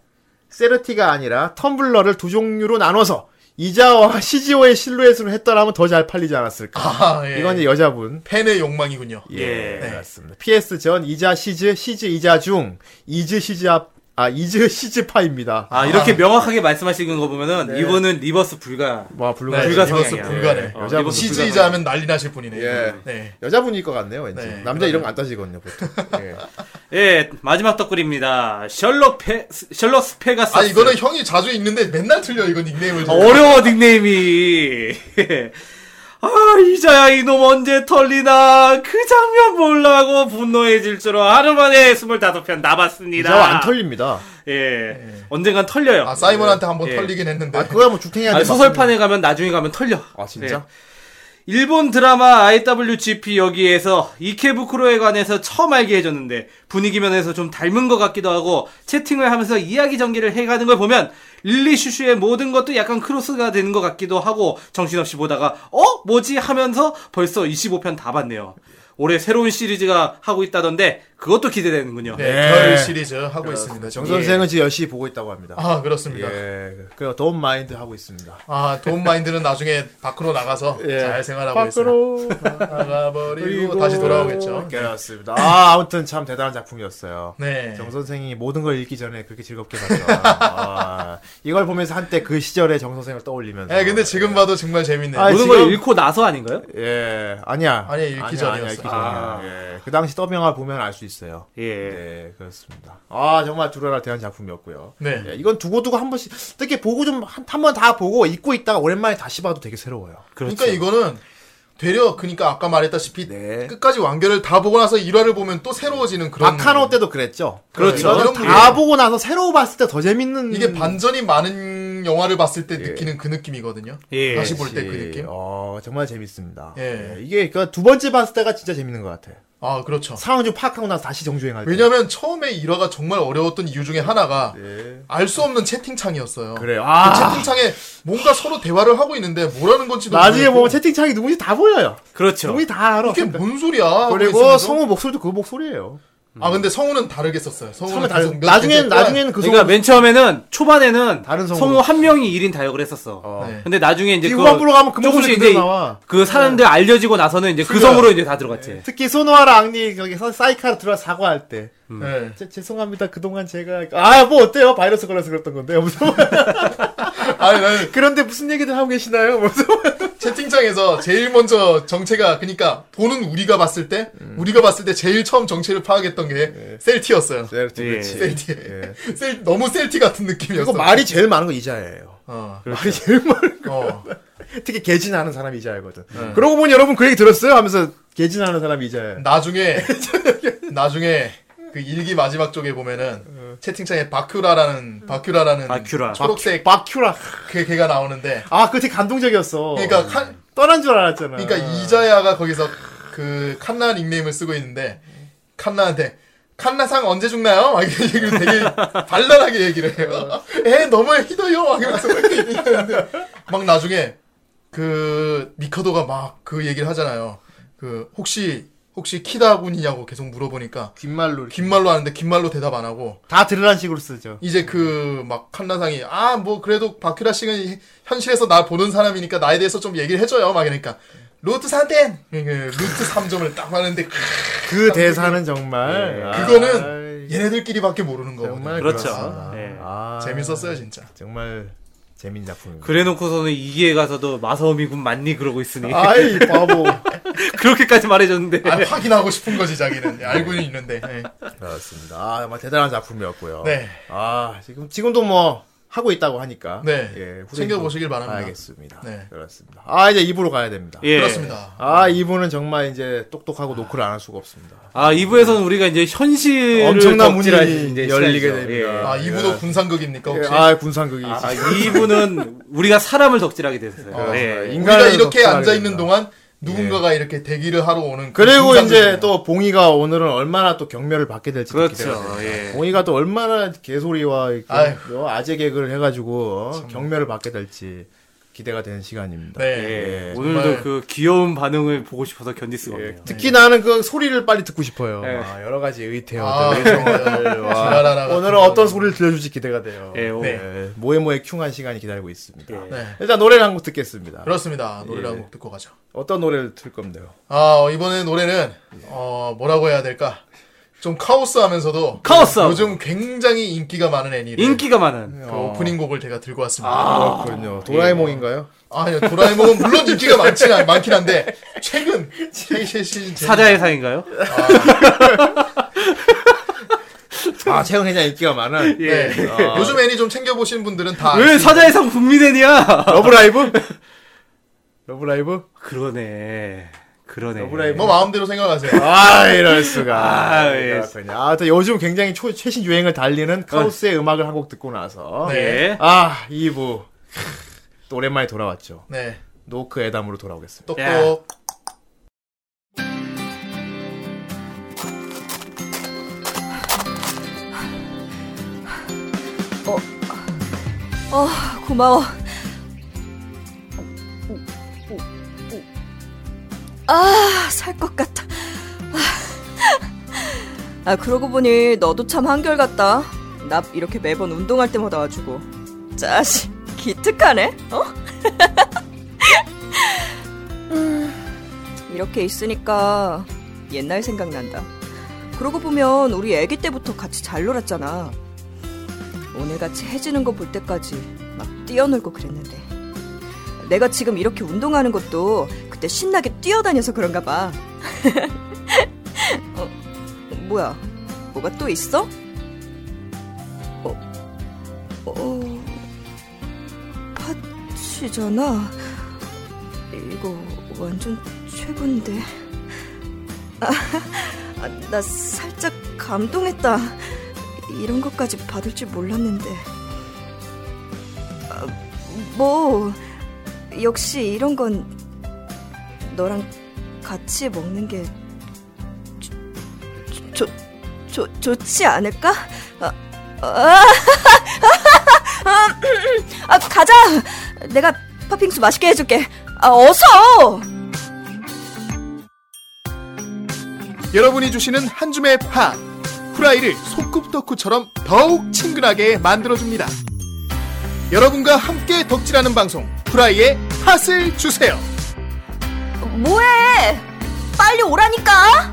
Speaker 1: 세르티가 아니라 텀블러를 두 종류로 나눠서 이자와 시즈오의 실루엣으로 했더라면 더 잘 팔리지 않았을까.
Speaker 4: 아, 예.
Speaker 1: 이건 이제 여자분
Speaker 4: 팬의 욕망이군요.
Speaker 1: 예, 맞습니다. PS 전 이자 시즈 시즈 이자 중 이즈 시즈 앞아 이즈 시즈파입니다.
Speaker 2: 아, 이렇게 명확하게 말씀하시는 거 보면은 이분은 리버스 불가.
Speaker 1: 와 불가
Speaker 4: 네,
Speaker 2: 불가성이야.
Speaker 4: 리버스 불가네.
Speaker 1: 예,
Speaker 2: 어,
Speaker 1: 여자분
Speaker 2: 리버스
Speaker 4: 시즈
Speaker 2: 불가성이야.
Speaker 4: 이자 하면 난리 나실 분이네.
Speaker 1: 예.
Speaker 4: 네.
Speaker 1: 여자분일 것 같네요. 왠지
Speaker 4: 네, 아,
Speaker 1: 남자 이런 거 안 따지거든요 보통. 예.
Speaker 2: 예, 마지막 덧글입니다. 셜록 페, 셜록 스페가스.
Speaker 4: 아, 이거는 형이 자주 읽는데 맨날 틀려, 이거 닉네임을.
Speaker 2: 아, 어려워 닉네임이. 아 이자야 이놈 언제 털리나 그 장면 몰라고 분노의 질주로 하루 만에 25편 나봤습니다.
Speaker 1: 이자 안 털립니다.
Speaker 2: 예. 언젠간 털려요.
Speaker 4: 아, 사이먼한테 한번
Speaker 2: 예.
Speaker 4: 털리긴 했는데.
Speaker 1: 아 그거야 뭐 주탱이한테
Speaker 2: 아니, 소설판에 가면 나중에 가면 털려.
Speaker 1: 아, 진짜?
Speaker 2: 예. 일본 드라마 IWGP 여기에서 이케부쿠로에 관해서 처음 알게 해줬는데 분위기 면에서 좀 닮은 것 같기도 하고 채팅을 하면서 이야기 전개를 해가는 걸 보면 릴리 슈슈의 모든 것도 약간 크로스가 되는 것 같기도 하고 정신없이 보다가 어? 뭐지? 하면서 벌써 25편 다 봤네요. 올해 새로운 시리즈가 하고 있다던데 그것도 기대되는군요.
Speaker 4: 네, 별 시리즈 하고 있습니다.
Speaker 1: 정 선생은 지금 열심히 보고 있다고 합니다.
Speaker 4: 아 그렇습니다.
Speaker 1: 예, 그래요. 돈 마인드 하고 있습니다.
Speaker 4: 아 돈 마인드는 나중에 밖으로 나가서
Speaker 1: 예.
Speaker 4: 잘 생활하고 있어요. 나가버리고 다시 돌아오겠죠.
Speaker 1: 예, 그렇습니다. 아, 아무튼 참 대단한 작품이었어요.
Speaker 4: 네.
Speaker 1: 정 선생이 모든 걸 읽기 전에 그렇게 즐겁게 봤죠. 아, 이걸 보면서 한때 그 시절의 정 선생을 떠올리면서.
Speaker 4: 예, 근데 지금 봐도 정말 재밌네요.
Speaker 1: 아,
Speaker 2: 모든
Speaker 1: 지금-
Speaker 2: 걸 잃고 나서 아닌가요?
Speaker 1: 예, 아니야.
Speaker 4: 아니야, 읽기 전이었어.
Speaker 1: 읽기
Speaker 2: 아.
Speaker 1: 전이야. 예, 그 당시 더빙화 보면 알 수 있어요.
Speaker 2: 예.
Speaker 1: 네, 그렇습니다. 아, 정말 두려라 대한 작품이었고요.
Speaker 4: 네.
Speaker 1: 예, 이건 두고두고 한 번씩, 이렇게 보고 좀, 한, 한 번 다 보고, 잊고 있다가 오랜만에 다시 봐도 되게 새로워요.
Speaker 4: 그러니까 이거는 되려 그러니까 아까 말했다시피
Speaker 1: 네.
Speaker 4: 끝까지 완결을 다 보고 나서 1화를 보면 또 새로워지는 그런
Speaker 1: 아카노 때도 그랬죠.
Speaker 4: 그렇죠.
Speaker 1: 이런
Speaker 4: 이런
Speaker 1: 다
Speaker 4: 분위기.
Speaker 1: 보고 나서 새로 봤을 때 더 재밌는.
Speaker 4: 이게 반전이 많은 영화를 봤을 때 느끼는 그 느낌이거든요.
Speaker 2: 예.
Speaker 4: 다시 볼 때 그 느낌.
Speaker 1: 어, 정말 재밌습니다.
Speaker 4: 예.
Speaker 1: 예, 이게, 그, 두 번째 봤을 때가 진짜 재밌는 것 같아.
Speaker 4: 아 그렇죠.
Speaker 1: 상황 좀 파악하고 나서 다시 정주행할 때.
Speaker 4: 왜냐면 처음에 1화가 정말 어려웠던 이유 중에 하나가 알 수 없는 채팅창이었어요.
Speaker 1: 그래요.
Speaker 4: 그
Speaker 1: 아,
Speaker 4: 채팅창에 뭔가 서로 대화를 하고 있는데 뭐라는 건지도
Speaker 1: 나중에
Speaker 4: 모르겠고
Speaker 1: 보면 채팅창이 누군지 다 보여요.
Speaker 2: 그렇죠.
Speaker 1: 누군지 다 알아. 그러니까.
Speaker 4: 이게 뭔 소리야?
Speaker 1: 그리고 성우 목소리도 그 목소리예요.
Speaker 4: 아 근데 성우는 다르게 썼어요.
Speaker 1: 처음에
Speaker 4: 성우는
Speaker 1: 다른
Speaker 4: 계속 몇
Speaker 1: 나중엔
Speaker 4: 개째
Speaker 1: 나중에는 그
Speaker 2: 그러니까 맨 처음에는 초반에는
Speaker 1: 다른 성우.
Speaker 2: 성우 한 명이 1인 다역을 했었어.
Speaker 4: 네.
Speaker 2: 근데 나중에 이제
Speaker 1: 이거 앞으로 가면 그 목소리
Speaker 2: 조금씩
Speaker 1: 그대로
Speaker 2: 이제
Speaker 1: 나와. 네.
Speaker 2: 그 사람들 알려지고 나서는 이제 그 성으로 이제 다 들어갔지.
Speaker 1: 특히 소노하라 앙리 거기 서- 사이카로 들어와 사과할 때
Speaker 4: 네.
Speaker 1: 제- 죄송합니다 그동안 제가 아 뭐 어때요 바이러스 걸려서 그랬던 건데 무슨
Speaker 4: 아니 나는
Speaker 1: 그런데 무슨 얘기들 하고 계시나요 뭐 무슨
Speaker 4: 채팅창에서 제일 먼저 정체가 그러니까 보는 우리가 봤을 때
Speaker 1: 음.
Speaker 4: 우리가 봤을 때 제일 처음 정체를 파악했던 게
Speaker 1: 네.
Speaker 4: 셀티였어요.
Speaker 2: 예.
Speaker 4: 셀티. 셀 너무 셀티 같은 느낌이었어.
Speaker 1: 이거 네. 말이 제일 많은 거 이자예요
Speaker 4: 어.
Speaker 2: 그렇죠.
Speaker 1: 말이 제일 많은 거
Speaker 4: 어.
Speaker 1: 특히 개진하는 사람이 이자야거든
Speaker 2: 네.
Speaker 1: 그러고 보니 여러분 그 얘기 들었어요 하면서 개진하는 사람이 이자야
Speaker 4: 나중에 나중에 그 일기 마지막 쪽에
Speaker 1: 음.
Speaker 4: 보면은 채팅창에 바큐라라는 바큐라라는
Speaker 2: 바큐라.
Speaker 4: 초록색
Speaker 1: 바큐라
Speaker 4: 그 걔가 나오는데
Speaker 1: 아 그거 되게 감동적이었어
Speaker 4: 그러니까 칸,
Speaker 1: 떠난 줄 알았잖아
Speaker 4: 그러니까 이자야가 거기서 그 칸나 닉네임을 쓰고 있는데 칸나한테 칸나상 언제 죽나요? 막 이렇게 얘기를 되게 발랄하게 얘기를
Speaker 1: 어.
Speaker 4: 해요. 에 너무 히도요. 막 이러면서 막 얘기하는데 막 나중에 그 미카도가 막 그 얘기를 하잖아요. 그 혹시 혹시 키다 군이냐고 계속
Speaker 1: 그렇죠.
Speaker 4: 물어보니까
Speaker 1: 귓말로 이렇게.
Speaker 4: 긴말로 하는데 긴말로 대답 안 하고
Speaker 1: 다 들으란 식으로 쓰죠
Speaker 4: 이제 그 막 칸나상이 아 뭐 그래도 바큐라 씨는 현실에서 나 보는 사람이니까 나에 대해서 좀 얘기를 해줘요 막 그러니까 루트 3점 그 루트 3점을 딱 하는데
Speaker 1: 그 대사는 정말 아,
Speaker 4: 아, 그거는 얘네들끼리밖에 모르는 거거든요
Speaker 1: 정말
Speaker 2: 예. 그렇죠.
Speaker 1: 그렇습니다.
Speaker 2: 예.
Speaker 1: 아,
Speaker 4: 재밌었어요 진짜
Speaker 1: 정말 재밌는 작품입니다.
Speaker 2: 그래놓고서는 이기에 가서도 마사오미 군 맞니 그러고 있으니
Speaker 1: 아이 바보.
Speaker 2: 그렇게까지 말해줬는데
Speaker 4: 아, 확인하고 싶은 거지 자기는 예, 알고는 있는데 예.
Speaker 1: 그렇습니다. 아 정말 대단한 작품이었고요.
Speaker 4: 네.
Speaker 1: 아 지금 지금도 뭐 하고 있다고 하니까. 예,
Speaker 4: 네.
Speaker 1: 후대인도
Speaker 4: 챙겨보시길 바랍니다.
Speaker 1: 알겠습니다.
Speaker 4: 네.
Speaker 1: 그렇습니다. 아 이제 2부로 가야 됩니다.
Speaker 2: 예.
Speaker 4: 그렇습니다
Speaker 1: 아 2부는 정말 이제 똑똑하고 노크를 안 할 수가 없습니다.
Speaker 2: 아 2부에서는 우리가 이제 현실
Speaker 1: 엄청난 문이 열리게 됩니다.
Speaker 4: 아 이분도 군상극입니까 혹시
Speaker 1: 예. 아 군상극이.
Speaker 2: 아 2부는 우리가 사람을 덕질하게
Speaker 1: 아,
Speaker 2: 됐어요. 예.
Speaker 4: 우리가
Speaker 1: 인간을
Speaker 4: 이렇게
Speaker 1: 독살하게
Speaker 4: 앉아 있는
Speaker 1: 된다. 예.
Speaker 4: 동안 누군가가 이렇게 대기를 하러 오는 그
Speaker 1: 그리고
Speaker 4: 군상극이네요.
Speaker 1: 이제 또 봉이가 오늘은 얼마나 또 경멸을 받게 될지
Speaker 2: 그렇죠.
Speaker 1: 기대가 됩니다.
Speaker 2: 예.
Speaker 1: 봉이가 또 얼마나 개소리와 이렇게
Speaker 4: 아이고.
Speaker 1: 어, 아재 개그를 해가지고 어, 경멸을 받게 될지 기대가 되는 시간입니다.
Speaker 4: 네.
Speaker 1: 예.
Speaker 2: 오늘도
Speaker 4: 정말.
Speaker 2: 그 귀여운 반응을 보고 싶어서 견딜 수가
Speaker 1: 예.
Speaker 2: 없네요.
Speaker 1: 특히 나는 그 소리를 빨리 듣고 싶어요. 네.
Speaker 2: 예.
Speaker 1: 아, 여러 가지
Speaker 4: 아,
Speaker 1: 의태어들.
Speaker 4: 정말.
Speaker 1: 예. 와,
Speaker 4: 지랄하라 같은
Speaker 1: 오늘은 어떤 소리를 들려줄지 기대가 돼요.
Speaker 2: 예, 오늘.
Speaker 1: 예, 모에모에 흉한 시간이 기다리고 있습니다.
Speaker 4: 네.
Speaker 1: 일단 노래를 한 곡 듣겠습니다.
Speaker 2: 예.
Speaker 4: 그렇습니다 노래를 한곡 듣고 가죠
Speaker 1: 어떤 노래를 틀 건데요?
Speaker 4: 아, 어, 이번에 노래는, 어, 뭐라고 해야 될까? 좀 카오스 하면서도.
Speaker 2: 카오스!
Speaker 4: 요즘 굉장히 인기가 많은 애니를.
Speaker 2: 인기가 아. 많은
Speaker 1: 음.
Speaker 4: 그 오프닝 곡을 제가 들고 왔습니다.
Speaker 1: 아, 그렇군요. 도라에몽인가요?
Speaker 4: 아, 니요 도라에몽은 물론 인기가 많진, 않- 많긴 한데, 최근, 최신.
Speaker 2: 사자의 사인가요?
Speaker 1: 아, 최근 굉장히 인기가 많은 예.
Speaker 4: 네. 요즘 애니 좀 챙겨보신 분들은 다.
Speaker 2: 예. 아. 왜
Speaker 4: 알 수-
Speaker 2: 사자의 상 국민애냐?
Speaker 1: 아, 러브라이브? 러브라이브?
Speaker 2: 그러네. 그러네.
Speaker 1: 러브라이브.
Speaker 4: 뭐 마음대로 생각하세요.
Speaker 1: 아 이럴 수가.
Speaker 2: 아,
Speaker 1: 아,
Speaker 2: 예.
Speaker 1: 그렇군요. 아, 또 요즘 굉장히 초- 최신 유행을 달리는 카오스의 음악을 한 곡 듣고 나서
Speaker 4: 네.
Speaker 2: 예.
Speaker 1: 아 2부 또 오랜만에 돌아왔죠.
Speaker 4: 네.
Speaker 1: 노크 애담으로 돌아오겠습니다.
Speaker 2: 똑똑.
Speaker 10: 어, 고마워. 아, 살 것 같아. 아, 그러고 보니 너도 참 한결같다. 나 이렇게 매번 운동할 때마다 와주고. 짜식, 기특하네, 어? 음, 이렇게 있으니까 옛날 생각난다. 그러고 보면 우리 애기 때부터 같이 잘 놀았잖아. 오늘같이 해지는 거 볼 때까지 막 뛰어놀고 그랬는데 내가 지금 이렇게 운동하는 것도 그때 신나게 뛰어다녀서 그런가 봐 어, 뭐야 뭐가 또 있어? 어, 어 파츠잖아 이거 완전 최고인데 아, 나 살짝 감동했다 이런 것까지 받을 줄 몰랐는데. 아, 뭐, 역시 이런 건 너랑 같이 먹는 게 좋, 좋, 좋, 좋지 않을까? 아, 아, 아, 가자! 내가 팥빙수 맛있게 해줄게. 아, 어서!
Speaker 4: 여러분이 주시는 한 줌의 파 후라이를 소꿉 덕후처럼 더욱 친근하게 만들어줍니다. 여러분과 함께 덕질하는 방송 후라이의 팥을 주세요.
Speaker 10: 뭐해! 빨리 오라니까!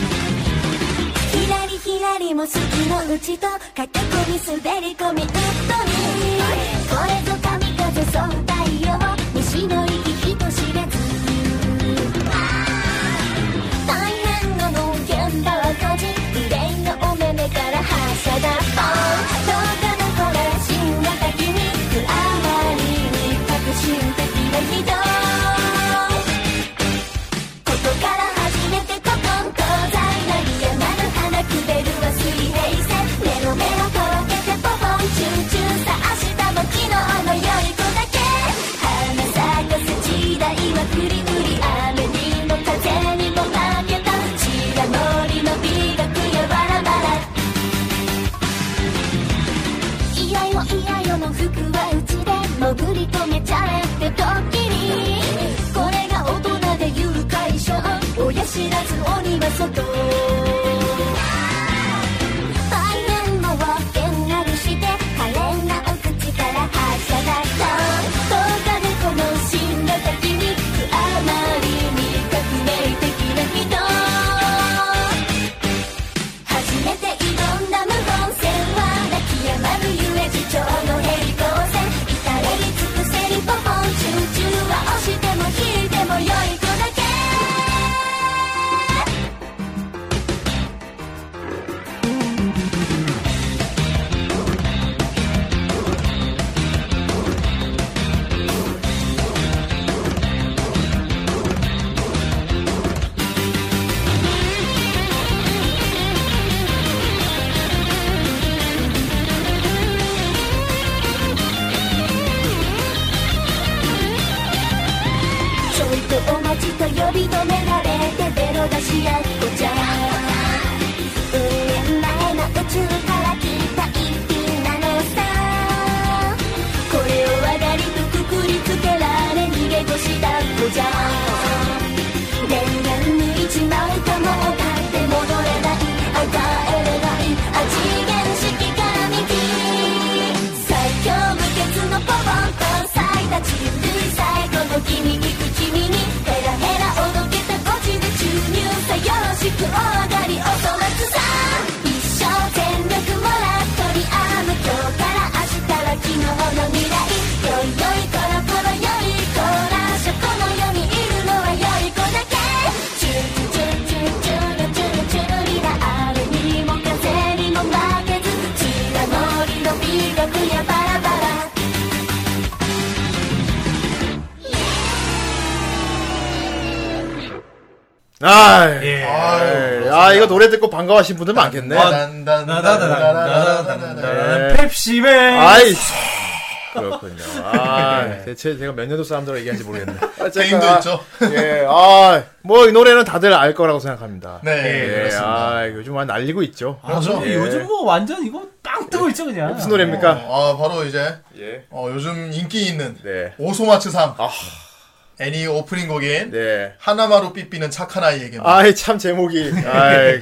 Speaker 3: 「ひらりひらりも好きのうちと」「駆け込み滑り込みうっとり」「これぞ神風総太陽」「西の息人知れず」「大変なの現場は個人」「憂いのお目目からはしゃがぽどうかなほら死んだ滝に」「くあまりに革新的な人」ここから始めてココン東西の山の花くべるは水平線メロメロとろけてポポンチューチューさ明日も昨日のより子だけ花咲かせ時代はくりくり雨にも風にも負けた血が森の美学やバラバラいやよいやよの服はうちで潜り込めちゃえってドッキリこれが大人で誘拐症親知らず鬼は外大変なわけになるして可憐なお口からはしゃがったどうかねこの死んだ時にあまりに革命的な人初めて挑んだ無本線は泣き止まぬゆえ自重の平行線至れり尽くせりポポンチューチューは押しても引いても良い子だけちょいとお待ちと呼び止められてベロ出しやっこちゃ運営前の宇宙から来た一品なのさこれをわがりとくくりつけられ逃げ腰だっこじゃ電源に一枚とも当たって戻れない与えれないあ次元式から右最強無欠のポポンと最立ちうるさいこの君にく君にヘラヘラおどけたゴチで注入さよろしくお
Speaker 1: 아,
Speaker 2: 예.
Speaker 1: 아 이거 노래 듣고 반가워하신 분들 많겠네.
Speaker 4: 아,
Speaker 2: 나다다다다다다다다. 펩시맨.
Speaker 1: 아이. 그렇군요. 아, 대체 제가 몇 년도 사람들로 얘기한지 모르겠네.
Speaker 4: 게임도 있죠.
Speaker 1: 예, 아, 뭐 이 노래는 다들 알 거라고 생각합니다.
Speaker 4: 네,
Speaker 1: 예,
Speaker 4: 그렇습니다.
Speaker 1: 아, 요즘 많이 날리고 있죠.
Speaker 2: 아, 저
Speaker 1: 예.
Speaker 2: 요즘 뭐 완전 이거 빵 뜨고 있죠 그냥.
Speaker 1: 무슨 노래입니까?
Speaker 4: 아 바로 이제
Speaker 1: 예.
Speaker 4: 어, 요즘 인기 있는
Speaker 1: 네.
Speaker 4: 오소마츠 3
Speaker 1: 아.
Speaker 4: 애니 오프닝 곡인
Speaker 1: 네.
Speaker 4: 하나마루 삐삐는 착한 아이에게 아,
Speaker 1: 아이, 참, 제목이. 아이,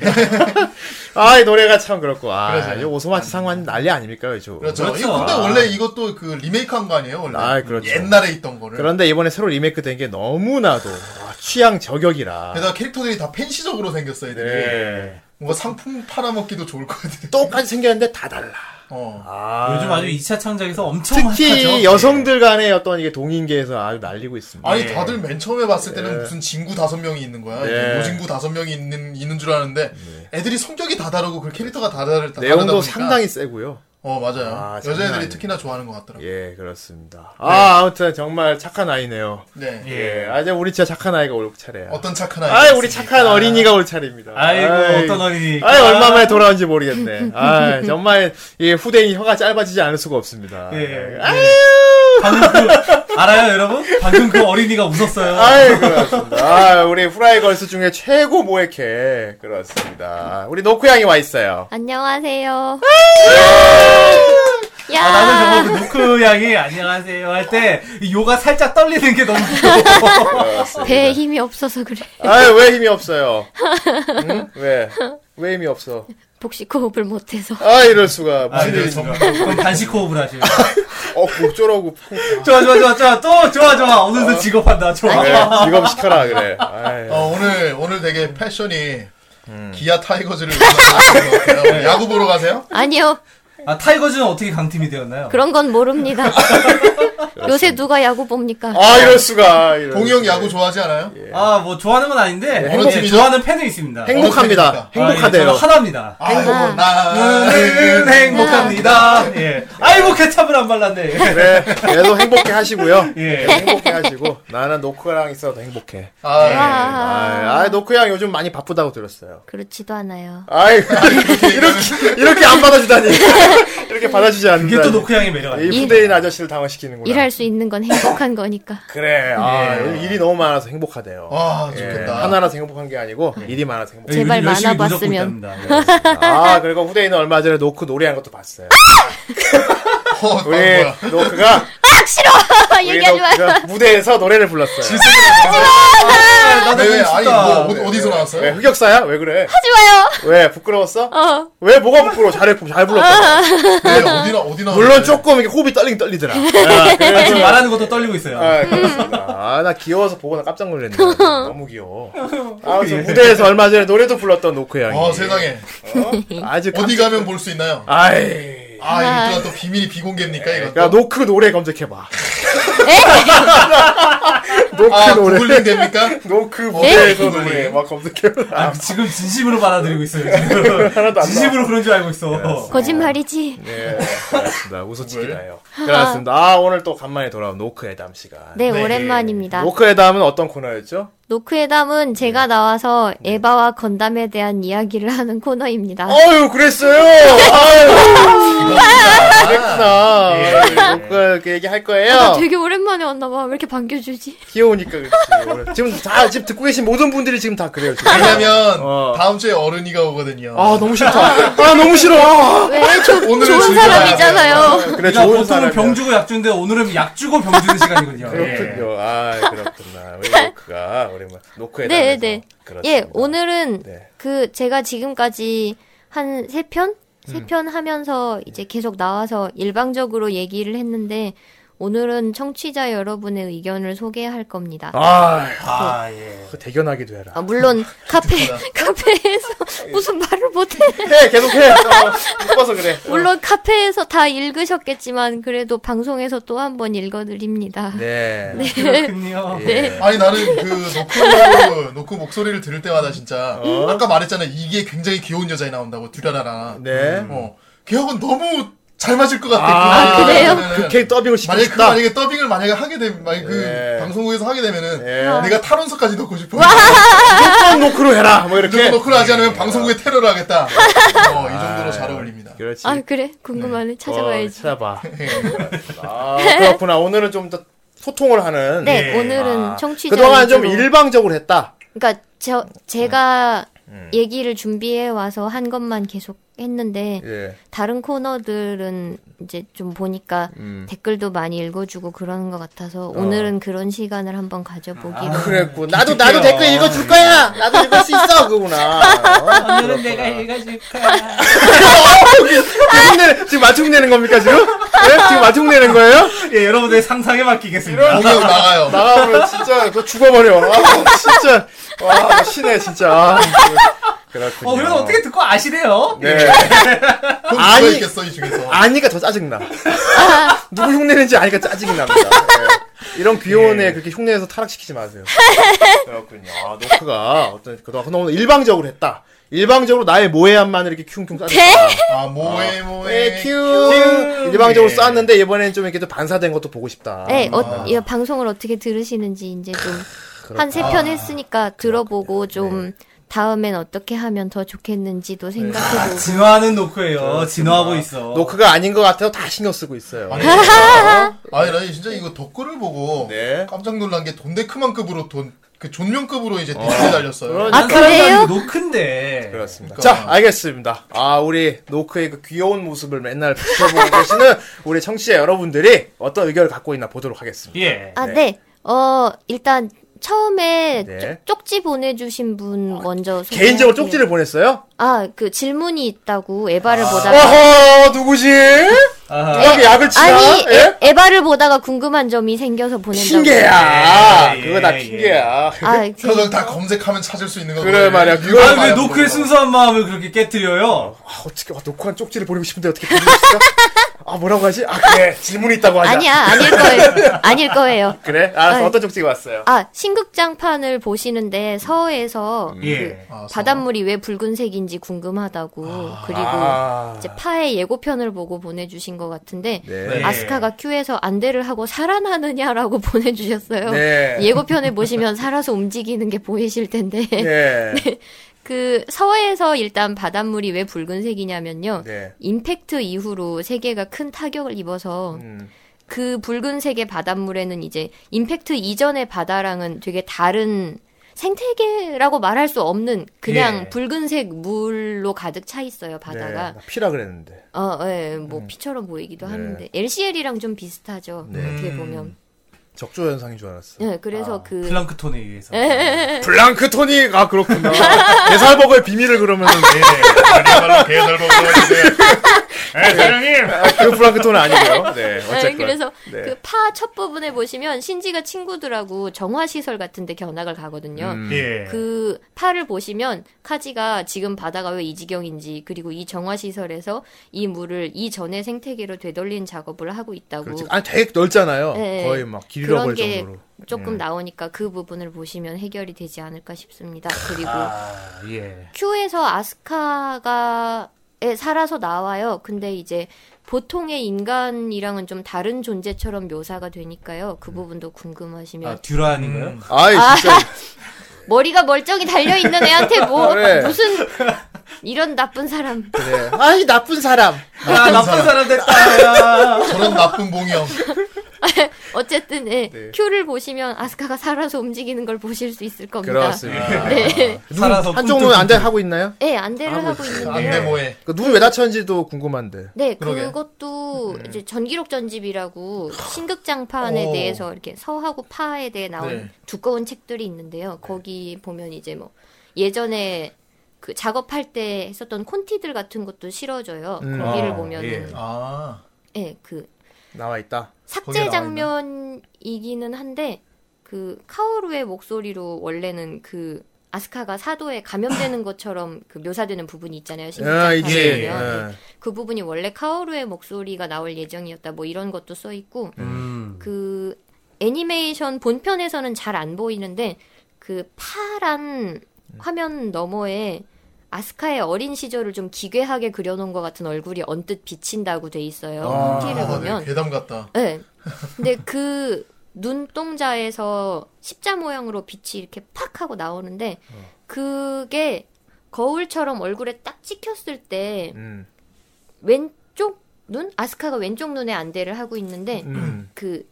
Speaker 1: 아이, 노래가 참 그렇고. 아,
Speaker 4: 그러죠.
Speaker 1: 이 오소마치 상관 난리 아닙니까, 요즘.
Speaker 4: 그렇죠.
Speaker 2: 그렇죠.
Speaker 4: 이거 근데
Speaker 2: 아.
Speaker 4: 원래 이것도 그 리메이크한 거 아니에요? 원래
Speaker 1: 아, 그렇죠.
Speaker 4: 옛날에 있던 거를
Speaker 1: 그런데 이번에 새로 리메이크 된 게 너무나도 아, 취향 저격이라.
Speaker 4: 게다가 캐릭터들이 다 팬시적으로 생겼어 애들이
Speaker 1: 예.
Speaker 4: 뭔가 상품 팔아먹기도 좋을 것 같아.
Speaker 1: 똑같이 생겼는데 다 달라.
Speaker 4: 어.
Speaker 1: 아, 네.
Speaker 2: 요즘 아주 2차 창작에서 엄청 핫하죠.
Speaker 1: 특히 여성들 간의 어떤 이게 동인계에서 아주 네. 날리고 있습니다.
Speaker 4: 아니 다들 맨 처음에 봤을 때는 무슨 진구 다섯 명이 있는 거야.
Speaker 1: 예.
Speaker 4: 이게 모진구 다섯 명이 있는 있는 줄 아는데 애들이 성격이 다 다르고 그 캐릭터가 다 다르 다 다르다
Speaker 1: 네. 내용도
Speaker 4: 보니까
Speaker 1: 상당히 세고요.
Speaker 4: 어 맞아요.
Speaker 1: 아, 장난
Speaker 4: 여자애들이
Speaker 1: 아니네.
Speaker 4: 특히나 좋아하는 것 같더라고. 요
Speaker 1: 예, 그렇습니다. 아, 아무튼 정말 착한 아이네요.
Speaker 4: 네.
Speaker 1: 예, 아, 이제 우리 진짜 착한 아이가 올 차례야.
Speaker 4: 어떤 착한 아이.
Speaker 1: 아이, 우리 착한 어린이가 올 차례입니다.
Speaker 2: 아이고
Speaker 1: 아이,
Speaker 2: 어떤 어린이.
Speaker 1: 아이, 얼마 만에 돌아온지 모르겠네. 아, 정말, 이 후대인 혀가 짧아지지 않을 수가 없습니다.
Speaker 2: 예.
Speaker 1: 아이,
Speaker 2: 방금 그, 알아요 여러분? 방금 그 어린이가 웃었어요.
Speaker 1: 아이, 그렇습니다. 아, 우리 후라이걸스 중에 최고 모에케. 그렇습니다. 우리 노쿠양이 와 있어요.
Speaker 3: 안녕하세요. 야.
Speaker 2: 아, 나는 저거 그 노크 양이 안녕하세요 할 때 요가 살짝 떨리는 게 너무 무서워.
Speaker 3: 배에 힘이 없어서 그래.
Speaker 1: 아이, 왜 힘이 없어요? 응? 왜? 왜 힘이 없어?
Speaker 3: 복식 호흡을 못해서.
Speaker 1: 아, 이럴 수가.
Speaker 2: 아,
Speaker 1: 무슨
Speaker 2: 네, 그럼 단식 호흡을 하시요
Speaker 1: 어, 목조라고.
Speaker 2: 좋아, 좋아, 좋아, 좋아. 또, 좋아, 좋아. 어느새 직업한다. 좋아.
Speaker 1: 그래, 직업 시켜라, 그래. 아이,
Speaker 4: 어, 오늘 오늘
Speaker 1: 음.
Speaker 4: 되게 패션이 기아 타이거즈를 응원하는 것 같아요. 야구 보러 가세요?
Speaker 1: 네.
Speaker 3: 아니요.
Speaker 2: 아, 타이거즈는 어떻게 강팀이 되었나요?
Speaker 3: 그런 건 모릅니다. 요새 누가 야구 봅니까?
Speaker 1: 아, 이럴 수가. 이럴
Speaker 4: 봉영
Speaker 1: 수가.
Speaker 4: 야구 좋아하지 않아요?
Speaker 1: 예.
Speaker 2: 아, 뭐, 좋아하는 건 아닌데,
Speaker 4: 어느
Speaker 2: 예,
Speaker 4: 팀이죠?
Speaker 2: 좋아하는 팬은 있습니다.
Speaker 1: 네, 행복합니다.
Speaker 4: 어떻습니까?
Speaker 1: 행복하대요.
Speaker 2: 아, 예, 저는 하나입니다.
Speaker 4: 아이고 뭐,
Speaker 3: 아.
Speaker 4: 나는
Speaker 2: 네. 나는 행복합니다. 예. 아이고, 케찹을 안 발랐네.
Speaker 1: 그래, 계속 행복해 하시고요. 네,
Speaker 2: 예.
Speaker 1: 행복해 하시고 나는 노크랑 있어도 행복해.
Speaker 4: 아,
Speaker 1: 아, 아 노크양 요즘 많이 바쁘다고 들었어요.
Speaker 3: 그렇지도 않아요.
Speaker 1: 아이 이렇게 이렇게 안 받아주다니 이렇게 받아주지 않는다.
Speaker 2: 이게 또그 노크양의 매력 아니에요?
Speaker 1: 이 후대인 아저씨를 당황시키는구나.
Speaker 3: 일할 수 있는 건 행복한 거니까.
Speaker 1: 그래, 아, 요즘 일이 너무 많아서 행복하대요.
Speaker 4: 와
Speaker 1: 예,
Speaker 4: 좋겠다.
Speaker 1: 하나라서 행복한 게 아니고
Speaker 3: 네.
Speaker 1: 일이 많아서 행복해.
Speaker 3: 제발
Speaker 2: 요즘 열심히
Speaker 3: 많아봤으면.
Speaker 2: 노력 보고 있답니다. 예.
Speaker 1: 아 그리고 후대인은 얼마 전에 노크 노래한 것도 봤어요.
Speaker 4: 어,
Speaker 1: 우리
Speaker 4: 뭐야?
Speaker 1: 노크가 우리
Speaker 3: 아, 얘기하지 마.
Speaker 1: 노크가 무대에서 노래를 불렀어요.
Speaker 2: 나도
Speaker 4: 왜?
Speaker 2: 네,
Speaker 4: 아니
Speaker 2: 춥다.
Speaker 4: 뭐 어디,
Speaker 1: 네.
Speaker 4: 서 나왔어요?
Speaker 1: 왜 흑역사야? 왜 그래?
Speaker 3: 하지 마요.
Speaker 1: 왜 부끄러웠어?
Speaker 3: 어.
Speaker 1: 왜 뭐가 부끄러워? 잘해 잘 불렀다.
Speaker 4: 왜? 어디나 어디나.
Speaker 1: 물론 조금 이게 호흡이 떨리긴 떨리더라. 아,
Speaker 2: 아, 지금 말하는 것도 떨리고 있어요.
Speaker 1: 아, 그렇습니다. 아, 나 귀여워서 보고 나 깜짝 놀랐네. 너무 귀여워. 아, 그 무대에서 얼마 전에 노래도 불렀던 노크 양이.
Speaker 4: 어 세상에
Speaker 1: 아주
Speaker 4: 어디
Speaker 1: 깜짝-
Speaker 4: 가면 볼 수 있나요?
Speaker 1: 아이.
Speaker 4: 아 이거 또 비밀이 비공개입니까 이거?
Speaker 1: 야, 노크 노래 검색해봐. 노크
Speaker 4: 아
Speaker 1: 노래.
Speaker 4: 구글링 됩니까?
Speaker 1: 노크 무대에서 노래 막 검색해봐.
Speaker 2: 아, 지금 진심으로 받아들이고 있어요. 지금.
Speaker 1: 하나도 안 예,
Speaker 2: 진심으로 그런 줄 알고 있어.
Speaker 3: 거짓말이지.
Speaker 1: 네, 그렇습니다. 웃어치기나요. 그렇습니다. 아, 오늘 또 간만에 돌아온 노크의 담 시간.
Speaker 3: 네, 오랜만입니다.
Speaker 1: 노크의 담은 어떤 코너였죠?
Speaker 3: 노크에담은 제가 나와서 에바와 건담에 대한 이야기를 하는 코너입니다.
Speaker 1: 아유, 그랬어요! 아유! 그랬구나. 노크가 그 얘기 할
Speaker 3: 아, 나
Speaker 1: 거예요?
Speaker 3: 되게 오랜만에 왔나 봐. 왜 이렇게 반겨주지?
Speaker 1: 귀여우니까 그렇지. 지금 다, 지금 듣고 계신 모든 분들이 지금 다 그래요. 지금.
Speaker 4: 왜냐면
Speaker 1: 어.
Speaker 4: 다음 주에 어른이가 오거든요.
Speaker 1: 아, 너무 싫다. 아, 너무 싫어. 아.
Speaker 3: 왜? 저,
Speaker 4: 오늘은
Speaker 3: 좋은
Speaker 4: 즐겨야
Speaker 3: 사람이잖아요.
Speaker 1: 그래,
Speaker 2: 그러니까
Speaker 1: 좋은
Speaker 2: 보통은
Speaker 1: 사람이야.
Speaker 2: 병 주고 약 주는데 오늘은 약 주고 병 주는 시간이군요. 예.
Speaker 1: 그렇군요. 아, 그렇구나. 우리 노크가, 오랜만. 노크에
Speaker 3: 네,
Speaker 1: 대해서.
Speaker 3: 네.
Speaker 1: 그렇습니다.
Speaker 3: 예, 오늘은
Speaker 1: 네.
Speaker 3: 그 제가 지금까지 한 세 편?
Speaker 1: 음.
Speaker 3: 세 편 하면서 이제 계속 나와서 일방적으로 얘기를 했는데 오늘은 청취자 여러분의 의견을 소개할 겁니다.
Speaker 1: 아,
Speaker 2: 아, 예.
Speaker 1: 그 대견하기도 해라.
Speaker 3: 아, 물론 카페 카페에서
Speaker 1: 예.
Speaker 3: 무슨 말을 못해.
Speaker 1: 해,
Speaker 3: 아.
Speaker 1: 계속해. 어, 묶어서 그래.
Speaker 3: 물론 카페에서 다 읽으셨겠지만 그래도 방송에서 또 한 번 읽어드립니다.
Speaker 1: 네.
Speaker 2: 예. 그렇군요.
Speaker 3: 네.
Speaker 2: 예.
Speaker 4: 아니 나는 그 노크 노크 목소리를 들을 때마다 진짜
Speaker 1: 어.
Speaker 4: 아까 말했잖아 이게 굉장히 귀여운 여자에 나온다고 듀라라라.
Speaker 1: 네.
Speaker 4: 어 걔하고 음. 너무 잘 맞을 것 같아.
Speaker 1: 아,
Speaker 4: 그
Speaker 10: 그래요?
Speaker 4: 만약에
Speaker 1: 걔 더빙을 시키고
Speaker 4: 만약에 그
Speaker 1: 싶다.
Speaker 4: 만약에 더빙을 만약에 하게 되면 만약 그
Speaker 1: 예.
Speaker 4: 방송국에서 하게 되면은
Speaker 1: 예.
Speaker 4: 내가 탈원서까지 넣고 싶어.
Speaker 1: 꼭 노크로 해라. 뭐
Speaker 4: 누구
Speaker 1: 이렇게.
Speaker 4: 노크를 하지 않으면 방송국에 테러를 하겠다. 어, 이 정도로 잘 어울립니다.
Speaker 1: 그렇지.
Speaker 10: 아 그래? 궁금하네.
Speaker 1: 어,
Speaker 10: 찾아봐야지.
Speaker 1: 찾아봐. 아, 그렇구나. 오늘은 좀 더 소통을 하는.
Speaker 10: 네, 오늘은
Speaker 1: 아,
Speaker 10: 청취자
Speaker 1: 그동안 좀
Speaker 10: 위주로.
Speaker 1: 일방적으로 했다.
Speaker 10: 그러니까 저 제가
Speaker 1: 음.
Speaker 10: 얘기를 준비해 와서 한 것만 계속 했는데
Speaker 1: 예.
Speaker 10: 다른 코너들은 이제 좀 보니까
Speaker 1: 음.
Speaker 10: 댓글도 많이 읽어주고 그러는 것 같아서 오늘은 그런 시간을 한번 가져보기로.
Speaker 1: 그랬고 나도 나도 댓글 읽어줄 거야. 나도 읽을 수 있어 그구나. 오늘은 내가 읽어줄 거야. 무슨 일- 지금 맞춤 내는 겁니까 지금? 예? 지금 맞춤 내는 거예요?
Speaker 2: 예, 여러분의 상상에 맡기겠습니다.
Speaker 4: 공격 나가요.
Speaker 1: 나가면 진짜 그거 죽어버려. 아, 진짜 와 신해 진짜. 아, 그렇군요.
Speaker 2: 어, 그래서 어떻게 듣고 아시래요?
Speaker 1: 네.
Speaker 4: 그건 누가
Speaker 1: 아니.
Speaker 4: 있겠어 이 중에서.
Speaker 1: 아니까 더 짜증나. 누구 흉내는지 아니까 짜증이 납니다. 예. 이런 귀여운 애 그렇게 흉내내서 타락시키지 마세요. 그렇군요. 아, 노크가 어떤, 그동안 그동안 오늘 일방적으로 했다. 일방적으로 나의 모해함만 이렇게 큉큉 쌓았다.
Speaker 4: 아 뭐해
Speaker 1: 네, 예.
Speaker 4: 뭐해.
Speaker 1: 큐. 일방적으로 쌓았는데 이번에는 좀 이렇게 또 반사된 것도 보고 싶다.
Speaker 10: 네, 어, 이 방송을 어떻게 들으시는지 이제 좀 한 세 편 했으니까 들어보고
Speaker 1: 네.
Speaker 10: 좀 다음엔 어떻게 하면 더
Speaker 1: 네.
Speaker 10: 좋겠는지도
Speaker 1: 아,
Speaker 10: 생각해보고.
Speaker 2: 아, 진화하는 노크예요. 진화하고 있어.
Speaker 1: 노크가 아닌 것 같아요. 다 신경 쓰고 있어요.
Speaker 4: 아니, 진짜. 아니, 나 진짜 이거 덧글을 보고
Speaker 1: 네.
Speaker 4: 깜짝 놀란 게 돈데크만급으로 돈, 그 존명급으로 이제 댓글이 달렸어요.
Speaker 1: 그런-
Speaker 10: 아, 그래요?
Speaker 2: 노크인데.
Speaker 1: 그렇습니다.
Speaker 4: 그러니까.
Speaker 1: 자, 알겠습니다. 아, 우리 노크의 그 귀여운 모습을 맨날 지켜보고 계시는 우리 청취자 여러분들이 어떤 의견을 갖고 있나 보도록 하겠습니다.
Speaker 2: 예.
Speaker 10: 아, 네. 어, 일단 처음에
Speaker 1: 네. 어,
Speaker 10: 쪽- 쪽지 보내주신 분 먼저. 소개할게요.
Speaker 1: 개인적으로 쪽지를 아. 보냈어요?
Speaker 10: 아, 그 질문이 있다고 에바를 보다가.
Speaker 1: 어허, 누구지?
Speaker 2: 아하.
Speaker 1: 누가 그 약을 치나?
Speaker 10: 아니,
Speaker 1: 예?
Speaker 10: 에, 바를 보다가 궁금한 점이 생겨서 보낸다고. 네,
Speaker 1: 핑계야.
Speaker 2: 예,
Speaker 1: 그거 다
Speaker 2: 예,
Speaker 1: 핑계야.
Speaker 10: 아, 그,
Speaker 4: 그걸 다 검색하면 찾을 수 있는 거.
Speaker 1: 그래 말이야. 그걸
Speaker 2: 아, 왜
Speaker 1: 말이야,
Speaker 2: 노크의
Speaker 1: 그거.
Speaker 2: 순수한 마음을 그렇게 깨뜨려요?
Speaker 1: 아, 어떻게 와, 녹화한 쪽지를 보내고 싶은데 어떻게 보내고 있어? 아, 뭐라고 하지? 아, 그래. 질문이 있다고 하자.
Speaker 10: 아니야, 아닐 거예요. 아닐 거예요.
Speaker 1: 그래? 알았어.
Speaker 10: 아이.
Speaker 1: 어떤 쪽지가 왔어요?
Speaker 10: 아, 신극장판을 보시는데 아, 서해에서 그
Speaker 2: 예.
Speaker 10: 바닷물이 왜 붉은색인지 궁금하다고. 그리고
Speaker 1: 아.
Speaker 10: 이제 파의 예고편을 보고 보내주신 것 같은데
Speaker 2: 예.
Speaker 1: 네.
Speaker 10: 아스카가 큐에서 안대를 하고 살아나느냐라고 보내주셨어요.
Speaker 1: 네.
Speaker 10: 예고편에 보시면 살아서 움직이는 게 보이실 텐데
Speaker 1: 네.
Speaker 10: 그 서해에서 일단 바닷물이 왜 붉은색이냐면요.
Speaker 1: 네.
Speaker 10: 임팩트 이후로 세계가 큰 타격을 입어서
Speaker 1: 음.
Speaker 10: 그 붉은색의 바닷물에는 이제 임팩트 이전의 바다랑은 되게 다른 생태계라고 말할 수 없는 그냥
Speaker 2: 예.
Speaker 10: 붉은색 물로 가득 차 있어요
Speaker 1: 네. 음.
Speaker 10: 바다가
Speaker 1: 나 피라 그랬는데.
Speaker 10: 어, 예, 뭐 피처럼 보이기도 하는데 LCL이랑 좀 비슷하죠
Speaker 1: 네.
Speaker 10: 어떻게 보면
Speaker 1: 적조 현상인 줄 알았어.
Speaker 10: 예, 그래서
Speaker 1: 아.
Speaker 10: 그 네.
Speaker 2: 플랑크톤에 의해서.
Speaker 1: 블랑크톤이 아 그렇구나. 대살버거의 비밀을 네. 그러면
Speaker 4: 말로 개설 보고 이제. 에, 사장님!
Speaker 1: 아, 그 블랑크톤은 아니고요. 네.
Speaker 10: 예,
Speaker 1: 어쨌건.
Speaker 10: 그래서
Speaker 1: 네.
Speaker 10: 그 파 첫 부분에 보시면 신지가 친구들하고 정화시설 같은 데 견학을 가거든요.
Speaker 1: 음.
Speaker 2: 예.
Speaker 10: 그 파를 보시면 카지가 지금 바다가 왜 이 지경인지 그리고 이 정화 시설에서 이 물을 이전의 생태계로 되돌린 작업을 하고 있다고
Speaker 1: 그렇지. 아니 되게 넓잖아요.
Speaker 10: 뭐 네.
Speaker 1: 거의 막 길잃어버
Speaker 10: 그런
Speaker 1: 릴
Speaker 10: 게
Speaker 1: 정도로. 예.
Speaker 10: 조금 나오니까 그 부분을 보시면 해결이 되지 않을까 싶습니다. 그리고
Speaker 2: 아, 예.
Speaker 10: 큐에서 아스카가 에 살아서 나와요. 근데 이제 보통의 인간이랑은 좀 다른 존재처럼 묘사가 되니까요.
Speaker 1: 음.
Speaker 10: 그 부분도 궁금하시면
Speaker 2: 아, 듀라 아닌가요?
Speaker 1: 아이 진짜
Speaker 10: 머리가 멀쩡히 달려 있는 애한테 뭐
Speaker 1: 그래.
Speaker 10: 무슨 이런 나쁜 사람.
Speaker 1: 그래. 네. 아이 나쁜 사람.
Speaker 2: 아, 나쁜 사람
Speaker 1: 음.
Speaker 2: 됐다.
Speaker 4: 저런 나쁜 봉형.
Speaker 10: 어쨌든 예,
Speaker 1: 네.
Speaker 10: 큐를 보시면 아스카가 살아서 움직이는 걸 보실 수 있을 겁니다.
Speaker 1: 그렇습니다.
Speaker 10: 네,
Speaker 2: 살아서 예.
Speaker 1: 한쪽 눈 안대 하고 있나요?
Speaker 10: 예, 안대를
Speaker 1: 하고
Speaker 10: 하고
Speaker 1: 있어요.
Speaker 4: 안돼
Speaker 10: 있는데요.
Speaker 4: 뭐해.
Speaker 1: 그 눈이 왜 다쳤는지도 궁금한데.
Speaker 10: 네,
Speaker 4: 그러게. 음.
Speaker 10: 그것도 이제 전기록 전집이라고 신극장판에
Speaker 4: 오.
Speaker 10: 대해서 이렇게 서하고 파에 대해 나온
Speaker 4: 어. 네.
Speaker 10: 두꺼운 책들이 있는데요. 거기 보면 이제 뭐 예전에 그 작업할 때 했었던 콘티들 같은 것도 실어줘요.
Speaker 1: 음.
Speaker 10: 거기를
Speaker 2: 아,
Speaker 10: 보면
Speaker 2: 예.
Speaker 10: 은
Speaker 4: 아.
Speaker 10: 예, 그
Speaker 1: 나와 있다.
Speaker 4: 거기에
Speaker 10: 삭제
Speaker 4: 나와
Speaker 10: 장면이기는 한데 그 카오루의 목소리로 원래는 그 아스카가 사도에 감염되는 것처럼 그 묘사되는 부분이 있잖아요.
Speaker 1: 아, 이제
Speaker 10: 신기하게
Speaker 1: 예.
Speaker 10: 보면. 그 부분이 원래 카오루의 목소리가 나올 예정이었다. 뭐 이런 것도 써 있고
Speaker 2: 음.
Speaker 10: 그 애니메이션 본편에서는 잘 안 보이는데 그 파란 화면 너머에 아스카의 어린 시절을 좀 기괴하게 그려놓은 것 같은 얼굴이 언뜻 비친다고 돼 있어요. 후기를
Speaker 4: 아,
Speaker 10: 보면.
Speaker 4: 네, 괴담 같다.
Speaker 10: 네. 근데 그 눈동자에서 십자 모양으로 빛이 이렇게 팍 하고 나오는데
Speaker 4: 어.
Speaker 10: 그게 거울처럼 얼굴에 딱 찍혔을 때
Speaker 1: 음.
Speaker 10: 왼쪽 눈 아스카가 왼쪽 눈에 안대를 하고 있는데
Speaker 1: 음.
Speaker 10: 그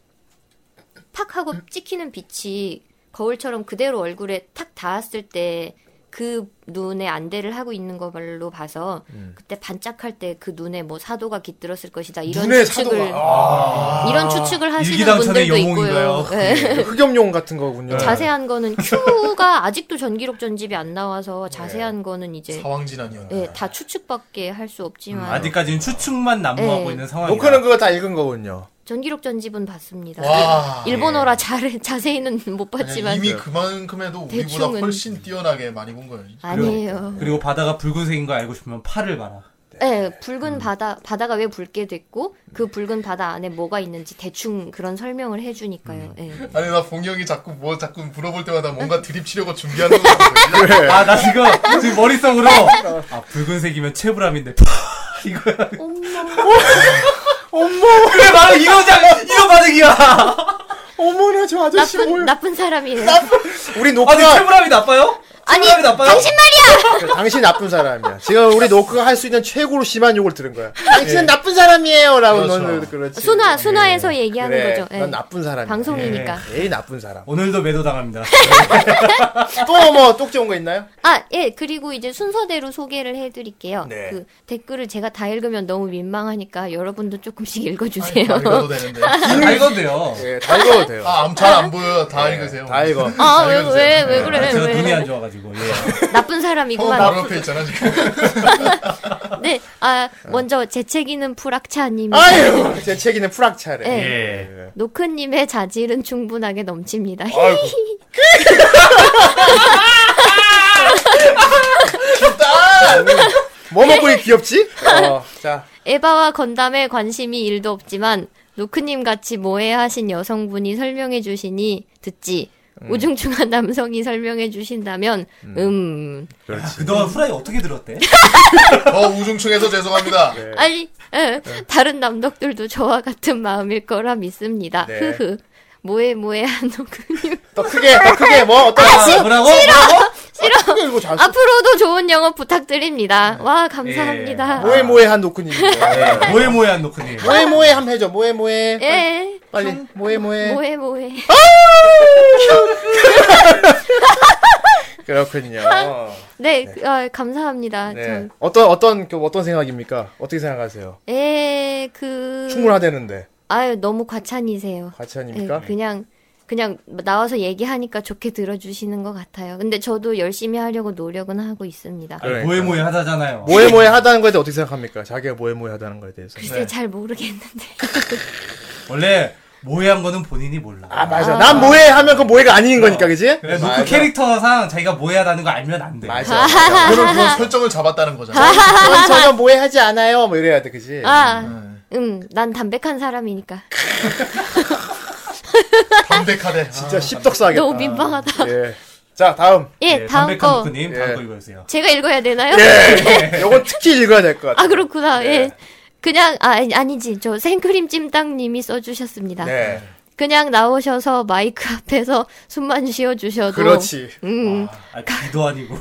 Speaker 10: 팍 하고 찍히는 빛이 거울처럼 그대로 얼굴에 탁 닿았을 때 그 눈에 안대를 하고 있는 걸로 봐서 그때 반짝할 때 그 눈에 뭐 사도가 깃들었을 것이다 이런
Speaker 4: 눈에
Speaker 10: 추측을
Speaker 4: 사도가. 아.
Speaker 10: 이런 추측을 하시는
Speaker 2: 일기당천의
Speaker 10: 분들도
Speaker 2: 영웅인가요?
Speaker 10: 있고요. 네.
Speaker 1: 그 흑염용 같은 거군요.
Speaker 10: 자세한 거는 Q가 아직도 전기록 전집이 안 나와서 자세한 거는 이제
Speaker 4: 사왕진환이었나.
Speaker 10: 예, 다 추측밖에 할 수 없지만
Speaker 2: 음. 아직까지는 추측만 난무하고
Speaker 10: 네.
Speaker 2: 있는 상황이다.
Speaker 1: 아, 노크는 그거 다 읽은 거군요.
Speaker 10: 전기록 전집은 봤습니다.
Speaker 4: 네. 와.
Speaker 10: 아, 일본어라 잘 자세히는 못
Speaker 4: 아니,
Speaker 10: 봤지만
Speaker 4: 이미 그만큼 해도 우리보다
Speaker 10: 대충은-
Speaker 4: 훨씬 뛰어나게 많이 본 거예요. 그러니까.
Speaker 10: 아니에요.
Speaker 2: 그리고 바다가 붉은색인 거 알고 싶으면 팔을 봐라.
Speaker 10: 예, 붉은 바다 바다가 왜 붉게 됐고 그 붉은 바다 안에 뭐가 있는지 대충 그런 설명을
Speaker 4: 음.
Speaker 10: 해주니까요. 예.
Speaker 4: 아니 나 봉영이 자꾸 뭐 자꾸 물어볼 때마다 뭔가 드립 치려고 준비하는 거 같아.
Speaker 1: 네.
Speaker 2: 아, 나 지금, 지금 머릿속으로, 아, 붉은색이면 채브람인데, 이거야. 엄마. 그래, 바로 이거잖아! 이거 반응이야!
Speaker 1: 어머나 저 아저씨
Speaker 10: 나쁜
Speaker 1: 뭐야?
Speaker 10: 나쁜 사람이에요.
Speaker 1: 우리
Speaker 2: 아니,
Speaker 1: 노크가
Speaker 2: 채브람이 나빠요?
Speaker 10: 아니
Speaker 2: 채브람이 나빠요?
Speaker 10: 당신 말이야.
Speaker 1: 그래, 당신 나쁜 사람이야. 지금 우리 노크가 할 수 있는 최고로 심한 욕을 들은 거야. 당신은 나쁜 사람이에요라고
Speaker 4: 예. 그렇죠.
Speaker 1: 너는 그렇지.
Speaker 10: 순화 순화에서 얘기하는
Speaker 1: 아, 그래,
Speaker 10: 거죠. 예.
Speaker 1: 넌 나쁜 사람이야.
Speaker 10: 방송이니까.
Speaker 1: 예, 제일 나쁜 사람.
Speaker 2: 오늘도 매도당합니다.
Speaker 1: 또 뭐 똑지 온거 있나요?
Speaker 10: 아, 예, 그리고 이제 순서대로 소개를 해드릴게요.
Speaker 1: 네.
Speaker 10: 그 댓글을 제가 다 읽으면 너무 민망하니까 여러분도 조금씩 읽어주세요.
Speaker 4: 다 읽어도 되는데.
Speaker 2: 다 읽어도요.
Speaker 1: 예, 다 읽어도 돼요.
Speaker 4: 아잘안 보여. 다 읽으세요.
Speaker 1: 네, 다 읽어.
Speaker 10: 아, 왜,
Speaker 4: 읽어주세요.
Speaker 10: 왜, 왜 그래,
Speaker 2: 제가
Speaker 10: 왜.
Speaker 2: 눈이 안 좋아가지고, 예.
Speaker 10: 나쁜
Speaker 4: 형은 바로
Speaker 10: 사람이구만.
Speaker 4: 옆에 있잖아 지금.
Speaker 10: 네, 아, 먼저 재채기는 프락차님.
Speaker 1: 아유, 제 책이는 프락차래.
Speaker 10: 예.
Speaker 2: 예.
Speaker 10: 노크님의 자질은 충분하게 넘칩니다.
Speaker 1: 뭐 먹고 이 귀엽지? 어, 자,
Speaker 10: 에바와 건담에 관심이 일도 없지만, 노크님 같이 모해하신 여성분이 설명해 주시니, 듣지. 우중충한 남성이 설명해 주신다면, 음.
Speaker 2: 아, 그동안 후라이 어떻게 들었대?
Speaker 4: 더 우중충해서 죄송합니다.
Speaker 1: 네.
Speaker 10: 아니, 예, 다른 남덕들도 저와 같은 마음일 거라 믿습니다.
Speaker 1: 네.
Speaker 10: 흐흐. 모에 모에 한옥님
Speaker 1: 더 크게, 더 크게 뭐 어떤
Speaker 2: 아, 뭐라고? 뭐라고?
Speaker 10: 싫어.
Speaker 1: 크게 읽고
Speaker 10: 아.
Speaker 1: 잘.
Speaker 10: 앞으로도 좋은 영업 부탁드립니다. 와 감사합니다.
Speaker 1: 모에 모에 한 노크님인데.
Speaker 2: 예. 뭐해, 뭐해, 안노크님.
Speaker 1: 모에 모에 함 해줘. 모에 모에.
Speaker 10: 아. 예.
Speaker 1: 빨리. 모에 모에.
Speaker 10: 모에 모에.
Speaker 1: 어? 그렇군요.
Speaker 10: 네, 아, 감사합니다.
Speaker 1: 네. 어떤 어떤 그 어떤 생각입니까? 어떻게 생각하세요?
Speaker 10: 저, 에, 그
Speaker 1: 충분하대는데
Speaker 10: 아유 너무 과찬이세요.
Speaker 1: 과찬입니까?
Speaker 10: 예, 그냥 그냥 나와서 얘기하니까 좋게 들어주시는 것 같아요. 근데 저도 열심히 하려고 노력은 하고 있습니다.
Speaker 1: 그러니까.
Speaker 2: 뭐해, 뭐해 하다잖아요.
Speaker 1: 모에 모에 하다는 거에 대해 어떻게 생각합니까? 자기가 모에 모에 하다는 거에 대해서. 네.
Speaker 10: 글쎄 잘 모르겠는데.
Speaker 2: 원래, 모해한 거는 본인이 몰라.
Speaker 1: 아 맞아. 난 모에 하면 그 모에가 아닌 거니까 그지?
Speaker 2: 그래, 노크 캐릭터상 자기가 모해하다는 거 알면 안 돼.
Speaker 1: 네, 맞아.
Speaker 4: 그런 그런 설정을 잡았다는 거잖아.
Speaker 1: 전 전혀 모해하지 않아요. 뭐 이래야 돼 그지?
Speaker 10: 아,
Speaker 1: 네.
Speaker 10: 음, 난 담백한 사람이니까.
Speaker 4: 담백하대. 아.
Speaker 1: 진짜 씹덕사하겠다.
Speaker 10: 너무 민망하다.
Speaker 1: 예. 자 다음.
Speaker 10: 예,
Speaker 2: 예,
Speaker 10: 다음
Speaker 2: 담백한
Speaker 10: 거.
Speaker 2: 노크님,
Speaker 1: 예.
Speaker 2: 다음 거 읽어주세요.
Speaker 10: 제가 읽어야 되나요?
Speaker 1: 네. 요건 특히 읽어야 될 것 같아.
Speaker 10: 아, 그렇구나. 예.
Speaker 1: 네.
Speaker 10: 그냥, 아, 아니, 아니지. 저 생크림 찜닭님이 써주셨습니다.
Speaker 1: 네.
Speaker 10: 그냥 나오셔서 마이크 앞에서 숨만 쉬어주셔도.
Speaker 1: 그렇지. 어.
Speaker 10: 음,
Speaker 2: 아, 기도 아니고.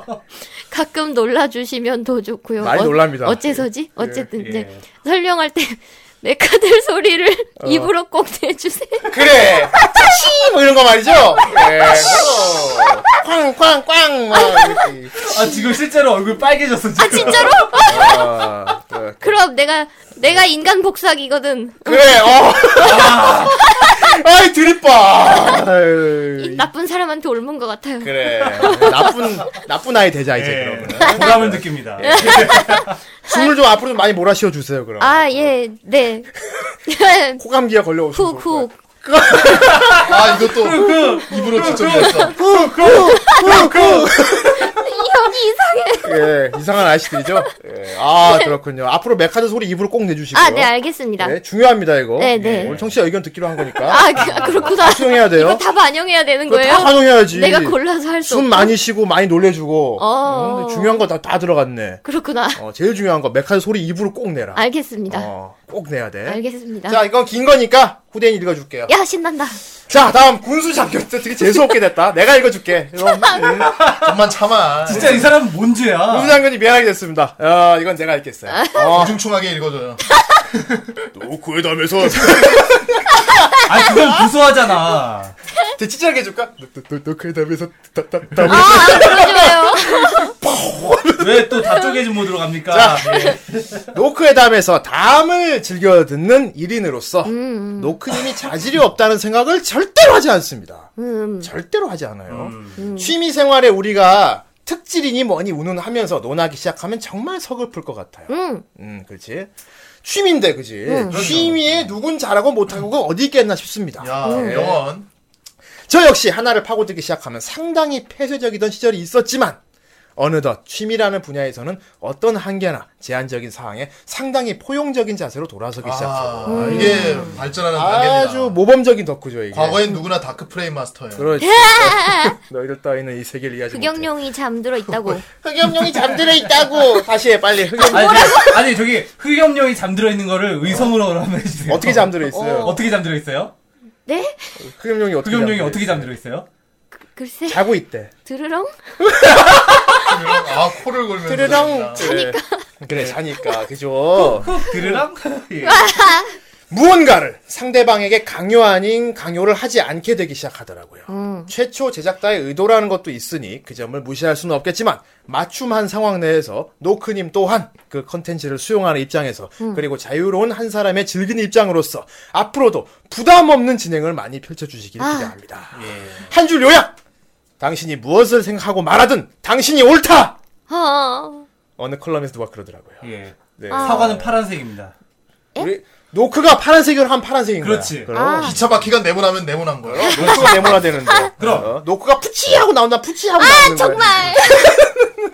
Speaker 10: 가끔 놀라주시면 더 좋고요. 어,
Speaker 1: 많이 놀랍니다.
Speaker 10: 어째서지? 어쨌든, 이제
Speaker 2: 예.
Speaker 10: 설명할 때. 메카들 소리를 입으로 꼭 내주세요.
Speaker 1: 어. 아, 그래. 씨! 뭐 이런 거 말이죠. 예. 꽝꽝꽝. 막 이렇게.
Speaker 2: 아, 지금 실제로 얼굴 빨개졌어, 지금.
Speaker 10: 진짜로?
Speaker 1: 아, 그-
Speaker 10: 그럼 내가 내가 인간 복사기거든.
Speaker 1: 그래. 어. 아이 드립봐. 아유,
Speaker 10: 이 나쁜 사람한테 옮은 것 같아요.
Speaker 1: 그래. 나쁜 나쁜 아이 되자 이제
Speaker 2: 예,
Speaker 1: 그러면.
Speaker 2: 보람을 느낍니다.
Speaker 1: 예. 숨을 좀 앞으로 좀 많이 몰아쉬어 주세요 그럼.
Speaker 10: 아, 예, 네.
Speaker 1: 코감기가 걸려오시고.
Speaker 10: 쿡쿡.
Speaker 4: 아 이것도 입으로 추천했어.
Speaker 1: 예, 이상한 아이씨들이죠. 예, 아 그렇군요. 앞으로 메카드 소리 입으로 꼭 내주시고요.
Speaker 10: 네. 아, 네, 알겠습니다.
Speaker 1: 예, 중요합니다 이거.
Speaker 10: 네, 네.
Speaker 1: 예, 오늘 청취자 의견 듣기로 한 거니까
Speaker 10: 아, 그- 아, 그렇구나.
Speaker 1: 수용해야 돼요.
Speaker 10: 다 반영해야 되는
Speaker 1: 그거
Speaker 10: 거예요?
Speaker 1: 다 반영해야지.
Speaker 10: 내가 골라서 할 수
Speaker 1: 숨
Speaker 10: 없어.
Speaker 1: 많이 쉬고 많이 놀래주고
Speaker 10: 어.
Speaker 1: 음, 중요한 거 다 다 들어갔네.
Speaker 10: 그렇구나.
Speaker 1: 어, 제일 중요한 거 메카드 소리 입으로 꼭 내라.
Speaker 10: 알겠습니다.
Speaker 1: 어, 꼭 내야 돼.
Speaker 10: 아, 알겠습니다.
Speaker 1: 자 이건 긴 거니까 후대인 읽어줄게요.
Speaker 10: 야, 신난다.
Speaker 1: 자 다음 군수 장교 되게 재수 없게 됐다. 내가 읽어줄게. 이건
Speaker 4: 좀만 참아.
Speaker 2: 진짜 이 사람은 뭔죄야.
Speaker 1: 군수 장교님 미안하게 됐습니다. 어, 이건 제가 읽겠어요. 어,
Speaker 4: 중충하게 읽어줘요.
Speaker 1: 또 구해담에서
Speaker 2: 아니 그건 구수하잖아.
Speaker 1: 제 찢어게 해줄까? 너너그 다음에서 다다다
Speaker 10: 아, 그러지 마요.
Speaker 2: 왜 또 다쪽에진 모드로 갑니까? 네.
Speaker 1: 노크의 담에서 담을 즐겨 듣는 1인으로서
Speaker 10: 음,
Speaker 1: 노크님이 자질이 없다는 생각을 절대로 하지 않습니다.
Speaker 10: 음.
Speaker 1: 절대로 하지 않아요. 취미 생활에 우리가 특질이니 뭐니 운운하면서 논하기 시작하면 정말 서글플 것 같아요.
Speaker 10: 음.
Speaker 1: 음, 그렇지. 취미인데, 그지? 취미에 누군 잘하고 못하고가 어디 있겠나 싶습니다.
Speaker 4: 야
Speaker 10: 네.
Speaker 4: 영원.
Speaker 1: 저 역시 하나를 파고들기 시작하면 상당히 폐쇄적이던 시절이 있었지만 어느덧 취미라는 분야에서는 어떤 한계나 제한적인 사항에 상당히 포용적인 자세로 돌아서기
Speaker 4: 아,
Speaker 1: 시작하고
Speaker 4: 이게 발전하는 단계입니다.
Speaker 1: 아주 모범적인 덕후죠 이게
Speaker 4: 과거엔 누구나 다크 프레임 마스터예요.
Speaker 1: 그렇지 너희들 따위는 이 세계를 이해하지 못해
Speaker 10: 흑영룡이 잠들어 있다고.
Speaker 1: 흑염룡이 잠들어 있다고 다시 해 빨리 흑염룡
Speaker 2: 아니, 아니 저기 흑염룡이 잠들어 있는 거를 의성으로 한번 해주세요.
Speaker 1: 어떻게 잠들어 있어요
Speaker 2: 어떻게 잠들어 있어요?
Speaker 10: 네?
Speaker 1: 흑염룡이 어떻게
Speaker 2: 흑염룡이
Speaker 1: 잠들어
Speaker 2: 어떻게
Speaker 1: 있어요?
Speaker 2: 잠들어 있어요?
Speaker 10: 글쎄,
Speaker 1: 자고 있대
Speaker 10: 들으렁?
Speaker 4: 아 코를 골면서.
Speaker 1: 트르렁
Speaker 4: 자는구나.
Speaker 1: 그래. 그래 자니까 그죠
Speaker 2: 들으랑? 예.
Speaker 1: 아. 무언가를 상대방에게 강요 아닌 강요를 하지 않게 되기 시작하더라고요.
Speaker 10: 음.
Speaker 1: 최초 제작자의 의도라는 것도 있으니 그 점을 무시할 수는 없겠지만 맞춤한 상황 내에서 노크님 또한 그 컨텐츠를 수용하는 입장에서 그리고 자유로운 한 사람의 즐긴 입장으로서 앞으로도 부담 없는 진행을 많이 펼쳐주시길 기대합니다.
Speaker 2: 예,
Speaker 1: 한 줄 요약! 당신이 무엇을 생각하고 말하든 당신이 옳다!
Speaker 10: 어.
Speaker 1: 어느 컬럼에서 누가 그러더라고요.
Speaker 2: 예.
Speaker 1: 네.
Speaker 2: 사과는 파란색입니다.
Speaker 1: 우리 노크가 파란색을 한 파란색인 거야.
Speaker 2: 그렇지.
Speaker 1: 그럼.
Speaker 10: 아.
Speaker 4: 기차 바퀴가 네모나면 네모난 거예요.
Speaker 1: 노크가 네모나 되는데.
Speaker 2: 그럼.
Speaker 1: 어, 노크가 푸치 하고 나온다, 푸치 하고 나오는 거야.
Speaker 10: 아, 정말.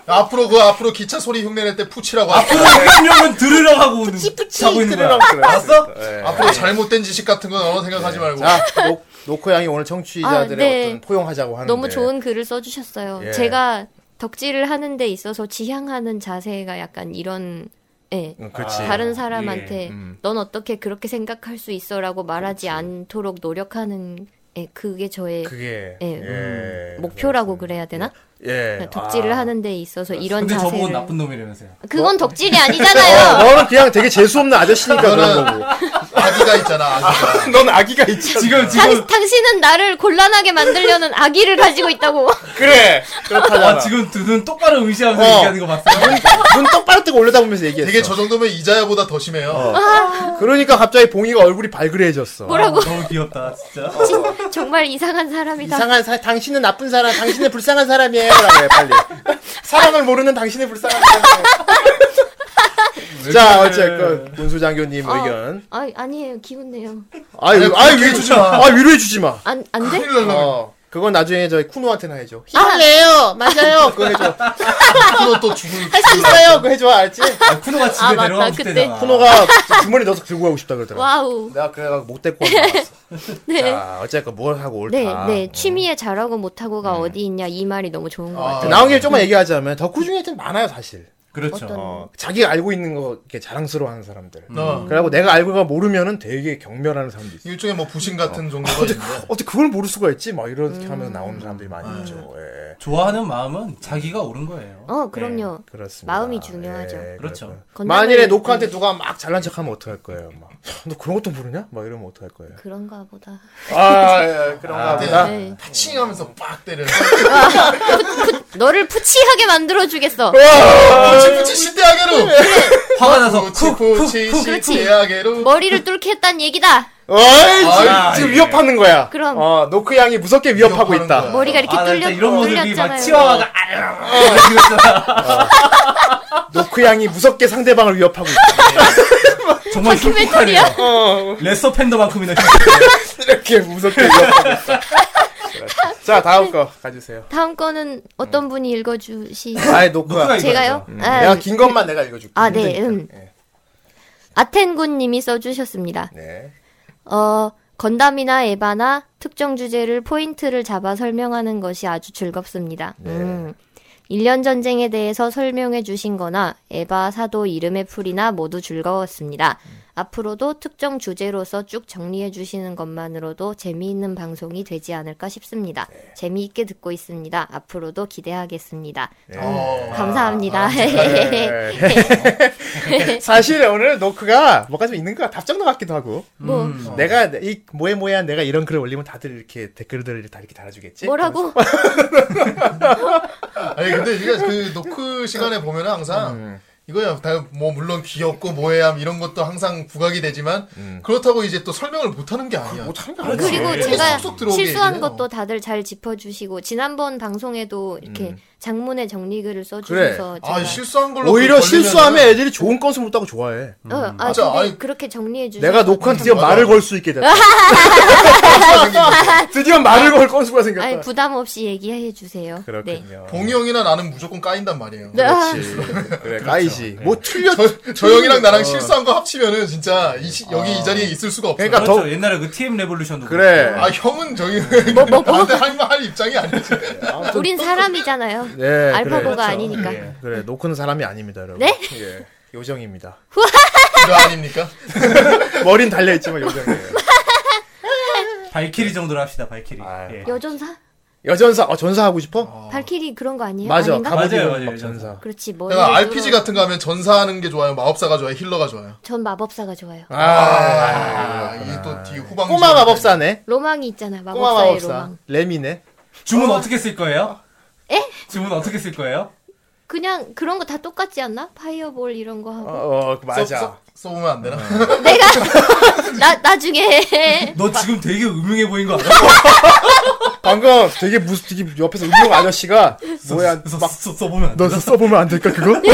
Speaker 4: 앞으로 그 앞으로 기차 소리 흉내낼 때 푸치라고 앞으로
Speaker 2: 흑염룡은 들으랑 하고 오는, 자고 있는 거야.
Speaker 1: 그래.
Speaker 2: 봤어?
Speaker 1: 예.
Speaker 4: 앞으로 잘못된 지식 같은 건 어, 생각하지 말고.
Speaker 1: 자, 노, 노크 아, 양이 오늘 청취자들의
Speaker 10: 아, 네.
Speaker 1: 어떤 포용하자고 하는데.
Speaker 10: 너무 좋은 글을 써주셨어요.
Speaker 1: 예.
Speaker 10: 제가 덕질을 하는 데 있어서 지향하는 자세가 약간 이런, 예.
Speaker 1: 응, 음, 그렇지.
Speaker 10: 다른 사람한테
Speaker 1: 예, 음.
Speaker 10: 넌 어떻게 그렇게 생각할 수 있어라고 말하지 않도록 노력하는 예, 그게 저의
Speaker 1: 그게.
Speaker 10: 예, 네.
Speaker 1: 예.
Speaker 10: 목표라고 그래야 되나?
Speaker 1: 예.
Speaker 10: 덕질을 하는 데 있어서 이런
Speaker 2: 근데 저보고
Speaker 10: 자세를
Speaker 2: 나쁜 놈이라면서요.
Speaker 10: 그건 덕질이
Speaker 1: 어,
Speaker 10: 아니잖아요.
Speaker 1: 너는 그냥 되게 재수없는 아저씨니까 그런
Speaker 4: 너는-
Speaker 1: 거고.
Speaker 4: 아기가 있잖아. 아기가.
Speaker 1: 넌 그러니까. 아기가 있지.
Speaker 2: 지금 지금
Speaker 10: 당, 당신은 나를 곤란하게 만들려는 악의를 가지고 있다고.
Speaker 1: 그래. 그렇다잖아.
Speaker 2: 아, 지금 두 눈 똑바로 의시하면서
Speaker 1: 어.
Speaker 2: 얘기하는 거 봤어요?
Speaker 1: 눈 똑바로 뜨고 올려다보면서 얘기했어.
Speaker 4: 되게 저 정도면 이자야보다 더 심해요.
Speaker 1: 그러니까 갑자기 봉이가 얼굴이 발그레해졌어.
Speaker 10: 뭐라고?
Speaker 2: 너무 귀엽다, 진짜.
Speaker 10: 진- 정말 이상한 사람이다.
Speaker 1: 이상한 사, 당신은 나쁜 사람, 당신은 불쌍한 사람이에요. 라고 해, 빨리. 사랑을 모르는 당신은 불쌍한 사람이에요. 자, 어쨌건, 문수 장교님 의견.
Speaker 10: 아, 아니에요. 기운내요.
Speaker 1: 아유,
Speaker 4: 아니,
Speaker 1: 아유,
Speaker 4: 그렇게
Speaker 1: 위로해
Speaker 4: 해주지
Speaker 1: 주지 마. 아, 위로해 주지 마.
Speaker 10: 안, 안 돼?
Speaker 2: 아.
Speaker 4: 큰일 날라.
Speaker 1: 어, 그건 나중에 저희 쿠노한테나 해줘.
Speaker 10: 아,
Speaker 1: 힘내요! 맞아요! 그거 해줘.
Speaker 4: 앞으로 또 죽을.
Speaker 1: 할 수 있어요! 그거 해줘, 알지?
Speaker 2: 아, 쿠노가 집에
Speaker 10: 아, 맞다.
Speaker 2: 데려가고
Speaker 10: 그때
Speaker 2: 싶대잖아.
Speaker 1: 쿠노가 주머니 넣어서 들고 가고 싶다 그러더라.
Speaker 10: 아, 와우.
Speaker 1: 내가 그래가 못 데리고 왔어.
Speaker 10: 네.
Speaker 1: 자, 어쨌건 뭘 하고 옳다.
Speaker 10: 네, 네. 취미에 잘하고 못하고가 어디 있냐. 이 말이 너무 좋은 것
Speaker 4: 아,
Speaker 10: 같아요.
Speaker 1: 어, 그 나온 김에 조금만 얘기하자면, 덕후 중에 좀 많아요, 사실.
Speaker 2: 그렇죠.
Speaker 10: 어떤-
Speaker 1: 어, 자기가 알고 있는 거 이렇게 자랑스러워하는 사람들.
Speaker 4: 어.
Speaker 1: 그리고 내가 알고가 모르면은 되게 경멸하는 사람도 있어.
Speaker 4: 일종의 뭐 부신 같은 정도가 있는데.
Speaker 1: 어떻게 그걸 모를 수가 있지? 막 이렇게 하면서 나오는 사람들이 많이 있죠. 예.
Speaker 2: 좋아하는 마음은 자기가 옳은 거예요.
Speaker 10: 어, 그럼요.
Speaker 1: 그렇습니다.
Speaker 10: 마음이 중요하죠.
Speaker 2: 그렇죠.
Speaker 1: 그렇습니다.
Speaker 10: 건담을- 음,
Speaker 1: 만일에 노크한테 누가 막 잘난 척하면 어떡할 거예요? 막, 너 그런 것도 모르냐? 막 이러면 어떡할 거예요?
Speaker 10: 그런가 보다.
Speaker 1: 아, 예, 그런가
Speaker 4: 네.
Speaker 1: 보다.
Speaker 10: 네.
Speaker 4: 파칭하면서 빡 때려.
Speaker 10: 너를 푸치하게 만들어 주겠어.
Speaker 4: 푸치푸치 시대하게로.
Speaker 2: 화가
Speaker 1: 어,
Speaker 2: 나서 어, 쿡쿡
Speaker 4: 푸치푸치
Speaker 10: 그렇지. 뭐.
Speaker 4: 시대하게로.
Speaker 10: 머리를 뚫게 했단 얘기다.
Speaker 1: 어이, 지금,
Speaker 2: 아,
Speaker 1: 지금
Speaker 2: 예.
Speaker 1: 위협하는 거야.
Speaker 10: 그럼. 뭐?
Speaker 1: 어, 노크 양이 무섭게 위협하고
Speaker 4: 위협하는
Speaker 1: 있다.
Speaker 4: 거야.
Speaker 10: 머리가 이렇게
Speaker 2: 아, 나
Speaker 10: 뚫려,
Speaker 2: 진짜 이런 모습이 막
Speaker 10: 뚫렸잖아요. 어.
Speaker 2: 치와와가 아르르 이랬잖아.
Speaker 1: 노크 양이 무섭게 상대방을 위협하고 있다.
Speaker 2: 정말
Speaker 10: 다큐멘터리야?
Speaker 2: 레서 팬더만큼이나
Speaker 1: 이렇게 무섭게 읽었다. 그렇죠. 자 다음 거 가주세요.
Speaker 10: 다음 거는 어떤 분이 읽어주시?
Speaker 1: 아예 놓고야.
Speaker 10: 제가요?
Speaker 1: 음. 그렇죠. 내가 긴 것만 내가 읽어줄게.
Speaker 10: 아, 네.
Speaker 1: 힘드니까. 예.
Speaker 10: 음. 아텐군님이 써주셨습니다.
Speaker 1: 네.
Speaker 10: 어, 건담이나 에바나 특정 주제를 포인트를 잡아 설명하는 것이 아주 즐겁습니다.
Speaker 1: 네.
Speaker 10: 음. 1년 전쟁에 대해서 설명해 주신 거나 에바 사도 이름의 풀이나 모두 즐거웠습니다.
Speaker 1: 음.
Speaker 10: 앞으로도 특정 주제로서 쭉 정리해 주시는 것만으로도 재미있는 방송이 되지 않을까 싶습니다.
Speaker 1: 네.
Speaker 10: 재미있게 듣고 있습니다. 앞으로도 기대하겠습니다.
Speaker 1: 네. 어.
Speaker 10: 음,
Speaker 1: 아,
Speaker 10: 감사합니다.
Speaker 1: 사실 오늘 노크가 뭐가 좀 있는 것 같아. 답장도 같기도 하고.
Speaker 10: 뭐
Speaker 4: 음.
Speaker 1: 내가 이 뭐에 뭐야 내가 이런 글을 올리면 다들 이렇게 댓글들을 다 이렇게 달아주겠지.
Speaker 10: 뭐라고?
Speaker 4: 아니 근데 이게 그 노크 시간에 보면은 항상 이거야 다 뭐 물론 귀엽고 뭐해함 이런 것도 항상 부각이 되지만 그렇다고 이제 또 설명을 못하는 게 아니야.
Speaker 1: 못하는 거
Speaker 10: 아,
Speaker 1: 아니야.
Speaker 10: 그리고
Speaker 4: 네.
Speaker 10: 제가
Speaker 4: 쏙쏙 들어오게
Speaker 10: 실수한
Speaker 4: 얘기해요.
Speaker 10: 것도 다들 잘 짚어주시고 지난번 방송에도 이렇게 장문의 정리글을 써주셔서
Speaker 4: 아
Speaker 10: 제가
Speaker 4: 실수한 걸로
Speaker 1: 오히려
Speaker 4: 걸리면은-
Speaker 1: 실수하면 애들이 좋은 건수 묻다고 좋아해.
Speaker 10: 어, 아,
Speaker 4: 맞아.
Speaker 10: 근데
Speaker 4: 아니,
Speaker 10: 그렇게 정리해 주셔서
Speaker 1: 내가 노크한테 드디어 말을 걸 수 있게 됐다. 드디어 말을 걸 건수가 생겼다.
Speaker 10: 아니 부담 없이 얘기해 주세요. 네.
Speaker 1: 그렇군요.
Speaker 4: 봉이 형이나 나는 무조건 까인단 말이에요.
Speaker 1: 네.
Speaker 10: 아,
Speaker 1: 그래 까이지. 뭐 틀려.
Speaker 4: 네. 저, 저 형이랑
Speaker 1: 어.
Speaker 4: 나랑 실수한 거 합치면은 진짜 이 시- 여기 이 자리에 있을 수가 없어.
Speaker 1: 그러니까 더
Speaker 2: 옛날에 그 TM 레볼루션도
Speaker 1: 그래.
Speaker 4: 그렇죠. 아 형은 저기
Speaker 1: 뭐,
Speaker 4: 나한테 할말 입장이 아니지.
Speaker 10: 우린 사람이잖아요.
Speaker 1: 네,
Speaker 10: 알파고가
Speaker 1: 그래.
Speaker 10: 아니니까.
Speaker 2: 네. 예,
Speaker 1: 그래 노크는 사람이 아닙니다, 여러분.
Speaker 10: 네?
Speaker 1: 예. 요정입니다.
Speaker 4: 저 아닙니까?
Speaker 1: 머린 달려 있지만 요정이에요.
Speaker 2: 예. 발키리 정도로 합시다 발키리.
Speaker 1: 아유.
Speaker 2: 예.
Speaker 10: 여전사?
Speaker 1: 여전사 어 전사 하고 싶어?
Speaker 10: 발키리 그런 거 아니에요?
Speaker 1: 맞아.
Speaker 10: 아닌가? 뭐
Speaker 1: 갑옷
Speaker 2: 맞아요,
Speaker 1: 입은
Speaker 2: 맞아요,
Speaker 1: 막 전사.
Speaker 10: 그렇지 뭐.
Speaker 4: 내가
Speaker 10: 예를
Speaker 4: RPG
Speaker 10: 들어
Speaker 4: 같은 거 하면 전사하는 게 좋아요, 마법사가 좋아요, 힐러가 좋아요.
Speaker 10: 전 마법사가 좋아요.
Speaker 1: 어.
Speaker 4: 아, 이게 또 뒤에 후방
Speaker 1: 꼬마 마법사네.
Speaker 10: 로망이 있잖아.
Speaker 1: 꼬마
Speaker 10: 마법사의
Speaker 1: 마법사.
Speaker 10: 로망.
Speaker 1: 레미네.
Speaker 2: 주문 어... 떻게쓸 거예요? 에? 주문 어떻게 쓸 거예요?
Speaker 10: 그냥 그런 거 다 똑같지 않나? 파이어볼 이런 거 하고.
Speaker 1: 어, 어 맞아. 어.
Speaker 4: 써보면 안 되나?
Speaker 10: 나 나중에
Speaker 2: 너 지금 되게 음흉해 보인 거 알아?
Speaker 1: 방금 되게 무슨 되게 옆에서 음용 아저씨가 뭐야
Speaker 2: 써,
Speaker 1: 막
Speaker 2: 써, 써보면 안 돼.
Speaker 1: 너 써보면 안 될까 그거?
Speaker 10: 네.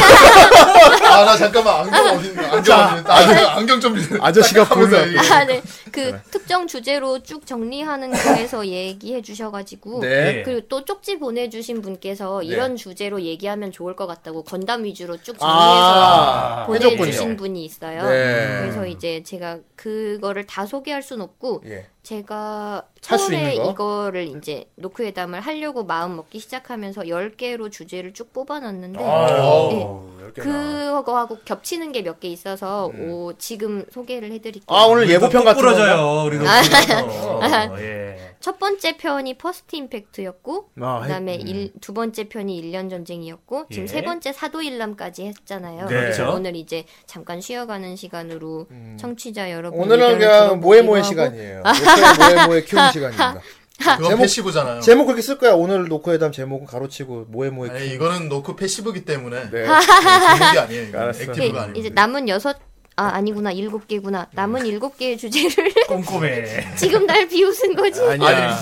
Speaker 4: 아, 나 잠깐만 안경 어디 있나? 안경 어디 있나? 아, 안경 좀
Speaker 1: 아저씨가
Speaker 4: 딱 하면서
Speaker 1: 보면-
Speaker 4: 이게.
Speaker 10: 아, 네. 그 특정 주제로 쭉 정리하는 거에서 얘기해 주셔가지고
Speaker 1: 네.
Speaker 10: 그리고 또 쪽지 보내주신 분께서 이런 주제로 얘기하면 좋을 것 같다고 건담 위주로 쭉 정리해서
Speaker 1: 아,
Speaker 10: 보내주신
Speaker 1: 해줬군요.
Speaker 10: 분이 있어요. 음,
Speaker 1: 네.
Speaker 10: 그래서 이제 제가 그거를 다 소개할 순 없고
Speaker 1: 예.
Speaker 10: 제가
Speaker 1: 할수 있는
Speaker 10: 처음에
Speaker 1: 거?
Speaker 10: 이거를 이제 노크회담을 하려고 마음 먹기 시작하면서 10개로 주제를 쭉 뽑아놨는데 예.
Speaker 1: 아우, 열 개나. 음.
Speaker 10: 그거하고 겹치는 게 몇 개 있어서 오, 지금 소개를 해드릴게요.
Speaker 1: 아 오늘 예고편 같은 거.
Speaker 2: 부러져요. 우리도.
Speaker 10: 아.
Speaker 2: 어, 예.
Speaker 10: 첫 번째 편이 퍼스트 임팩트였고
Speaker 1: 아,
Speaker 10: 그다음에 일, 두 번째 편이 일년 전쟁이었고 지금
Speaker 2: 예.
Speaker 10: 세 번째 사도일남까지 했잖아요.
Speaker 2: 네.
Speaker 10: 그래서
Speaker 2: 그렇죠.
Speaker 10: 오늘 이제 잠깐 쉬어가는 시간으로 청취자 여러분
Speaker 1: 음. 오늘은
Speaker 10: 의견을
Speaker 1: 그냥 모에 모의
Speaker 10: 들어보기도
Speaker 1: 시간이에요. 노크의 모에 모의 키우는 시간입니다.
Speaker 4: 그건 패시브잖아요.
Speaker 1: 제목 그렇게 쓸 거야. 오늘 노크회담 제목은 가로치고 모에 모의 키우.
Speaker 4: 아니, 이거는 노크 패시브기 때문에
Speaker 1: 네.
Speaker 4: 제목이 아니에요. 이거.
Speaker 1: 알았어.
Speaker 10: 하고
Speaker 4: 액티브가
Speaker 10: 이렇게 이제
Speaker 4: 아니에요.
Speaker 10: 남은 여섯 아 아니구나 일곱 개구나 남은 일곱 개의 주제를
Speaker 2: 꼼꼼해.
Speaker 10: 지금 날 비웃은 거지.
Speaker 1: 아니야.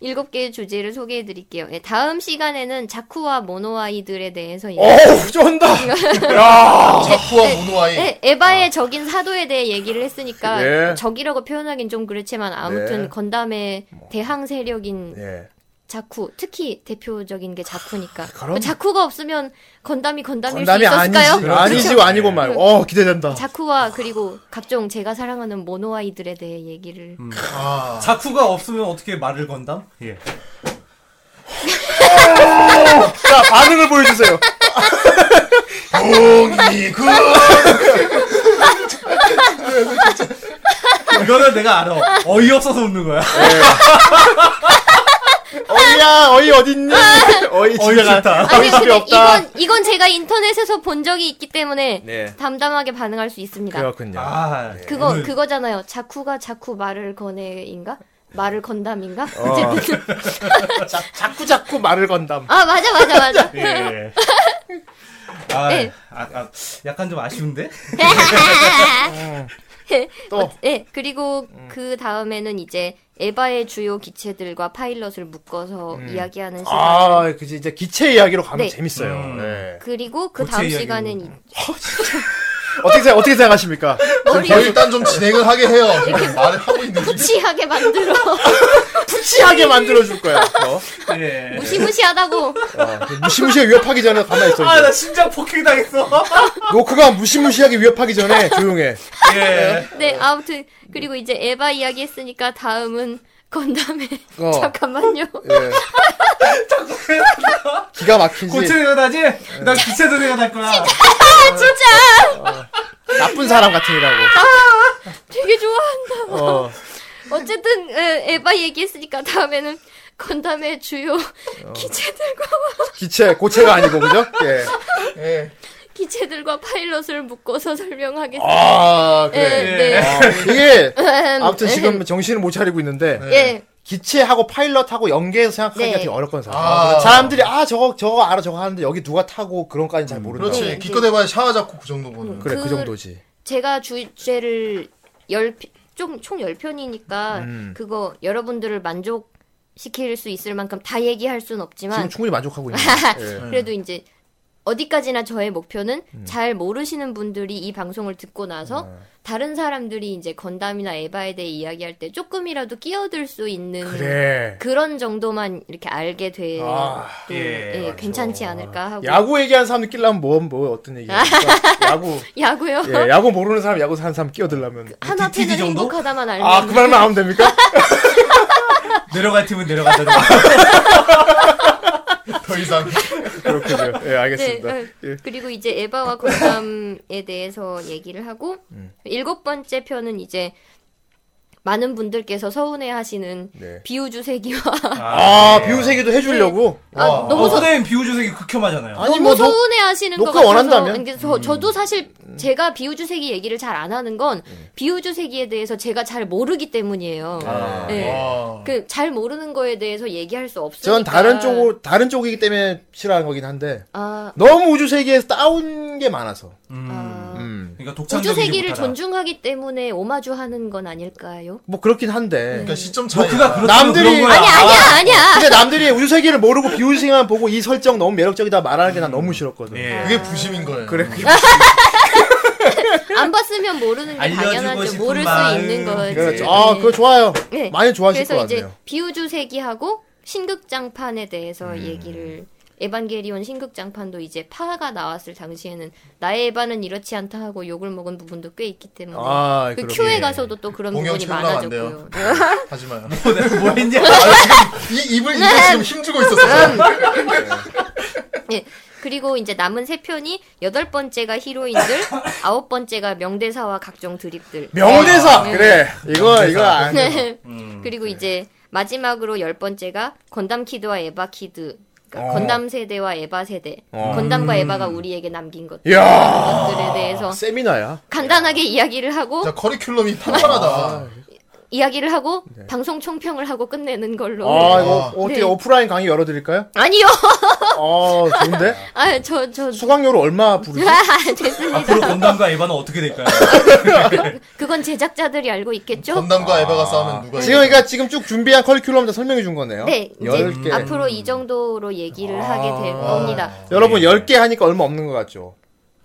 Speaker 10: 일곱 개의 주제를 소개해 드릴게요. 예, 다음 시간에는 자쿠와 모노아이들에 대해서 얘기
Speaker 1: 어우 쫀다.
Speaker 4: 자쿠와 모노아이.
Speaker 10: 네, 에바의 적인 사도에 대해 얘기를 했으니까
Speaker 1: 예.
Speaker 10: 적이라고 표현하긴 좀 그렇지만 아무튼
Speaker 1: 네.
Speaker 10: 건담의 대항 세력인
Speaker 1: 예. 아,
Speaker 10: 자쿠 특히 대표적인 게 자쿠니까
Speaker 1: 그럼.
Speaker 10: 그 자쿠가 없으면 건담이 건담일
Speaker 1: 건담이
Speaker 10: 수 있었을까요? 그렇죠.
Speaker 1: 아니지. 아니지 아니고 말고. 어 기대된다.
Speaker 10: 자쿠와 그리고 각종 제가 사랑하는 모노아이들에 대해 얘기를
Speaker 2: 음.
Speaker 4: 아,
Speaker 2: 자쿠가 없으면 어떻게 말을 건담? 예.
Speaker 1: 자 반응을 보여주세요.
Speaker 4: 봉이군.
Speaker 2: 이거는 내가 알아. 어이없어서 웃는 거야.
Speaker 1: 어이야 어이 어딨니? 어이
Speaker 2: 어이
Speaker 1: 진짜
Speaker 2: 싫다.
Speaker 10: 아니
Speaker 1: 어이없이
Speaker 10: 근데
Speaker 1: 없다.
Speaker 10: 이건 이건 제가 인터넷에서 본 적이 있기 때문에
Speaker 1: 네.
Speaker 10: 담담하게 반응할 수 있습니다.
Speaker 1: 그렇군요.
Speaker 2: 아,
Speaker 1: 예.
Speaker 10: 그거
Speaker 2: 오늘
Speaker 10: 그거잖아요. 자쿠가 자쿠 말을 건해인가? 말을 건담인가?
Speaker 1: 어. 자, 자꾸 자꾸 말을 건담.
Speaker 10: 아 맞아 맞아 맞아.
Speaker 2: 예. 아,
Speaker 10: 네.
Speaker 2: 아, 아, 약간 좀 아쉬운데?
Speaker 1: 또
Speaker 10: 예, 그리고
Speaker 1: 음.
Speaker 10: 그 다음에는 이제 에바의 주요 기체들과 파일럿을 묶어서 이야기하는 시간.
Speaker 1: 음. 아, 그지 이제 기체 이야기로 가면
Speaker 10: 네.
Speaker 1: 재밌어요. 네.
Speaker 10: 그리고 그
Speaker 2: 고체
Speaker 10: 다음
Speaker 2: 이야기로.
Speaker 10: 시간은 이-
Speaker 1: 어떻게 생각, 어떻게 생각하십니까?
Speaker 4: 지금 저희 일단 좀 진행을 하게 해요. 지금 말을 하고 있는 중.
Speaker 10: 푸치하게 만들어
Speaker 1: 예. 푸치하게 만들어줄 거야. 어?
Speaker 2: 예.
Speaker 10: 무시무시하다고
Speaker 1: 아, 그 무시무시하게 위협하기 전에 가만히 있어.
Speaker 2: 아,
Speaker 1: 이제.
Speaker 2: 나 심장 폭행 당했어.
Speaker 1: 노크가 무시무시하게 위협하기 전에 조용해.
Speaker 2: 예.
Speaker 10: 네 아무튼 그리고 이제 에바 이야기 했으니까 다음은 건담에
Speaker 1: 어.
Speaker 10: 잠깐만요
Speaker 1: 예. 기가 막히지.
Speaker 2: 고체 생각나지?
Speaker 10: 예.
Speaker 2: 난 기체도 생각날 거야.
Speaker 1: 나쁜 사람 같으니라고.
Speaker 10: 되게 좋아한다
Speaker 1: 어.
Speaker 10: 어쨌든 예, 에, 에바 얘기했으니까 다음에는 건담의 주요
Speaker 1: 어.
Speaker 10: 기체들과
Speaker 1: 기체, 고체가 아니고, 그죠? 예.
Speaker 4: 예.
Speaker 10: 기체들과 파일럿을 묶어서 설명하겠습니다.
Speaker 1: 아,
Speaker 10: 예,
Speaker 1: 그래.
Speaker 10: 네.
Speaker 1: 아, 이게, 아무튼 지금 정신을 못 차리고 있는데,
Speaker 4: 네.
Speaker 10: 예.
Speaker 1: 기체하고 파일럿하고 연계해서 생각하기가
Speaker 10: 네.
Speaker 1: 되게 어렵거든, 사실.
Speaker 4: 아.
Speaker 1: 사람들이, 아, 저거, 저거 알아, 저거 하는데, 여기 누가 타고, 그런까지는 잘 모른다.
Speaker 4: 그렇지.
Speaker 10: 네,
Speaker 4: 그렇죠. 기껏 해봐야 샤워 잡고 그 정도거든.
Speaker 1: 그래, 그,
Speaker 10: 그-
Speaker 1: 정도지.
Speaker 10: 제가 주제를 열, 좀, 총 10편이니까,
Speaker 1: 음.
Speaker 10: 그거 여러분들을 만족시킬 수 있을 만큼 다 얘기할 순
Speaker 1: 지금
Speaker 10: 없지만,
Speaker 1: 충분히 만족하고 있는 거야. 예.
Speaker 10: 그래도 이제, 어디까지나 저의 목표는
Speaker 1: 음.
Speaker 10: 잘 모르시는 분들이 이 방송을 듣고 나서
Speaker 1: 어.
Speaker 10: 다른 사람들이 이제 건담이나 에바에 대해 이야기할 때 조금이라도 끼어들 수 있는
Speaker 1: 그래.
Speaker 10: 런 정도만 이렇게 알게 돼도
Speaker 1: 아,
Speaker 2: 예,
Speaker 10: 예, 괜찮지 않을까 하고
Speaker 1: 야구 얘기하는 사람 끼려면 뭐, 뭐, 어떤 얘기야. 그러니까 야구.
Speaker 10: 야구요?
Speaker 1: 예, 야구 모르는 사람, 야구 사는 사람 끼어들려면.
Speaker 10: 하나
Speaker 2: DTD
Speaker 10: 팬은
Speaker 2: 정도?
Speaker 10: 그 행복하다만 알면
Speaker 1: 아, 그 말만 하면 됩니까?
Speaker 2: 내려갈 팀은 내려간다.
Speaker 4: 더 이상.
Speaker 1: 그렇군요. 예,
Speaker 10: 네,
Speaker 1: 알겠습니다.
Speaker 10: 어,
Speaker 1: 예.
Speaker 10: 그리고 이제 에바와 건담에 대해서 얘기를 하고
Speaker 1: 음.
Speaker 10: 일곱 번째 편은 이제 많은 분들께서 서운해하시는
Speaker 1: 네.
Speaker 10: 비우주세기와
Speaker 1: 아, 비우세기도 해주려고?
Speaker 10: 아, 너무
Speaker 2: 어,
Speaker 10: 서,
Speaker 2: 선생님 비우주색이 극혐하잖아요.
Speaker 1: 아니,
Speaker 10: 너무
Speaker 1: 뭐, 녹-
Speaker 10: 서운해하시는 것
Speaker 1: 녹화
Speaker 10: 같아서
Speaker 1: 원한다면? 음.
Speaker 10: 이게 저, 저도 사실 제가 비우주세기 얘기를 잘 안 하는 건 비우주세기에 대해서 제가 잘 모르기 때문이에요.
Speaker 1: 아.
Speaker 10: 네.
Speaker 4: 와.
Speaker 10: 그 잘 모르는 거에 대해서 얘기할 수 없으니까.
Speaker 1: 전 다른 쪽, 다른 쪽이기 때문에 싫어하는 거긴 한데,
Speaker 10: 아,
Speaker 1: 너무 우주 세계에서 따온 게 많아서.
Speaker 10: 아.
Speaker 2: 그러니까
Speaker 10: 우주
Speaker 2: 독창적이지
Speaker 10: 세기를
Speaker 2: 못하다.
Speaker 10: 존중하기 때문에 오마주하는 건 아닐까요?
Speaker 1: 뭐 그렇긴 한데.
Speaker 4: 그러니까 시점 차이.
Speaker 2: 노크가 아, 뭐 그렇다고
Speaker 1: 남들이-
Speaker 2: 그런 거야.
Speaker 1: 아니야.
Speaker 10: 아니야 아니야.
Speaker 1: 근데 남들이 우주 세계를 모르고 비우주 세계만 보고 이 설정 너무 매력적이다 말하는 게 난 너무 싫었거든.
Speaker 2: 예.
Speaker 4: 그게 부심인 거예요. 어?
Speaker 1: 그래, 그게
Speaker 10: 안 봤으면 모르는 게
Speaker 2: 알려주고
Speaker 10: 당연하죠.
Speaker 2: 싶은
Speaker 10: 모를
Speaker 2: 마음.
Speaker 10: 수 있는 거지.
Speaker 1: 그렇죠. 아, 그거 좋아요.
Speaker 10: 네.
Speaker 1: 많이 좋아하실 것
Speaker 10: 예. 그래서 이제
Speaker 1: 같네요.
Speaker 10: 비우주 세기하고 신극장판에 대해서 얘기를 에반게리온 신극장판도 이제 파가 나왔을 당시에는 나의 에반은 이렇지 않다 하고 욕을 먹은 부분도 꽤 있기 때문에
Speaker 1: 아,
Speaker 10: 그
Speaker 1: 그러게.
Speaker 10: 큐에 가서도 또 그런
Speaker 4: 공연
Speaker 10: 부분이
Speaker 4: 촬영 안
Speaker 10: 많아졌고요.
Speaker 4: 하지 마요.
Speaker 2: 뭐, 내가 뭐 했냐?
Speaker 4: 이 입을 입에 지금 힘주고 있었어.
Speaker 10: 예. 그리고 이제 남은 세 편이 여덟 번째가 히로인들, 아홉 번째가 명대사와 각종 드립들.
Speaker 1: 명대사!
Speaker 10: 네.
Speaker 1: 그래. 이거, 이거 안 돼.
Speaker 10: 네.
Speaker 1: 음,
Speaker 10: 그리고 이제 마지막으로 열 번째가 건담 키드와 에바 키드. 그러니까 건담 세대와 에바 세대. 건담과
Speaker 1: 음.
Speaker 10: 에바가 우리에게 남긴 것. 들에
Speaker 1: 이야,
Speaker 10: 대해서
Speaker 1: 세미나야.
Speaker 10: 간단하게 이야기를 하고
Speaker 4: 자, 커리큘럼이 탄탄하다.
Speaker 10: 이야기를 하고 방송 총평을 하고 끝내는 걸로.
Speaker 1: 아, 이거
Speaker 4: 아.
Speaker 1: 어떻게
Speaker 10: 네.
Speaker 1: 오프라인 강의 열어드릴까요?
Speaker 10: 아니요.
Speaker 1: 아, 좋은데?
Speaker 10: 아, 저 저
Speaker 1: 수강료로 얼마 부르지?
Speaker 10: 아, 됐습니다.
Speaker 2: 앞으로 건담과 에바는 어떻게 될까요?
Speaker 10: 그건 제작자들이 알고 있겠죠?
Speaker 4: 건담과 에바가 싸우면 누가
Speaker 1: 지금 그러니까 지금 쭉 준비한 커리큘럼 다 설명해 준 거네요.
Speaker 10: 네,
Speaker 1: 열 개.
Speaker 10: 이제 앞으로 이 정도로 얘기를
Speaker 1: 아.
Speaker 10: 하게 될 겁니다.
Speaker 1: 여러분 10개 하니까 얼마 없는 것 같죠?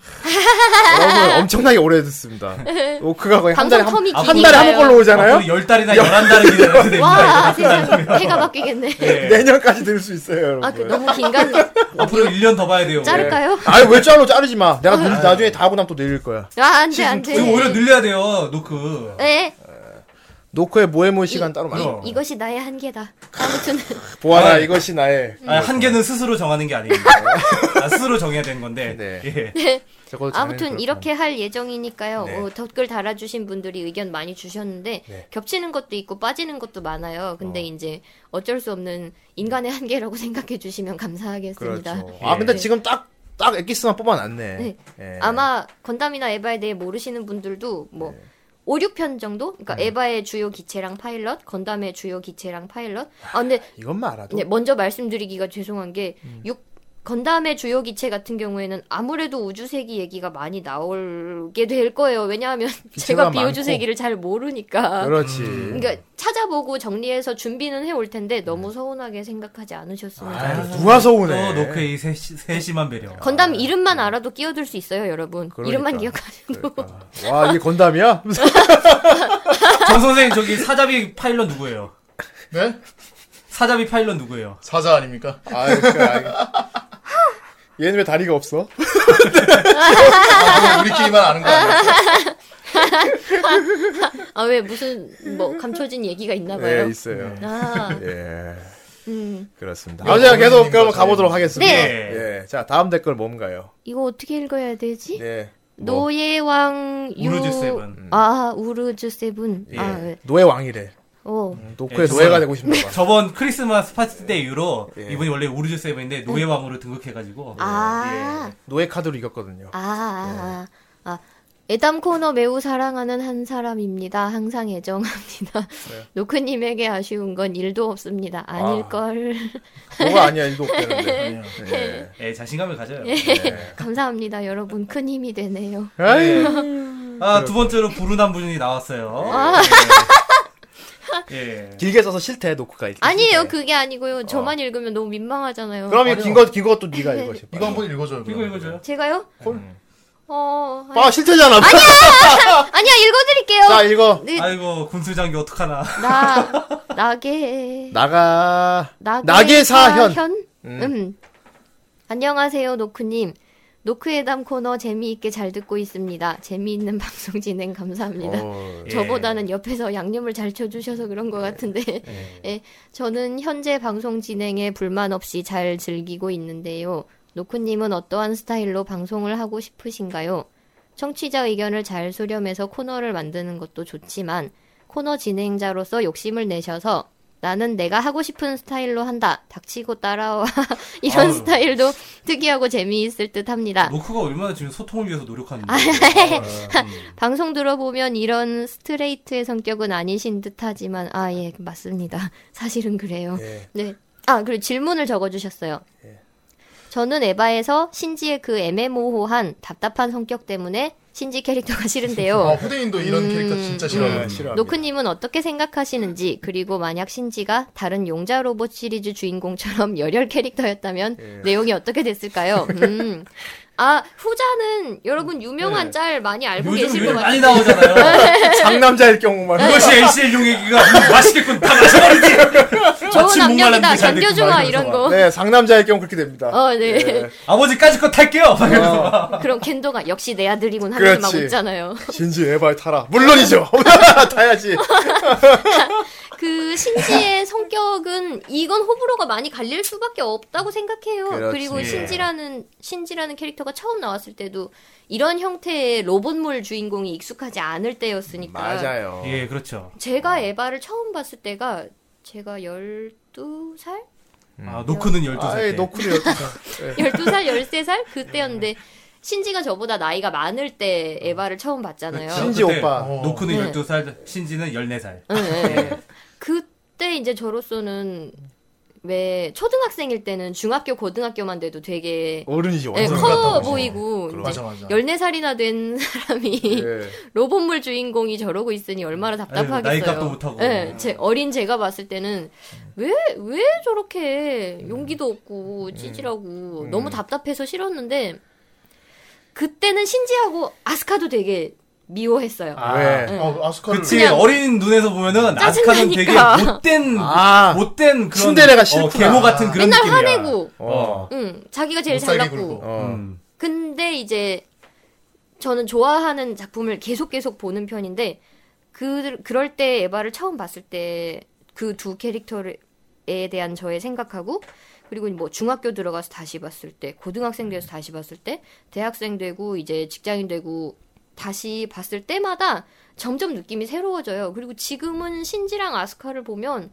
Speaker 1: 여러분 엄청나게 오래 듣습니다. 오크가 거의 한 달에 한,
Speaker 10: 방송 텀이
Speaker 1: 한 달에 한
Speaker 10: 기니까요.
Speaker 1: 번꼴로 오잖아요.
Speaker 2: 앞으로 열 달이나 열한 달을 기다려도 됩니다.
Speaker 10: 와,
Speaker 2: 네.
Speaker 10: 세상에 해가 바뀌겠네.
Speaker 2: 예.
Speaker 1: 내년까지 들을 수 있어요, 여러분.
Speaker 10: 아, 그 너무 긴간
Speaker 2: 앞으로 1년 더 봐야 돼요.
Speaker 10: 자를까요?
Speaker 1: 아니 왜 잘로 자르지 마. 내가 늘- 나중에 다 하고 나면 또 늘릴 거야.
Speaker 10: 아, 안 돼, 안 돼.
Speaker 2: 그리고 예. 오히려 늘려야 돼요, 노크.
Speaker 10: 예.
Speaker 1: 노크의 모해모 시간 따로
Speaker 2: 그럼.
Speaker 1: 만들어. 그렇죠.
Speaker 10: 이것이 나의 한계다. 아무튼
Speaker 1: 보아라
Speaker 2: 아.
Speaker 1: 이것이 나의.
Speaker 2: 아,
Speaker 10: 네.
Speaker 2: 한계는 스스로 정하는 게 아닙니다. 아, 스스로 정해야 되는 건데.
Speaker 1: 네.
Speaker 2: 예.
Speaker 1: 저거 자네는 그렇죠.
Speaker 10: 아무튼
Speaker 1: 그렇구나.
Speaker 10: 이렇게 할 예정이니까요.
Speaker 2: 네.
Speaker 10: 어, 댓글 달아주신 분들이 의견 많이 주셨는데
Speaker 1: 네.
Speaker 10: 겹치는 것도 있고 빠지는 것도 많아요. 근데
Speaker 1: 어.
Speaker 10: 이제 어쩔 수 없는 인간의 한계라고 생각해 주시면 감사하겠습니다.
Speaker 1: 그렇죠. 아 근데 지금 딱 딱 엑기스만 뽑아놨네.
Speaker 10: 네.
Speaker 1: 예.
Speaker 10: 아마 건담이나 에바에 대해 모르시는 분들도 뭐
Speaker 1: 네.
Speaker 10: 5, 6편 정도?
Speaker 1: 음.
Speaker 10: 그러니까 에바의 주요 기체랑 파일럿, 건담의 주요 기체랑 파일럿. 아 근데
Speaker 1: 이것만 알아도
Speaker 9: 음.
Speaker 10: 네, 먼저 말씀드리기가 죄송한 게 육 건담의 주요 기체 같은 경우에는 아무래도 우주세기 얘기가 많이 나오게 될 거예요. 왜냐하면 제가 비우주세기를 잘 모르니까.
Speaker 9: 그렇지.
Speaker 10: 그러니까 찾아보고 정리해서 준비는 해올 텐데
Speaker 9: 음.
Speaker 10: 너무 서운하게 생각하지 않으셨으면 좋겠어요.
Speaker 9: 누가 서운해?
Speaker 2: 아, 또 노크의 이 세시, 세심한 배려.
Speaker 9: 아.
Speaker 10: 건담 이름만 알아도 끼어들 수 있어요, 여러분.
Speaker 9: 그러니까.
Speaker 10: 이름만 기억하시고.
Speaker 9: 와, 이게 건담이야?
Speaker 2: 정 선생 저기 사자비 파일럿 누구예요?
Speaker 4: 네?
Speaker 2: 사자비 파일럿 누구예요?
Speaker 4: 사자 아닙니까?
Speaker 9: 아, 그러니까, 아, 얘는 왜 다리가 없어?
Speaker 4: 아, 우리끼리만 아는 거 아니야?
Speaker 10: 아, 왜 무슨 뭐 감춰진 얘기가 있나
Speaker 9: 예,
Speaker 10: 봐요.
Speaker 9: 있어요.
Speaker 10: 아,
Speaker 9: 예.
Speaker 10: 음.
Speaker 9: 그렇습니다. 아무튼 계속 그럼 가보도록 하겠습니다.
Speaker 2: 네.
Speaker 9: 예. 자, 다음 댓글 뭔가요?
Speaker 10: 이거 어떻게 읽어야 되지?
Speaker 9: 네. 뭐,
Speaker 10: 노예왕 유
Speaker 2: 우르주 세븐.
Speaker 10: 아, 우르주 세븐. 아, 네.
Speaker 9: 노예 왕이래. 음,
Speaker 10: 어.
Speaker 9: 노크의 노예가 되고 싶나 봐. 예.
Speaker 2: 저번 크리스마스 파티 때 이후로 이분이 원래 우르주 세븐인데 노예왕으로 등극해가지고
Speaker 10: 네. 아.
Speaker 9: 노예 카드로 이겼거든요.
Speaker 10: 아, 아, 아, 아. 애담 코너 매우 사랑하는 한 사람입니다. 항상 애정합니다. 노크님에게 아쉬운 건 일도 없습니다. 네. 아닐걸.
Speaker 9: 뭐가 아니야, 일도 없대는데. 예.
Speaker 2: 예, 자신감을 가져요. 네.
Speaker 10: 감사합니다, 여러분. 큰 힘이 네. 되네요.
Speaker 9: 아이,
Speaker 2: 아, 두 번째로 부르난 분이 나왔어요.
Speaker 10: 아.
Speaker 2: 예. 예.
Speaker 9: 길게 써서 싫대, 노크가. 이렇게
Speaker 10: 아니에요,
Speaker 9: 싫대.
Speaker 10: 그게 네. 아니고요. 저만 읽으면 너무 민망하잖아요.
Speaker 9: 그럼 이거 긴 것, 긴 것도 네가 읽어. 제발.
Speaker 4: 이거 한번 읽어줘요.
Speaker 2: 이거
Speaker 4: 그럼.
Speaker 2: 읽어줘요.
Speaker 10: 제가요? 어,
Speaker 9: 아, 싫대잖아. 아니야!
Speaker 10: 아니야, 읽어드릴게요.
Speaker 9: 자, 읽어.
Speaker 10: 네,
Speaker 2: 아이고, 군수장교 어떡하나.
Speaker 10: 나, 나게.
Speaker 9: 나가.
Speaker 10: 나게,
Speaker 9: 나게 사현.
Speaker 10: 음. 안녕하세요, 노크님. 노크회담 코너 재미있게 잘 듣고 있습니다. 재미있는 방송 진행 감사합니다.
Speaker 2: 예.
Speaker 9: 어,
Speaker 10: 저보다는 옆에서 양념을 잘 쳐주셔서 그런 것 같은데, 예, 저는 현재 방송 진행에 불만 없이 잘 즐기고 있는데요. 노크님은 어떠한 스타일로 방송을 하고 싶으신가요? 청취자 의견을 잘 수렴해서 코너를 만드는 것도 좋지만, 코너 진행자로서 욕심을 내셔서 나는 내가 하고 싶은 스타일로 한다. 닥치고 따라와. 이런
Speaker 2: 아유.
Speaker 10: 스타일도 특이하고 재미있을 듯 합니다.
Speaker 2: 노크가 얼마나 지금 소통을 위해서 노력하는지.
Speaker 10: 아,
Speaker 2: 어, 아.
Speaker 10: 방송 들어보면 이런 스트레이트의 성격은 아니신 듯하지만 아 예 맞습니다. 사실은 그래요.
Speaker 2: 예.
Speaker 10: 네. 아 그리고 질문을 적어주셨어요. 저는 에바에서 신지의 그 애매모호한 답답한 성격 때문에 신지 캐릭터가
Speaker 4: 아,
Speaker 10: 싫은데요.
Speaker 4: 후대인도 이런 캐릭터 진짜
Speaker 1: 네,
Speaker 4: 싫어요.
Speaker 9: 네, 싫어.
Speaker 10: 노크님은 어떻게 생각하시는지 그리고 만약 신지가 다른 용자 로봇 시리즈 주인공처럼 열혈 캐릭터였다면
Speaker 2: 예.
Speaker 10: 내용이 어떻게 됐을까요? 음. 아 후자는 여러분 유명한 짤 많이 알고
Speaker 2: 예. 요즘
Speaker 10: 계실 것
Speaker 2: 요즘 많이
Speaker 10: 같아요.
Speaker 2: 나오잖아요.
Speaker 9: 상남자일 경우만.
Speaker 2: 그것이 NCL 용 얘기가 음, 맛있겠군. 다 마셔버리지.
Speaker 10: 좋은
Speaker 2: 아침 목말랐는데
Speaker 10: 압력이다.
Speaker 2: 잘 됐구만,
Speaker 10: 견뎌줘라 이런 거.
Speaker 9: 네, 상남자일 경우 그렇게 됩니다. 예.
Speaker 10: 어, 네.
Speaker 2: 아버지까지 거 탈게요. 막 이러면서 막.
Speaker 10: 그럼 켄도가 역시 내 아들이군 하면서 막
Speaker 9: 그렇지.
Speaker 10: 웃잖아요.
Speaker 9: 진지 에바에 타라. 물론이죠. 타야지.
Speaker 10: 그 신지의 성격은 이건 호불호가 많이 갈릴 수밖에 없다고 생각해요.
Speaker 9: 그렇지. 예.
Speaker 10: 그리고 신지라는 신지라는 캐릭터가 처음 나왔을 때도 이런 형태의 로봇물 주인공이 익숙하지 않을 때였으니까.
Speaker 9: 맞아요. 어.
Speaker 2: 예, 그렇죠.
Speaker 10: 제가 에바를 처음 봤을 때가 제가 12살?
Speaker 2: 아, 노크는 12살 때.
Speaker 9: 아이, 노크를 여 예.
Speaker 10: 12살, 13살? 그때였는데 신지가 저보다 나이가 많을 때 에바를 처음 봤잖아요.
Speaker 9: 신지
Speaker 2: 그때
Speaker 9: 오빠.
Speaker 2: 노크는
Speaker 10: 네.
Speaker 2: 12살, 신지는 14살.
Speaker 10: 예. 그때 이제 저로서는 왜 초등학생일 때는 중학교 고등학교만 돼도 되게
Speaker 9: 어른이지,
Speaker 10: 예,
Speaker 9: 완전.
Speaker 10: 커 보이고
Speaker 4: 맞아, 맞아.
Speaker 10: 14살이나 된 사람이
Speaker 9: 예.
Speaker 10: 로봇물 주인공이 저러고 있으니 얼마나 답답하겠어요.
Speaker 2: 네. 아유, 나이값도 못하고. 네.
Speaker 10: 예, 제 어린 제가 봤을 때는 왜 왜 저렇게 용기도 없고
Speaker 2: 네. 음.
Speaker 10: 찌질하고 너무 답답해서 싫었는데 그때는 신지하고 아스카도 되게 미워했어요.
Speaker 9: 왜?
Speaker 4: 아, 아스카를.
Speaker 2: 그치
Speaker 10: 그냥-
Speaker 2: 어린 눈에서 보면은 아스카는 되게
Speaker 10: 짜증나니까.
Speaker 2: 못된
Speaker 9: 아.
Speaker 2: 못된 그런
Speaker 9: 신데레가
Speaker 2: 어,
Speaker 9: 싫구나.
Speaker 2: 계모 같은 그런
Speaker 10: 맨날
Speaker 2: 느낌이야.
Speaker 10: 화내고
Speaker 2: 어.
Speaker 10: 응, 자기가 제일
Speaker 4: 못 살게
Speaker 10: 잘났고.
Speaker 4: 굴고.
Speaker 9: 어.
Speaker 2: 음.
Speaker 10: 근데 이제 저는 좋아하는 작품을 계속 계속 보는 편인데 그 그럴 때 에바를 처음 봤을 때 그 두 캐릭터에 대한 저의 생각하고 그리고 뭐 중학교 들어가서 다시 봤을 때 고등학생 돼서 다시 봤을 때 대학생 되고 이제 직장인 되고 다시 봤을 때마다 점점 느낌이 새로워져요. 그리고 지금은 신지랑 아스카를 보면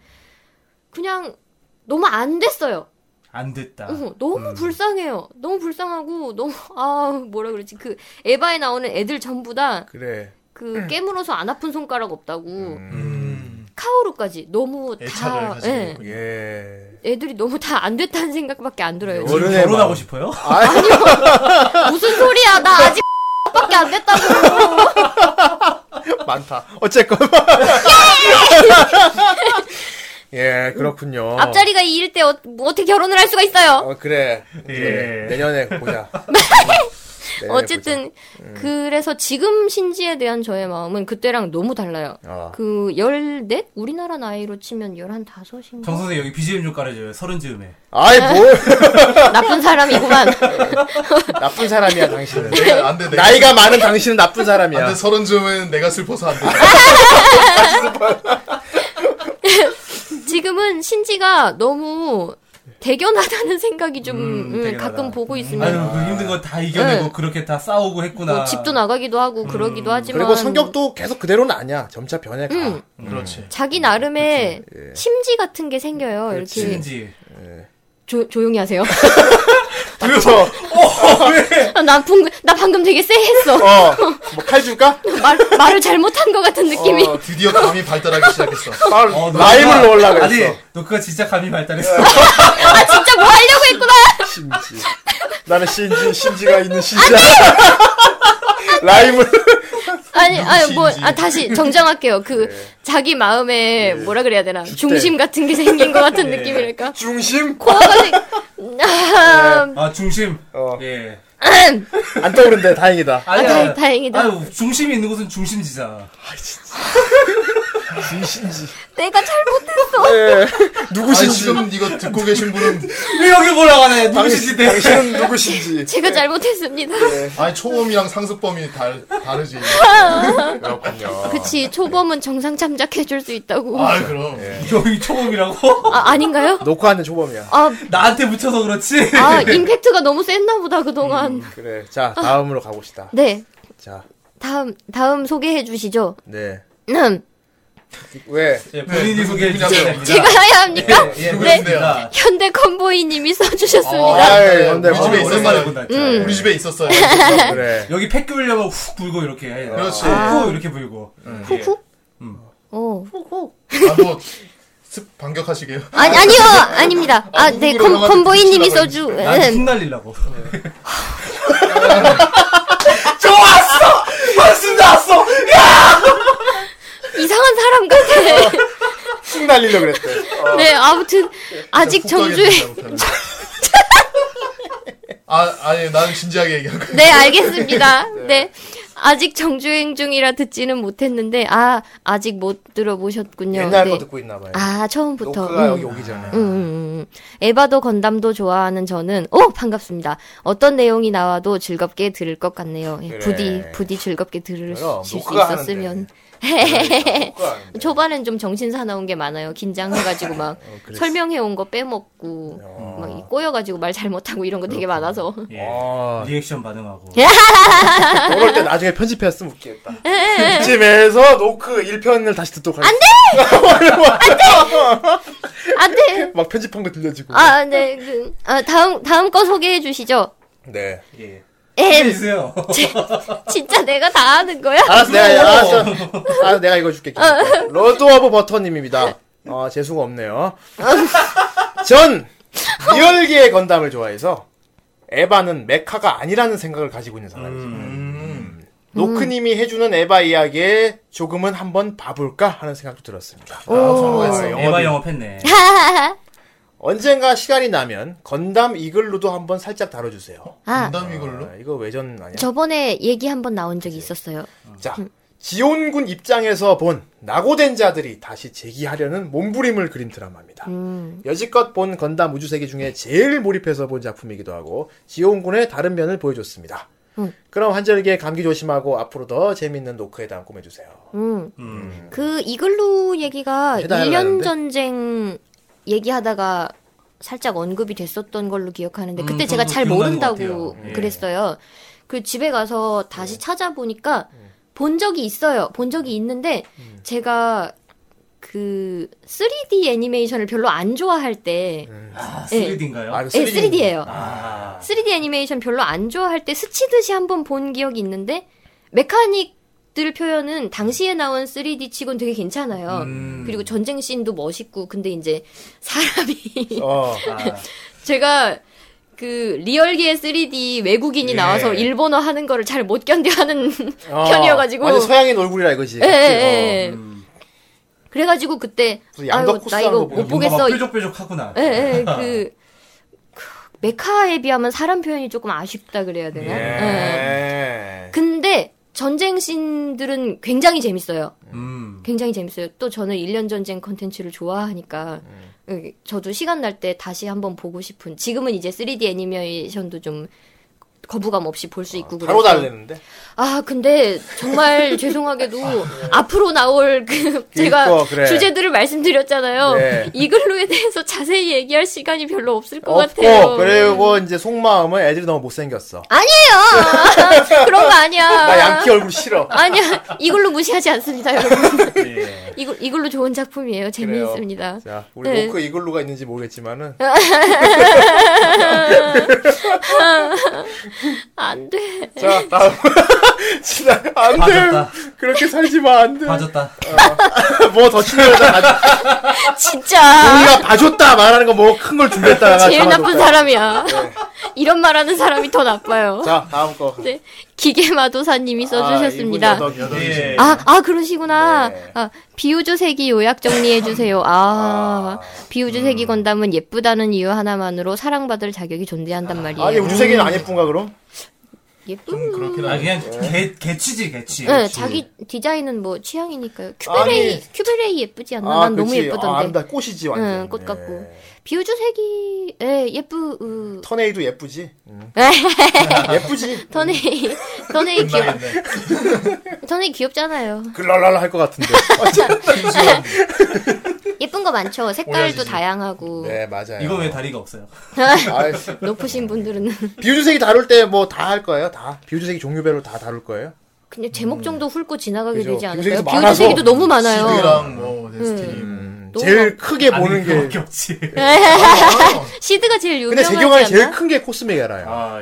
Speaker 10: 그냥 너무 안 됐어요.
Speaker 2: 안 됐다. 음.
Speaker 10: 어, 너무 불쌍해요. 너무 불쌍하고 너무 아 뭐라 그러지 그 에바에 나오는 애들 전부
Speaker 9: 그래.
Speaker 10: 다 그 깨물어서 안
Speaker 2: 음.
Speaker 10: 아픈 음. 손가락 없다고 카오루까지 너무
Speaker 4: 애착을
Speaker 10: 다
Speaker 4: 가지고
Speaker 10: 예.
Speaker 4: 있군요.
Speaker 9: 예.
Speaker 10: 애들이 너무 다 안 됐다는 생각밖에 안 들어요. 지금.
Speaker 1: 어른의
Speaker 2: 결혼하고
Speaker 1: 마음.
Speaker 2: 싶어요? 아,
Speaker 10: 무슨 소리야? 나 아직 밖에 안 됐다고.
Speaker 1: 많다. 어쨌건. 예, 그렇군요.
Speaker 10: 앞자리가 2일 때 어, 뭐 어떻게 결혼을 할 수가 있어요?
Speaker 1: 어, 그래.
Speaker 2: 예.
Speaker 1: 내년에 보자. 내년에
Speaker 10: 어쨌든 그래서 지금 신지에 대한 저의 마음은 그때랑 너무 달라요.
Speaker 1: 보자. 어.
Speaker 10: 그 14? 우리나라 나이로 치면 15인가?
Speaker 2: 정 선생 여기 BGM 좀 깔아줘요. 서른 즈음에.
Speaker 1: 아이, 뭘.
Speaker 10: 나쁜 사람이구만.
Speaker 1: 나쁜 사람이야, 당신은.
Speaker 4: 내가 안 돼. 내가
Speaker 1: 나이가 많은 당신은 나쁜
Speaker 4: 안 돼.
Speaker 1: 사람이야.
Speaker 4: 서른 쯤은 내가 슬퍼서 안 돼.
Speaker 10: 지금은 신지가 너무 대견하다는 생각이 좀
Speaker 2: 음,
Speaker 10: 음,
Speaker 2: 대견하다.
Speaker 10: 가끔 보고 있으면
Speaker 2: 아유, 그 힘든 거 다 이겨내고
Speaker 10: 네.
Speaker 2: 그렇게 다 싸우고 했구나. 음.
Speaker 10: 뭐 집도 나가기도 하고 그러기도 하지만
Speaker 1: 그리고 성격도 계속 그대로는 아니야. 점차 변해가.
Speaker 10: 음,
Speaker 4: 그렇지.
Speaker 10: 자기 나름의 심지 같은 게 생겨요. 이렇게
Speaker 2: 예. 신지.
Speaker 10: 조, 조용히 하세요.
Speaker 1: 그래서,
Speaker 10: 아, 나 방금 나 방금 되게 쎄했어.
Speaker 1: 어, 뭐 칼 줄까?
Speaker 10: 말, 말을 잘못한 것 같은 느낌이.
Speaker 4: 어, 드디어 감이 발달하기 시작했어.
Speaker 1: 바로
Speaker 2: 어, 너
Speaker 1: 라임을
Speaker 2: 그거-
Speaker 1: 넣으려고
Speaker 2: 아니,
Speaker 1: 했어.
Speaker 2: 너 그거 진짜 감이 발달했어.
Speaker 10: 아 진짜 뭐 하려고 했구나.
Speaker 1: 신지. 나는 신지, 신지가 있는 신지야. 라임을.
Speaker 10: 아니 아니 뭐 아, 다시 정정할게요. 그
Speaker 2: 예.
Speaker 10: 자기 마음에 뭐라 그래야 되나 중심 같은 게 생긴 것
Speaker 2: 예.
Speaker 10: 같은 느낌이랄까.
Speaker 1: 중심?
Speaker 10: 코어가 생. 아,
Speaker 2: 아, 중심.
Speaker 1: 어.
Speaker 2: 예.
Speaker 1: 안 떠오른데 다행이다.
Speaker 2: 아니,
Speaker 10: 네, 다행- 다행이다.
Speaker 2: 아유, 중심이 있는 곳은 중심지잖아.
Speaker 10: 내가 잘못했어.
Speaker 1: 예.
Speaker 4: 아니,
Speaker 1: 누구신지.
Speaker 4: 지금 이거 듣고 계신 분은
Speaker 2: 왜 여기 몰아가네? 누구시대?
Speaker 1: 당신은 누구신지.
Speaker 10: 제가 잘못했습니다.
Speaker 4: 아니 초범이랑 상습범이 달 다르지.
Speaker 1: 그렇군요.
Speaker 10: 그치 초범은 정상 참작해줄 수 있다고. 아,
Speaker 4: 아 그럼.
Speaker 2: 여기 초범이라고?
Speaker 10: 아닌가요?
Speaker 1: 녹화하는 초범이야.
Speaker 10: 아,
Speaker 2: 나한테 붙여서 그렇지?
Speaker 10: 아 임팩트가 너무 셌나 보다 그동안.
Speaker 1: 그래. 자,
Speaker 10: 아.
Speaker 1: 다음으로 가봅시다.
Speaker 10: 네
Speaker 1: 자,
Speaker 10: 다음 다음 소개해 주시죠.
Speaker 1: 네.
Speaker 10: 음,
Speaker 1: 왜?
Speaker 2: 예, 본인이
Speaker 4: 네,
Speaker 2: 소개해
Speaker 4: 누구냐고요?
Speaker 2: 주시면
Speaker 10: 제가 해야 합니까?
Speaker 2: 예,
Speaker 4: 네.
Speaker 2: 그렇습니다.
Speaker 10: 현대 컨보이님이 써주셨습니다.
Speaker 4: 아, 네,
Speaker 1: 근데
Speaker 4: 우리 집에
Speaker 2: 어, 오랜만에
Speaker 4: 있었어요. 네.
Speaker 2: 본다.
Speaker 10: 음.
Speaker 4: 우리 집에 있었어요.
Speaker 1: 그래.
Speaker 2: 여기 팩 끄려면 훅 불고 이렇게.
Speaker 4: 그렇지.
Speaker 2: 훅
Speaker 10: 아.
Speaker 2: 이렇게 불고.
Speaker 10: 네. 훅훅?
Speaker 2: 음.
Speaker 10: 오.
Speaker 4: 아뭐 반격하시게요.
Speaker 10: 어. 아니, 아니요! 아닙니다. 아,
Speaker 4: 아,
Speaker 10: 네,
Speaker 4: 누구를
Speaker 10: 컨,
Speaker 4: 넘어가도
Speaker 10: 컨보이님이
Speaker 4: 끝이라고
Speaker 10: 써주,
Speaker 2: 난
Speaker 10: 음,
Speaker 2: 훅날리려고.
Speaker 10: 이상한 사람 같아.
Speaker 1: 훅 날리려고 그랬대.
Speaker 10: 네, 아무튼, 아직 정주행.
Speaker 4: 아 아니 나는 진지하게 얘기한 거야.
Speaker 10: 네, 알겠습니다. 네. 아직 정주행 중이라 듣지는 못했는데, 아, 아직 못 들어보셨군요.
Speaker 1: 옛날
Speaker 10: 네.
Speaker 1: 거 듣고 있나 봐요.
Speaker 10: 아, 처음부터.
Speaker 1: 녹화가
Speaker 10: 음.
Speaker 1: 여기 오기 전에.
Speaker 10: 음, 음, 음. 에바도 건담도 좋아하는 저는 오 반갑습니다. 어떤 내용이 나와도 즐겁게 들을 것 같네요. 예,
Speaker 1: 그래.
Speaker 10: 부디 부디 즐겁게 들으실
Speaker 1: 그럼, 그러니까.
Speaker 10: 수
Speaker 1: 녹화가
Speaker 10: 있었으면.
Speaker 1: 녹화가 하는데.
Speaker 10: 초반엔 좀 정신 사나운 게 많아요. 긴장해가지고 막
Speaker 1: 어,
Speaker 10: 설명해 온 거 빼먹고 막이 꼬여가지고 말 잘못하고 이런 거 되게 많아서.
Speaker 4: 네.
Speaker 2: 예.
Speaker 1: 아,
Speaker 2: 리액션 반응하고.
Speaker 10: 예?
Speaker 1: 그럴 때 나중에 편집했으면 웃기겠다.
Speaker 10: 음,
Speaker 1: 이쯤에서 노크 1편을 다시 듣도록 하겠습니다.
Speaker 10: 안돼.
Speaker 1: 막 편집한 거 들려지고.
Speaker 10: 아 네. 그, 아 다음 다음 거 소개해 주시죠.
Speaker 1: 네.
Speaker 2: 예.
Speaker 10: 에
Speaker 2: 있어요.
Speaker 10: 진짜 내가 다 하는 거야?
Speaker 1: 알았어, 내가, 알았어. 알았어, 내가 이거 줄게. 로드 오브 버터님입니다. 어, 재수가 없네요. 전, 리얼기의 건담을 좋아해서, 에바는 메카가 아니라는 생각을 가지고 있는 사람이죠. 음. 노크님이 해주는 에바 이야기에 조금은 한번 봐볼까 하는 생각도 들었습니다.
Speaker 4: 성공했어.
Speaker 1: 영어도
Speaker 2: 에바 영업했네.
Speaker 10: 예.
Speaker 1: 언젠가 시간이 나면 건담 이글루도 한번 살짝 다뤄주세요.
Speaker 10: 아
Speaker 4: 담 이걸로?
Speaker 1: 아, 이거 외전 아니야?
Speaker 10: 저번에 얘기 한번 나온 적이 있었어요.
Speaker 1: 자, 지온군 입장에서 본 낙오된 자들이 다시 재기하려는 몸부림을 그린 드라마입니다.
Speaker 10: 음.
Speaker 1: 여지껏 본 건담 우주세계 중에 제일 몰입해서 본 작품이기도 하고 지온군의 다른 면을 보여줬습니다.
Speaker 10: 음.
Speaker 1: 그럼 한절기에 감기 조심하고 앞으로 더 재밌는 노크에다 꾸며주세요.
Speaker 10: 음.
Speaker 2: 음.
Speaker 10: 그 이글루 얘기가
Speaker 1: 해달라는데?
Speaker 10: 1년 전쟁 얘기하다가 살짝 언급이 됐었던 걸로 기억하는데
Speaker 2: 음,
Speaker 10: 그때
Speaker 2: 저도
Speaker 10: 제가 잘
Speaker 2: 기억나는
Speaker 10: 모른다고
Speaker 2: 것 같아요. 예.
Speaker 10: 그랬어요. 그 집에 가서 다시 찾아보니까
Speaker 2: 예.
Speaker 10: 본 적이 있어요. 본 적이 있는데
Speaker 2: 음.
Speaker 10: 제가 그 3D 애니메이션을 별로 안 좋아할 때
Speaker 2: 아,
Speaker 10: 예.
Speaker 2: 3D인가요?
Speaker 1: 아, 이거
Speaker 10: 예,
Speaker 1: 3D.
Speaker 10: 3D예요.
Speaker 2: 아.
Speaker 10: 3D 애니메이션 별로 안 좋아할 때 스치듯이 한번 본 기억이 있는데 메카닉 들 표현은 당시에 나온 3D 치곤 되게 괜찮아요.
Speaker 1: 음.
Speaker 10: 그리고 전쟁 씬도 멋있고 근데 이제 사람이
Speaker 1: 어.
Speaker 10: 제가 그 리얼기의 3D
Speaker 1: 예.
Speaker 10: 외국인이 나와서 일본어 하는 거를 잘 못 견뎌하는
Speaker 1: 어.
Speaker 10: 편이어가지고
Speaker 1: 완전 서양인 얼굴이라 이거지. 음.
Speaker 10: 예, 예, 예. 그래가지고 그때
Speaker 1: 무슨 양덕
Speaker 10: 아유 나
Speaker 1: 코스하는
Speaker 10: 이거
Speaker 1: 거 보면
Speaker 10: 못 보겠어
Speaker 2: 뾰족뾰족하구나.
Speaker 10: 예, 예, 그, 그 메카에 비하면 사람 표현이 조금 아쉽다 그래야 되나? 예.
Speaker 1: 예.
Speaker 10: 근데 전쟁 씬들은 굉장히 재밌어요.
Speaker 2: 음.
Speaker 10: 굉장히 재밌어요. 또 저는 일년 전쟁 컨텐츠를 좋아하니까
Speaker 1: 음.
Speaker 10: 예, 저도 시간 날 때 다시 한번 보고 싶은 지금은 이제 3D 애니메이션도 좀 거부감 없이 볼 수 있고
Speaker 1: 바로
Speaker 10: 그래서.
Speaker 1: 달랬는데.
Speaker 10: 아 근데 정말 죄송하게도 앞으로 나올 그 제가
Speaker 1: 있고, 아, 네. 그러니까 그래.
Speaker 10: 주제들을 말씀드렸잖아요.
Speaker 1: 네.
Speaker 10: 이 글로에 대해서 자세히 얘기할 시간이 별로 없을 것 같아요.
Speaker 1: 없고 뭐. 그리고 이제 속마음은 애들이 너무 못생겼어.
Speaker 10: 아니에요. 그런 거 아니야.
Speaker 1: 나 양키 얼굴 싫어.
Speaker 10: 아니야. 이걸로 무시하지 않습니다, 여러분.
Speaker 2: 예.
Speaker 10: 이걸 이걸로 좋은 작품이에요. 재미있습니다.
Speaker 1: 자, 우리
Speaker 10: 네.
Speaker 1: 노크 이글루가 있는지 모르겠지만은
Speaker 10: 안 돼.
Speaker 1: 자 다음 지나
Speaker 2: 빠졌다.
Speaker 1: 아, 안돼 그렇게 살지 마안돼
Speaker 2: 빠졌다.
Speaker 1: 뭐더 친절하다
Speaker 10: 진짜.
Speaker 1: 우리가 봐줬다 말하는 거 뭐 큰 걸 준비했다가
Speaker 10: 제일 나쁜
Speaker 1: 잡아줬다.
Speaker 10: 사람이야. 이런 말하는 사람이 더 나빠요.
Speaker 1: 자 다음 거
Speaker 10: 네. 기계마도사님이 써주셨습니다.
Speaker 1: 아, 이분 여덕이.
Speaker 2: 예.
Speaker 10: 아, 아, 그러시구나.
Speaker 1: 네.
Speaker 10: 아, 비우주 색이 요약 정리해주세요. 아, 비우주
Speaker 1: 음.
Speaker 10: 색이 건담은 예쁘다는 이유 하나만으로 사랑받을 자격이 존재한단 말이에요.
Speaker 1: 아니 우주세계는 안 예쁜가 그럼?
Speaker 10: 음, 예쁨.
Speaker 4: 음, 그렇긴
Speaker 2: 아
Speaker 4: 하네.
Speaker 2: 그냥 개 개취지 개취.
Speaker 10: 네, 자기 디자인은 뭐 취향이니까요. 큐베레이,
Speaker 1: 아니.
Speaker 10: 큐베레이 예쁘지 않나? 난 너무
Speaker 1: 그치. 아,
Speaker 10: 예쁘던데.
Speaker 1: 아름다 꽃이지 완전.
Speaker 10: 응, 꽃 같고.
Speaker 1: 예.
Speaker 10: 비우주 색이, 예, 예쁘, 으,
Speaker 1: 터네이도 예쁘지. 응. 아, 예쁘지. 음.
Speaker 10: 터네이, 터네이 귀엽, 터네이 귀엽잖아요.
Speaker 1: 글랄랄라 할 것 같은데.
Speaker 10: 예쁜 거 많죠. 색깔도 다양하고.
Speaker 1: 네 맞아요.
Speaker 2: 이거 왜 다리가 없어요?
Speaker 1: 아이,
Speaker 10: 높으신 분들은
Speaker 1: 비우주색이 다룰 때 뭐 다 할 거예요. 다 비우주색이 종류별로 다 다룰 거예요.
Speaker 10: 그냥 제목 정도 훑고 지나가게
Speaker 1: 음. 그죠.
Speaker 10: 되지 않을까요?
Speaker 1: 비우색이
Speaker 10: 비우주
Speaker 1: 많아서
Speaker 10: 색이도 너무 많아요.
Speaker 4: 시드랑 뭐 데스티니
Speaker 1: 음,
Speaker 10: 너무
Speaker 1: 제일
Speaker 4: 예,
Speaker 1: 크게
Speaker 2: 아니,
Speaker 1: 보는 게.
Speaker 2: 그거밖에 없지.
Speaker 4: 아,
Speaker 10: 음. 시드가 제일
Speaker 1: 근데
Speaker 10: 유명하지
Speaker 1: 제경환이
Speaker 10: 않나?
Speaker 1: 제일 큰 게 코스메가라요.
Speaker 2: 아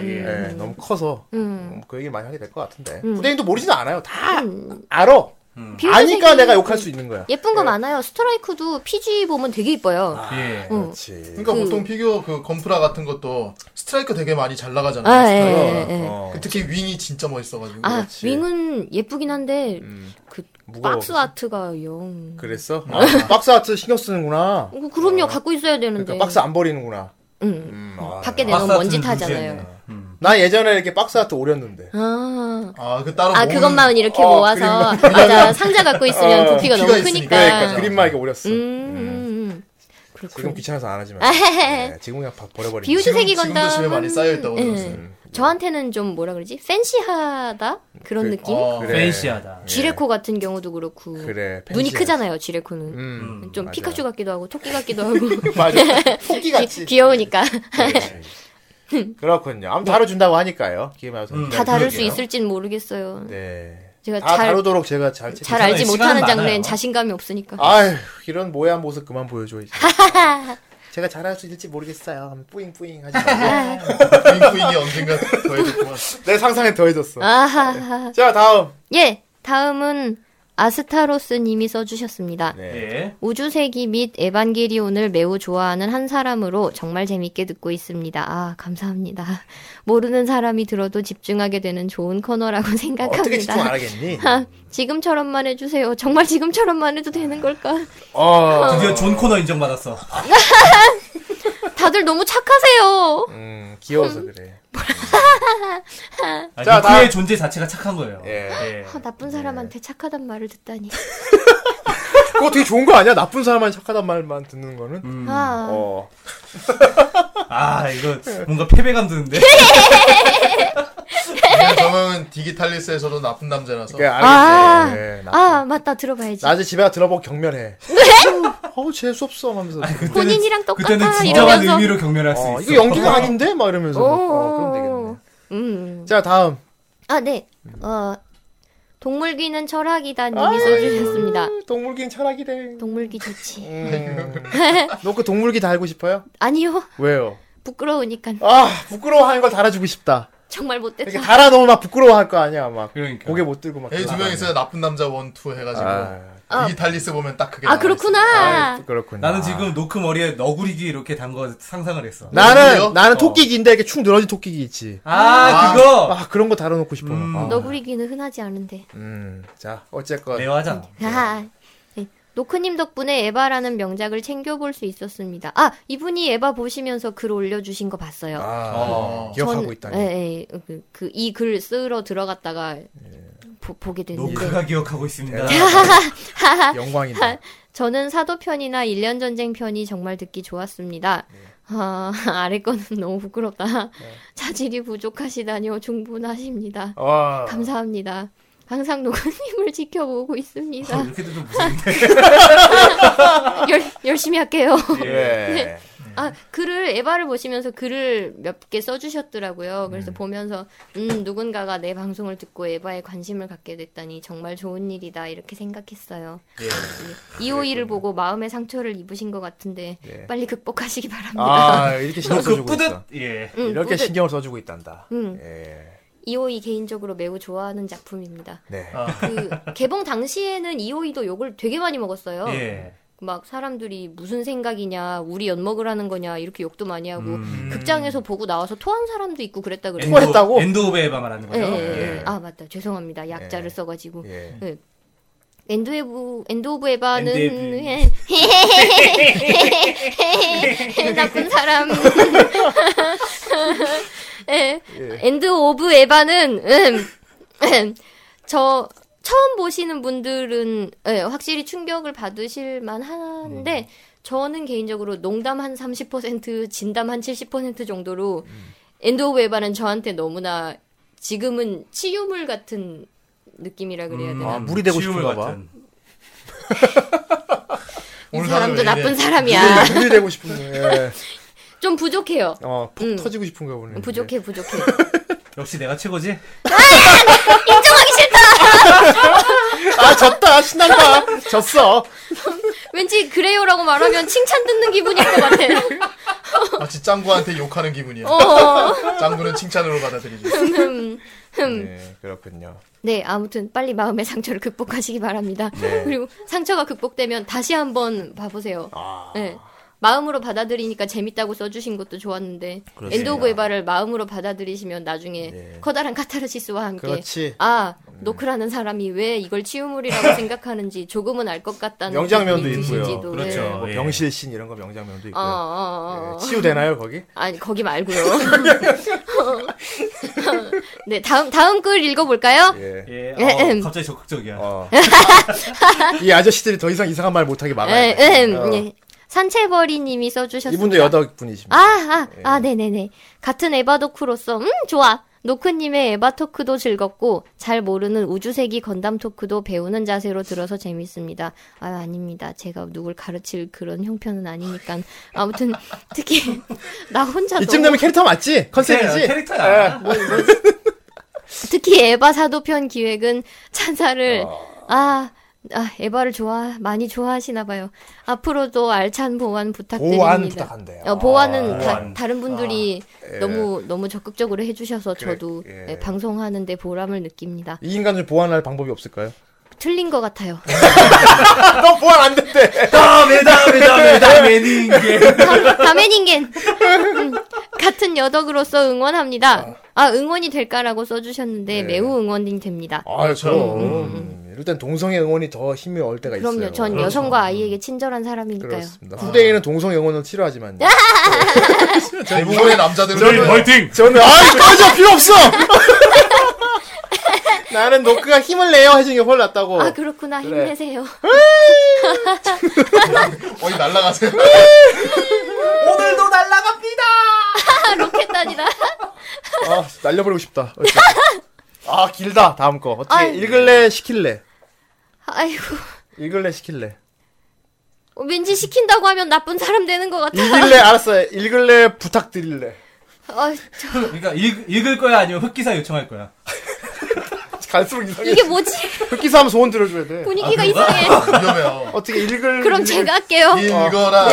Speaker 1: 예,
Speaker 2: 예.
Speaker 1: 너무 커서
Speaker 10: 음.
Speaker 1: 음, 그 얘기 많이 하게 될 것 같은데 후대인도 모르진 않아요. 다
Speaker 10: 음.
Speaker 1: 알아.
Speaker 10: 비우주
Speaker 1: 아니까
Speaker 10: 색이
Speaker 1: 내가 욕할 수 있는 거야.
Speaker 10: 예쁜 거 많아요. 스트라이크도 PG 보면 되게 이뻐요.
Speaker 1: 아,
Speaker 2: 예.
Speaker 1: 어,
Speaker 10: 응.
Speaker 1: 그렇지.
Speaker 4: 그러니까
Speaker 10: 그-
Speaker 4: 보통 피규어 그 건프라 같은 것도 스트라이크 되게 많이 잘 나가잖아요.
Speaker 10: 아, 예,
Speaker 4: 스트라이크가.
Speaker 10: 예, 예.
Speaker 1: 어.
Speaker 4: 그 특히 윙이 진짜 멋있어가지고.
Speaker 10: 아,
Speaker 1: 그렇지. 음,
Speaker 10: 윙은 예쁘긴 한데, 그,
Speaker 1: 무거워.
Speaker 10: 박스 아트가 영.
Speaker 1: 그랬어? 아, 박스 아트 신경 쓰는구나.
Speaker 10: 어, 그럼요, 갖고 있어야 되는데.
Speaker 1: 그러니까 박스 아, 안 버리는구나. 음,
Speaker 10: 응. 밖에 내놓으면
Speaker 2: 박스
Speaker 10: 먼지
Speaker 2: 아트는
Speaker 10: 타잖아요.
Speaker 2: 문제였네.
Speaker 1: 나 예전에 이렇게 박스 아트 오렸는데.
Speaker 10: 아.
Speaker 4: 아, 그 따로
Speaker 10: 아,
Speaker 4: 모으는-
Speaker 10: 그것만 이렇게
Speaker 1: 어,
Speaker 10: 모아서. 맞아, 상자 갖고 있으면
Speaker 1: 어,
Speaker 10: 부피가 너무
Speaker 4: 키가
Speaker 10: 크니까.
Speaker 4: 있으니까.
Speaker 1: 그러니까 그림만 이렇게 오렸어.
Speaker 10: 음, 음, 음. 그렇군요. 예.
Speaker 1: 지금 귀찮아서 안 하지만.
Speaker 10: 아헤헤.
Speaker 1: 네, 지금 그냥 바- 버려버리는.
Speaker 10: 비우주
Speaker 4: 지금-
Speaker 10: 색이
Speaker 4: 지금도
Speaker 10: 건담은
Speaker 4: 집에 많이 쌓여있다고
Speaker 10: 예.
Speaker 4: 들었어요.
Speaker 10: 저한테는 좀 뭐라 그러지? 팬시하다? 그런
Speaker 1: 그-
Speaker 10: 느낌?
Speaker 4: 어,
Speaker 1: 그래.
Speaker 2: 팬시하다.
Speaker 10: 쥐레코 같은 경우도 그렇고.
Speaker 1: 예. 그래.
Speaker 10: 눈이
Speaker 1: 팬시야.
Speaker 10: 크잖아요, 쥐레코는.
Speaker 1: 음.
Speaker 10: 좀
Speaker 1: 맞아.
Speaker 10: 피카츄 같기도 하고 토끼 같기도 하고
Speaker 1: 맞아. 토끼 같이. 네,
Speaker 10: 귀여우니까
Speaker 1: 그렇군요. 아무튼 다뤄준다고 하니까요. 기회 말서.
Speaker 2: 음.
Speaker 10: 다 다룰 수 있을진 모르겠어요.
Speaker 1: 네.
Speaker 10: 제가
Speaker 1: 다
Speaker 10: 잘,
Speaker 1: 다루도록 제가 잘. 잘...
Speaker 10: 잘 알지
Speaker 2: 시간이
Speaker 10: 못하는
Speaker 2: 많아요.
Speaker 10: 장르엔 자신감이 없으니까.
Speaker 1: 아휴 이런 모양 모습 그만 보여줘 이제. 제가 잘할 수 있을지 모르겠어요. 하면 뿌잉뿌잉 하지 말고.
Speaker 10: 예.
Speaker 4: 윙윙이 언젠가 더해졌구만.
Speaker 1: 내 상상에 더해졌어.
Speaker 10: 아하하.
Speaker 1: 자 다음.
Speaker 10: 예, 다음은 아스타로스님이 써주셨습니다.
Speaker 1: 네.
Speaker 2: 예.
Speaker 10: 우주세기 및 에반게리온을 매우 좋아하는 한 사람으로 정말 재밌게 듣고 있습니다. 아, 감사합니다. 모르는 사람이 들어도 집중하게 되는 좋은 코너라고 생각합니다.
Speaker 1: 어떻게 집중 안 하겠니?
Speaker 10: 아, 지금처럼만 해주세요. 정말 지금처럼만 해도 되는 걸까?
Speaker 1: 어.
Speaker 2: 드디어 존 코너 인정받았어.
Speaker 10: 다들 너무 착하세요.
Speaker 1: 음 귀여워서 그래.
Speaker 2: 아,
Speaker 1: 자,
Speaker 2: 자,
Speaker 1: 다음.
Speaker 2: 그의 존재 자체가 착한 거예요.
Speaker 1: 예.
Speaker 2: 예.
Speaker 10: 아, 나쁜 사람한테 착하단 말을 듣다니.
Speaker 1: 그거 되게 좋은 거 아니야? 나쁜 사람만 착하단 말만 듣는 거는.
Speaker 2: 음.
Speaker 10: 아,
Speaker 1: 어.
Speaker 2: 아 이거
Speaker 1: 예.
Speaker 2: 뭔가 패배감 드는데.
Speaker 4: 그냥 저는 디기탈리스에서도 나쁜 남자라서.
Speaker 1: 그래 알겠지.
Speaker 10: 아.
Speaker 1: 네, 나.
Speaker 10: 아 맞다 들어봐야지.
Speaker 1: 나중에 집에 가 들어보고 경멸해. 어우 재수 없어 하면서.
Speaker 10: 본인이랑 똑같아
Speaker 2: 그때는 진정한
Speaker 10: 이러면서.
Speaker 2: 의미로 경멸할 수
Speaker 1: 어,
Speaker 2: 있어.
Speaker 1: 이거 연기가 아닌데? 막 이러면서. 막, 어, 그럼 되겠네.
Speaker 10: 음.
Speaker 1: 자, 다음.
Speaker 10: 아 네.
Speaker 1: 음.
Speaker 10: 어 동물귀는 철학이다님이 써주셨습니다.
Speaker 1: 동물기는 철학이래.
Speaker 10: 동물귀 좋지.
Speaker 1: 음. 너그 동물기 달고 싶어요?
Speaker 10: 아니요
Speaker 1: 왜요?
Speaker 10: 부끄러우니까.
Speaker 1: 아, 부끄러워하는 걸 달아주고 싶다.
Speaker 10: 정말
Speaker 1: 이렇게
Speaker 10: 못됐다.
Speaker 1: 달아놓으면 막 부끄러워할 거 아니야 막
Speaker 2: 그러니까.
Speaker 1: 고개 못 들고 막
Speaker 4: A 두 명이서 나쁜 남자 원투 해가지고
Speaker 10: 아.
Speaker 4: 이탈리스 보면 딱 그게
Speaker 10: 아
Speaker 4: 나와
Speaker 10: 그렇구나.
Speaker 1: 그렇군
Speaker 2: 나는 지금 노크 머리에 너구리기 이렇게 단 거 상상을 했어.
Speaker 1: 아. 나는
Speaker 4: 뭐예요?
Speaker 1: 나는 토끼기인데 이렇게 축 늘어진 토끼기 있지
Speaker 2: 아, 그거
Speaker 1: 아 그런 거 달아놓고 싶어 아.
Speaker 10: 너구리기는 흔하지 않은데.
Speaker 1: 음, 자 어쨌건
Speaker 2: 매화잖아.
Speaker 1: 음.
Speaker 10: 아, 네. 노크님 덕분에 에바라는 명작을 챙겨볼 수 있었습니다. 아, 이분이 에바 보시면서 글 올려주신 거 봤어요.
Speaker 1: 아,
Speaker 2: 어.
Speaker 1: 기억하고
Speaker 10: 전-
Speaker 1: 있다니
Speaker 10: 예, 예. 그, 그, 이 글 쓰러 들어갔다가
Speaker 1: 예.
Speaker 10: 보, 보게 됐는데.
Speaker 2: 노크가 기억하고 있습니다.
Speaker 1: 영광이다
Speaker 10: 저는 사도편이나 일련전쟁편이 정말 듣기 좋았습니다.
Speaker 1: 예.
Speaker 10: 아, 아래 거는 너무 부끄럽다. 자질이 부족하시다니요. 충분하십니다.
Speaker 1: 와
Speaker 10: 감사합니다. 항상 노크님을 지켜보고 있습니다.
Speaker 2: 이렇게도 좀 무서운데.
Speaker 1: 아.
Speaker 10: 열, 열심히 할게요.
Speaker 1: 예.
Speaker 10: 아, 글을, 에바를 보시면서 글을 몇 개 써주셨더라고요. 그래서 보면서, 음, 누군가가 내 방송을 듣고 에바에 관심을 갖게 됐다니 정말 좋은 일이다, 이렇게 생각했어요.
Speaker 1: 예.
Speaker 10: 음, 이오이를 보고 마음의 상처를 입으신 것 같은데, 빨리 극복하시기 바랍니다.
Speaker 1: 예. 아 이렇게 신경
Speaker 2: 노크
Speaker 1: 써주고 있어
Speaker 2: 그 뿌듯. 예.
Speaker 10: 음,
Speaker 1: 이렇게
Speaker 10: 뿌듯.
Speaker 1: 신경을 써주고 있단다
Speaker 10: 음,
Speaker 1: 예.
Speaker 10: 이오이 개인적으로 매우 좋아하는 작품입니다.
Speaker 1: 네.
Speaker 10: 그, 개봉 당시에는 이오이도 욕을 되게 많이 먹었어요.
Speaker 2: 예.
Speaker 10: 막 사람들이 무슨 생각이냐, 우리 연먹으라는 거냐, 이렇게 욕도 많이 하고, 극장에서 보고 나와서 토한 사람도 있고 그랬다 그래요.
Speaker 1: 엔도- 했다고?
Speaker 2: 엔드 오브 에바 말하는
Speaker 10: 예,
Speaker 2: 거죠.
Speaker 10: 예, 예. 아, 맞다. 죄송합니다. 약자를 써가지고.
Speaker 1: 예.
Speaker 10: 엔드에브, 엔드 오브 에바는,
Speaker 2: 엔드
Speaker 10: 예. 나쁜 사람. 예. 엔드 오브 에바는, 음, 음. 저, 처음 보시는 분들은, 예, 확실히 충격을 받으실 만한데, 저는 개인적으로 농담 한 30%, 진담 한 70% 정도로, 엔드 오브 에바는 저한테 너무나 지금은 치유물 같은 느낌이라 그래야
Speaker 2: 음.
Speaker 10: 되나?
Speaker 1: 아, 물이 되고
Speaker 2: 치유물
Speaker 1: 싶은가 봐.
Speaker 2: 같은.
Speaker 10: 이
Speaker 4: 오늘 다들 왜
Speaker 10: 사람도 나쁜
Speaker 4: 이래? 아.
Speaker 10: 사람이야.
Speaker 1: 물이 되고 싶은 예.
Speaker 10: 좀 부족해요.
Speaker 1: 어, 푹
Speaker 10: 음.
Speaker 1: 터지고 싶은가 보네.
Speaker 10: 부족해, 부족해.
Speaker 2: 역시 내가 최고지?
Speaker 10: 인정하기 싫다!
Speaker 1: 아, 졌다. 신난다. 졌어.
Speaker 10: 왠지 그래요라고 말하면 칭찬 듣는 기분일 것 같아.
Speaker 4: 마치 아, 짱구한테 욕하는 기분이야
Speaker 10: 어.
Speaker 4: 짱구는 칭찬으로 받아들이지
Speaker 10: 음.
Speaker 1: 네, 그렇군요.
Speaker 10: 네, 아무튼 빨리 마음의 상처를 극복하시기 바랍니다.
Speaker 1: 네.
Speaker 10: 그리고 상처가 극복되면 다시 한번 봐보세요.
Speaker 1: 아.
Speaker 10: 네. 마음으로 받아들이니까 재밌다고 써주신 것도 좋았는데 엔드 오브 에바를 마음으로 받아들이시면 나중에 커다란 카타르시스와 함께
Speaker 1: 네. 그렇지. 음.
Speaker 10: 아 노크라는 사람이 왜 이걸 치유물이라고 생각하는지 조금은 알 것 같다는
Speaker 1: 명장면도
Speaker 10: 기분이
Speaker 1: 있고요.
Speaker 10: 드실지도.
Speaker 2: 그렇죠.
Speaker 10: 네.
Speaker 1: 뭐
Speaker 2: 예.
Speaker 1: 병실신 이런 거 명장면도 있고.
Speaker 10: 어, 어, 어, 어.
Speaker 1: 예, 치유되나요, 거기?
Speaker 10: 아니 거기 말고요. 네 다음 다음 글 읽어볼까요?
Speaker 1: 예.
Speaker 2: 예.
Speaker 10: 에헴.
Speaker 2: 어, 갑자기 적극적이야.
Speaker 1: 어. 이 아저씨들이 더 이상 이상한 말 못하게 막아야
Speaker 10: 에,
Speaker 1: 돼.
Speaker 10: 음,
Speaker 1: 어.
Speaker 10: 예. 산채버리님이 써주셨습니다.
Speaker 1: 이분도 여덟 예. 분이십니다.
Speaker 10: 아, 아, 아, 네네네. 같은 에바 덕후로서, 음, 좋아. 노크님의 에바 토크도 즐겁고, 잘 모르는 우주세기 건담 토크도 배우는 자세로 들어서 재밌습니다. 아유, 아닙니다. 제가 누굴 가르칠 그런 형편은 아니니까. 아무튼, 특히, 나 혼자
Speaker 1: 이쯤
Speaker 10: 아, 너무
Speaker 1: 되면 캐릭터 맞지? 컨셉이지?
Speaker 4: 네,
Speaker 2: 캐- 캐릭터야. 뭐,
Speaker 1: 예.
Speaker 10: 특히 에바 사도편 기획은 찬사를 아, 아 에바를 좋아 많이 좋아하시나 봐요. 앞으로도 알찬 보완 부탁드립니다.
Speaker 1: 보완 부탁한대요.
Speaker 10: 어, 보완은
Speaker 1: 아, 예.
Speaker 10: 다, 다른 분들이 너무 너무 적극적으로 해주셔서 저도
Speaker 1: 그래, 예.
Speaker 10: 예, 방송하는데 보람을 느낍니다.
Speaker 1: 이 인간을 보완할 방법이 없을까요?
Speaker 10: 틀린 것 같아요.
Speaker 1: 너 보완 안 된대.
Speaker 2: 다음에, 다음에, 다음에, 예. 다음에, 는 게.
Speaker 10: 다메닝겐 음, 같은 여덕으로서 응원합니다. 아 응원이 될까라고 써주셨는데 매우 응원이 됩니다.
Speaker 1: 네. 아, 그럼. 이럴 땐 음. 동성애 응원이 더 힘이 올 때가 있어요. 그렇죠.
Speaker 10: 그럼요. 전 여성과 아이에게 친절한 사람이니까요.
Speaker 1: 그렇습니다. 후대에는 동성 영혼은 필요하지만
Speaker 4: 대부분의 남자들은
Speaker 2: 화이팅!
Speaker 1: 저는 아이 꺼져 필요 없어. 나는 노크가 힘을 내요 해주는 게 훨씬 낫다고.
Speaker 10: 아
Speaker 1: 네.
Speaker 10: 그렇구나 힘내세요.
Speaker 4: 어이 날라가세요
Speaker 2: 오늘도 날라갑니다!
Speaker 10: 로켓단이다.
Speaker 1: 아, 날려버리고 싶다. 어째. 아 길다 다음 거 어떻게
Speaker 10: 아이.
Speaker 1: 읽을래 시킬래
Speaker 10: 아이고.
Speaker 1: 읽을래 시킬래
Speaker 10: 어, 왠지 시킨다고 하면 나쁜 사람 되는 것 같아.
Speaker 1: 읽을래 알았어요 읽을래 부탁드릴래
Speaker 10: 어, 저,
Speaker 2: 그러니까 읽, 읽을 거야, 아니면 흑기사 요청할 거야?
Speaker 1: 갈수록 이상해.
Speaker 10: 이게 뭐지?
Speaker 1: 흑기사 하면 소원 들어줘야 돼.
Speaker 10: 분위기가
Speaker 4: 아,
Speaker 10: 이상해.
Speaker 4: 위험해요.
Speaker 1: 어떻게 읽을.
Speaker 10: 그럼 제가
Speaker 4: 아,
Speaker 10: 할게요.
Speaker 4: 읽어라, 읽어라.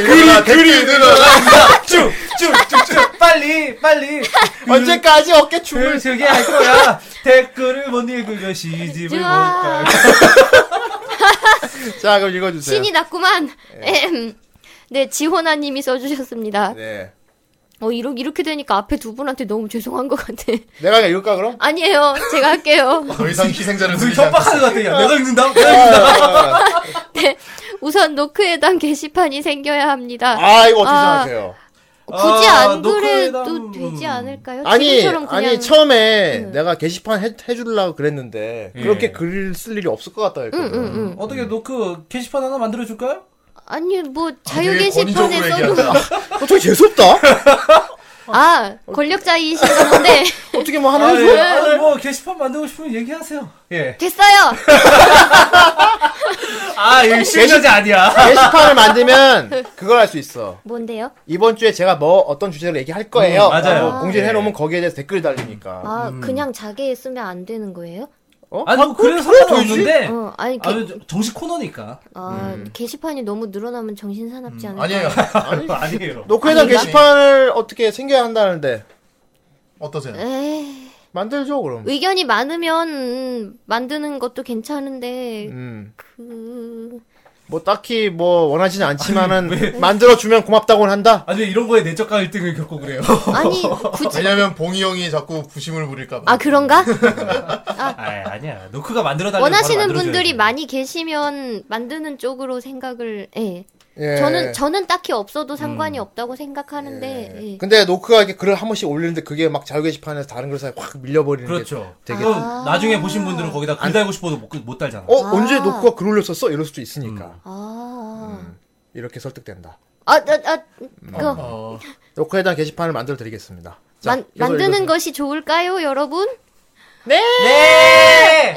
Speaker 4: 읽어라, 댓글 읽어라.
Speaker 2: 쭉쭉쭉쭉 빨리 빨리
Speaker 1: 언제까지 어깨춤을.
Speaker 2: 글 저기 할 거야 댓글을 못 읽은 것이 이 집을 못
Speaker 10: 좋아.
Speaker 2: 가.
Speaker 1: 자, 그럼 읽어주세요.
Speaker 10: 신이 났구만. 네, 네 지호나님이 써주셨습니다.
Speaker 1: 네.
Speaker 10: 어 이렇게 이렇게 되니까 앞에 두 분한테 너무 죄송한 것 같아.
Speaker 1: 내가 그냥 읽을까, 그럼?
Speaker 10: 아니에요, 제가 할게요.
Speaker 4: 더 이상 희생자를
Speaker 2: 무슨
Speaker 4: 숨기지 않고.
Speaker 2: 그 협박하는 것 같아 야, 내가 읽는다
Speaker 10: 우선 노크에담 게시판이 생겨야 합니다.
Speaker 1: 아, 이거 어떻게
Speaker 10: 아.
Speaker 1: 생각해요?
Speaker 10: 굳이
Speaker 2: 아,
Speaker 10: 안 그래도
Speaker 2: 노크에담-
Speaker 10: 되지 않을까요?
Speaker 1: 아니,
Speaker 10: 지금처럼 그냥
Speaker 1: 아니, 처음에 내가 게시판 해, 해주려고 그랬는데,
Speaker 2: 예.
Speaker 1: 그렇게 글 쓸 일이 없을 것 같다
Speaker 10: 응,
Speaker 1: 했거든.
Speaker 10: 응, 응.
Speaker 2: 어떻게 노크 게시판 하나 만들어 줄까요?
Speaker 10: 아니 뭐 자유
Speaker 4: 되게
Speaker 10: 게시판에
Speaker 4: 권위적으로
Speaker 10: 써도
Speaker 1: 어, 저기 재수없다?
Speaker 10: 아 권력자이신 건데
Speaker 1: 어떻게 뭐 하나
Speaker 2: 아,
Speaker 1: 해줘?
Speaker 2: 예. 아, 뭐 게시판 만들고 싶으면 얘기하세요. 예.
Speaker 10: 됐어요.
Speaker 2: 아, 이거 실력이 아니야.
Speaker 1: 게시판을 만들면, 그걸 할 수 있어.
Speaker 10: 뭔데요?
Speaker 1: 이번 주에 제가 뭐 어떤 주제로 얘기할 거예요.
Speaker 2: 음, 맞아요.
Speaker 1: 라고 공지를 해놓으면 거기에 대해서 댓글 달리니까.
Speaker 10: 아 그냥 자기에 쓰면 안 되는 거예요?
Speaker 1: 어?
Speaker 2: 아니, 뭐 그래서
Speaker 1: 그래,
Speaker 2: 상관없는데.
Speaker 10: 어 아니 게,
Speaker 2: 아, 정식 코너니까.
Speaker 10: 아, 게시판이 너무 늘어나면 정신 사납지 않을까?
Speaker 4: 아니에요.
Speaker 2: 아니에요.
Speaker 1: 노크에다 게시판을 어떻게 생겨야 한다는데,
Speaker 10: 네.
Speaker 4: 어떠세요?
Speaker 10: 에이,
Speaker 1: 만들죠, 그럼.
Speaker 10: 의견이 많으면 음, 만드는 것도 괜찮은데
Speaker 1: 음.
Speaker 10: 그
Speaker 1: 뭐 딱히 뭐 원하지는 않지만은,
Speaker 2: 아,
Speaker 1: 만들어주면 고맙다고는 한다?
Speaker 2: 아니, 이런 거에 내적 갈등을 겪고 그래요.
Speaker 10: 아니 굳이
Speaker 4: 왜냐면 봉이 형이 자꾸 부심을 부릴까봐.
Speaker 10: 아 그런가?
Speaker 2: 아, 아니야. 노크가 만들어 달라고
Speaker 10: 원하시는 분들이 많이 계시면 만드는 쪽으로 생각을 예.
Speaker 1: 예.
Speaker 10: 저는 저는 딱히 없어도 상관이 없다고 생각하는데 음. 예.
Speaker 1: 근데 노크가 이렇게 글을 한 번씩 올리는데 그게 막 자유 게시판에서 다른 글 사이에 확 밀려버리는
Speaker 2: 그렇죠.
Speaker 1: 게 되게
Speaker 2: 그럼
Speaker 10: 아.
Speaker 2: 나중에 보신 분들은 거기다 글 달고 싶어도 못, 못 달잖아.
Speaker 1: 어 언제 노크가 글 올렸었어 이럴 수도 있으니까
Speaker 10: 아.
Speaker 1: 이렇게 설득된다
Speaker 10: 아, 아, 아, 그,
Speaker 2: 어, 그렇죠.
Speaker 1: 노크에 대한 게시판을 만들어 드리겠습니다 자,
Speaker 10: 만,
Speaker 1: 계속
Speaker 10: 만드는
Speaker 1: 읽어주세요.
Speaker 10: 것이 좋을까요, 여러분?
Speaker 2: 네!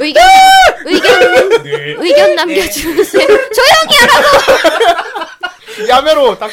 Speaker 10: 의견, 의견, 의견 남겨주세요. 조용히 하라고!
Speaker 1: 야매로 딱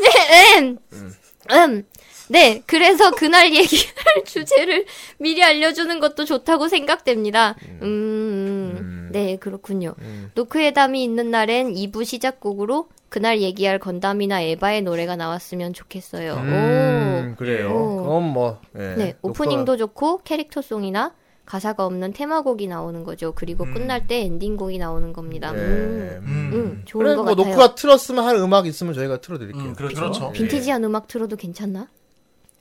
Speaker 10: 네, 음. 음. 네, 그래서 그날 얘기할 주제를 미리 알려주는 것도 좋다고 생각됩니다. 음, 네, 그렇군요. 노크회담이 있는 날엔 2부 시작곡으로 그날 얘기할 건담이나 에바의 노래가 나왔으면 좋겠어요. 오.
Speaker 1: 음, 그래요
Speaker 10: 오.
Speaker 1: 그럼 뭐 예,
Speaker 10: 음. 네, 오프닝도 좋고 캐릭터송이나 가사가 없는 테마곡이 나오는 거죠. 그리고 끝날 때 엔딩곡이 나오는 겁니다.
Speaker 1: 노크가- 예,
Speaker 10: 음,
Speaker 1: 음.
Speaker 10: 음, 좋은
Speaker 1: 그래
Speaker 10: 것
Speaker 1: 뭐
Speaker 10: 같아요.
Speaker 1: 노크가 틀었으면 할 음악 있으면 저희가 틀어드릴게요
Speaker 2: 음, 그렇죠.
Speaker 4: 그렇죠.
Speaker 10: 빈티지한 음악 틀어도 괜찮나?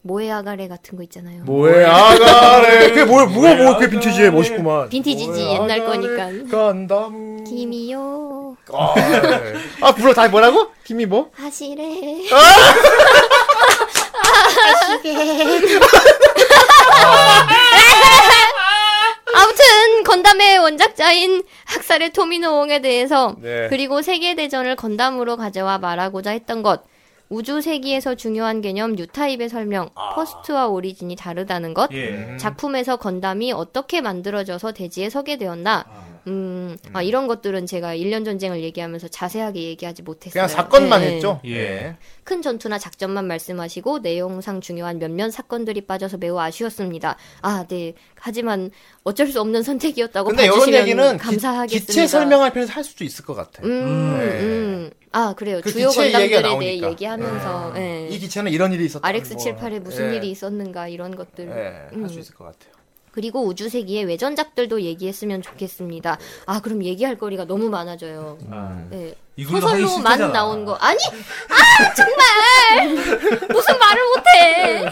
Speaker 10: 모에아가레 같은 거 있잖아요.
Speaker 1: 뭐해 아가래 그게 뭐야 뭐가 뭐야 그게 빈티지에 멋있구만
Speaker 10: 빈티지지
Speaker 1: 뭐해,
Speaker 10: 옛날
Speaker 1: 아가래
Speaker 10: 거니까.
Speaker 1: 간다무
Speaker 10: 김이요
Speaker 1: 아, 예. 아 불러 다 뭐라고? 김이 뭐?
Speaker 10: 하시래. 아무튼 건담의 원작자인 학살의 토미노옹에 대해서
Speaker 1: 네.
Speaker 10: 그리고 세계 대전을 건담으로 가져와 말하고자 했던 것 우주 세기에서 중요한 개념 뉴타입의 설명 퍼스트와 오리진이 다르다는 것
Speaker 2: 예.
Speaker 1: 음.
Speaker 10: 작품에서 건담이 어떻게 만들어져서 대지에 서게 되었나 음, 아, 이런 것들은 제가 1년 전쟁을 얘기하면서 자세하게 얘기하지 못했어요.
Speaker 1: 그냥 사건만
Speaker 10: 예, 예.
Speaker 1: 했죠
Speaker 2: 예.
Speaker 10: 큰 전투나 작전만 말씀하시고 내용상 중요한 몇몇 사건들이 빠져서 매우 아쉬웠습니다. 아, 네. 하지만 어쩔 수 없는 선택이었다고
Speaker 1: 근데 이런
Speaker 10: 봐주시면
Speaker 1: 얘기는 기,
Speaker 10: 감사하겠습니다.
Speaker 1: 기체 설명할 편에서 할 수도 있을 것 같아.
Speaker 10: 음,
Speaker 1: 네.
Speaker 10: 음. 아, 그래요.
Speaker 1: 그
Speaker 10: 주요
Speaker 1: 기체 얘기가
Speaker 10: 건담들에 대해
Speaker 1: 나오니까. 음.
Speaker 10: 얘기하면서 예.
Speaker 1: 이 기체는 뭐, 네. 이런 일이 있었다.
Speaker 10: RX78에 무슨 일이 있었는가 이런 것들
Speaker 1: 네.
Speaker 10: 음.
Speaker 1: 할수 있을 것 같아요.
Speaker 10: 그리고 우주세기의 외전작들도 얘기했으면 좋겠습니다. 아, 그럼 얘기할 거리가 너무 많아져요. 예.
Speaker 2: 이걸로 하기
Speaker 10: 소설로만
Speaker 2: 싫대잖아.
Speaker 10: 나온 거. 아니! 아, 정말! 무슨 말을 못해!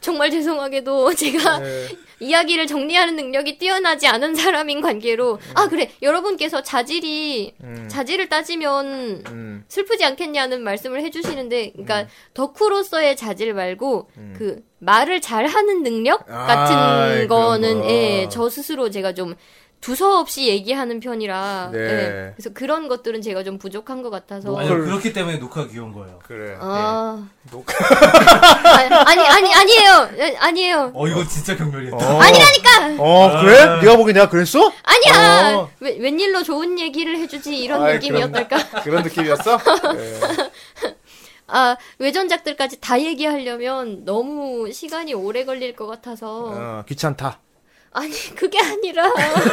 Speaker 10: 정말 죄송하게도 제가
Speaker 2: 네.
Speaker 10: 이야기를 정리하는 능력이 뛰어나지 않은 사람인 관계로.
Speaker 2: 음.
Speaker 10: 아, 그래. 여러분께서 자질이, 자질을 따지면
Speaker 1: 음.
Speaker 10: 슬프지 않겠냐는 말씀을 해주시는데, 그러니까
Speaker 2: 음.
Speaker 10: 덕후로서의 자질 말고, 그, 말을 잘하는 능력
Speaker 1: 아,
Speaker 10: 같은
Speaker 1: 아이, 그런
Speaker 10: 거는,
Speaker 1: 거.
Speaker 10: 예, 저 스스로 제가 좀 두서없이 얘기하는 편이라
Speaker 1: 네.
Speaker 10: 예, 그래서 그런 것들은 제가 좀 부족한 것 같아서
Speaker 2: 아니, 그렇기 때문에 노크가 귀여운 거예요.
Speaker 1: 그래.
Speaker 10: 아
Speaker 1: 네.
Speaker 10: 아니 아니 아니에요 아니에요
Speaker 2: 어, 이거 진짜 경멸이었다.
Speaker 10: 아니라니까
Speaker 1: 어 그래? 네가 보기엔 내가 그랬어?
Speaker 10: 아니야
Speaker 1: 어.
Speaker 10: 웬- 웬일로 좋은 얘기를 해주지 이런 어.
Speaker 1: 아이,
Speaker 10: 느낌이었달까
Speaker 1: 예. 그런 느낌이었어?
Speaker 10: 아 외전작들까지 다 얘기하려면 너무 시간이 오래 걸릴 것 같아서
Speaker 1: 어, 귀찮다.
Speaker 10: 아니 그게 아니라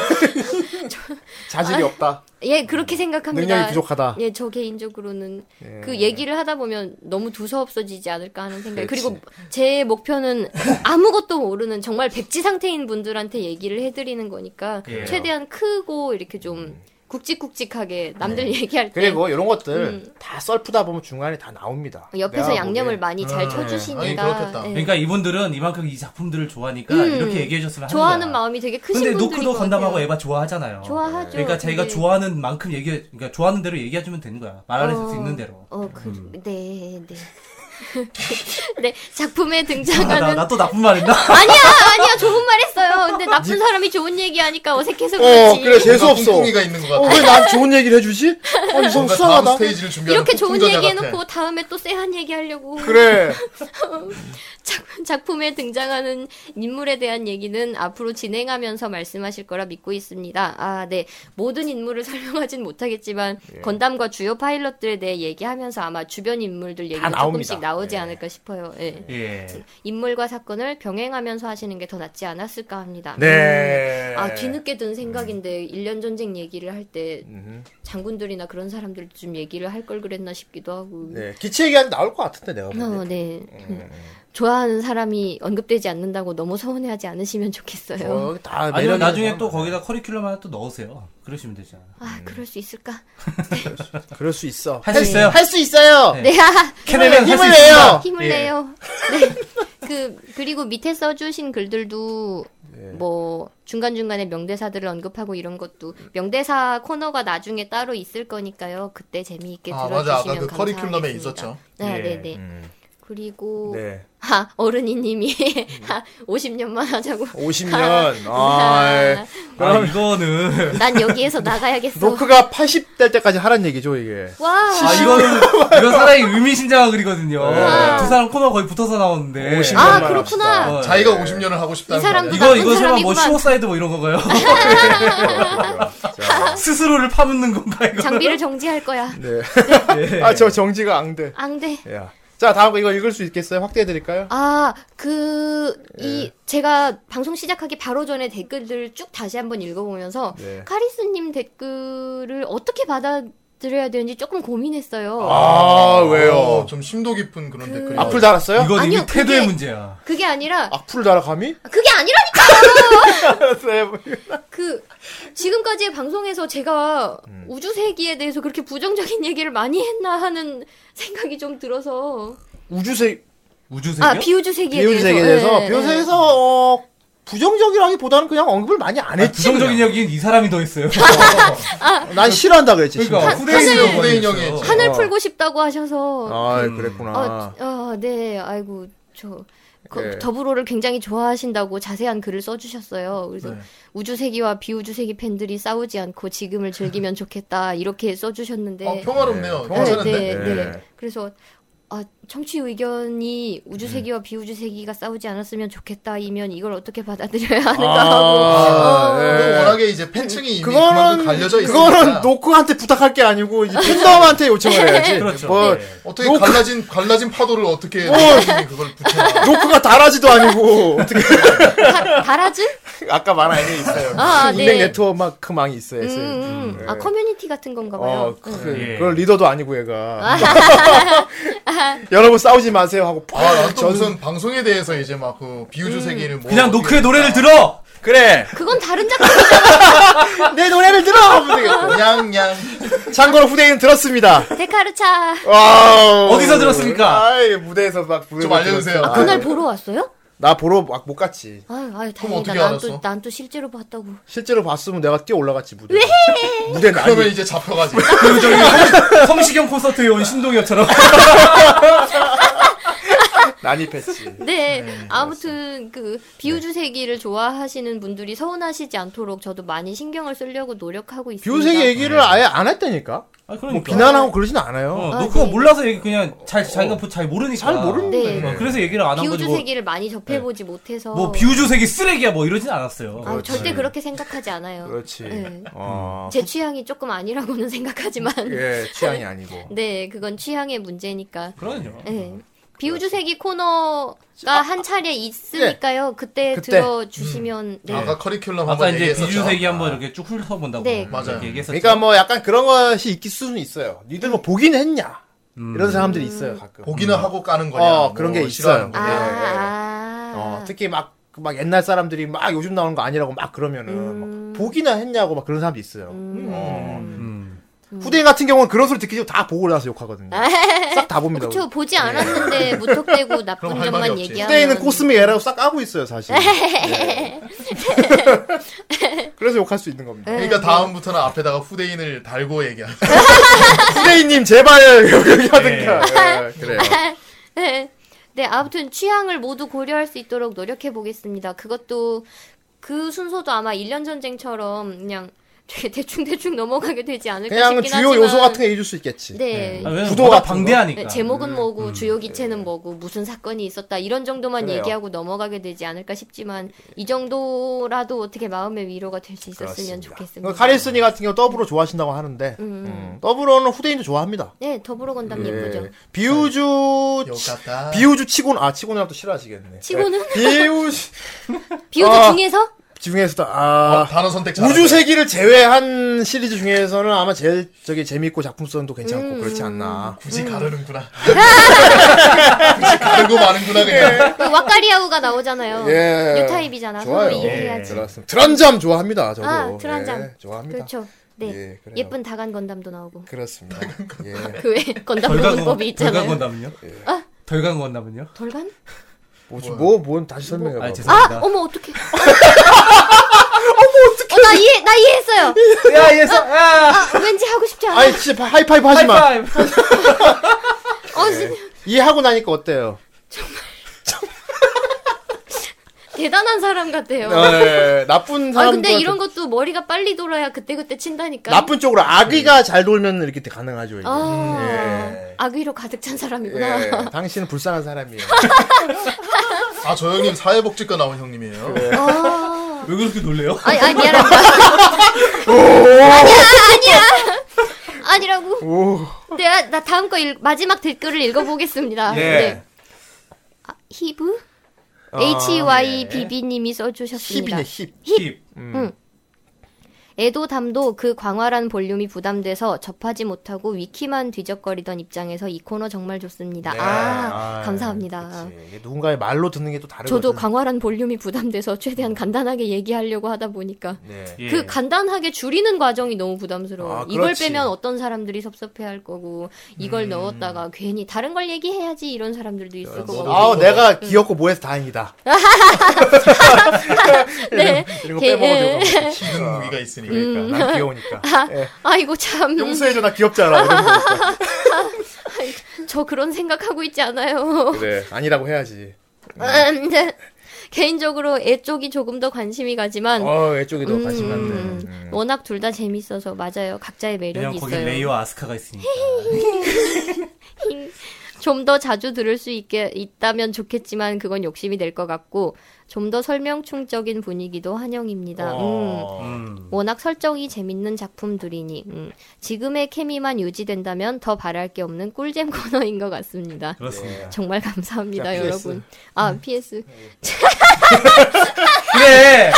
Speaker 1: 자질이 없다.
Speaker 10: 예 그렇게 생각합니다.
Speaker 1: 능력이 부족하다.
Speaker 10: 예, 저 개인적으로는 그 얘기를 하다 보면 너무 두서없어지지 않을까 하는 생각이. 그리고제 목표는 아무것도 모르는 정말 백지 상태인 분들한테 얘기를 해드리는 거니까
Speaker 11: 예.
Speaker 10: 최대한 크고 이렇게 좀 굵직굵직하게 남들 얘기할 때
Speaker 1: 그리고 이런 것들 다 썰프다 보면 중간에 다 나옵니다.
Speaker 10: 음. 그 옆에서
Speaker 1: 내가
Speaker 10: 양념을
Speaker 1: 보기엔.
Speaker 10: 많이 잘
Speaker 4: 아니,
Speaker 10: 쳐주시니까
Speaker 4: 그렇겠다.
Speaker 10: 예.
Speaker 11: 그러니까 이분들은 이만큼 이 작품들을 좋아하니까
Speaker 10: 음.
Speaker 11: 이렇게 얘기해줬으면 하는
Speaker 10: 좋아하는
Speaker 11: 거야.
Speaker 10: 마음이 되게 크신
Speaker 11: 근데
Speaker 10: 분들인
Speaker 11: 노크도
Speaker 10: 것
Speaker 11: 건담하고
Speaker 10: 같아요.
Speaker 11: 에바 좋아하잖아요.
Speaker 10: 좋아하죠.
Speaker 11: 그러니까 자기가
Speaker 10: 되게.
Speaker 11: 좋아하는 만큼 얘기, 그러니까 좋아하는 대로 얘기해주면 되는 거야. 말할 수 있는 대로.
Speaker 10: 어, 그, 네, 네. 네, 작품에
Speaker 11: 아, 나,
Speaker 10: 등장하는
Speaker 11: 나 또 나쁜 말 했나?
Speaker 10: 아니야, 아니야, 좋은 말 했어요. 근데 나쁜 사람이 좋은 얘기 하니까 어색해서
Speaker 9: 어,
Speaker 10: 그렇지.
Speaker 9: 그래, 재수
Speaker 4: 뭔가
Speaker 9: 없어.
Speaker 4: 꿍꿍이가 있는 것
Speaker 9: 어,
Speaker 4: 같아.
Speaker 9: 왜 난 좋은 얘기를 해주지? 어, 이성
Speaker 4: 뭔가 다음
Speaker 9: 수상하다.
Speaker 4: 스테이지를 준비하는 그
Speaker 10: 이렇게 좋은
Speaker 4: 폭풍전야
Speaker 10: 얘기
Speaker 4: 같아.
Speaker 10: 해놓고 다음에 또 쎄한 얘기 하려고.
Speaker 1: 그래.
Speaker 10: 음. 작, 품에 등장하는 인물에 대한 얘기는 앞으로 진행하면서 말씀하실 거라 믿고 있습니다. 아, 네. 모든 인물을 설명하진 못하겠지만,
Speaker 1: 예.
Speaker 10: 건담과 주요 파일럿들에 대해 얘기하면서 아마 주변 인물들 얘기가
Speaker 1: 나옵니다.
Speaker 10: 조금씩 나오지 않을까 싶어요. 예.
Speaker 11: 예.
Speaker 10: 인물과 사건을 병행하면서 하시는 게 더 낫지 않았을까 합니다.
Speaker 1: 네.
Speaker 10: 음. 아, 뒤늦게 든 생각인데, 일 1년 전쟁 얘기를 할 때, 장군들이나 그런 사람들 좀 얘기를 할 걸 그랬나 싶기도 하고.
Speaker 9: 네, 기체 얘기하면 나올 것 같은데, 내가. 보기엔.
Speaker 10: 어, 네. 좋아하는 사람이 언급되지 않는다고 너무 서운해하지 않으시면 좋겠어요.
Speaker 9: 어, 다
Speaker 11: 아니면
Speaker 9: 매력이
Speaker 11: 나중에
Speaker 9: 있는
Speaker 11: 또
Speaker 9: 사람.
Speaker 11: 거기다 커리큘럼 뭐 하나 또 넣으세요. 그러시면 되잖아.
Speaker 10: 아, 그럴 수 있을까?
Speaker 9: 그럴 수 있어.
Speaker 11: 할 수 있어요.
Speaker 9: 할 수 있어요.
Speaker 11: 네.
Speaker 10: 네, 아,
Speaker 11: 캐내면 할수
Speaker 9: 힘을
Speaker 4: 아,
Speaker 11: 있습니다.
Speaker 9: 내요.
Speaker 10: 힘을
Speaker 11: 예.
Speaker 10: 내요. 네. 그, 그리고 밑에 써주신 글들도,
Speaker 4: 예.
Speaker 10: 뭐, 중간중간에 명대사들을 언급하고 이런 것도, 명대사 코너가 나중에 따로 있을 거니까요. 그때 재미있게
Speaker 4: 아,
Speaker 10: 들어주시면
Speaker 4: 맞아. 아까 그
Speaker 10: 감사하겠습니다.
Speaker 4: 커리큘럼에 있었죠. 음.
Speaker 10: 아,
Speaker 11: 예.
Speaker 10: 네네. 그리고,
Speaker 1: 네.
Speaker 10: 아, 어른이님이, 아, 50년만 하자고.
Speaker 1: 50년.
Speaker 10: 아,
Speaker 4: 예.
Speaker 1: 아,
Speaker 11: 아, 이거는.
Speaker 10: 난 여기에서 나가야겠어.
Speaker 1: 노크가 80될 때까지 하란 얘기죠, 이게.
Speaker 10: 와!
Speaker 11: 아, 이거는, 이건 사람이 의미심장한 글이거든요. 두 사람 코너 거의 붙어서 네. 나오는데.
Speaker 1: 50년
Speaker 10: 아,
Speaker 1: 만
Speaker 10: 그렇구나.
Speaker 11: 어,
Speaker 4: 자기가 50년을 하고 싶다는
Speaker 10: 이 사람도
Speaker 11: 이거,
Speaker 10: 나쁜
Speaker 11: 이거 설마 뭐
Speaker 10: 사람이구만.
Speaker 11: 슈어사이드 뭐 이런 건가요? 스스로를 파묻는 건가, 이거? 예.
Speaker 10: 장비를 정지할 거야.
Speaker 2: 네.
Speaker 1: 아, 저 정지가 앙대.
Speaker 10: 안 돼.
Speaker 1: 야. 자, 다음 거 이거 읽을 수 있겠어요? 확대해 드릴까요?
Speaker 10: 아, 그, 이, 제가 방송 시작하기 바로 전에 댓글들을 쭉 다시 한번 읽어보면서,
Speaker 1: 네.
Speaker 10: 카리스님 댓글을 어떻게 받아들여야 되는지 조금 고민했어요.
Speaker 1: 아,
Speaker 4: 어,
Speaker 1: 왜요?
Speaker 4: 좀 심도 깊은 그런 댓글이.
Speaker 1: 악플 달았어요?
Speaker 11: 이건
Speaker 10: 아니요,
Speaker 11: 이미 태도의
Speaker 10: 그게-
Speaker 11: 문제야.
Speaker 10: 그게 아니라,
Speaker 1: 악플 달아 감히?
Speaker 10: 그게 아니라니까!
Speaker 1: 쌤.
Speaker 10: 그, 지금까지의 방송에서 제가 우주세기에 대해서 그렇게 부정적인 얘기를 많이 했나 하는 생각이 좀 들어서.
Speaker 1: 우주세
Speaker 11: 우주세계요?
Speaker 10: 아, 비우주세기에 대해서.
Speaker 9: 비우세계에 대해서
Speaker 10: 예, 예.
Speaker 9: 비우세에서 어, 부정적이라기보다는 그냥 언급을 많이 안
Speaker 11: 아니,
Speaker 9: 했지.
Speaker 11: 부정적인 얘기는 이 사람이 더 했어요.
Speaker 9: 그냥. 난 싫어한다 그랬지.
Speaker 11: 그러니까,
Speaker 9: 심지어.
Speaker 11: 후대인이 더
Speaker 4: 후대인
Speaker 11: 많이
Speaker 4: 형이
Speaker 11: 했어요.
Speaker 10: 한을 풀고 싶다고 하셔서.
Speaker 1: 아,
Speaker 11: 음.
Speaker 1: 그랬구나.
Speaker 10: 어, 어, 네, 아이고, 저, 거-
Speaker 4: 예.
Speaker 1: 네.
Speaker 10: 더불어를 굉장히 좋아하신다고 자세한 글을 써주셨어요. 그래서
Speaker 4: 네.
Speaker 10: 우주세기와 비우주세기 팬들이 싸우지 않고 지금을 즐기면 좋겠다, 이렇게 써주셨는데.
Speaker 4: 어, 평화롭네요.
Speaker 1: 네,
Speaker 10: 네,
Speaker 4: 괜찮은데? 예.
Speaker 10: 네, 네.
Speaker 1: 네.
Speaker 10: 그래서, 아, 청취 의견이 우주세기와
Speaker 4: 음.
Speaker 10: 비우주세기가 싸우지 않았으면 좋겠다이면 이걸 어떻게 받아들여야 하는가
Speaker 1: 아,
Speaker 10: 하고. 어,
Speaker 1: 네.
Speaker 4: 그 워낙에 이제 팬층이 이미 그만큼
Speaker 1: 그거는
Speaker 4: 갈려져 있으니까
Speaker 1: 그거는 노크한테 부탁할 게 아니고 이제 팬덤한테 요청을 해야지.
Speaker 11: 그렇죠.
Speaker 1: 뭐
Speaker 11: 네.
Speaker 4: 어떻게
Speaker 1: 노크-
Speaker 4: 갈라진 갈라진 파도를 어떻게 그걸 붙여
Speaker 1: 노크가 달아지도 아니고 어떻게
Speaker 4: 아.
Speaker 10: 다- 다라즈?
Speaker 1: 아까 말한 애니 있어요.
Speaker 10: 아, 네.
Speaker 1: 인맥 네트워크 망이 있어요.
Speaker 10: 음,
Speaker 1: SM.
Speaker 10: 음.
Speaker 4: 예.
Speaker 1: 네.
Speaker 10: 아, 커뮤니티 같은 건가
Speaker 1: 어,
Speaker 10: 봐요. 음.
Speaker 1: 그,
Speaker 11: 예.
Speaker 1: 그걸 리더도 아니고 얘가. 여러분 싸우지 마세요 하고 팍
Speaker 4: 아난또
Speaker 1: 전-
Speaker 4: 무슨 방송에 대해서 이제 막 그
Speaker 1: 음.
Speaker 4: 비우주 세계를 뭐
Speaker 11: 그냥
Speaker 4: 어떻게-
Speaker 11: 노크의 노래를 들어!
Speaker 1: 그래
Speaker 10: 그건 다른 작품이죠.
Speaker 1: 내 노래를 들어. 하면 되겠다.
Speaker 4: 냥냥
Speaker 1: 참고로 후대인 들었습니다.
Speaker 10: 데카르차.
Speaker 4: 아,
Speaker 1: 와우.
Speaker 11: 어디서 들었습니까?
Speaker 1: 아, 예, 무대에서 막 부르고
Speaker 4: 좀 알려주세요.
Speaker 1: 들었어요.
Speaker 4: 아,
Speaker 10: 그날 보러 왔어요?
Speaker 1: 나 보러 막 못 갔지.
Speaker 10: 아유, 아유,
Speaker 4: 그럼
Speaker 10: 다행이다.
Speaker 4: 어떻게
Speaker 10: 난
Speaker 4: 알았어?
Speaker 10: 또, 난 또 실제로 봤다고.
Speaker 1: 실제로 봤으면 내가 뛰어 올라갔지 무대. 무대 나.
Speaker 4: 그러면 이제 잡혀가지
Speaker 11: 그, 저기, 성- 성시경 콘서트에 온 신동엽처럼.
Speaker 1: 난입했지.
Speaker 10: 네, 아무튼 그 비우주세기를 좋아하시는 분들이 서운하시지 않도록 저도 많이 신경을 쓰려고 노력하고 있습니다.
Speaker 1: 비호색 얘기를 아예 안 했다니까.
Speaker 11: 아, 그러니까.
Speaker 1: 뭐 비난하고 그러진 않아요.
Speaker 11: 어,
Speaker 10: 아,
Speaker 11: 노크가
Speaker 10: 네.
Speaker 11: 몰라서 얘기 그냥 잘 자기가 보- 잘 모르니까.
Speaker 1: 잘 모르는데.
Speaker 11: 어, 그래서 얘기를 안 한 거지 뭐,
Speaker 10: 비우주세기를 많이 접해보지 못해서
Speaker 11: 뭐 비우주색이 쓰레기야 뭐 이러진 않았어요.
Speaker 10: 아, 절대 그렇게 생각하지 않아요.
Speaker 1: 그렇지.
Speaker 10: 네.
Speaker 1: 어.
Speaker 10: 제 취향이 조금 아니라고는 생각하지만
Speaker 1: 예, 취향이 아니고.
Speaker 10: 네, 그건 취향의 문제니까.
Speaker 11: 그럼요.
Speaker 10: 네. 비우주세기 코너가 한 차례 있으니까요. 그때,
Speaker 1: 그때.
Speaker 10: 들어주시면 네.
Speaker 4: 아까 커리큘럼
Speaker 11: 아까
Speaker 4: 한번
Speaker 11: 이제
Speaker 4: 얘기했었죠.
Speaker 11: 비주색이 한번 이렇게 쭉 훑어본다고
Speaker 10: 네.
Speaker 4: 맞아요.
Speaker 11: 이렇게 얘기했었죠.
Speaker 1: 그러니까 뭐 약간 그런 것이 있을 수는 있어요. 니들 뭐 보긴 했냐.
Speaker 11: 음.
Speaker 1: 이런 사람들이
Speaker 10: 음.
Speaker 1: 있어요, 가끔.
Speaker 4: 보기는 하고 까는 거냐. 뭐
Speaker 1: 어, 그런 게
Speaker 4: 싫어하는
Speaker 1: 있어요.
Speaker 10: 아,
Speaker 4: 거냐.
Speaker 10: 아.
Speaker 1: 어, 특히 막, 막 옛날 사람들이 막 요즘 나오는 거 아니라고 막 그러면은
Speaker 10: 음.
Speaker 1: 막 보기나 했냐고 막 그런 사람도 있어요. 어.
Speaker 11: 음.
Speaker 1: 후대인 같은 경우는 그런 소리 듣기 전에 다 보고 나서 욕하거든요. 싹 다 봅니다.
Speaker 10: 그쵸, 보지 않았는데 무턱대고
Speaker 4: 그럼
Speaker 10: 나쁜
Speaker 4: 할 말이
Speaker 10: 점만
Speaker 4: 없지.
Speaker 10: 얘기하면.
Speaker 1: 후대인은 코스미 에라고 싹 까고 있어요, 사실. 예. 그래서 욕할 수 있는 겁니다.
Speaker 4: 그러니까 다음부터는 앞에다가 후대인을 달고 얘기하는.
Speaker 1: 후대인님 네. 제발 여기 하든가. 예, 그래요.
Speaker 10: 네. 네, 아무튼 취향을 모두 고려할 수 있도록 노력해 보겠습니다. 그것도 그 순서도 아마 1년 전쟁처럼 그냥 되게 대충대충 넘어가게 되지 않을까
Speaker 1: 그냥
Speaker 10: 싶긴
Speaker 1: 주요
Speaker 10: 하지만
Speaker 1: 요소 같은 게 해줄 수 있겠지.
Speaker 10: 네.
Speaker 11: 아, 왜냐면
Speaker 1: 구도
Speaker 11: 워낙
Speaker 1: 같은 거?
Speaker 2: 그러니까.
Speaker 11: 방대하니까.
Speaker 10: 제목은
Speaker 1: 음,
Speaker 10: 뭐고 주요
Speaker 1: 네.
Speaker 10: 기체는 뭐고 무슨 사건이 있었다 이런 정도만
Speaker 1: 그래요.
Speaker 10: 얘기하고 넘어가게 되지 않을까 싶지만 이 정도라도 어떻게 마음의 위로가 될 수 있었으면 좋겠습니다.
Speaker 1: 그 카리스니 같은 경우 더불어 좋아하신다고 하는데 음, 더불어는 후대인도 좋아합니다.
Speaker 10: 네, 더불어 건담님 보죠.
Speaker 1: 예. 비우주
Speaker 4: 욕 같다.
Speaker 1: 비우주 치곤 아 치곤이랑 또 싫어하시겠네. 예.
Speaker 10: 치고는
Speaker 1: 비우주
Speaker 10: 비오드
Speaker 1: 아.
Speaker 10: 중에서
Speaker 1: 중에서도
Speaker 4: 어,
Speaker 1: 아
Speaker 4: 단어 선택 잘.
Speaker 1: 우주 세기를 제외한 시리즈 중에서는 아마 제일 저기 재밌고 작품성도
Speaker 10: 음.
Speaker 1: 괜찮고 그렇지 않나.
Speaker 4: 굳이 가르는구나. 굳이 가르고 마는구나 그냥.
Speaker 10: 그 와카리아우가 나오잖아요.
Speaker 1: 예.
Speaker 10: 유타입이잖아.
Speaker 1: 좋아요.
Speaker 10: 서로
Speaker 2: 예,
Speaker 10: 이해해야지.
Speaker 1: 들었습니다. 트런잠 좋아합니다. 저도.
Speaker 10: 아, 트란잠.
Speaker 1: 예, 좋아합니다.
Speaker 10: 그렇죠.
Speaker 1: 예,
Speaker 10: 네.
Speaker 1: 그래요.
Speaker 10: 예, 쁜 다간 건담도 나오고.
Speaker 1: 그렇습니다. 예.
Speaker 10: 그 외 건담 보는
Speaker 11: 덜간
Speaker 10: 법이 있잖아요.
Speaker 11: 건담은요? 덜간 건담은요?
Speaker 10: 덜간?
Speaker 1: 뭐지 뭐뭔 다시 설명해 봐.
Speaker 11: 아
Speaker 10: 아,
Speaker 11: 죄송합니다.
Speaker 10: 어머 어떡해. 어머 어떡해. 나 이해 나 이해했어요.
Speaker 11: 야 예서 야.
Speaker 10: 아, 왠지 하고 싶지 않아.
Speaker 1: 아이 진짜 하이파이브 하지 마.
Speaker 11: 하이파이브.
Speaker 10: 어, 진짜
Speaker 1: 이해하고 나니까 어때요?
Speaker 10: 대단한 사람 같아요.
Speaker 1: 예, 나쁜 사람.
Speaker 10: 아 근데 이런 것도 머리가 빨리 돌아야 그때그때 친다니까.
Speaker 1: 나쁜 쪽으로 악의가 잘 돌면 이렇게 가능하죠. 이게.
Speaker 10: 아,
Speaker 1: 음, 예.
Speaker 10: 악의로 가득 찬 어, 사람이구나.
Speaker 1: 예. 당신은 불쌍한 사람이에요.
Speaker 4: 아 저 형님 사회복지과 나온 형님이에요.
Speaker 10: 아.
Speaker 11: 왜 그렇게 놀래요?
Speaker 10: 아니, 아니, 미안합니다. 아니야, 아니야. 아니라고.
Speaker 1: 오.
Speaker 10: 내가, 나 다음 거 읽, 마지막 댓글을 읽어보겠습니다.
Speaker 1: 예.
Speaker 10: 네. 아, 히브?
Speaker 1: 아,
Speaker 10: HYBB님이 써주셨습니다.
Speaker 1: 힙이네, 힙.
Speaker 11: 힙.
Speaker 10: 애도 담도 그 광활한 볼륨이 부담돼서 접하지 못하고 위키만 뒤적거리던 입장에서 이 코너 정말 좋습니다. 아,
Speaker 1: 네. 아이,
Speaker 10: 감사합니다.
Speaker 1: 그치. 이게 누군가의 말로 듣는 게 또 다르거든.
Speaker 10: 저도 광활한 볼륨이 부담돼서 최대한 간단하게 얘기하려고 하다 보니까
Speaker 1: 네.
Speaker 11: 예.
Speaker 10: 그 간단하게 줄이는 과정이 너무 부담스러워.
Speaker 1: 아,
Speaker 10: 이걸
Speaker 1: 그렇지.
Speaker 10: 빼면 어떤 사람들이 섭섭해할 거고 이걸 넣었다가 괜히 다른 걸 얘기해야지 이런 사람들도 있을 거 같고.
Speaker 1: 아우 내가 귀엽고 뭐해서 다행이다.
Speaker 10: 네.
Speaker 1: 이런 거
Speaker 10: 예,
Speaker 1: 빼먹어줘.
Speaker 10: 예.
Speaker 4: 기능 무기가 있으니.
Speaker 1: 그러니까 난 귀여우니까. 예.
Speaker 10: 아이고 참.
Speaker 1: 용서해줘 나 귀엽지 않아. 이런 거.
Speaker 10: 저 그런 생각하고 있지 않아요.
Speaker 1: 그래 아니라고 해야지.
Speaker 10: 음, 네. 개인적으로 애 쪽이 조금 더 관심이 가지만
Speaker 1: 어 이쪽이 더
Speaker 10: 음,
Speaker 1: 관심 많네.
Speaker 10: 음, 워낙 둘 다 재밌어서 맞아요. 각자의 매력이
Speaker 11: 왜냐면 거기
Speaker 10: 있어요.
Speaker 11: 레이와 아스카가 있으니까.
Speaker 10: 좀 더 자주 들을 수 있게 있다면 좋겠지만 그건 욕심이 될 것 같고 좀 더 설명충적인 분위기도
Speaker 1: 어.
Speaker 10: 환영입니다. 음.
Speaker 1: 예.
Speaker 11: 음.
Speaker 10: 워낙 설정이 재밌는 작품들이니 음, 지금의 케미만 유지된다면 더 바랄 게 없는 꿀잼 코너인 것 같습니다.
Speaker 11: 그렇습니다.
Speaker 10: 정말 감사합니다,
Speaker 1: 자, 네. PS.
Speaker 10: 여러분. 아, PS.
Speaker 11: 그래.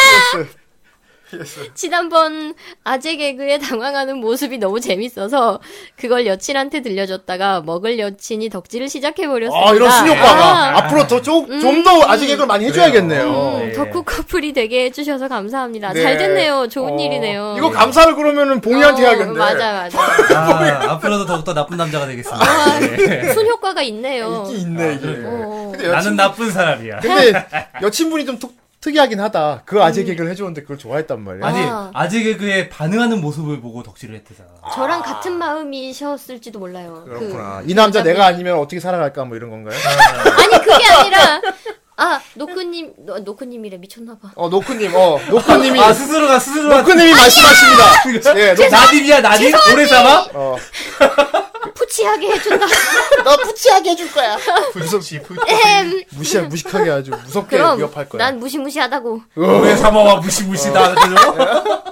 Speaker 10: 지난번 아재 개그에 당황하는 모습이 너무 재밌어서 그걸 여친한테 들려줬다가 먹을 여친이 덕질을 시작해버렸습니다.
Speaker 1: 아 이런
Speaker 10: 아.
Speaker 1: 신효과가 앞으로 더좀좀더 아직 이걸 많이 해줘야겠네요.
Speaker 10: 음, 덕후 커플이 되게 해주셔서 감사합니다. 잘 됐네요. 좋은
Speaker 1: 어.
Speaker 10: 일이네요. 어,
Speaker 1: 이거 감사를 그러면은 봉이한테 해야겠네.
Speaker 10: 맞아, 맞아.
Speaker 11: 아, 앞으로도 더욱더 나쁜 남자가
Speaker 1: 아,
Speaker 11: 되겠습니다. 예.
Speaker 10: 순효과가 있네요.
Speaker 1: 네. 있네 이게.
Speaker 10: 어.
Speaker 1: 근데 여친- 아.
Speaker 11: 나는 나쁜 사람이야.
Speaker 1: 근데 여친분이 좀 독, 특이하긴 하다. 그 아재 개그를 해주는데 그걸 좋아했단 말이야.
Speaker 2: 아니
Speaker 10: 음. 아.
Speaker 2: 아재 개그에 반응하는 모습을 보고 덕질을 했대잖아.
Speaker 10: 저랑 같은 마음이셨을지도 몰라요.
Speaker 1: 그렇구나. 아, 이 남자 내가 아니면 어떻게 살아갈까 뭐 이런 건가요?
Speaker 10: 아니 그게 아니라 아 노크님 노- 노크님이래 미쳤나봐.
Speaker 1: 어 노크님, 어 노크님이 뭐 그-
Speaker 2: 아 스스로가 스스로가
Speaker 1: 노크님이 말씀하십니다. 예, 노-
Speaker 2: 나딘이야 나딘 오래 삼아?
Speaker 1: 어,
Speaker 10: 푸치하게 해준다.
Speaker 3: 너 푸치하게 해줄 거야.
Speaker 4: 불섭지 불.
Speaker 1: 무시 무식하게 아주 무섭게
Speaker 10: 그럼
Speaker 1: 위협할 거야.
Speaker 10: 난 무시무시하다고.
Speaker 1: 어.
Speaker 2: 오래 삼아와 무시무시다 그죠?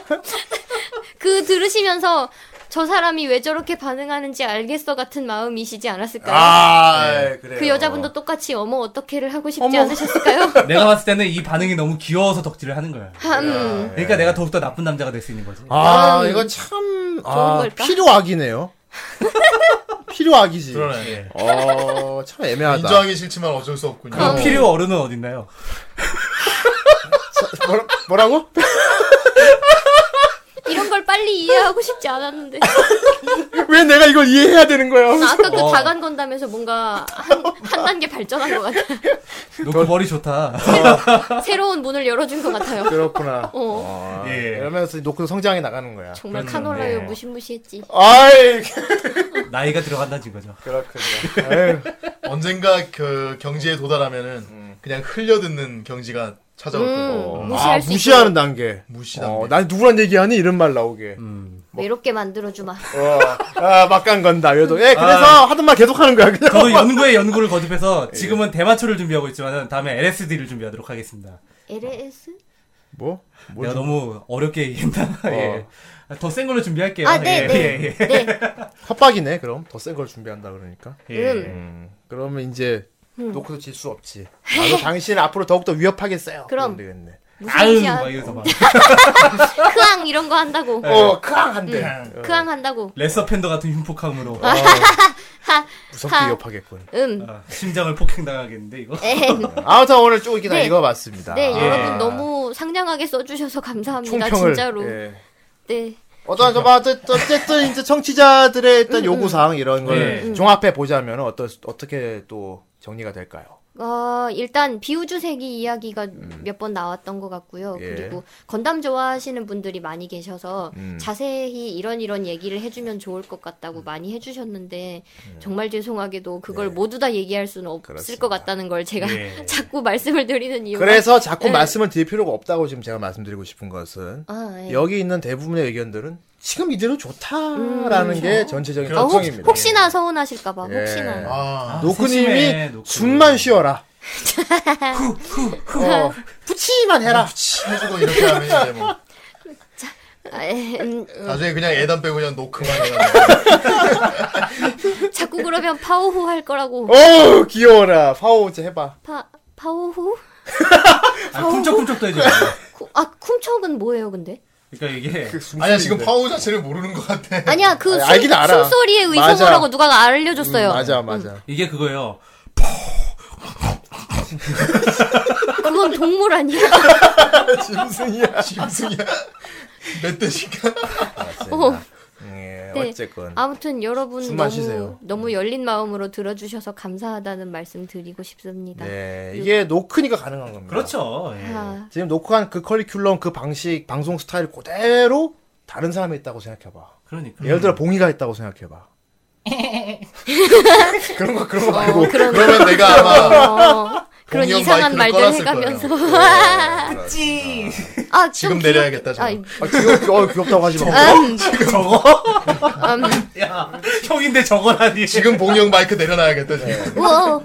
Speaker 10: 그 들으시면서 저 사람이 왜 저렇게 반응하는지 알겠어 같은 마음이시지 않았을까요?
Speaker 1: 아, 그래.
Speaker 10: 그 여자분도 똑같이 어머 어떻게를 하고 싶지 않으셨을까요?
Speaker 2: 내가 봤을 때는 이 반응이 너무 귀여워서 덕질을 하는 거야.
Speaker 10: 음.
Speaker 2: 그러니까 내가 더욱더 나쁜 남자가 될 수 있는 거지.
Speaker 1: 네.
Speaker 2: 어.
Speaker 1: 아, 이거 참 아,
Speaker 10: 걸까?
Speaker 1: 필요악이네요. 필요악이지.
Speaker 4: 그러네.
Speaker 1: 어, 참 애매하다.
Speaker 4: 인정하기 싫지만 어쩔 수 없군요.
Speaker 2: 그럼 필요 어른은 어딨나요?
Speaker 1: 뭐라, 뭐라고?
Speaker 10: 이런 걸 빨리 이해하고 싶지 않았는데
Speaker 1: 왜 내가 이걸 이해해야 되는 거야?
Speaker 10: 나 아까 그 다간 건담에서 뭔가 한, 한 단계 발전한 것 같아
Speaker 2: 놓고 그 머리 좋다.
Speaker 10: 새로운 문을 열어준 것 같아요
Speaker 1: 그렇구나. 아,
Speaker 10: 어
Speaker 2: 예.
Speaker 1: 이러면서 노크 성장해 나가는 거야.
Speaker 10: 정말
Speaker 2: 그렇네.
Speaker 10: 카놀라요
Speaker 1: 뭐.
Speaker 10: 무시무시했지
Speaker 1: 아이,
Speaker 2: 나이가 들어간다는 증거죠.
Speaker 1: 그렇군요. 에휴,
Speaker 4: 언젠가 그 경지에 도달하면은 그냥 흘려듣는 경지가 찾아올 거예요.
Speaker 10: 음,
Speaker 1: 아,
Speaker 10: 무시할 수
Speaker 1: 무시하는
Speaker 10: 있도록
Speaker 1: 단계. 음.
Speaker 4: 무시다.
Speaker 1: 어, 난 누구랑 얘기하니? 이런 말 나오게.
Speaker 10: 외롭게 만들어주마
Speaker 1: 어, 아, 막간 건다. 얘도. 예, 그래서 하던 말 계속 하는 거야, 그냥.
Speaker 2: 저도 연구에 연구를
Speaker 1: 예.
Speaker 2: 거듭해서 지금은 대마초를 준비하고 있지만 다음에 LSD를 준비하도록 하겠습니다.
Speaker 10: LS?
Speaker 1: 뭐? 뭐
Speaker 2: 내가 너무 어렵게 얘기했나? 예. 더 센 걸로 준비할게요.
Speaker 10: 아, 네,
Speaker 2: 예,
Speaker 10: 네.
Speaker 2: 예, 예.
Speaker 10: 네
Speaker 1: 협박이네, 그럼. 더 센 걸 준비한다, 그러니까.
Speaker 2: 예.
Speaker 10: 음.
Speaker 1: 그러면 이제 노크도 질 수 없지. 나도 당신을 앞으로 더욱더 위협하겠어요.
Speaker 10: 그럼.
Speaker 1: 되겠네.
Speaker 2: 아응!
Speaker 10: 무시무시한
Speaker 2: 막 이러면서 막.
Speaker 10: 크앙 이런 거 한다고
Speaker 1: 어, 크랑한데.
Speaker 10: 크앙 한다고
Speaker 2: 레서 팬더 같은 흉폭함으로
Speaker 1: 어.
Speaker 10: 아.
Speaker 1: 무섭게
Speaker 10: 하.
Speaker 1: 위협하겠군.
Speaker 10: 음
Speaker 2: 아, 심장을 폭행당하겠는데, 이거?
Speaker 10: 에헴.
Speaker 1: 아무튼 오늘 쭉 이렇게 다
Speaker 10: 네.
Speaker 1: 읽어봤습니다.
Speaker 10: 네
Speaker 1: 아,
Speaker 10: 여러분 너무 상냥하게 써주셔서 감사합니다
Speaker 1: 총평을.
Speaker 10: 진짜로
Speaker 1: 예.
Speaker 10: 네
Speaker 1: 어떤 아, 저 어쨌든 이제 청취자들의 일단 요구 사항 이런 걸
Speaker 2: 음,
Speaker 10: 음.
Speaker 2: 네.
Speaker 1: 종합해 보자면 어떤 어떻게 또 정리가 될까요?
Speaker 10: 어, 일단 비우주세기 이야기가 몇 번 나왔던 것 같고요.
Speaker 1: 음. 예.
Speaker 10: 그리고 건담 좋아하시는 분들이 많이 계셔서
Speaker 1: 음.
Speaker 10: 자세히 이런 이런 얘기를 해주면 좋을 것 같다고 많이 해주셨는데 정말 죄송하게도 그걸 모두 다 얘기할 수는
Speaker 1: 음.
Speaker 10: 없을
Speaker 1: 네. 그렇습니다.
Speaker 10: 것 같다는 걸 제가
Speaker 2: 예.
Speaker 10: 자꾸 말씀을 드리는 이유가
Speaker 1: 그래서 자꾸
Speaker 10: 네.
Speaker 1: 말씀을 드릴 필요가 없다고 지금 제가 말씀드리고 싶은 것은
Speaker 10: 아, 예.
Speaker 1: 여기 있는 대부분의 의견들은 지금 이대로 좋다라는 게 전체적인
Speaker 10: 아, 음. 혹,
Speaker 1: 특성입니다.
Speaker 10: 혹시나 서운하실까봐
Speaker 1: 예.
Speaker 10: 혹시나
Speaker 4: 아,
Speaker 1: 노크님이
Speaker 2: 세심해, 노크.
Speaker 1: 숨만 쉬어라.
Speaker 2: 후후후
Speaker 1: 어, 푸치만 해라.
Speaker 4: 해주고 이렇게 하면 이제 뭐
Speaker 10: 아, 예, 음,
Speaker 4: 나중에 그냥 애단 빼고 그냥 노크만 해가지고
Speaker 10: 자꾸 그러면 파오후 할 거라고
Speaker 1: 어우 귀여워라. 파오 이제 해봐.
Speaker 10: 파 파오후
Speaker 2: 아, 쿵쩍쿵쩍도 해줘야 돼.
Speaker 10: 쿵- 아 쿵척은 뭐예요 근데
Speaker 2: 그러니까 이게
Speaker 4: 아니야 지금 파워 자체를 모르는 것 같아.
Speaker 10: 아니야 그
Speaker 1: 아니,
Speaker 10: 숨,
Speaker 1: 알긴 알아.
Speaker 10: 숨소리의
Speaker 1: 맞아.
Speaker 10: 의성어라고 누가 알려줬어요.
Speaker 1: 맞아 맞아.
Speaker 2: 이게 그거예요.
Speaker 10: 그건 동물 아니야.
Speaker 4: 짐승이야 짐승이야. 멧돼지가
Speaker 10: 어.
Speaker 1: 네. 예,
Speaker 10: 네.
Speaker 1: 어쨌건
Speaker 10: 아무튼 여러분
Speaker 1: 숨만
Speaker 10: 너무
Speaker 1: 쉬세요.
Speaker 10: 너무 열린 마음으로 들어주셔서 감사하다는 말씀 드리고 싶습니다.
Speaker 1: 네 이게 노크니까 가능한 겁니다.
Speaker 2: 그렇죠. 예.
Speaker 10: 아,
Speaker 1: 지금 녹화한 그 커리큘럼 그 방식 방송 스타일 그대로 다른 사람이 있다고 생각해봐.
Speaker 2: 그러니까.
Speaker 1: 예를 들어 봉이가 있다고 생각해봐. 그런 거 그런 거 말고
Speaker 10: 어, 그런
Speaker 4: 그러면 내가 아마
Speaker 10: 어, 그런
Speaker 4: 공연
Speaker 10: 이상한
Speaker 4: 마이크를
Speaker 10: 말들
Speaker 4: 꺼놨을
Speaker 10: 해가면서 아, 좀
Speaker 4: 지금
Speaker 10: 귀엽-
Speaker 4: 내려야겠다.
Speaker 10: 아,
Speaker 4: 저는.
Speaker 1: 네. 아, 귀엽, 어, 귀엽다고 하지 마.
Speaker 10: 음,
Speaker 2: 저거?
Speaker 10: 음,
Speaker 2: 뭐, 야, 형인데 저거라니.
Speaker 4: 지금 봉영 마이크 내려놔야겠다. 지금.
Speaker 10: 우와.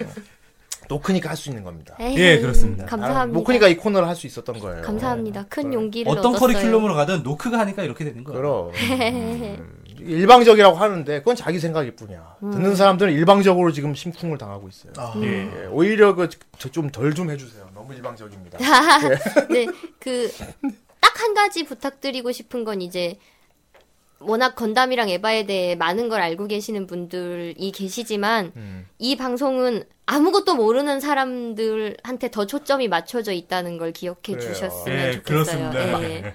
Speaker 1: 노크니까 할 수 있는 겁니다. 아,
Speaker 10: 에이,
Speaker 2: 예, 그렇습니다.
Speaker 10: 네, 감사합니다.
Speaker 1: 노크니까 이 코너를 할 수 있었던 거예요.
Speaker 10: 감사합니다. 큰 용기를
Speaker 2: 어떤
Speaker 10: 얻었어요. 네.
Speaker 2: 커리큘럼으로 가든 노크가 하니까 이렇게 되는 거야.
Speaker 1: 그럼 음, 일방적이라고 하는데 그건 자기 생각일 뿐이야. 듣는 사람들은 일방적으로 지금 심쿵을 당하고 있어요.
Speaker 2: 아.
Speaker 1: 예, 오히려 그 좀 덜 좀 해주세요. 너무 일방적입니다.
Speaker 10: 네, 그, 딱 한 가지 부탁드리고 싶은 건 이제, 워낙 건담이랑 에바에 대해 많은 걸 알고 계시는 분들이 계시지만, 이 방송은 아무것도 모르는 사람들한테 더 초점이 맞춰져 있다는 걸 기억해 주셨으면
Speaker 2: 예,
Speaker 10: 좋겠어요.
Speaker 2: 그렇습니다.
Speaker 10: 예, 예.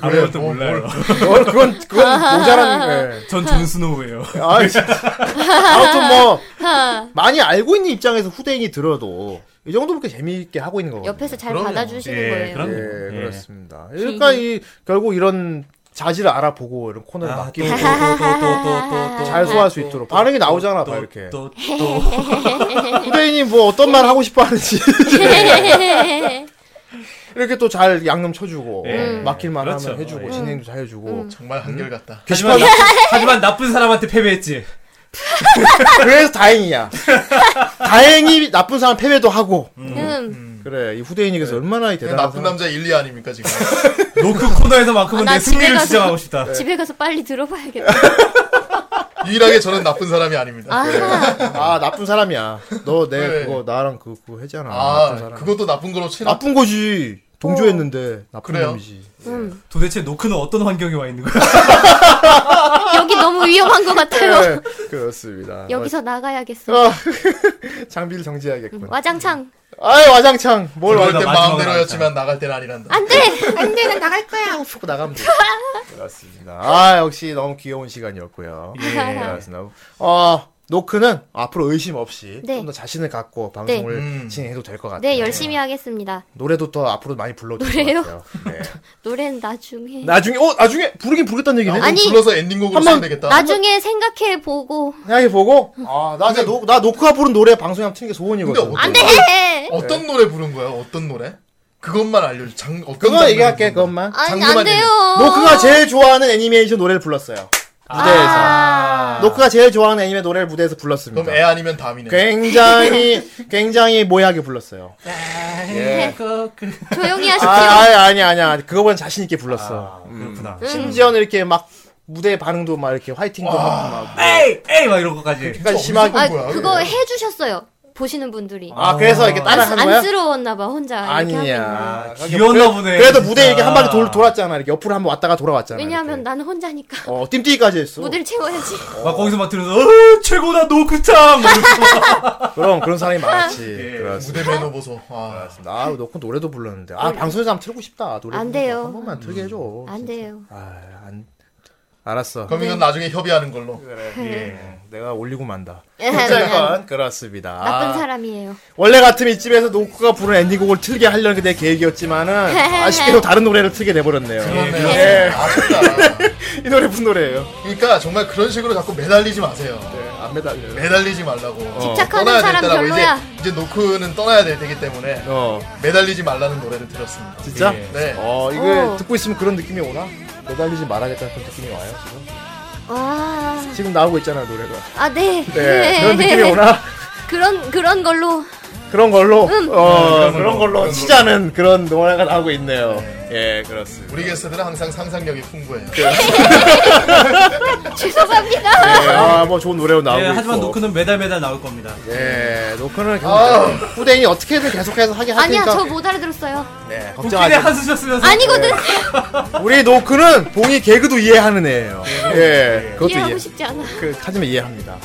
Speaker 2: 아무것도 몰라요.
Speaker 1: 어, 그건 그건 그건 모자란. 예. 아,
Speaker 2: 전
Speaker 10: 아.
Speaker 2: 존스노우예요.
Speaker 1: 아이, 진짜. 아무튼 뭐 많이 알고 있는 입장에서 후대인이 들어도 이 정도면 꽤 재미있게 하고 있는 거거든요.
Speaker 10: 옆에서 잘
Speaker 12: 그럼요.
Speaker 10: 받아주시는
Speaker 12: 예,
Speaker 10: 거예요.
Speaker 1: 예,
Speaker 12: 그럼요. 예.
Speaker 1: 그렇습니다. 그러니까 이 결국 이런 자질을 알아보고 이런 코너를
Speaker 2: 아,
Speaker 1: 맡기고
Speaker 2: 또, 또, 또, 또, 또, 또, 또,
Speaker 1: 네, 잘
Speaker 2: 또,
Speaker 1: 소화할 수
Speaker 2: 또,
Speaker 1: 있도록
Speaker 2: 또,
Speaker 1: 반응이
Speaker 2: 또,
Speaker 1: 나오잖아,
Speaker 2: 또,
Speaker 1: 봐, 이렇게.
Speaker 2: 또, 또.
Speaker 1: 후대인이 뭐 어떤 말 하고 싶어 하는지 이렇게 또 잘 양념 쳐주고
Speaker 2: 예.
Speaker 1: 맡길만
Speaker 2: 그렇죠.
Speaker 1: 하면 해주고
Speaker 2: 예.
Speaker 1: 진행도 잘 해주고
Speaker 4: 정말 한결같다.
Speaker 2: 하지만, 하지만 나쁜 사람한테 패배했지.
Speaker 1: 그래서 다행이야. 다행히 나쁜 사람 패배도 하고
Speaker 10: 음.
Speaker 1: 그래 이
Speaker 2: 네.
Speaker 1: 후대인에게서 얼마나 이 대단한
Speaker 4: 네, 나쁜
Speaker 1: 사람.
Speaker 4: 남자 1, 2 아닙니까 지금?
Speaker 2: 노크 코너에서만큼은
Speaker 10: 아, 나
Speaker 2: 내 승리를
Speaker 10: 집에 가서-
Speaker 2: 지정하고 싶다.
Speaker 1: 네.
Speaker 10: 집에 가서 빨리 들어봐야겠다.
Speaker 4: 유일하게 저는 나쁜 사람이 아닙니다.
Speaker 10: 아,
Speaker 1: 아 나쁜 사람이야. 너 내
Speaker 4: 네.
Speaker 1: 그거 나랑 그- 그거 해잖아.
Speaker 4: 아,
Speaker 1: 나쁜 사람.
Speaker 4: 그것도 나쁜 거로 치나? 어.
Speaker 1: 나쁜 거지. 동조했는데 나쁜
Speaker 4: 그래요?
Speaker 1: 놈이지.
Speaker 10: 음.
Speaker 2: 도대체 노크는 어떤 환경에 와 있는 거야?
Speaker 10: 여기 너무 위험한 것 같아요.
Speaker 1: 네, 그렇습니다.
Speaker 10: 여기서 나가야겠어.
Speaker 1: 아, 장비를 정지해야겠군.
Speaker 10: 와장창.
Speaker 1: 아이 와장창 뭘
Speaker 4: 들어올
Speaker 1: 와장
Speaker 4: 땐
Speaker 2: 마지막으로
Speaker 4: 마음대로였지만 나갈 때는 아니란다.
Speaker 10: 안 돼! 안 돼! 난 나갈 거야!
Speaker 1: 푸고 나가면 돼. 그렇습니다. 아 역시 너무 귀여운 시간이었고요.
Speaker 10: 예.
Speaker 1: 그렇습니다. 어 노크는 앞으로 의심 없이
Speaker 10: 네.
Speaker 1: 좀 더 자신을 갖고 방송을
Speaker 4: 음.
Speaker 1: 진행해도 될 것 같아요.
Speaker 10: 네, 열심히 하겠습니다.
Speaker 1: 노래도 더 앞으로 많이 불러도 될
Speaker 10: 노래요?
Speaker 1: 것 같아요. 네.
Speaker 10: 노래는 나중에.
Speaker 1: 나중에 어 나중에 부르긴 부르겠다는 얘기네.
Speaker 10: 아니,
Speaker 4: 어, 불러서 엔딩곡으로
Speaker 1: 한번
Speaker 4: 쓰면 되겠다.
Speaker 10: 나중에 생각해보고.
Speaker 1: 생각해 보고 아나 이제 노, 나 노크가 부른 노래 방송에 한번 트는 게 소원이거든.
Speaker 4: 음. 근데
Speaker 10: 안 돼!
Speaker 4: 어떤 노래 부른 거야? 어떤 노래? 그것만 알려줘. 장, 어떤
Speaker 1: 그거
Speaker 4: 장르를
Speaker 1: 얘기할게
Speaker 4: 부른 거야?
Speaker 1: 그것만.
Speaker 10: 아니,
Speaker 4: 장르만
Speaker 10: 안 돼요!
Speaker 1: 노크가 제일 좋아하는 애니메이션 노래를 불렀어요.
Speaker 4: 아.
Speaker 1: 무대에서. 노크가 제일 좋아하는 애니메 노래를 무대에서 불렀습니다.
Speaker 4: 그럼 애 아니면 담이네.
Speaker 1: 굉장히 굉장히 모하게 불렀어요. 예.
Speaker 10: 조용히
Speaker 1: 아,
Speaker 10: 하십시오.
Speaker 1: 아 아니 아니 아니 그거보다 자신 있게
Speaker 10: 아,
Speaker 1: 불렀어.
Speaker 2: 그렇구나.
Speaker 1: 심지어는 이렇게 막 무대 반응도 막 이렇게 화이팅도 막
Speaker 10: 예.
Speaker 2: 에이! 에이! 막 이런 것까지.
Speaker 1: 약간 심하게.
Speaker 10: 아,
Speaker 4: 뭐야,
Speaker 10: 그거
Speaker 4: 그게.
Speaker 10: 해주셨어요. 보시는 분들이.
Speaker 1: 아 그래서 이렇게 따라한
Speaker 10: 안,
Speaker 1: 거야?
Speaker 10: 안쓰러웠나봐, 혼자. 이렇게 하고 있는 거.
Speaker 1: 아니야.
Speaker 2: 아, 귀엽나 보네.
Speaker 1: 그러니까 그래도
Speaker 2: 진짜.
Speaker 1: 무대 이렇게 한 바퀴 돌, 돌았잖아. 이렇게 옆으로 한번 왔다가 돌아왔잖아.
Speaker 10: 왜냐하면
Speaker 1: 이렇게.
Speaker 10: 나는 혼자니까.
Speaker 1: 어 띨띠기까지 했어.
Speaker 10: 무대를
Speaker 1: 아,
Speaker 10: 채워야지.
Speaker 2: 막 거기서 막 들으면서, 어, 최고다, 노크참! 막 이러면서.
Speaker 1: 그럼 그런 사람이 많았지. 그렇습니다.
Speaker 4: 무대 매너 보소. 아,
Speaker 1: 아 놓고 노래도 불렀는데 아 방송에서 한번 틀고 싶다. 노래
Speaker 10: 음. 안 돼요.
Speaker 1: 한 번만 틀게 해줘.
Speaker 10: 안 돼요.
Speaker 1: 아안 알았어.
Speaker 4: 그럼 이건 나중에 협의하는 걸로.
Speaker 1: 내가 올리고 만다.
Speaker 10: 예, 네. 나쁜
Speaker 1: 어쨌건 그렇습니다.
Speaker 10: 사람이에요.
Speaker 1: 원래 같으면 이쯤에서 노크가 부른 엔딩곡을 틀게 하려는 게 내 계획이었지만은 아쉽게도 다른 노래를 틀게 돼버렸네요.
Speaker 4: 예. 아쉽다.
Speaker 1: 이 노래 무슨 노래예요?
Speaker 4: 그러니까 정말 그런 식으로 자꾸 매달리지 마세요.
Speaker 1: 네, 안 매달려요.
Speaker 4: 매달리지 말라고.
Speaker 10: 집착하는
Speaker 4: 떠나야 될
Speaker 10: 사람
Speaker 4: 때라고.
Speaker 10: 별로야.
Speaker 4: 이제, 이제 노크는 떠나야 돼- 되기 때문에
Speaker 1: 어
Speaker 4: 매달리지 말라는 노래를 들었습니다.
Speaker 1: 진짜?
Speaker 4: 네.
Speaker 1: 어 이거
Speaker 10: 어.
Speaker 1: 듣고 있으면 그런 느낌이 오나? 매달리지 말아야겠다는 그런 느낌이 와요 지금.
Speaker 10: 아,
Speaker 1: 지금 나오고 있잖아요 노래가.
Speaker 10: 아 네.
Speaker 1: 네 그런 느낌이 오나?
Speaker 10: 그런 그런 걸로
Speaker 1: 그런 걸로 어
Speaker 4: 음, 그런 걸로,
Speaker 1: 그런
Speaker 4: 그런
Speaker 1: 걸로
Speaker 4: 걸로.
Speaker 1: 치자는 그런 노래가 나오고 있네요. 예 그렇습니다.
Speaker 4: 우리 게스트들은 항상 상상력이 풍부해요.
Speaker 10: 죄송합니다.
Speaker 1: 네, 예, 아뭐 좋은 네, 노래로 나오고
Speaker 2: 예, 하지만
Speaker 1: 있고.
Speaker 2: 노크는 매달 매달 나올 겁니다.
Speaker 1: 예 노크는 계속
Speaker 4: 아.
Speaker 1: 후대인이 어떻게든 계속해서 하게 할
Speaker 10: 아니야,
Speaker 1: 테니까.
Speaker 10: 저 못 알아들었어요.
Speaker 1: 네,
Speaker 2: 도끼에
Speaker 1: 걱정하지 마.
Speaker 2: 한숨 쉬었으면서.
Speaker 10: 아니거든. 그-
Speaker 1: 우리 노크는 봉이 개그도 이해하는 애예요. 예, 그것도 이해.
Speaker 10: 이해하고 싶지 않아.
Speaker 1: 그, 하지만 이해합니다.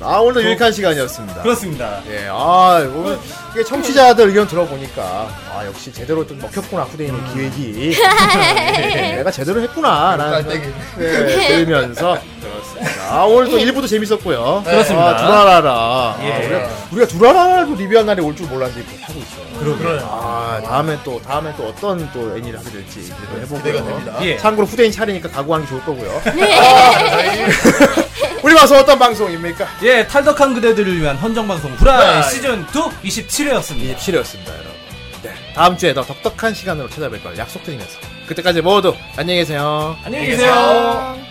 Speaker 1: 아 오늘도 유익한 시간이었습니다.
Speaker 2: 그렇습니다.
Speaker 1: 예, 아 오늘 이게 청취자들 의견 들어보니까 아 역시 제대로 좀 먹혔구나 후대인의 기획이. 예, 내가 제대로 했구나라는 생각이
Speaker 4: 깔때기.
Speaker 1: 그러니까 네, 들면서 그렇습니다. 아 오늘 또 일부도 재밌었고요.
Speaker 2: 그렇습니다.
Speaker 1: 아, 두라라라.
Speaker 2: 예.
Speaker 1: 아, 우리가, 우리가 두라라라도 리뷰한 날이 올 줄 몰랐는데 이렇게 하고 있어요.
Speaker 4: 그러네요.
Speaker 1: 아 다음에 또 다음에 또 어떤 또 애니를 하게 될지 기대도
Speaker 4: 기대가
Speaker 1: 해보고요.
Speaker 4: 됩니다.
Speaker 2: 예.
Speaker 1: 아, 참고로 후대인 차례니까 각오하기 좋을 거고요. 아, 우리 와서 어떤 방송입니까?
Speaker 2: 예, 탈덕한 그대들을 위한 헌정방송 후라이 예.
Speaker 4: 후라이.
Speaker 2: 시즌 2 27회였습니다.
Speaker 1: 27회였습니다, 여러분. 네, 다음 주에 더 덕덕한 시간으로 찾아뵐 걸 약속드리면서 그때까지 모두 안녕히 계세요.
Speaker 2: 안녕히 계세요.
Speaker 7: 그